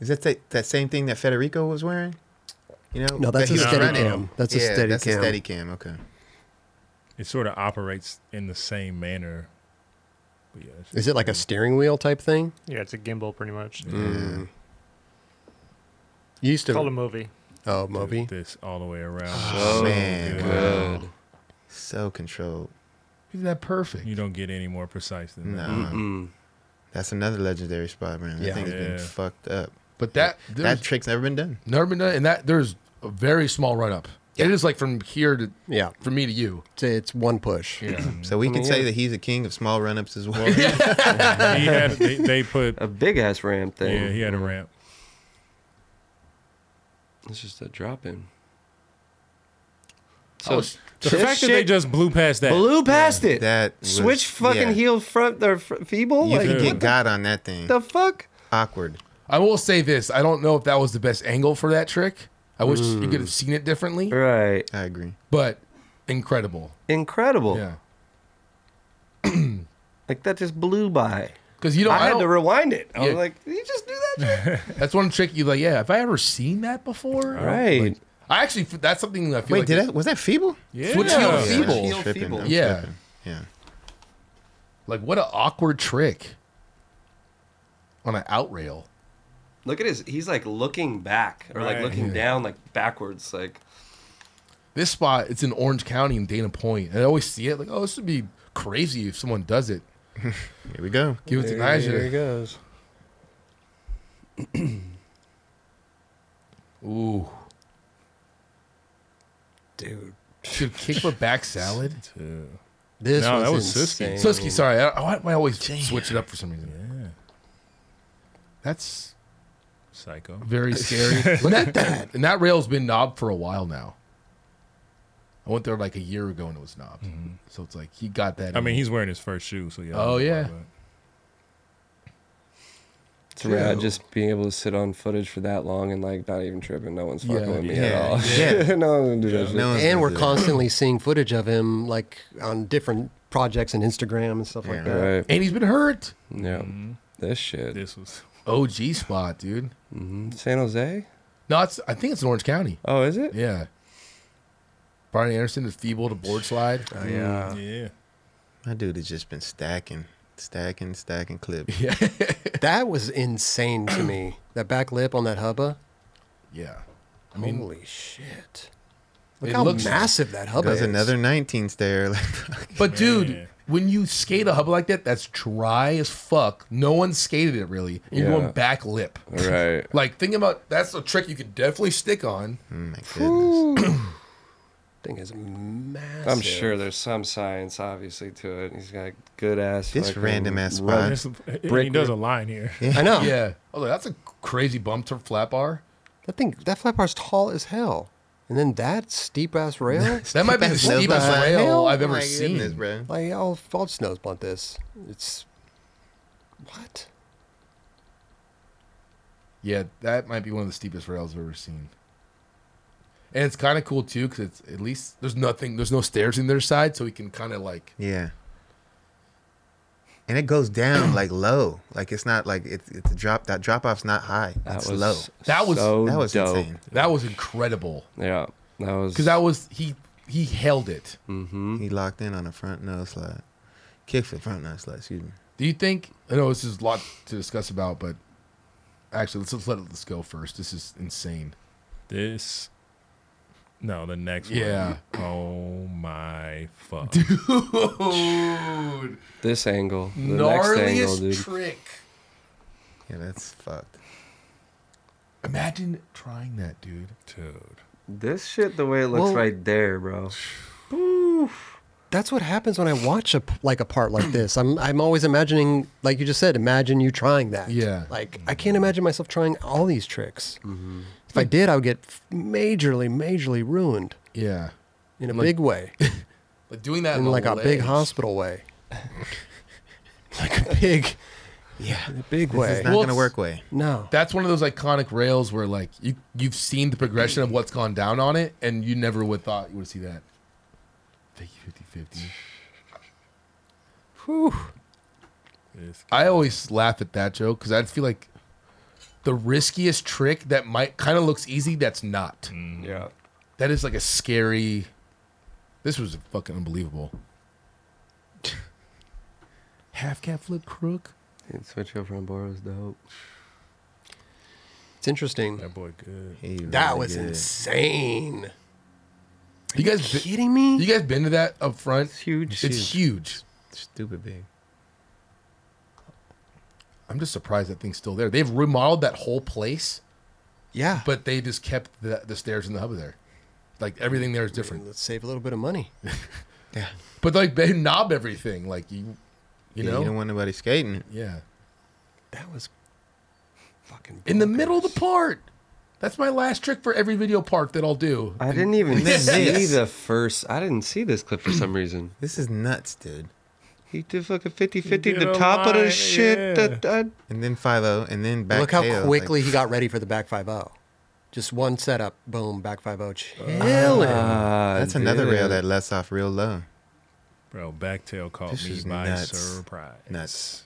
Speaker 2: Is that, that that same thing that Federico was wearing? You know,
Speaker 1: No, that's
Speaker 2: that
Speaker 1: a
Speaker 2: he was running?
Speaker 1: Steadicam. That's a
Speaker 2: yeah, That's a
Speaker 1: Steadicam.
Speaker 2: steady cam. Okay.
Speaker 5: It sort of operates in the same manner. But yeah, that's-
Speaker 1: Is it like a steering wheel type thing?
Speaker 6: Yeah, it's a gimbal pretty much.
Speaker 2: Mm.
Speaker 1: You used
Speaker 6: It's called a
Speaker 1: to
Speaker 6: movie.
Speaker 1: Oh,
Speaker 5: do
Speaker 1: Moby.
Speaker 5: This all the way around.
Speaker 2: Oh, man.
Speaker 5: good.
Speaker 4: Good.
Speaker 2: So controlled.
Speaker 3: Isn't that perfect?
Speaker 5: You don't get any more precise than
Speaker 2: No.
Speaker 5: that.
Speaker 4: Mm-mm.
Speaker 2: That's another legendary spot, man. That
Speaker 1: Yeah.
Speaker 2: thing's
Speaker 5: Yeah.
Speaker 2: been fucked up.
Speaker 3: But that
Speaker 2: that
Speaker 3: there's
Speaker 2: trick's never been done.
Speaker 3: never been done, and that there's a very small run up. It is like from here to
Speaker 1: Yeah.
Speaker 3: from me to you.
Speaker 1: It's, it's one push.
Speaker 2: So we
Speaker 4: I mean,
Speaker 2: can say
Speaker 4: yeah.
Speaker 2: that he's a king of small run ups as well. yeah.
Speaker 5: he had, they, they put.
Speaker 4: A big ass ramp thing.
Speaker 5: Yeah, he had a ramp.
Speaker 4: It's just a drop in.
Speaker 3: I
Speaker 4: So
Speaker 3: was-
Speaker 5: The
Speaker 4: this
Speaker 5: fact that they
Speaker 4: shit
Speaker 5: just blew past that.
Speaker 4: blew past it.
Speaker 2: That was-
Speaker 4: Switch fucking
Speaker 2: yeah.
Speaker 4: heel front or fr- feeble.
Speaker 2: You
Speaker 4: like
Speaker 2: can
Speaker 4: what
Speaker 2: get God on that thing.
Speaker 4: the fuck?
Speaker 2: Awkward.
Speaker 3: I will say this: I don't know if that was the best angle for that trick. I wish you
Speaker 4: Mm.
Speaker 3: could have seen it differently,
Speaker 4: Right.
Speaker 2: I agree.
Speaker 3: but incredible.
Speaker 4: Incredible.
Speaker 3: Yeah,
Speaker 4: Like that just blew by.
Speaker 3: because you know
Speaker 4: I,
Speaker 3: I,
Speaker 4: had
Speaker 3: don't,
Speaker 4: to rewind it. I
Speaker 3: Yeah.
Speaker 4: was like, "Did you just do that?" Shit?
Speaker 3: that's one trick you like. Yeah, have I ever seen that before?
Speaker 4: right.
Speaker 3: Like, I actually that's something I feel
Speaker 2: Wait,
Speaker 3: like
Speaker 2: did that was that feeble?
Speaker 5: Yeah.
Speaker 3: Switch heel
Speaker 2: Yeah,
Speaker 3: feeble.
Speaker 2: I'm
Speaker 4: Heel
Speaker 2: tripping.
Speaker 4: feeble.
Speaker 2: I'm
Speaker 3: Yeah.
Speaker 2: tripping. Yeah.
Speaker 3: Like what an awkward trick on an out rail.
Speaker 4: Look at his. He's like looking back or like
Speaker 5: Right.
Speaker 4: looking down, like backwards. Like
Speaker 3: This spot, it's in Orange County in Dana Point, and I always see it like, oh, this would be crazy if someone does it.
Speaker 2: Here we go.
Speaker 3: Give it to Niger.
Speaker 1: goes.
Speaker 3: Ooh,
Speaker 1: Dude.
Speaker 3: should kick for back salad.
Speaker 5: Yeah.
Speaker 1: This
Speaker 5: No,
Speaker 1: was
Speaker 5: that was Siski.
Speaker 1: insane.
Speaker 3: Siski, sorry, I, I, I always switch it up for some reason. That's
Speaker 5: Psycho.
Speaker 3: very scary. Look at that. And that rail's been knobbed for a while now. I went there like a year ago and it was knobbed. So it's like he got that.
Speaker 5: I
Speaker 3: in.
Speaker 5: mean, he's wearing his first shoe, so yeah.
Speaker 3: Oh, yeah.
Speaker 4: it's rad just being able to sit on footage for that long and like not even tripping. No one's
Speaker 3: Yeah.
Speaker 4: fucking with me
Speaker 2: Yeah.
Speaker 4: at all.
Speaker 2: Yeah.
Speaker 4: no one's gonna do that. shit.
Speaker 2: No one's
Speaker 1: And
Speaker 2: gonna
Speaker 1: we're
Speaker 2: do that.
Speaker 1: constantly seeing footage of him like on different projects and Instagram and stuff like
Speaker 2: Yeah.
Speaker 1: that.
Speaker 4: Right.
Speaker 3: and he's been hurt.
Speaker 4: Yeah. This shit.
Speaker 5: This was.
Speaker 3: OG spot, dude.
Speaker 4: Mhm. San Jose.
Speaker 3: No, it's, I think it's in Orange County.
Speaker 4: Oh, is it?
Speaker 3: Yeah. Brian Anderson is feeble to board slide.
Speaker 4: Oh, yeah.
Speaker 5: Yeah.
Speaker 2: My dude has just been stacking, stacking, stacking clips.
Speaker 3: Yeah.
Speaker 1: That was insane to me. That back lip on that hubba.
Speaker 3: yeah. I mean,
Speaker 1: Holy shit. Look
Speaker 3: It
Speaker 1: how
Speaker 3: looks-
Speaker 1: massive that hubba
Speaker 2: There's
Speaker 1: is.
Speaker 2: another Oh 19s there. Like,
Speaker 3: But
Speaker 5: Man.
Speaker 3: dude, when you skate a hub like that, that's dry as fuck. No one skated it really. You're
Speaker 4: Yeah.
Speaker 3: going back lip.
Speaker 4: Right.
Speaker 3: Like think about that's a trick you could definitely stick on.
Speaker 2: my goodness.
Speaker 1: thing is massive.
Speaker 4: I'm sure there's some science, obviously, to it. He's got good ass.
Speaker 2: This
Speaker 4: fucking
Speaker 2: random ass
Speaker 4: run-
Speaker 2: spot.
Speaker 5: This- he does a line here.
Speaker 1: I know.
Speaker 3: Yeah. Oh, that's a crazy bump to flat bar.
Speaker 1: That thing, that flat bar's tall as hell. And then that steep ass rail.
Speaker 3: That might be the
Speaker 2: That's no
Speaker 3: steepest
Speaker 2: flat.
Speaker 3: rail I've
Speaker 2: Oh
Speaker 3: ever
Speaker 2: my
Speaker 3: seen.
Speaker 2: goodness, bro.
Speaker 1: like, I'll, I'll just nose blunt this. It's. What?
Speaker 3: Yeah, that might be one of the steepest rails I've ever seen. And it's kind of cool too, because it's at least there's nothing, there's no stairs in their side, so we can kind of like
Speaker 2: Yeah. And it goes down like low. Like it's not like it's it's a drop that drop off's not high.
Speaker 4: That
Speaker 2: It's
Speaker 4: was
Speaker 2: low.
Speaker 3: That was-
Speaker 4: so
Speaker 2: That was
Speaker 4: dope.
Speaker 2: insane.
Speaker 3: that was incredible
Speaker 4: Yeah, that was
Speaker 3: because that was he he held it.
Speaker 4: Hmm?
Speaker 2: He locked in on a front nose slide. Kick for front nose slide, excuse me.
Speaker 3: Do you think? I know this is a lot to discuss about, but actually, let's, let's let this go first. This is insane.
Speaker 5: This. No, the next
Speaker 3: Yeah.
Speaker 5: one. Oh my fuck.
Speaker 3: Dude,
Speaker 4: this angle, the next angle, dude.
Speaker 3: gnarliest trick.
Speaker 2: Yeah, that's fucked.
Speaker 3: Imagine trying that, dude.
Speaker 5: Dude.
Speaker 4: this shit, the way it looks
Speaker 1: Well-
Speaker 4: right there, bro.
Speaker 1: that's what happens when I watch a p- like a part like this. I'm I'm always imagining, like you just said, imagine you trying that.
Speaker 3: Yeah.
Speaker 1: Like I can't imagine myself trying all these tricks.
Speaker 2: Mm-hmm.
Speaker 1: If I did, I would get f- majorly, majorly ruined
Speaker 3: Yeah.
Speaker 1: in a
Speaker 3: Like-
Speaker 1: big way,
Speaker 3: Like doing that
Speaker 1: in
Speaker 3: in the
Speaker 1: like a big
Speaker 3: legs.
Speaker 1: hospital way, like a big,
Speaker 2: Yeah.
Speaker 1: a big
Speaker 2: This
Speaker 1: way.
Speaker 2: is not
Speaker 3: Well,
Speaker 2: gonna
Speaker 3: it's-
Speaker 2: work way.
Speaker 1: no.
Speaker 3: That's one of those iconic rails where like you you've seen the progression of what's gone down on it, and you never would thought you would see that. Thank you, 50-50.
Speaker 5: It's-
Speaker 3: I always laugh at that joke because I feel like the riskiest trick that might kind of looks easy that's not.
Speaker 4: Yeah.
Speaker 3: That is like a scary. This was fucking unbelievable. Half cat flip crook.
Speaker 4: And switch over on Boros dope.
Speaker 1: It's interesting.
Speaker 5: That boy good.
Speaker 2: He
Speaker 1: That
Speaker 2: really
Speaker 1: was
Speaker 2: good.
Speaker 1: insane.
Speaker 3: You guys, be-
Speaker 1: Kidding me?
Speaker 3: you guys been to that up front?
Speaker 4: It's huge.
Speaker 3: It's huge.
Speaker 2: stupid big.
Speaker 3: I'm just surprised that thing's still there. They've remodeled that whole place,
Speaker 1: yeah.
Speaker 3: but they just kept the, the stairs in the hub there. Like everything there is different.
Speaker 1: Let's save a little bit of money.
Speaker 3: But like they knob everything. Like you, you
Speaker 2: Yeah,
Speaker 3: know,
Speaker 2: you don't want nobody skating.
Speaker 3: yeah.
Speaker 1: That was fucking
Speaker 3: In the
Speaker 1: bonkers.
Speaker 3: middle of the part. That's my last trick for every video part that I'll do.
Speaker 4: I didn't even
Speaker 2: This
Speaker 4: see
Speaker 2: is-
Speaker 4: the first. I didn't see this clip for some reason.
Speaker 2: This is nuts, dude.
Speaker 4: He did fucking 50 50
Speaker 5: did
Speaker 4: the
Speaker 5: a
Speaker 4: top of the
Speaker 5: line,
Speaker 4: shit.
Speaker 5: yeah.
Speaker 4: That, that-
Speaker 2: And then five zero, and then back.
Speaker 1: Look how
Speaker 2: tail, like-
Speaker 1: quickly he got ready for the back 5-0. Just one setup, boom, back oh. 5-0,
Speaker 2: Uh,
Speaker 1: chilling.
Speaker 4: Ah,
Speaker 2: that's another
Speaker 4: dude.
Speaker 2: rail that lets off real low.
Speaker 5: Bro, Backtail caught
Speaker 2: This
Speaker 5: Oh, me
Speaker 2: is
Speaker 5: by
Speaker 2: nuts.
Speaker 5: surprise.
Speaker 2: Nuts.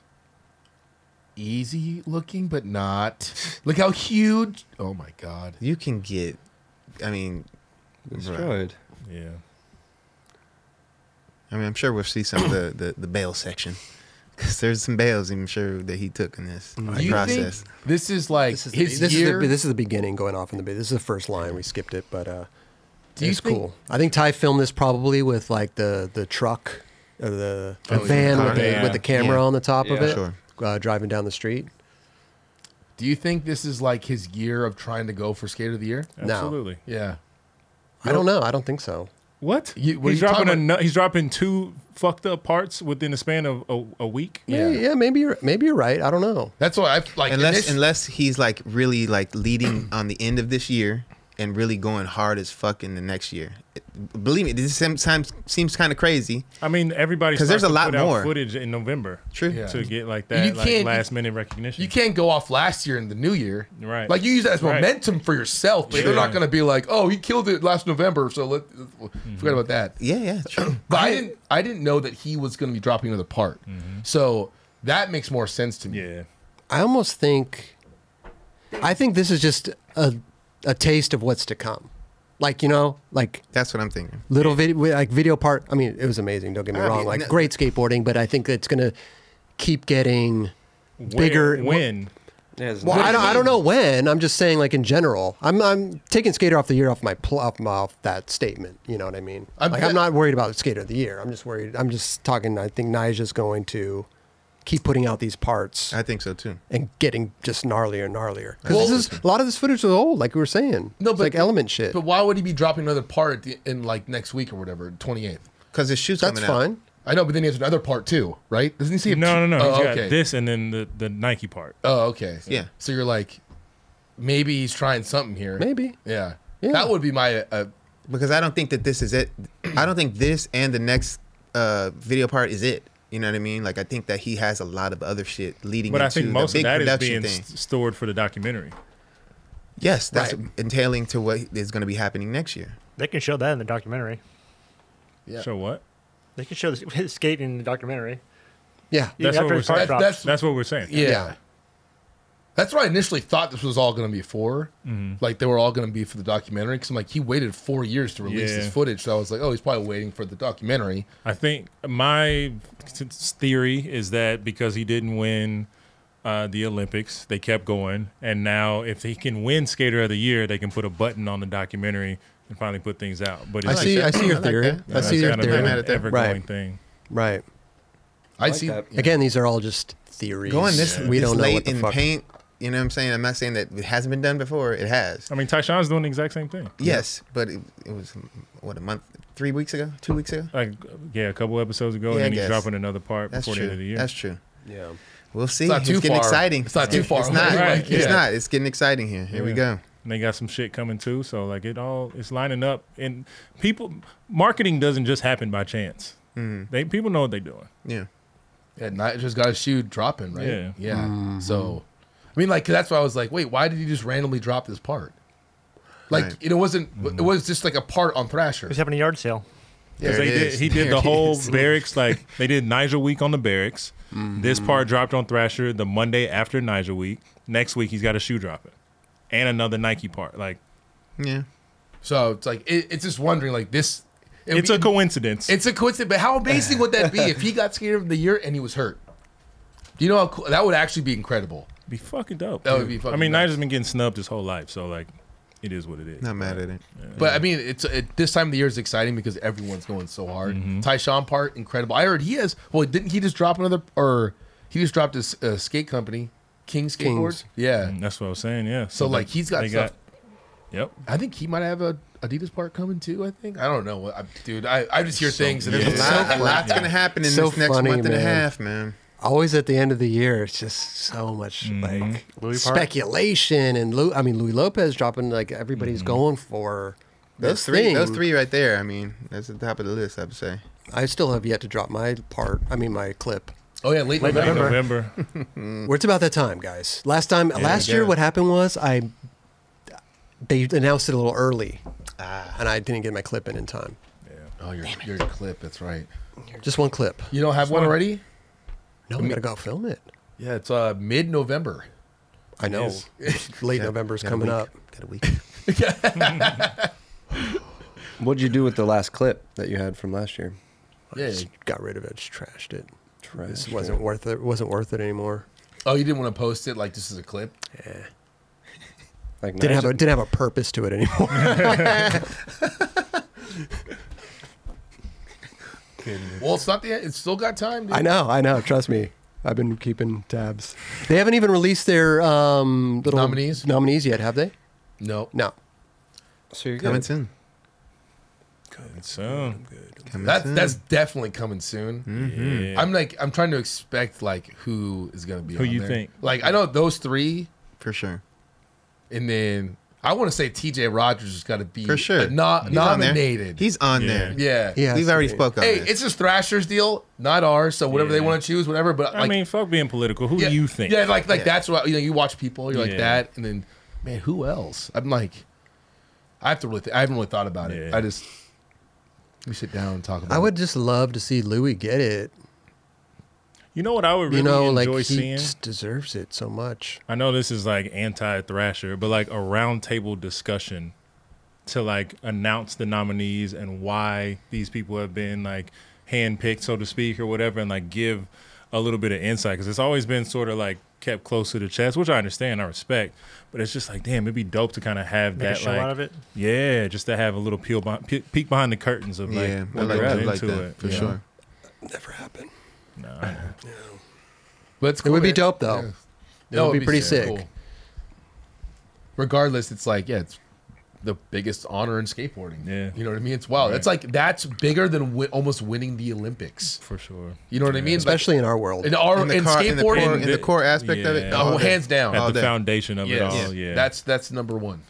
Speaker 3: Easy looking, but not. Look how huge. Oh my God.
Speaker 2: You can get. I mean,
Speaker 4: Destroyed.
Speaker 5: Yeah.
Speaker 2: I mean, I'm sure we'll see some of the the, the bail section because there's some bails. I'm sure that he took in this
Speaker 3: You
Speaker 2: process.
Speaker 3: think this is like
Speaker 1: This is, the,
Speaker 3: his
Speaker 1: this,
Speaker 3: year?
Speaker 1: is the, this is the beginning going off in the bit. This is the first line. We skipped it, but uh,
Speaker 3: Do you
Speaker 1: it's
Speaker 3: think-
Speaker 1: cool. I think Ty filmed this probably with like the the truck, or the, the
Speaker 2: Oh, yeah.
Speaker 1: van with, the,
Speaker 5: Yeah.
Speaker 1: with the camera
Speaker 2: Yeah.
Speaker 1: on the top of
Speaker 4: Yeah.
Speaker 1: it,
Speaker 2: Sure.
Speaker 1: uh, driving down the street.
Speaker 3: Do you think this is like his year of trying to go for skater of the year?
Speaker 5: Absolutely.
Speaker 3: Yeah.
Speaker 1: I don't know. I don't think so.
Speaker 5: What?
Speaker 3: You- what
Speaker 5: he's
Speaker 3: are you
Speaker 5: dropping a,
Speaker 3: talking
Speaker 5: nu- he's dropping two fucked up parts within the span of a, a week.
Speaker 1: Yeah, yeah, maybe you're maybe you're right. I don't know.
Speaker 3: That's what I've like.
Speaker 2: unless
Speaker 3: init-
Speaker 2: unless he's like really like leading on the end of this year and really going hard as fuck in the next year. It- believe me, this sometimes seems kind of crazy.
Speaker 5: I mean, everybody
Speaker 2: 'Cause there's
Speaker 5: starts
Speaker 2: a lot
Speaker 5: to put out
Speaker 2: more.
Speaker 5: footage in November
Speaker 2: True.
Speaker 3: Yeah.
Speaker 5: to get like
Speaker 3: You
Speaker 5: that like
Speaker 3: can't-
Speaker 5: last minute recognition.
Speaker 3: you can't go off last year in the new year,
Speaker 5: Right.
Speaker 3: Like you use that as
Speaker 5: Right.
Speaker 3: momentum for yourself, but you're
Speaker 5: Yeah.
Speaker 3: not going to be like, "Oh, he killed it last November," so let
Speaker 5: Mm-hmm.
Speaker 3: forget about that.
Speaker 2: Yeah, yeah, true.
Speaker 3: But I, didn't. I didn't know that he was going to be dropping another part, so that makes more sense to me.
Speaker 5: Mm-hmm. yeah.
Speaker 1: I almost think I think this is just a a taste of what's to come. Like, you know, like
Speaker 2: That's what I'm thinking.
Speaker 1: little video like video part, I mean, it was amazing, don't get me
Speaker 2: I
Speaker 1: wrong.
Speaker 2: mean,
Speaker 1: Like
Speaker 2: no-
Speaker 1: great skateboarding, but I think it's going to keep getting Bigger-
Speaker 5: Where- when
Speaker 4: Yeah, it's
Speaker 1: Well,
Speaker 4: nuts.
Speaker 1: I don't, I don't know when. I'm just saying like in general. I'm I'm taking skater off the year off my pl- off, my, off that statement, you know what I mean?
Speaker 3: I'm
Speaker 1: like
Speaker 3: bet-
Speaker 1: I'm not worried about skater of the year. I'm just worried I'm just talking I think Nigel's going to keep putting out these parts.
Speaker 2: I think so too.
Speaker 1: and getting just gnarlier and gnarlier. Because
Speaker 3: Well-
Speaker 1: this is a lot of this footage was old, like we were saying.
Speaker 3: No,
Speaker 1: It's
Speaker 3: but-
Speaker 1: like element shit.
Speaker 3: But why would he be dropping another part at the, in like next week or whatever, twenty eighth?
Speaker 2: Because his shoes
Speaker 1: That's
Speaker 2: coming out.
Speaker 1: fine.
Speaker 3: I know, but then he has another part too, right? Doesn't he see?
Speaker 5: no no no he's
Speaker 3: Oh,
Speaker 5: got this and then the, the Nike part.
Speaker 3: Oh, okay.
Speaker 2: Yeah.
Speaker 3: So you're like, maybe he's trying something here.
Speaker 1: Maybe.
Speaker 3: Yeah.
Speaker 1: Yeah.
Speaker 3: That would be my. Uh,
Speaker 2: Because I don't think that this is it. I don't think this and the next uh, video part is it. You know what I mean? Like I think that he has a lot of other shit leading
Speaker 5: But
Speaker 2: into
Speaker 5: I think most
Speaker 2: the
Speaker 5: of
Speaker 2: big
Speaker 5: that is
Speaker 2: production
Speaker 5: being
Speaker 2: thing.
Speaker 5: s- stored for the documentary.
Speaker 2: yes, that's
Speaker 1: Right.
Speaker 2: entailing to what is going to be happening next year.
Speaker 6: They can show that in the documentary.
Speaker 3: Yeah.
Speaker 5: So what?
Speaker 6: They can show the his skate in the documentary.
Speaker 1: Yeah.
Speaker 6: Even
Speaker 5: That's what
Speaker 6: after
Speaker 5: we're
Speaker 6: his part
Speaker 5: saying.
Speaker 6: drops.
Speaker 3: That's-
Speaker 5: That's what we're saying.
Speaker 3: yeah.
Speaker 1: Yeah.
Speaker 3: That's what I initially thought this was all going to be for.
Speaker 5: Mm-hmm.
Speaker 3: Like they were all going to be for the documentary because I'm like he waited four years to release
Speaker 5: Yeah.
Speaker 3: this footage, so I was like, oh, he's probably waiting for the documentary.
Speaker 5: I think my t- theory is that because he didn't win uh, the Olympics, they kept going, and now if he can win Skater of the Year, they can put a button on the documentary and finally put things out. But it's
Speaker 1: I
Speaker 5: just-
Speaker 1: see.
Speaker 2: that.
Speaker 1: I see your
Speaker 2: I like
Speaker 1: theory.
Speaker 2: that.
Speaker 1: I
Speaker 5: that's
Speaker 1: see your
Speaker 5: kind of been
Speaker 1: theory.
Speaker 2: mad at
Speaker 5: an
Speaker 2: that.
Speaker 5: ever-going
Speaker 1: Right.
Speaker 5: thing.
Speaker 1: Right.
Speaker 3: I
Speaker 4: like
Speaker 3: see.
Speaker 4: that.
Speaker 3: Yeah.
Speaker 1: Again, these are all just theories.
Speaker 2: Going this
Speaker 1: we
Speaker 2: this
Speaker 1: don't know
Speaker 2: late
Speaker 1: what the
Speaker 2: in
Speaker 1: fuck.
Speaker 2: paint You know what I'm saying? I'm not saying that it hasn't been done before. It has.
Speaker 5: I mean, Tyshawn's doing the exact same thing.
Speaker 2: Yes, but it, it was what a month, three weeks ago, two weeks ago.
Speaker 5: Like, yeah, a couple episodes ago,
Speaker 2: Yeah, I
Speaker 5: and then he's
Speaker 2: guess.
Speaker 5: dropping another part
Speaker 2: That's
Speaker 5: before
Speaker 2: true.
Speaker 5: the end of the year.
Speaker 2: That's true.
Speaker 1: Yeah.
Speaker 2: We'll see.
Speaker 3: It's
Speaker 2: It's,
Speaker 3: not too
Speaker 2: getting
Speaker 3: far.
Speaker 2: exciting.
Speaker 3: It's not too far
Speaker 2: It's
Speaker 3: away,
Speaker 2: not.
Speaker 5: right?
Speaker 2: It's
Speaker 3: Yeah.
Speaker 2: not. It's getting exciting here. Here we
Speaker 5: Yeah.
Speaker 2: go.
Speaker 5: and they got some shit coming too. So like it all it's lining up, and people marketing doesn't just happen by chance.
Speaker 2: Mm-hmm.
Speaker 5: They people know what they're doing.
Speaker 2: Yeah.
Speaker 3: Yeah, Knight just got his shoe dropping, right?
Speaker 5: Yeah.
Speaker 3: Yeah. So, I mean, like, 'cause that's why I was like, wait, why did he just randomly drop this part? Like,
Speaker 2: Right.
Speaker 3: it wasn't, it was just like a part on Thrasher.
Speaker 6: Who's having a yard sale?
Speaker 2: There
Speaker 5: Because they
Speaker 2: it
Speaker 5: did,
Speaker 2: is.
Speaker 5: he did
Speaker 2: There
Speaker 5: the
Speaker 2: it
Speaker 5: whole
Speaker 2: is. Mm-hmm.
Speaker 5: barracks like they did Nigel week on the barracks. This part dropped on Thrasher the Monday after Nigel week. Next week he's got a shoe dropping, and another Nike part. Like
Speaker 2: Yeah.
Speaker 3: So it's like, it, it's just wondering, like, this. it-
Speaker 5: it's a coincidence.
Speaker 3: It's a coincidence, but how amazing would that be if he got scared of the year and he was hurt? Do you know how cool, that would actually be incredible?
Speaker 5: be fucking dope.
Speaker 3: That would be fucking
Speaker 5: I mean,
Speaker 3: dope.
Speaker 5: Nigel's been getting snubbed his whole life, so like it is what it is.
Speaker 2: Not mad at it.
Speaker 3: But I mean, it's it, this time of the year is exciting because everyone's going so hard. Tyshawn part incredible. I heard he has. Well, didn't he just drop another or he just dropped his uh, skate company, King Skateboards?
Speaker 1: Kings.
Speaker 3: Yeah.
Speaker 5: That's what I was saying. Yeah.
Speaker 3: So like he's got
Speaker 5: they
Speaker 3: stuff.
Speaker 5: Yep.
Speaker 3: I think he might have a Adidas part coming too. I think I don't know. I, dude, I, I just hear things and
Speaker 2: There's
Speaker 3: it's
Speaker 2: a lot.
Speaker 3: so
Speaker 2: a lot's gonna happen in
Speaker 1: So
Speaker 2: this next
Speaker 1: funny,
Speaker 2: month and a
Speaker 1: man.
Speaker 2: half, man.
Speaker 1: Always at the end of the year, it's just so much
Speaker 3: Mm-hmm.
Speaker 1: like
Speaker 6: Louis Park?
Speaker 1: speculation and Lou. I mean, Louis Lopez dropping like everybody's
Speaker 3: Mm-hmm.
Speaker 1: going for
Speaker 2: Those
Speaker 1: this
Speaker 2: three. Those
Speaker 1: thing.
Speaker 2: three right there. I mean, that's at the top of the list. I'd say.
Speaker 1: I still have yet to drop my part. I mean, my clip.
Speaker 3: Oh yeah, late,
Speaker 6: Late
Speaker 3: November.
Speaker 6: November.
Speaker 5: November.
Speaker 1: Mm. Well, it's about that time, guys. Last time, last year,
Speaker 2: yeah.
Speaker 1: what happened was I they announced it a little early, and I didn't get my clip in in time.
Speaker 3: Oh, your your clip. That's right.
Speaker 1: Just one clip.
Speaker 3: You don't have one already?
Speaker 1: No, I'm gonna go film it.
Speaker 3: Yeah, it's uh mid November.
Speaker 1: I know. Late November's
Speaker 2: Got a
Speaker 1: coming
Speaker 2: week.
Speaker 1: up.
Speaker 2: Got a week.
Speaker 4: What'd you do with the last clip that you had from last year?
Speaker 3: Yeah.
Speaker 1: Just got rid of it. Just trashed it. This
Speaker 4: Trash.
Speaker 1: wasn't worth it. Wasn't worth it anymore.
Speaker 3: Oh, you didn't want to post it like this is a clip.
Speaker 4: Like
Speaker 1: Didn't
Speaker 4: Nigel-
Speaker 1: have a didn't have a purpose to it anymore.
Speaker 3: Well, it's not the. e, It's still got time. Dude.
Speaker 1: I know. I know. Trust me. I've been keeping tabs. They haven't even released their um, little
Speaker 3: Nominees?
Speaker 1: nominees yet, have they?
Speaker 3: No,
Speaker 1: No.
Speaker 4: So you're
Speaker 2: Coming
Speaker 4: good.
Speaker 2: soon.
Speaker 5: So
Speaker 2: Coming
Speaker 3: that's
Speaker 2: soon.
Speaker 3: that's definitely coming soon.
Speaker 5: um, yeah.
Speaker 3: Mm-hmm. I'm like I'm trying to expect like who is gonna be
Speaker 5: Who
Speaker 3: on
Speaker 5: you
Speaker 3: there.
Speaker 5: think?
Speaker 3: Like I know those three,
Speaker 2: for sure.
Speaker 3: and then I want to say T.J. Rogers has got to be
Speaker 2: For sure.
Speaker 3: no-
Speaker 2: He's on there.
Speaker 3: nominated.
Speaker 2: He's on
Speaker 5: Yeah.
Speaker 2: there.
Speaker 3: yeah
Speaker 1: Yeah.
Speaker 2: We've already
Speaker 1: Hey,
Speaker 2: spoke on
Speaker 3: Hey,
Speaker 2: this.
Speaker 3: it's just Thrasher's deal, not ours. So whatever they
Speaker 5: Yeah.
Speaker 3: want to choose, whatever. But
Speaker 5: I
Speaker 3: like,
Speaker 5: mean, fuck being political. Who
Speaker 3: yeah,
Speaker 5: do you think?
Speaker 3: Yeah, like like
Speaker 2: Yeah.
Speaker 3: that's what you know. You watch people, you're like
Speaker 5: Yeah.
Speaker 3: that, and then man, who else? I'm like, I have to really. Th- I haven't really thought about it.
Speaker 5: Yeah.
Speaker 3: I just we sit down and talk about.
Speaker 1: I would
Speaker 3: It.
Speaker 1: just love to see Louis get it.
Speaker 5: You know what I would really
Speaker 1: you know, like
Speaker 5: enjoy
Speaker 1: he
Speaker 5: seeing?
Speaker 1: just deserves it so much.
Speaker 5: I know this is like anti Thrasher, but like a roundtable discussion to like announce the nominees and why these people have been like handpicked, so to speak, or whatever, and like give a little bit of insight because it's always been sort of like kept close to the chest, which I understand, I respect, but it's just like, damn, it'd be dope to kind of have
Speaker 6: Make a
Speaker 5: that
Speaker 6: show
Speaker 5: like,
Speaker 6: out of it.
Speaker 5: yeah, just to have a little peel behind, pe- peek behind the curtains of like
Speaker 2: yeah, I
Speaker 5: what
Speaker 2: like,
Speaker 5: goes
Speaker 2: I
Speaker 5: into
Speaker 2: like that
Speaker 5: it
Speaker 2: for
Speaker 5: you know?
Speaker 2: sure.
Speaker 1: Never happened.
Speaker 3: But it's
Speaker 1: It would be
Speaker 3: man.
Speaker 1: dope though.
Speaker 3: Yeah.
Speaker 1: It would
Speaker 3: it'd
Speaker 1: be pretty sick.
Speaker 3: cool. Regardless, it's like yeah, it's the biggest honor in skateboarding.
Speaker 5: Yeah.
Speaker 3: you know what I mean. It's wild. It's like that's bigger than wi- almost winning the Olympics.
Speaker 5: For sure.
Speaker 3: You know what I mean?
Speaker 1: Especially in our world.
Speaker 3: like, in our
Speaker 2: In
Speaker 3: in,
Speaker 2: the car- in the
Speaker 3: skateboarding.
Speaker 2: core- in the core aspect of it?
Speaker 5: Yeah.
Speaker 3: Oh,
Speaker 2: all day.
Speaker 3: hands down.
Speaker 5: At
Speaker 2: All
Speaker 5: the
Speaker 2: day.
Speaker 5: foundation of
Speaker 3: Yes.
Speaker 5: it all. Yeah.
Speaker 3: That's that's number one.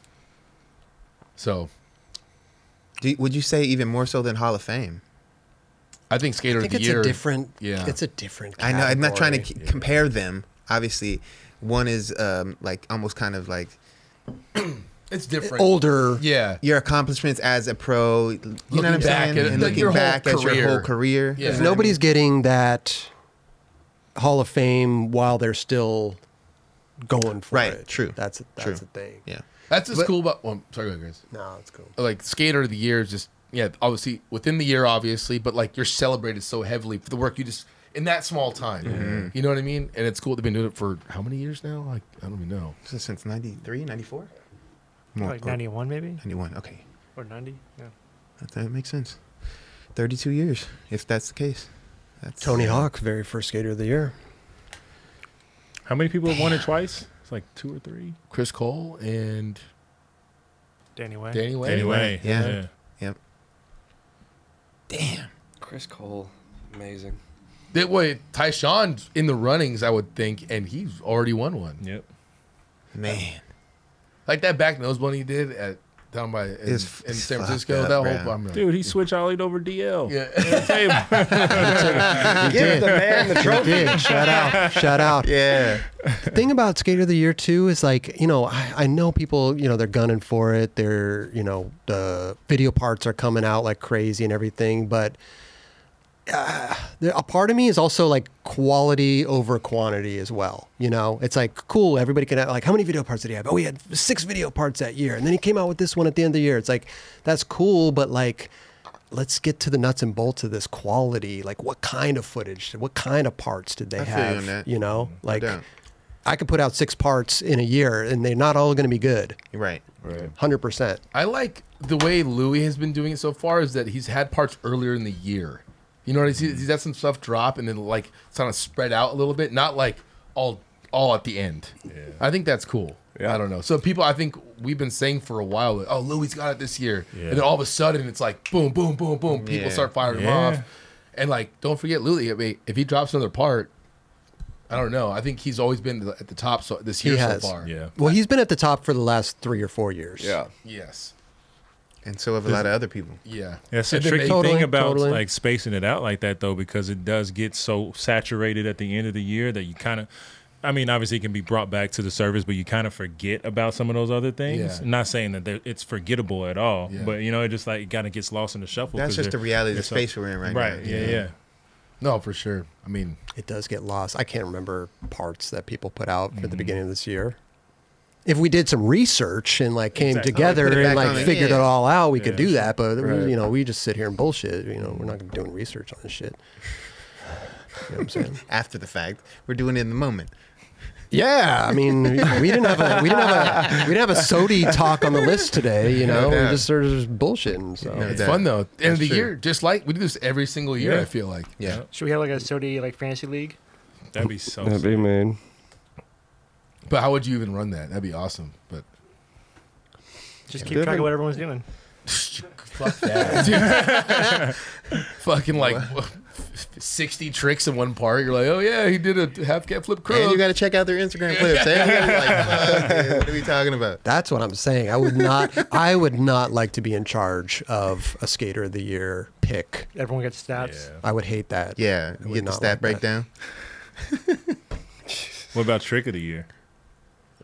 Speaker 3: So
Speaker 2: Do, would you say even more so than Hall of Fame?
Speaker 3: I think skater
Speaker 1: I think
Speaker 3: of the
Speaker 1: it's
Speaker 3: year.
Speaker 1: a different.
Speaker 3: Yeah.
Speaker 1: it's a different.
Speaker 2: I know. I'm not trying to
Speaker 1: category.
Speaker 2: c- compare them. Obviously, one is um, like almost kind of like
Speaker 3: It's different.
Speaker 1: older.
Speaker 3: Yeah.
Speaker 2: your accomplishments as a pro. You know what
Speaker 3: Looking
Speaker 2: I'm
Speaker 3: back
Speaker 2: saying?
Speaker 3: at-
Speaker 2: and
Speaker 3: like
Speaker 2: looking
Speaker 3: your whole
Speaker 2: back at your whole career. You
Speaker 3: Yeah.
Speaker 2: know what I mean?
Speaker 1: Nobody's getting that Hall of Fame while they're still going for
Speaker 2: Right,
Speaker 1: it.
Speaker 2: true,
Speaker 1: That's that's
Speaker 2: true.
Speaker 1: the thing.
Speaker 2: Yeah.
Speaker 3: That's what's
Speaker 1: But-
Speaker 3: cool about. Well, sorry, go ahead, guys.
Speaker 1: No, it's cool.
Speaker 3: Like skater of the year is just yeah. Obviously within the year, obviously, but like you're celebrated so heavily for the work you just in that small time. You know what I mean? And it's cool they've been doing it for how many years now? Like I don't even know.
Speaker 2: So since 93, 94? More,
Speaker 6: Like
Speaker 2: or
Speaker 6: 91 maybe
Speaker 2: 91. Okay.
Speaker 6: or 90. Yeah.
Speaker 2: That, that makes sense. 32 years, if that's the case. That's
Speaker 1: Tony Hawk, very first skater of the year.
Speaker 5: How many people have won it twice? It's like two or three.
Speaker 3: Chris Cole and
Speaker 6: Danny Way.
Speaker 3: Danny Way.
Speaker 5: Anyway,
Speaker 2: yeah.
Speaker 5: yeah.
Speaker 2: Damn.
Speaker 4: Chris Cole, amazing.
Speaker 3: That way, Tyshawn's in the runnings, I would think, and he's already won one.
Speaker 5: Yep.
Speaker 2: Man.
Speaker 3: Like that back nose one he did at down by in,
Speaker 2: It's f-
Speaker 3: in
Speaker 2: it's
Speaker 3: San
Speaker 2: fucked
Speaker 3: Francisco.
Speaker 2: up,
Speaker 3: that
Speaker 2: bro.
Speaker 3: whole I'm like,
Speaker 5: Dude, he switched Ollie over DL.
Speaker 3: yeah.
Speaker 5: Table.
Speaker 4: Give the man the
Speaker 1: He did. Shout out. Shout out.
Speaker 2: Yeah.
Speaker 1: The thing about Skater of the Year too is like, you know, I, I know people, you know, they're gunning for it. They're, you know, the video parts are coming out like crazy and everything, but uh, there- a part of me is also like quality over quantity as well. You know, it's like cool. Everybody can have, like, how many video parts did he have? Oh, he had six video parts that year, and then he came out with this one at the end of the year. It's like that's cool, but like, let's get to the nuts and bolts of this quality. Like, what kind of footage? What kind of parts did they
Speaker 2: I feel you
Speaker 1: have?
Speaker 2: on that.
Speaker 1: you know, like.
Speaker 2: don't.
Speaker 1: I could put out six parts in a year, and they're not all going to be good.
Speaker 2: You're right.
Speaker 3: Right.
Speaker 1: Hundred percent.
Speaker 3: I like the way Louis has been doing it so far is that he's had parts earlier in the year. You know what I see? He's had some stuff drop and then like it's kind of spread out a little bit, not like all all at the end. I think that's cool. I don't know. So people, I think we've been saying for a while, like, oh, Louis got it this year,
Speaker 5: Yeah.
Speaker 3: and then all of a sudden it's like boom, boom, boom, boom. People
Speaker 2: Yeah.
Speaker 3: start firing
Speaker 5: Yeah.
Speaker 3: him off, and like don't forget Louis. I mean, if he drops another part, I don't know. I think he's always been at the top so this
Speaker 1: He
Speaker 3: year
Speaker 1: has.
Speaker 3: so far.
Speaker 5: yeah.
Speaker 1: Well, he's been at the top for the last three or four years.
Speaker 4: Yeah.
Speaker 3: Yes.
Speaker 2: And so have a lot of other people.
Speaker 3: Yeah.
Speaker 5: That's the
Speaker 3: And then
Speaker 5: tricky
Speaker 3: they-
Speaker 1: Totally,
Speaker 5: thing about
Speaker 1: totally.
Speaker 5: like spacing it out like that though, because it does get so saturated at the end of the year that you kind of. I mean, obviously, it can be brought back to the service, but you kind of forget about some of those other things.
Speaker 3: Yeah.
Speaker 5: Not saying that they're- it's forgettable at all,
Speaker 3: Yeah.
Speaker 5: but you know, it just like kind of gets lost in the shuffle.
Speaker 2: That's
Speaker 5: 'cause
Speaker 2: just the
Speaker 5: they're-
Speaker 2: reality of the
Speaker 5: it's a-
Speaker 2: space we're in right,
Speaker 5: right?
Speaker 2: now.
Speaker 5: yeah, yeah.
Speaker 3: No, for sure. I mean,
Speaker 1: it does get lost. I can't remember parts that people put out for the beginning of this year. If we did some research and like came
Speaker 5: Exactly.
Speaker 1: together
Speaker 2: Put it
Speaker 1: and
Speaker 2: back
Speaker 1: like
Speaker 2: on the
Speaker 1: figured it
Speaker 2: end.
Speaker 1: all out, we could
Speaker 5: Yeah,
Speaker 1: do that. But
Speaker 4: Right.
Speaker 1: you know, we just sit here and bullshit. You know, we're not gonna be doing research on this shit. You know what I'm saying?
Speaker 2: After the fact, we're doing it in the moment.
Speaker 1: Yeah, I mean, we we didn't have a we didn't have a we didn't have a sody talk on the list today. You know, we
Speaker 2: doubt.
Speaker 1: just sort of just bullshitting. So
Speaker 2: No
Speaker 3: it's
Speaker 2: doubt.
Speaker 3: fun though. End
Speaker 2: That's
Speaker 3: of the
Speaker 2: true.
Speaker 3: year, just like we do this every single year.
Speaker 5: Yeah.
Speaker 3: I feel like
Speaker 2: Yeah.
Speaker 6: Should we have like a Sodi like fantasy league?
Speaker 5: That'd be so.
Speaker 4: That'd be mean.
Speaker 3: But how would you even run that? That'd be awesome. But
Speaker 6: Just
Speaker 4: Yeah.
Speaker 6: keep track of what everyone's doing.
Speaker 3: fuck that. Dude. Fucking like sixty tricks in one part. You're like, oh yeah, he did a half cat flip
Speaker 2: And you
Speaker 3: crook.
Speaker 2: got to check out their Instagram clips. eh? Like, fuck, dude, what are we talking about?
Speaker 1: that's what I'm saying. I would not. I would not like to be in charge of a skater of the year pick.
Speaker 6: Everyone gets stats.
Speaker 5: Yeah.
Speaker 1: I would hate that.
Speaker 2: Yeah,
Speaker 1: I
Speaker 2: you
Speaker 1: would
Speaker 2: get the
Speaker 1: not
Speaker 2: stat
Speaker 1: like that.
Speaker 2: breakdown.
Speaker 5: What about trick of the year?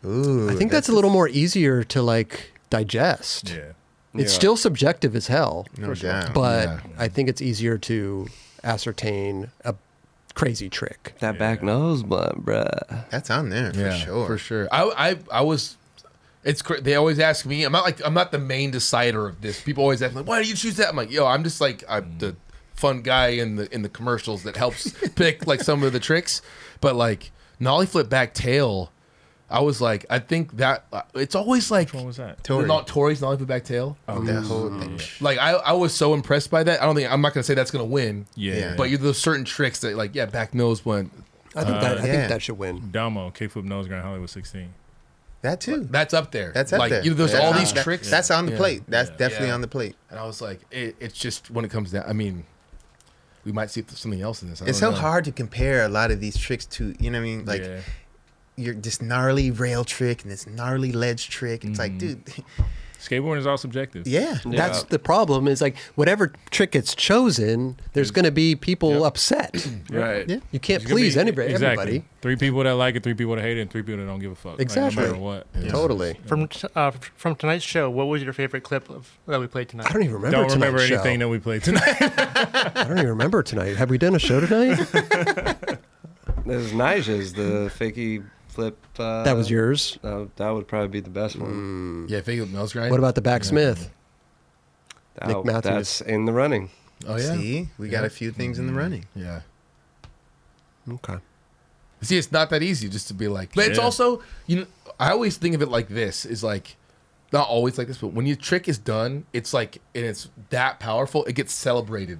Speaker 2: Ooh,
Speaker 1: I think that's, a little more easier to like digest.
Speaker 5: Yeah.
Speaker 1: It's
Speaker 4: Yeah.
Speaker 1: still subjective as hell,
Speaker 2: no doubt.
Speaker 1: but
Speaker 3: Yeah.
Speaker 1: I think it's easier to ascertain a crazy trick.
Speaker 4: That back nose blood, bruh.
Speaker 2: that's on there for
Speaker 3: yeah,
Speaker 2: sure.
Speaker 3: for sure. I I I was. It's cra- they always ask me. I'm not like I'm not the main decider of this. People always ask me, like, why do you choose that? I'm like, yo, I'm just like I'm
Speaker 2: Mm.
Speaker 3: the fun guy in the in the commercials that helps pick like some of the tricks. But like nollie flip back tail, I was like, I think that uh, it's always like
Speaker 5: Which one was that?
Speaker 2: Tory. Oh.
Speaker 3: not Tory's nollie flip back tail.
Speaker 2: that whole thing.
Speaker 3: Like I, I was so impressed by that. I don't think I'm not gonna say that's gonna win.
Speaker 5: Yeah.
Speaker 2: Yeah.
Speaker 3: But you there's certain tricks that like yeah back nose one
Speaker 1: I think that I
Speaker 2: Uh, yeah.
Speaker 1: think that should win.
Speaker 5: Damo K flip nose grind Hollywood sixteen.
Speaker 2: That too.
Speaker 3: that's up there.
Speaker 2: That's up
Speaker 3: like,
Speaker 2: there.
Speaker 3: You there's
Speaker 2: That's
Speaker 3: all
Speaker 2: on-
Speaker 3: these
Speaker 2: that-
Speaker 3: tricks.
Speaker 2: That's on the
Speaker 3: Yeah.
Speaker 2: plate. That's definitely
Speaker 3: Yeah.
Speaker 2: on the plate.
Speaker 3: And I was like, it, it's just when it comes down. I mean, we might see if there's something else in this. I
Speaker 2: It's so
Speaker 3: don't know.
Speaker 2: hard to compare a lot of these tricks to, you know what I mean? Like
Speaker 5: yeah.
Speaker 2: your this gnarly rail trick and this gnarly ledge trick. It's like, dude,
Speaker 5: skateboarding is all subjective.
Speaker 2: yeah.
Speaker 1: That's the problem. Is like whatever trick gets chosen,
Speaker 2: Mm.
Speaker 1: there's going to be people upset.
Speaker 4: Right.
Speaker 2: Yeah.
Speaker 1: You can't
Speaker 5: It's gonna
Speaker 1: please
Speaker 5: be-
Speaker 1: anybody. Everybody.
Speaker 5: Three people that like it, three people that hate it, and three people that don't give a fuck.
Speaker 1: Exactly.
Speaker 5: Like, no matter what.
Speaker 1: Totally.
Speaker 6: From t- uh, f- from tonight's show, what was your favorite clip of, that we played tonight?
Speaker 1: I don't even remember.
Speaker 5: Don't remember
Speaker 1: tonight's
Speaker 5: anything
Speaker 1: Show.
Speaker 5: that we played tonight.
Speaker 1: I don't even remember tonight. Have we done a show tonight?
Speaker 4: There's Nija's, the fakey flip. Uh,
Speaker 1: that was yours.
Speaker 4: That, that would probably be the best one.
Speaker 3: Yeah, fake nose grind.
Speaker 1: What about the back Smith?
Speaker 4: That-
Speaker 1: Nick Matthews.
Speaker 4: That's in the running.
Speaker 3: Oh yeah.
Speaker 2: See, we got
Speaker 3: Yeah.
Speaker 2: a few things in the running.
Speaker 3: Yeah.
Speaker 1: Okay.
Speaker 3: See, it's not that easy just to be like. But it's
Speaker 5: Yeah.
Speaker 3: also you know I always think of it like this is like. Not always like this, but when your trick is done, it's like and it's that powerful. It gets celebrated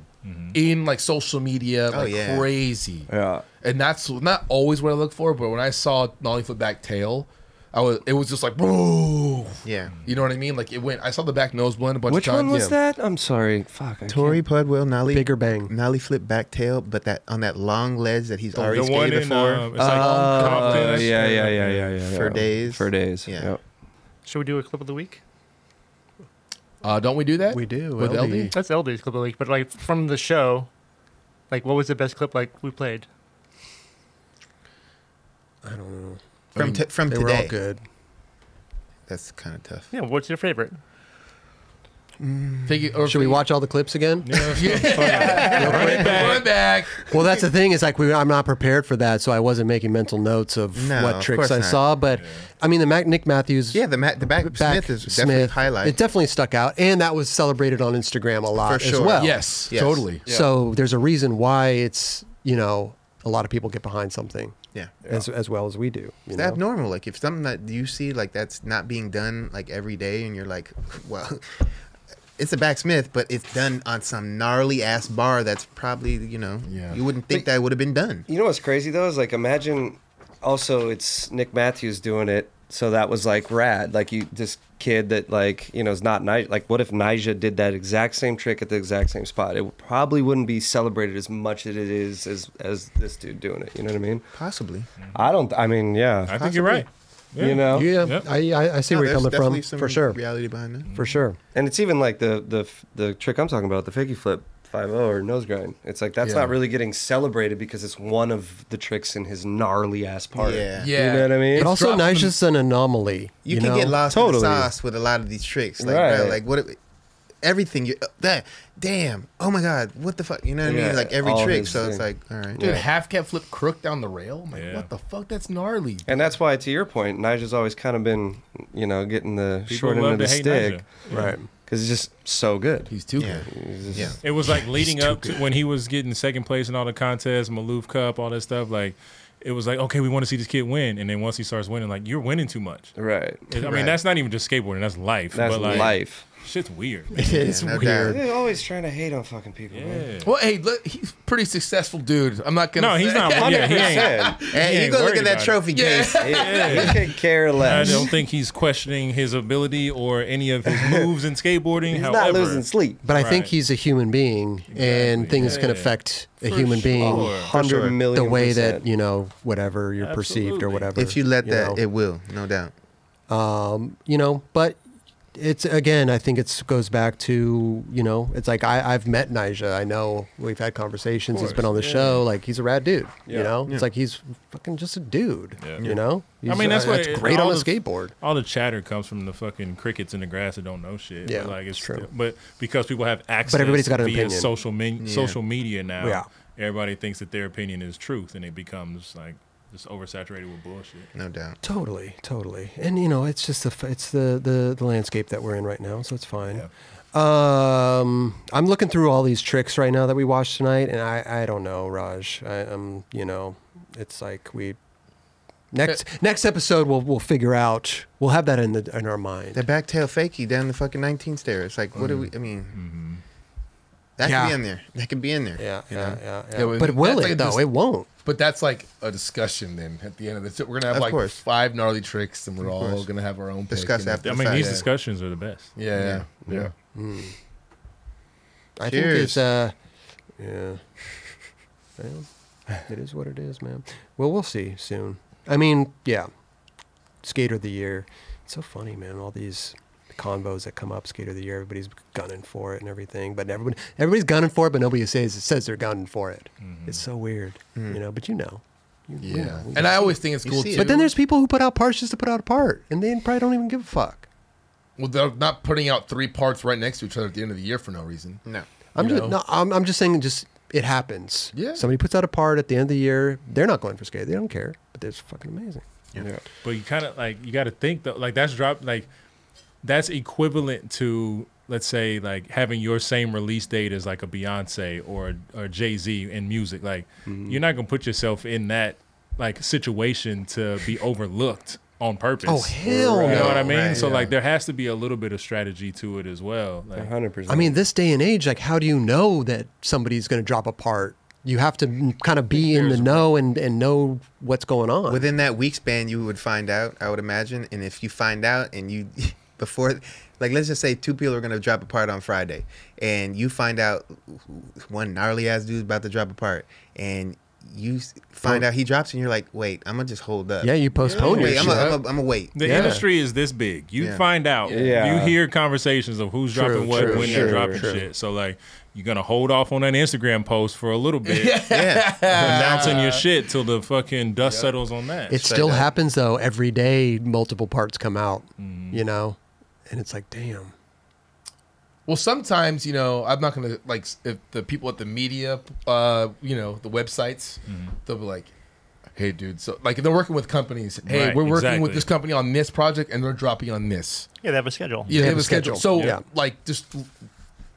Speaker 3: in like social media,
Speaker 2: Oh,
Speaker 3: like
Speaker 2: yeah.
Speaker 3: crazy.
Speaker 4: Yeah.
Speaker 3: and that's not always what I look for. But when I saw Nolly Foot Back Tail, I was it was just like bro.
Speaker 2: Yeah.
Speaker 3: You know what I mean? Like it went. I saw the back nose blend a bunch
Speaker 4: Which
Speaker 3: of times.
Speaker 4: one was that? I'm sorry. Fuck. I
Speaker 2: Tori
Speaker 4: can't-
Speaker 2: Pudwell, Nolly,
Speaker 1: Bigger bang.
Speaker 2: Nolly flip back tail, but that on that long ledge that he's already
Speaker 5: the one
Speaker 2: skated
Speaker 5: in
Speaker 2: before
Speaker 5: uh, it's like
Speaker 4: Uh, yeah,
Speaker 5: Compton.
Speaker 4: yeah, yeah, yeah, yeah, yeah.
Speaker 2: for days.
Speaker 4: For days.
Speaker 2: Yeah.
Speaker 4: Yep.
Speaker 6: Should we do a clip of the week?
Speaker 3: Uh, don't we do that?
Speaker 1: We do,
Speaker 3: with LD.
Speaker 1: LD.
Speaker 6: That's LD's clip of the week, but like from the show, like what was the best clip like we played?
Speaker 1: I don't know.
Speaker 2: from
Speaker 3: mean,
Speaker 2: t- from
Speaker 1: They
Speaker 2: today.
Speaker 1: were all good.
Speaker 2: That's kind of tough.
Speaker 6: Yeah, what's your favorite?
Speaker 3: Figure, or
Speaker 1: Should we
Speaker 3: figure-
Speaker 1: watch all the clips again?
Speaker 3: Yeah. Run it back. Run it back.
Speaker 1: Well, that's the thing is like we, I'm not prepared for that, so I wasn't making mental notes of
Speaker 2: No,
Speaker 1: what
Speaker 2: of
Speaker 1: tricks
Speaker 2: course
Speaker 1: I
Speaker 2: not.
Speaker 1: saw. But I mean, the Mac, Nick Matthews,
Speaker 2: Yeah, the Matt, the back,
Speaker 1: back
Speaker 2: Smith is definitely
Speaker 1: Smith,
Speaker 2: highlight.
Speaker 1: It definitely stuck out, and that was celebrated on Instagram a lot
Speaker 2: For
Speaker 1: as
Speaker 2: sure.
Speaker 1: well.
Speaker 3: Yes,
Speaker 2: Yes.
Speaker 3: Totally.
Speaker 4: Yeah.
Speaker 1: So there's a reason why it's you know a lot of people get behind something
Speaker 2: yeah.
Speaker 1: as as well as we do. You
Speaker 2: It's
Speaker 1: know?
Speaker 2: abnormal. Like if something that you see like that's not being done like every day, and you're like, well, it's a back Smith, but it's done on some gnarly ass bar that's probably you know
Speaker 3: Yeah.
Speaker 2: you wouldn't think that would have been done.
Speaker 4: You know what's crazy though is like imagine also it's Nick Matthews doing it, so that was like rad. Like you this kid that like, you know, is not Nige like what if Nija did that exact same trick at the exact same spot? It probably wouldn't be celebrated as much as it is as as this dude doing it. You know what I mean?
Speaker 2: Possibly.
Speaker 4: I don't I mean,
Speaker 5: I
Speaker 4: yeah.
Speaker 5: think you're right. Yeah.
Speaker 4: You know?
Speaker 1: Yeah,
Speaker 5: Yep.
Speaker 1: I, I I see
Speaker 2: No,
Speaker 1: where you're
Speaker 2: there's
Speaker 1: coming from
Speaker 2: definitely some
Speaker 1: for sure.
Speaker 2: Reality behind that.
Speaker 1: For sure.
Speaker 4: And it's even like the the the trick I'm talking about, the fakie flip 5 or nose grind. It's like that's
Speaker 3: Yeah.
Speaker 4: not really getting celebrated because it's one of the tricks in his gnarly ass part.
Speaker 2: Yeah.
Speaker 3: Yeah.
Speaker 4: You know what I mean?
Speaker 1: But also,
Speaker 3: dropped
Speaker 1: Nigel's an anomaly.
Speaker 2: you, can
Speaker 1: know?
Speaker 2: get lost in
Speaker 4: Totally.
Speaker 2: the sauce with a lot of these tricks. Like,
Speaker 4: Right.
Speaker 2: bro, like what? if- Everything you uh, that damn oh my god what the fuck you know what I
Speaker 4: Yeah,
Speaker 2: mean like every
Speaker 4: all
Speaker 2: trick
Speaker 4: his
Speaker 2: so it's
Speaker 4: thing.
Speaker 2: like all right
Speaker 3: Dude, half cat flip crook down the rail. I'm like,
Speaker 5: Yeah.
Speaker 3: what the fuck? That's gnarly.
Speaker 4: And that's why, to your point, Nigel's always kind of been, you know, getting the
Speaker 5: People
Speaker 4: short end
Speaker 5: love
Speaker 4: of the
Speaker 5: to hate
Speaker 4: stick,
Speaker 5: Nigel.
Speaker 4: right? Because it's just so good.
Speaker 3: He's too
Speaker 2: yeah
Speaker 3: good.
Speaker 4: He's just-
Speaker 2: yeah
Speaker 5: It was like leading up to when he was getting second place in all the contests, Maloof Cup, all that stuff. Like, it was like, okay, we want to see this kid win, and then once he starts winning, like, you're winning too much.
Speaker 4: right.
Speaker 5: I mean,
Speaker 2: Right.
Speaker 5: that's not even just skateboarding; that's life.
Speaker 4: That's
Speaker 5: but like,
Speaker 4: life.
Speaker 5: Shit's weird.
Speaker 1: it's
Speaker 2: no
Speaker 1: weird.
Speaker 4: They're always trying to hate on fucking people. man.
Speaker 5: Yeah.
Speaker 3: Well, hey, look, he's a pretty successful dude. I'm not gonna.
Speaker 5: No, he's
Speaker 3: say-
Speaker 5: not. Yeah, he ain't.
Speaker 4: 100%.
Speaker 5: He
Speaker 2: hey you
Speaker 5: ain't
Speaker 2: go look
Speaker 5: worried
Speaker 2: at that
Speaker 5: about it.
Speaker 2: trophy
Speaker 3: Yeah.
Speaker 2: case
Speaker 4: He could care
Speaker 5: I
Speaker 4: less.
Speaker 5: don't think he's questioning his ability or any of his moves in skateboarding.
Speaker 4: He's not
Speaker 5: However,
Speaker 4: losing sleep.
Speaker 1: But I think
Speaker 5: Right.
Speaker 1: he's a human being, and things can
Speaker 5: Yeah.
Speaker 1: affect a
Speaker 5: For
Speaker 1: human being
Speaker 5: sure.
Speaker 4: Oh, Hundred million
Speaker 1: the way
Speaker 4: percent.
Speaker 1: that you know whatever you're perceived or
Speaker 5: Absolutely.
Speaker 1: whatever.
Speaker 2: if you let that
Speaker 1: know.
Speaker 2: it will no doubt
Speaker 1: you know, but it's again, I think it's goes back to you know, it's like I, I've met Nija. I know we've had conversations. he's been on the show. Like he's a rad dude. You
Speaker 4: Yeah.
Speaker 1: know, it's like he's fucking just a dude.
Speaker 5: Yeah.
Speaker 1: You know,
Speaker 5: I mean,
Speaker 1: He's-
Speaker 5: that's
Speaker 1: uh,
Speaker 5: what-
Speaker 1: that's great on
Speaker 5: all
Speaker 1: a
Speaker 5: the-
Speaker 1: skateboard.
Speaker 5: all the chatter comes from the fucking crickets in the grass that don't know shit.
Speaker 1: Yeah,
Speaker 5: but like it's
Speaker 1: it's true.
Speaker 5: But because people have access,
Speaker 1: everybody's got an
Speaker 5: via
Speaker 1: opinion.
Speaker 5: Social men- social media now.
Speaker 1: Yeah.
Speaker 5: everybody thinks that their opinion is truth, and it becomes like just oversaturated with bullshit.
Speaker 2: no doubt
Speaker 1: Totally, totally, and you know, it's just the f- it's the the, the landscape that we're in right now, so it's fine. Um, I'm looking through all these tricks right now that we watched tonight, and I I don't know, Raj. I, I'm you know, it's like we next next episode we'll we'll figure out we'll have that in the in our mind.
Speaker 2: that back tail fakie down the fucking 19 stair it's like what do we I mean
Speaker 1: Mm-hmm.
Speaker 2: that
Speaker 1: Yeah.
Speaker 2: could be in there that could be in there
Speaker 1: Yeah,
Speaker 2: you
Speaker 1: yeah,
Speaker 2: know?
Speaker 1: yeah.
Speaker 3: Yeah,
Speaker 1: yeah.
Speaker 3: well,
Speaker 1: but will
Speaker 3: that's
Speaker 1: it
Speaker 3: like
Speaker 1: though?
Speaker 3: this-
Speaker 1: it won't.
Speaker 3: But that's like a discussion. Then at the end of this, we're gonna have
Speaker 2: Of
Speaker 3: like
Speaker 2: course.
Speaker 3: five gnarly tricks, and we're all
Speaker 2: course.
Speaker 3: gonna have our own. pick,
Speaker 2: Discuss
Speaker 3: you know?
Speaker 2: after.
Speaker 5: I mean, these
Speaker 2: Yeah.
Speaker 5: discussions are the best.
Speaker 3: Yeah. Yeah. yeah.
Speaker 1: I think
Speaker 2: Cheers.
Speaker 1: it's uh, yeah. Well, it is what it is, man. Well, we'll see soon. I mean, yeah, skater of the year. It's so funny, man. All these combos that come up, skater of the year. Everybody's gunning for it and everything, but everybody, everybody's gunning for it, but nobody says says they're gunning for it. It's so weird, you know. But you know, you, you
Speaker 3: Yeah.
Speaker 1: know, we
Speaker 3: Hmm. And I
Speaker 1: know.
Speaker 3: always think it's
Speaker 2: You
Speaker 3: cool
Speaker 2: see
Speaker 3: too.
Speaker 2: it.
Speaker 1: but then there's people who put out parts just to put out a part, and they probably don't even give a fuck.
Speaker 3: well, they're not putting out three parts right next to each other at the end of the year for no reason.
Speaker 2: no
Speaker 1: I'm
Speaker 3: you
Speaker 1: just
Speaker 3: know?
Speaker 1: no, I'm, I'm just saying just it happens.
Speaker 3: Yeah.
Speaker 1: Somebody puts out a part at the end of the year, they're not going for skate. They don't care, but it's fucking amazing.
Speaker 4: Yeah.
Speaker 5: But you kind of like you got to think though, like that's drop like that's equivalent to let's say like having your same release date as like a Beyonce or or Jay Z in music. Like
Speaker 1: Mm-hmm.
Speaker 5: you're not gonna put yourself in that like situation to be overlooked on purpose.
Speaker 1: Oh hell
Speaker 5: you know
Speaker 1: no.
Speaker 5: what I mean?
Speaker 2: Right,
Speaker 5: so
Speaker 3: yeah.
Speaker 5: like there has to be a little bit of strategy to it as well. Like,
Speaker 4: hundred percent.
Speaker 1: I mean, this day and age, like, how do you know that somebody's going to drop a part you have to kind of be in the know and, and know what's going on.
Speaker 2: Within that week span, you would find out, I would imagine. And if you find out and you, before, like, let's just say two people are going to drop apart on Friday, and you find out one gnarly ass dude's about to drop apart, and you s-
Speaker 1: Oh.
Speaker 2: find out he drops, and you're like, wait, I'm going to just hold up.
Speaker 1: yeah, you postpone your
Speaker 2: Wait, I'm
Speaker 1: shit.
Speaker 2: going to wait.
Speaker 5: The
Speaker 1: Yeah.
Speaker 5: industry is this big. You
Speaker 2: Yeah.
Speaker 5: find out.
Speaker 4: Yeah.
Speaker 5: You hear conversations of who's
Speaker 1: True,
Speaker 5: dropping what,
Speaker 1: true,
Speaker 5: when
Speaker 1: true,
Speaker 5: they're dropping
Speaker 1: true.
Speaker 5: shit. So like, you're gonna hold off on that Instagram post for a little bit,
Speaker 2: Yeah.
Speaker 5: announcing your shit till the fucking dust settles on that.
Speaker 1: it
Speaker 2: Straight
Speaker 1: still
Speaker 2: up.
Speaker 1: happens though. Every day, multiple parts come out, you know, and it's like, damn.
Speaker 3: Well, sometimes you know I'm not gonna like s- if the people at the media, uh, you know, the websites, they'll be like, "Hey, dude," so like if they're working with companies. Hey,
Speaker 5: Right,
Speaker 3: we're working
Speaker 5: exactly.
Speaker 3: with this company on this project, and they're dropping on this.
Speaker 6: Yeah, they have a schedule.
Speaker 3: Yeah, they have a schedule. So
Speaker 1: Yeah.
Speaker 3: like, just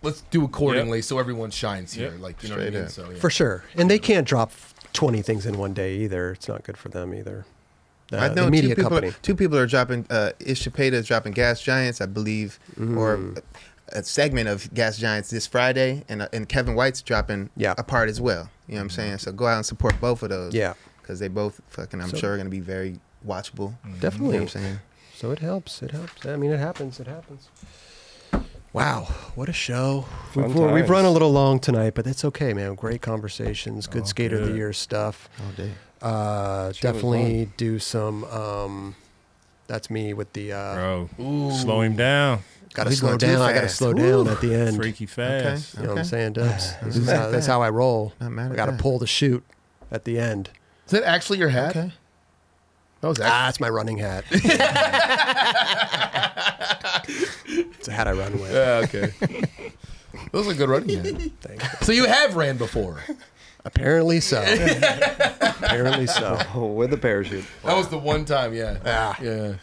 Speaker 3: let's do accordingly so everyone shines here.
Speaker 5: Yep.
Speaker 3: Like you know
Speaker 2: Straight
Speaker 3: what I mean.
Speaker 2: up.
Speaker 3: So yeah.
Speaker 1: For sure. And they can't drop 20 things in one day either. It's not good for them either. Uh, The,
Speaker 2: I know
Speaker 1: the media
Speaker 2: two people,
Speaker 1: company.
Speaker 2: Two people are dropping. Uh, Ish Chapeda is dropping Gas Giants, I believe, or a, a segment of Gas Giants this Friday, and uh, and Kevin White's dropping
Speaker 1: Yeah.
Speaker 2: a part as well. You know what I'm saying? So go out and support both of those.
Speaker 1: Yeah.
Speaker 2: because they both fucking, I'm
Speaker 1: So-
Speaker 2: sure, are gonna be very watchable. You know
Speaker 1: Definitely.
Speaker 2: what I'm saying?
Speaker 1: So it helps. It helps. I mean, it happens. It happens. Wow, what a show!
Speaker 4: Fun
Speaker 1: We've, we've run a
Speaker 4: times.
Speaker 1: little long tonight, but that's okay, man. Great conversations, good skater of the
Speaker 5: good.
Speaker 1: year stuff.
Speaker 2: All day.
Speaker 1: Uh,
Speaker 4: Sure was
Speaker 1: definitely do some. Um, that's me with the. Uh,
Speaker 5: bro.
Speaker 3: Ooh.
Speaker 5: Slow him down,
Speaker 1: Gotta
Speaker 2: We
Speaker 1: slow
Speaker 2: go too
Speaker 1: down. I gotta
Speaker 2: fast.
Speaker 1: slow
Speaker 2: Woo.
Speaker 1: down at the end.
Speaker 5: freaky fast.
Speaker 1: You know what I'm
Speaker 2: Okay.
Speaker 1: saying, Dubs? This is how,
Speaker 2: at
Speaker 1: that's
Speaker 2: that.
Speaker 1: how I roll.
Speaker 2: Not mad
Speaker 1: I
Speaker 2: at
Speaker 1: gotta
Speaker 2: that.
Speaker 1: pull the shoot at the end.
Speaker 3: Is that actually your hat?
Speaker 2: Okay.
Speaker 3: That was
Speaker 1: Ah,
Speaker 3: actually.
Speaker 1: it's my running hat. it's a hat I run with.
Speaker 3: Yeah, okay. that was a good running hat.
Speaker 1: Thank
Speaker 3: So you have ran before.
Speaker 1: Apparently so. Apparently so.
Speaker 4: Oh, with a parachute.
Speaker 3: That was the one time. Yeah.
Speaker 1: Ah.
Speaker 3: Yeah.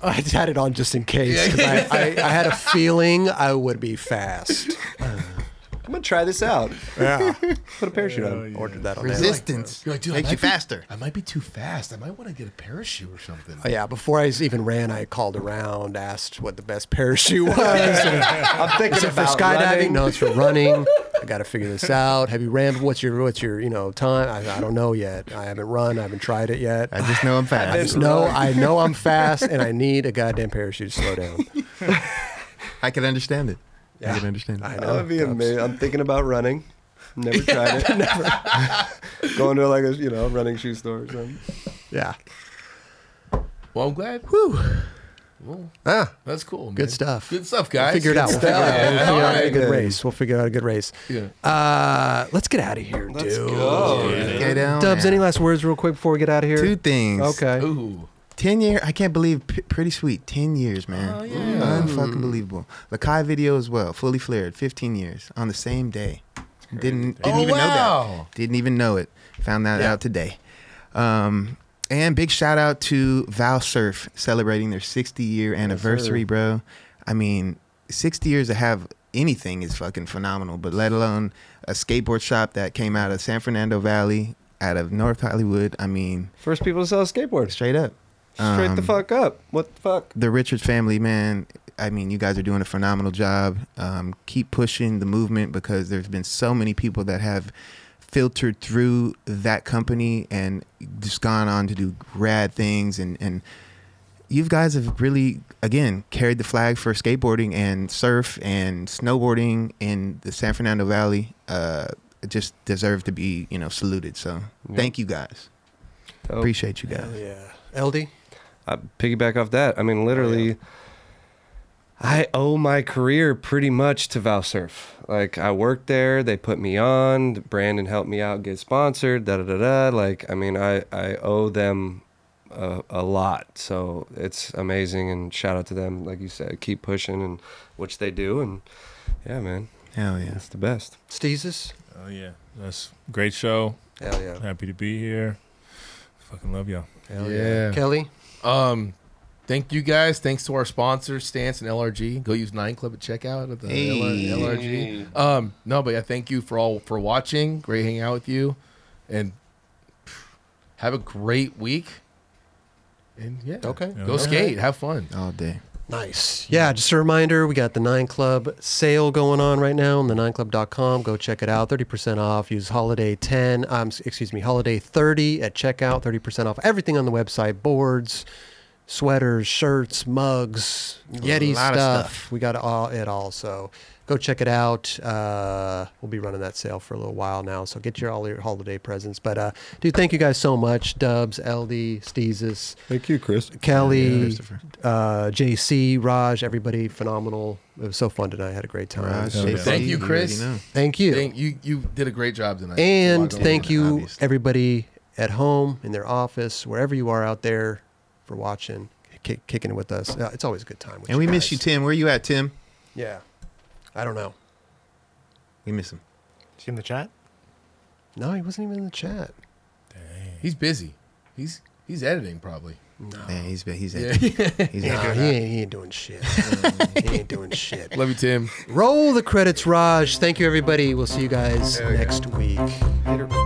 Speaker 1: I just had it on just in case. 'cause I, I, I had a feeling I would be fast.
Speaker 4: I'm gonna try this out.
Speaker 1: Yeah.
Speaker 4: Put a parachute on.
Speaker 1: Ordered that on Amazon.
Speaker 2: Resistance
Speaker 3: You're like, dude, I
Speaker 2: makes you
Speaker 3: might be-
Speaker 2: faster.
Speaker 3: I might be too fast. I might want to get a parachute or something.
Speaker 1: Oh, yeah, before I even ran, I called around, asked what the best parachute was. and
Speaker 4: I'm
Speaker 1: is
Speaker 4: thinking
Speaker 1: it for
Speaker 4: about
Speaker 1: skydiving?
Speaker 4: running.
Speaker 1: No, it's for running. I got to figure this out. Have you ran? What's your what's your you know time? I, I don't know yet. I haven't run. I haven't tried it yet.
Speaker 2: I just know I'm
Speaker 4: I
Speaker 2: fast.
Speaker 4: just-
Speaker 1: No, I know I'm fast, and I need a goddamn parachute to slow down.
Speaker 2: I can understand it. I can understand it.
Speaker 1: I
Speaker 4: That
Speaker 1: know.
Speaker 4: would be amazing. I'm thinking about running. Never tried it. Going to like a you know running shoe store or something.
Speaker 1: Yeah.
Speaker 3: Well, I'm glad.
Speaker 1: Whew.
Speaker 3: Well,
Speaker 1: Ah,
Speaker 3: that's cool. Man.
Speaker 1: good stuff.
Speaker 3: Good stuff, guys.
Speaker 1: Figure it out. We'll figure it out. We'll
Speaker 3: Yeah.
Speaker 1: figure
Speaker 3: All
Speaker 1: out a
Speaker 3: right.
Speaker 1: good race. We'll figure out a good race.
Speaker 3: Yeah.
Speaker 1: Uh, let's get out of here,
Speaker 4: Let's
Speaker 1: dude.
Speaker 4: go.
Speaker 2: Get down
Speaker 1: Dubs,
Speaker 2: there.
Speaker 1: any last words, real quick, before we get out of here?
Speaker 2: Two things.
Speaker 1: Okay.
Speaker 3: Ooh.
Speaker 2: 10 year i can't believe P- pretty sweet 10 years man oh, yeah. unfucking believable lakai video as well fully flared 15 years on the same day didn't didn't
Speaker 3: Oh,
Speaker 2: even know
Speaker 3: wow.
Speaker 2: that didn't even know it found that
Speaker 1: Yeah.
Speaker 2: out today um and big shout out to val surf celebrating their 60 year anniversary bro i mean 60 years to have anything is fucking phenomenal but let alone a skateboard shop that came out of san fernando valley out of north hollywood i mean
Speaker 4: First people to sell skateboards.
Speaker 2: straight up
Speaker 4: Straight the
Speaker 2: Um,
Speaker 4: fuck up. What the fuck?
Speaker 2: the Richard family, man. I mean, you guys are doing a phenomenal job. Um, keep pushing the movement because there's been so many people that have filtered through that company and just gone on to do rad things. And, and you guys have really, again, carried the flag for skateboarding and surf and snowboarding in the San Fernando Valley. Uh, just deserve to be, you know, saluted. So
Speaker 4: Yeah.
Speaker 2: thank you guys.
Speaker 3: Oh.
Speaker 4: Dope.
Speaker 2: Appreciate you guys.
Speaker 1: Hell yeah. LD?
Speaker 4: I piggyback off that. I mean, literally, I owe my career pretty much to Valsurf. Like, I worked there, they put me on, Brandon helped me out get sponsored, da da da da. Like, I mean, I, I owe them a, a lot. So it's amazing. And shout out to them, like you said, keep pushing, and which they do. And yeah, man,
Speaker 2: Hell yeah.
Speaker 4: it's the best.
Speaker 1: Steezus?
Speaker 5: Oh yeah, that's great show.
Speaker 4: Hell yeah.
Speaker 5: Happy to be here. Fucking love y'all.
Speaker 1: Hell
Speaker 3: Yeah.
Speaker 1: Kelly?
Speaker 3: Um, thank you guys. Thanks to our sponsors, Stance and LRG. Go use Nine Club at checkout at the
Speaker 2: Hey.
Speaker 3: LR- LRG. Um, no, but yeah, thank you for all for watching. Great hanging out with you, and have a great week. And yeah,
Speaker 1: Okay.
Speaker 3: go
Speaker 5: Yeah.
Speaker 3: skate, have fun.
Speaker 2: All day.
Speaker 1: Nice. Yeah, just a reminder, we got the Nine Club sale going on right now on the nineclub.com. Go check it out. 30% off. Use holiday 10, um, s- excuse me, holiday 30 at checkout. 30% off everything on the website, boards, sweaters, shirts, mugs, Yeti
Speaker 2: lot
Speaker 1: stuff.
Speaker 2: of
Speaker 1: We got all, it all. So go check it out. Uh, we'll be running that sale for a little while now. So get your all your holiday presents. But uh, dude, thank you guys so much. Dubs, LD, Steezus.
Speaker 7: Thank you, Chris.
Speaker 1: Kelly,
Speaker 2: Christopher.
Speaker 1: uh, JC, Raj, everybody, phenomenal. It was so fun tonight. I had a great time.
Speaker 3: Thank you, Chris.
Speaker 1: Thank you.
Speaker 3: Thank- you you did a great job tonight.
Speaker 1: and
Speaker 3: Lots of
Speaker 1: thank
Speaker 2: in,
Speaker 1: you,
Speaker 2: obviously.
Speaker 1: everybody at home, in their office, wherever you are out there, for watching, kick, kicking it with us. Uh, it's always a good time. With
Speaker 2: And we miss
Speaker 1: guys.
Speaker 2: you, Tim. Where you at, Tim?
Speaker 1: Yeah. I don't know.
Speaker 2: We miss him.
Speaker 6: See in the chat?
Speaker 1: No, he wasn't even in the chat.
Speaker 3: He's busy. He's he's editing probably.
Speaker 2: Man, he's been, he's
Speaker 3: Yeah.
Speaker 2: at, he's
Speaker 1: Nah,
Speaker 2: at,
Speaker 1: he, ain't, he ain't doing shit. he ain't doing shit.
Speaker 3: Love you, Tim.
Speaker 1: Roll the credits, Raj. Thank you, everybody. We'll see you guys next week.
Speaker 4: Later.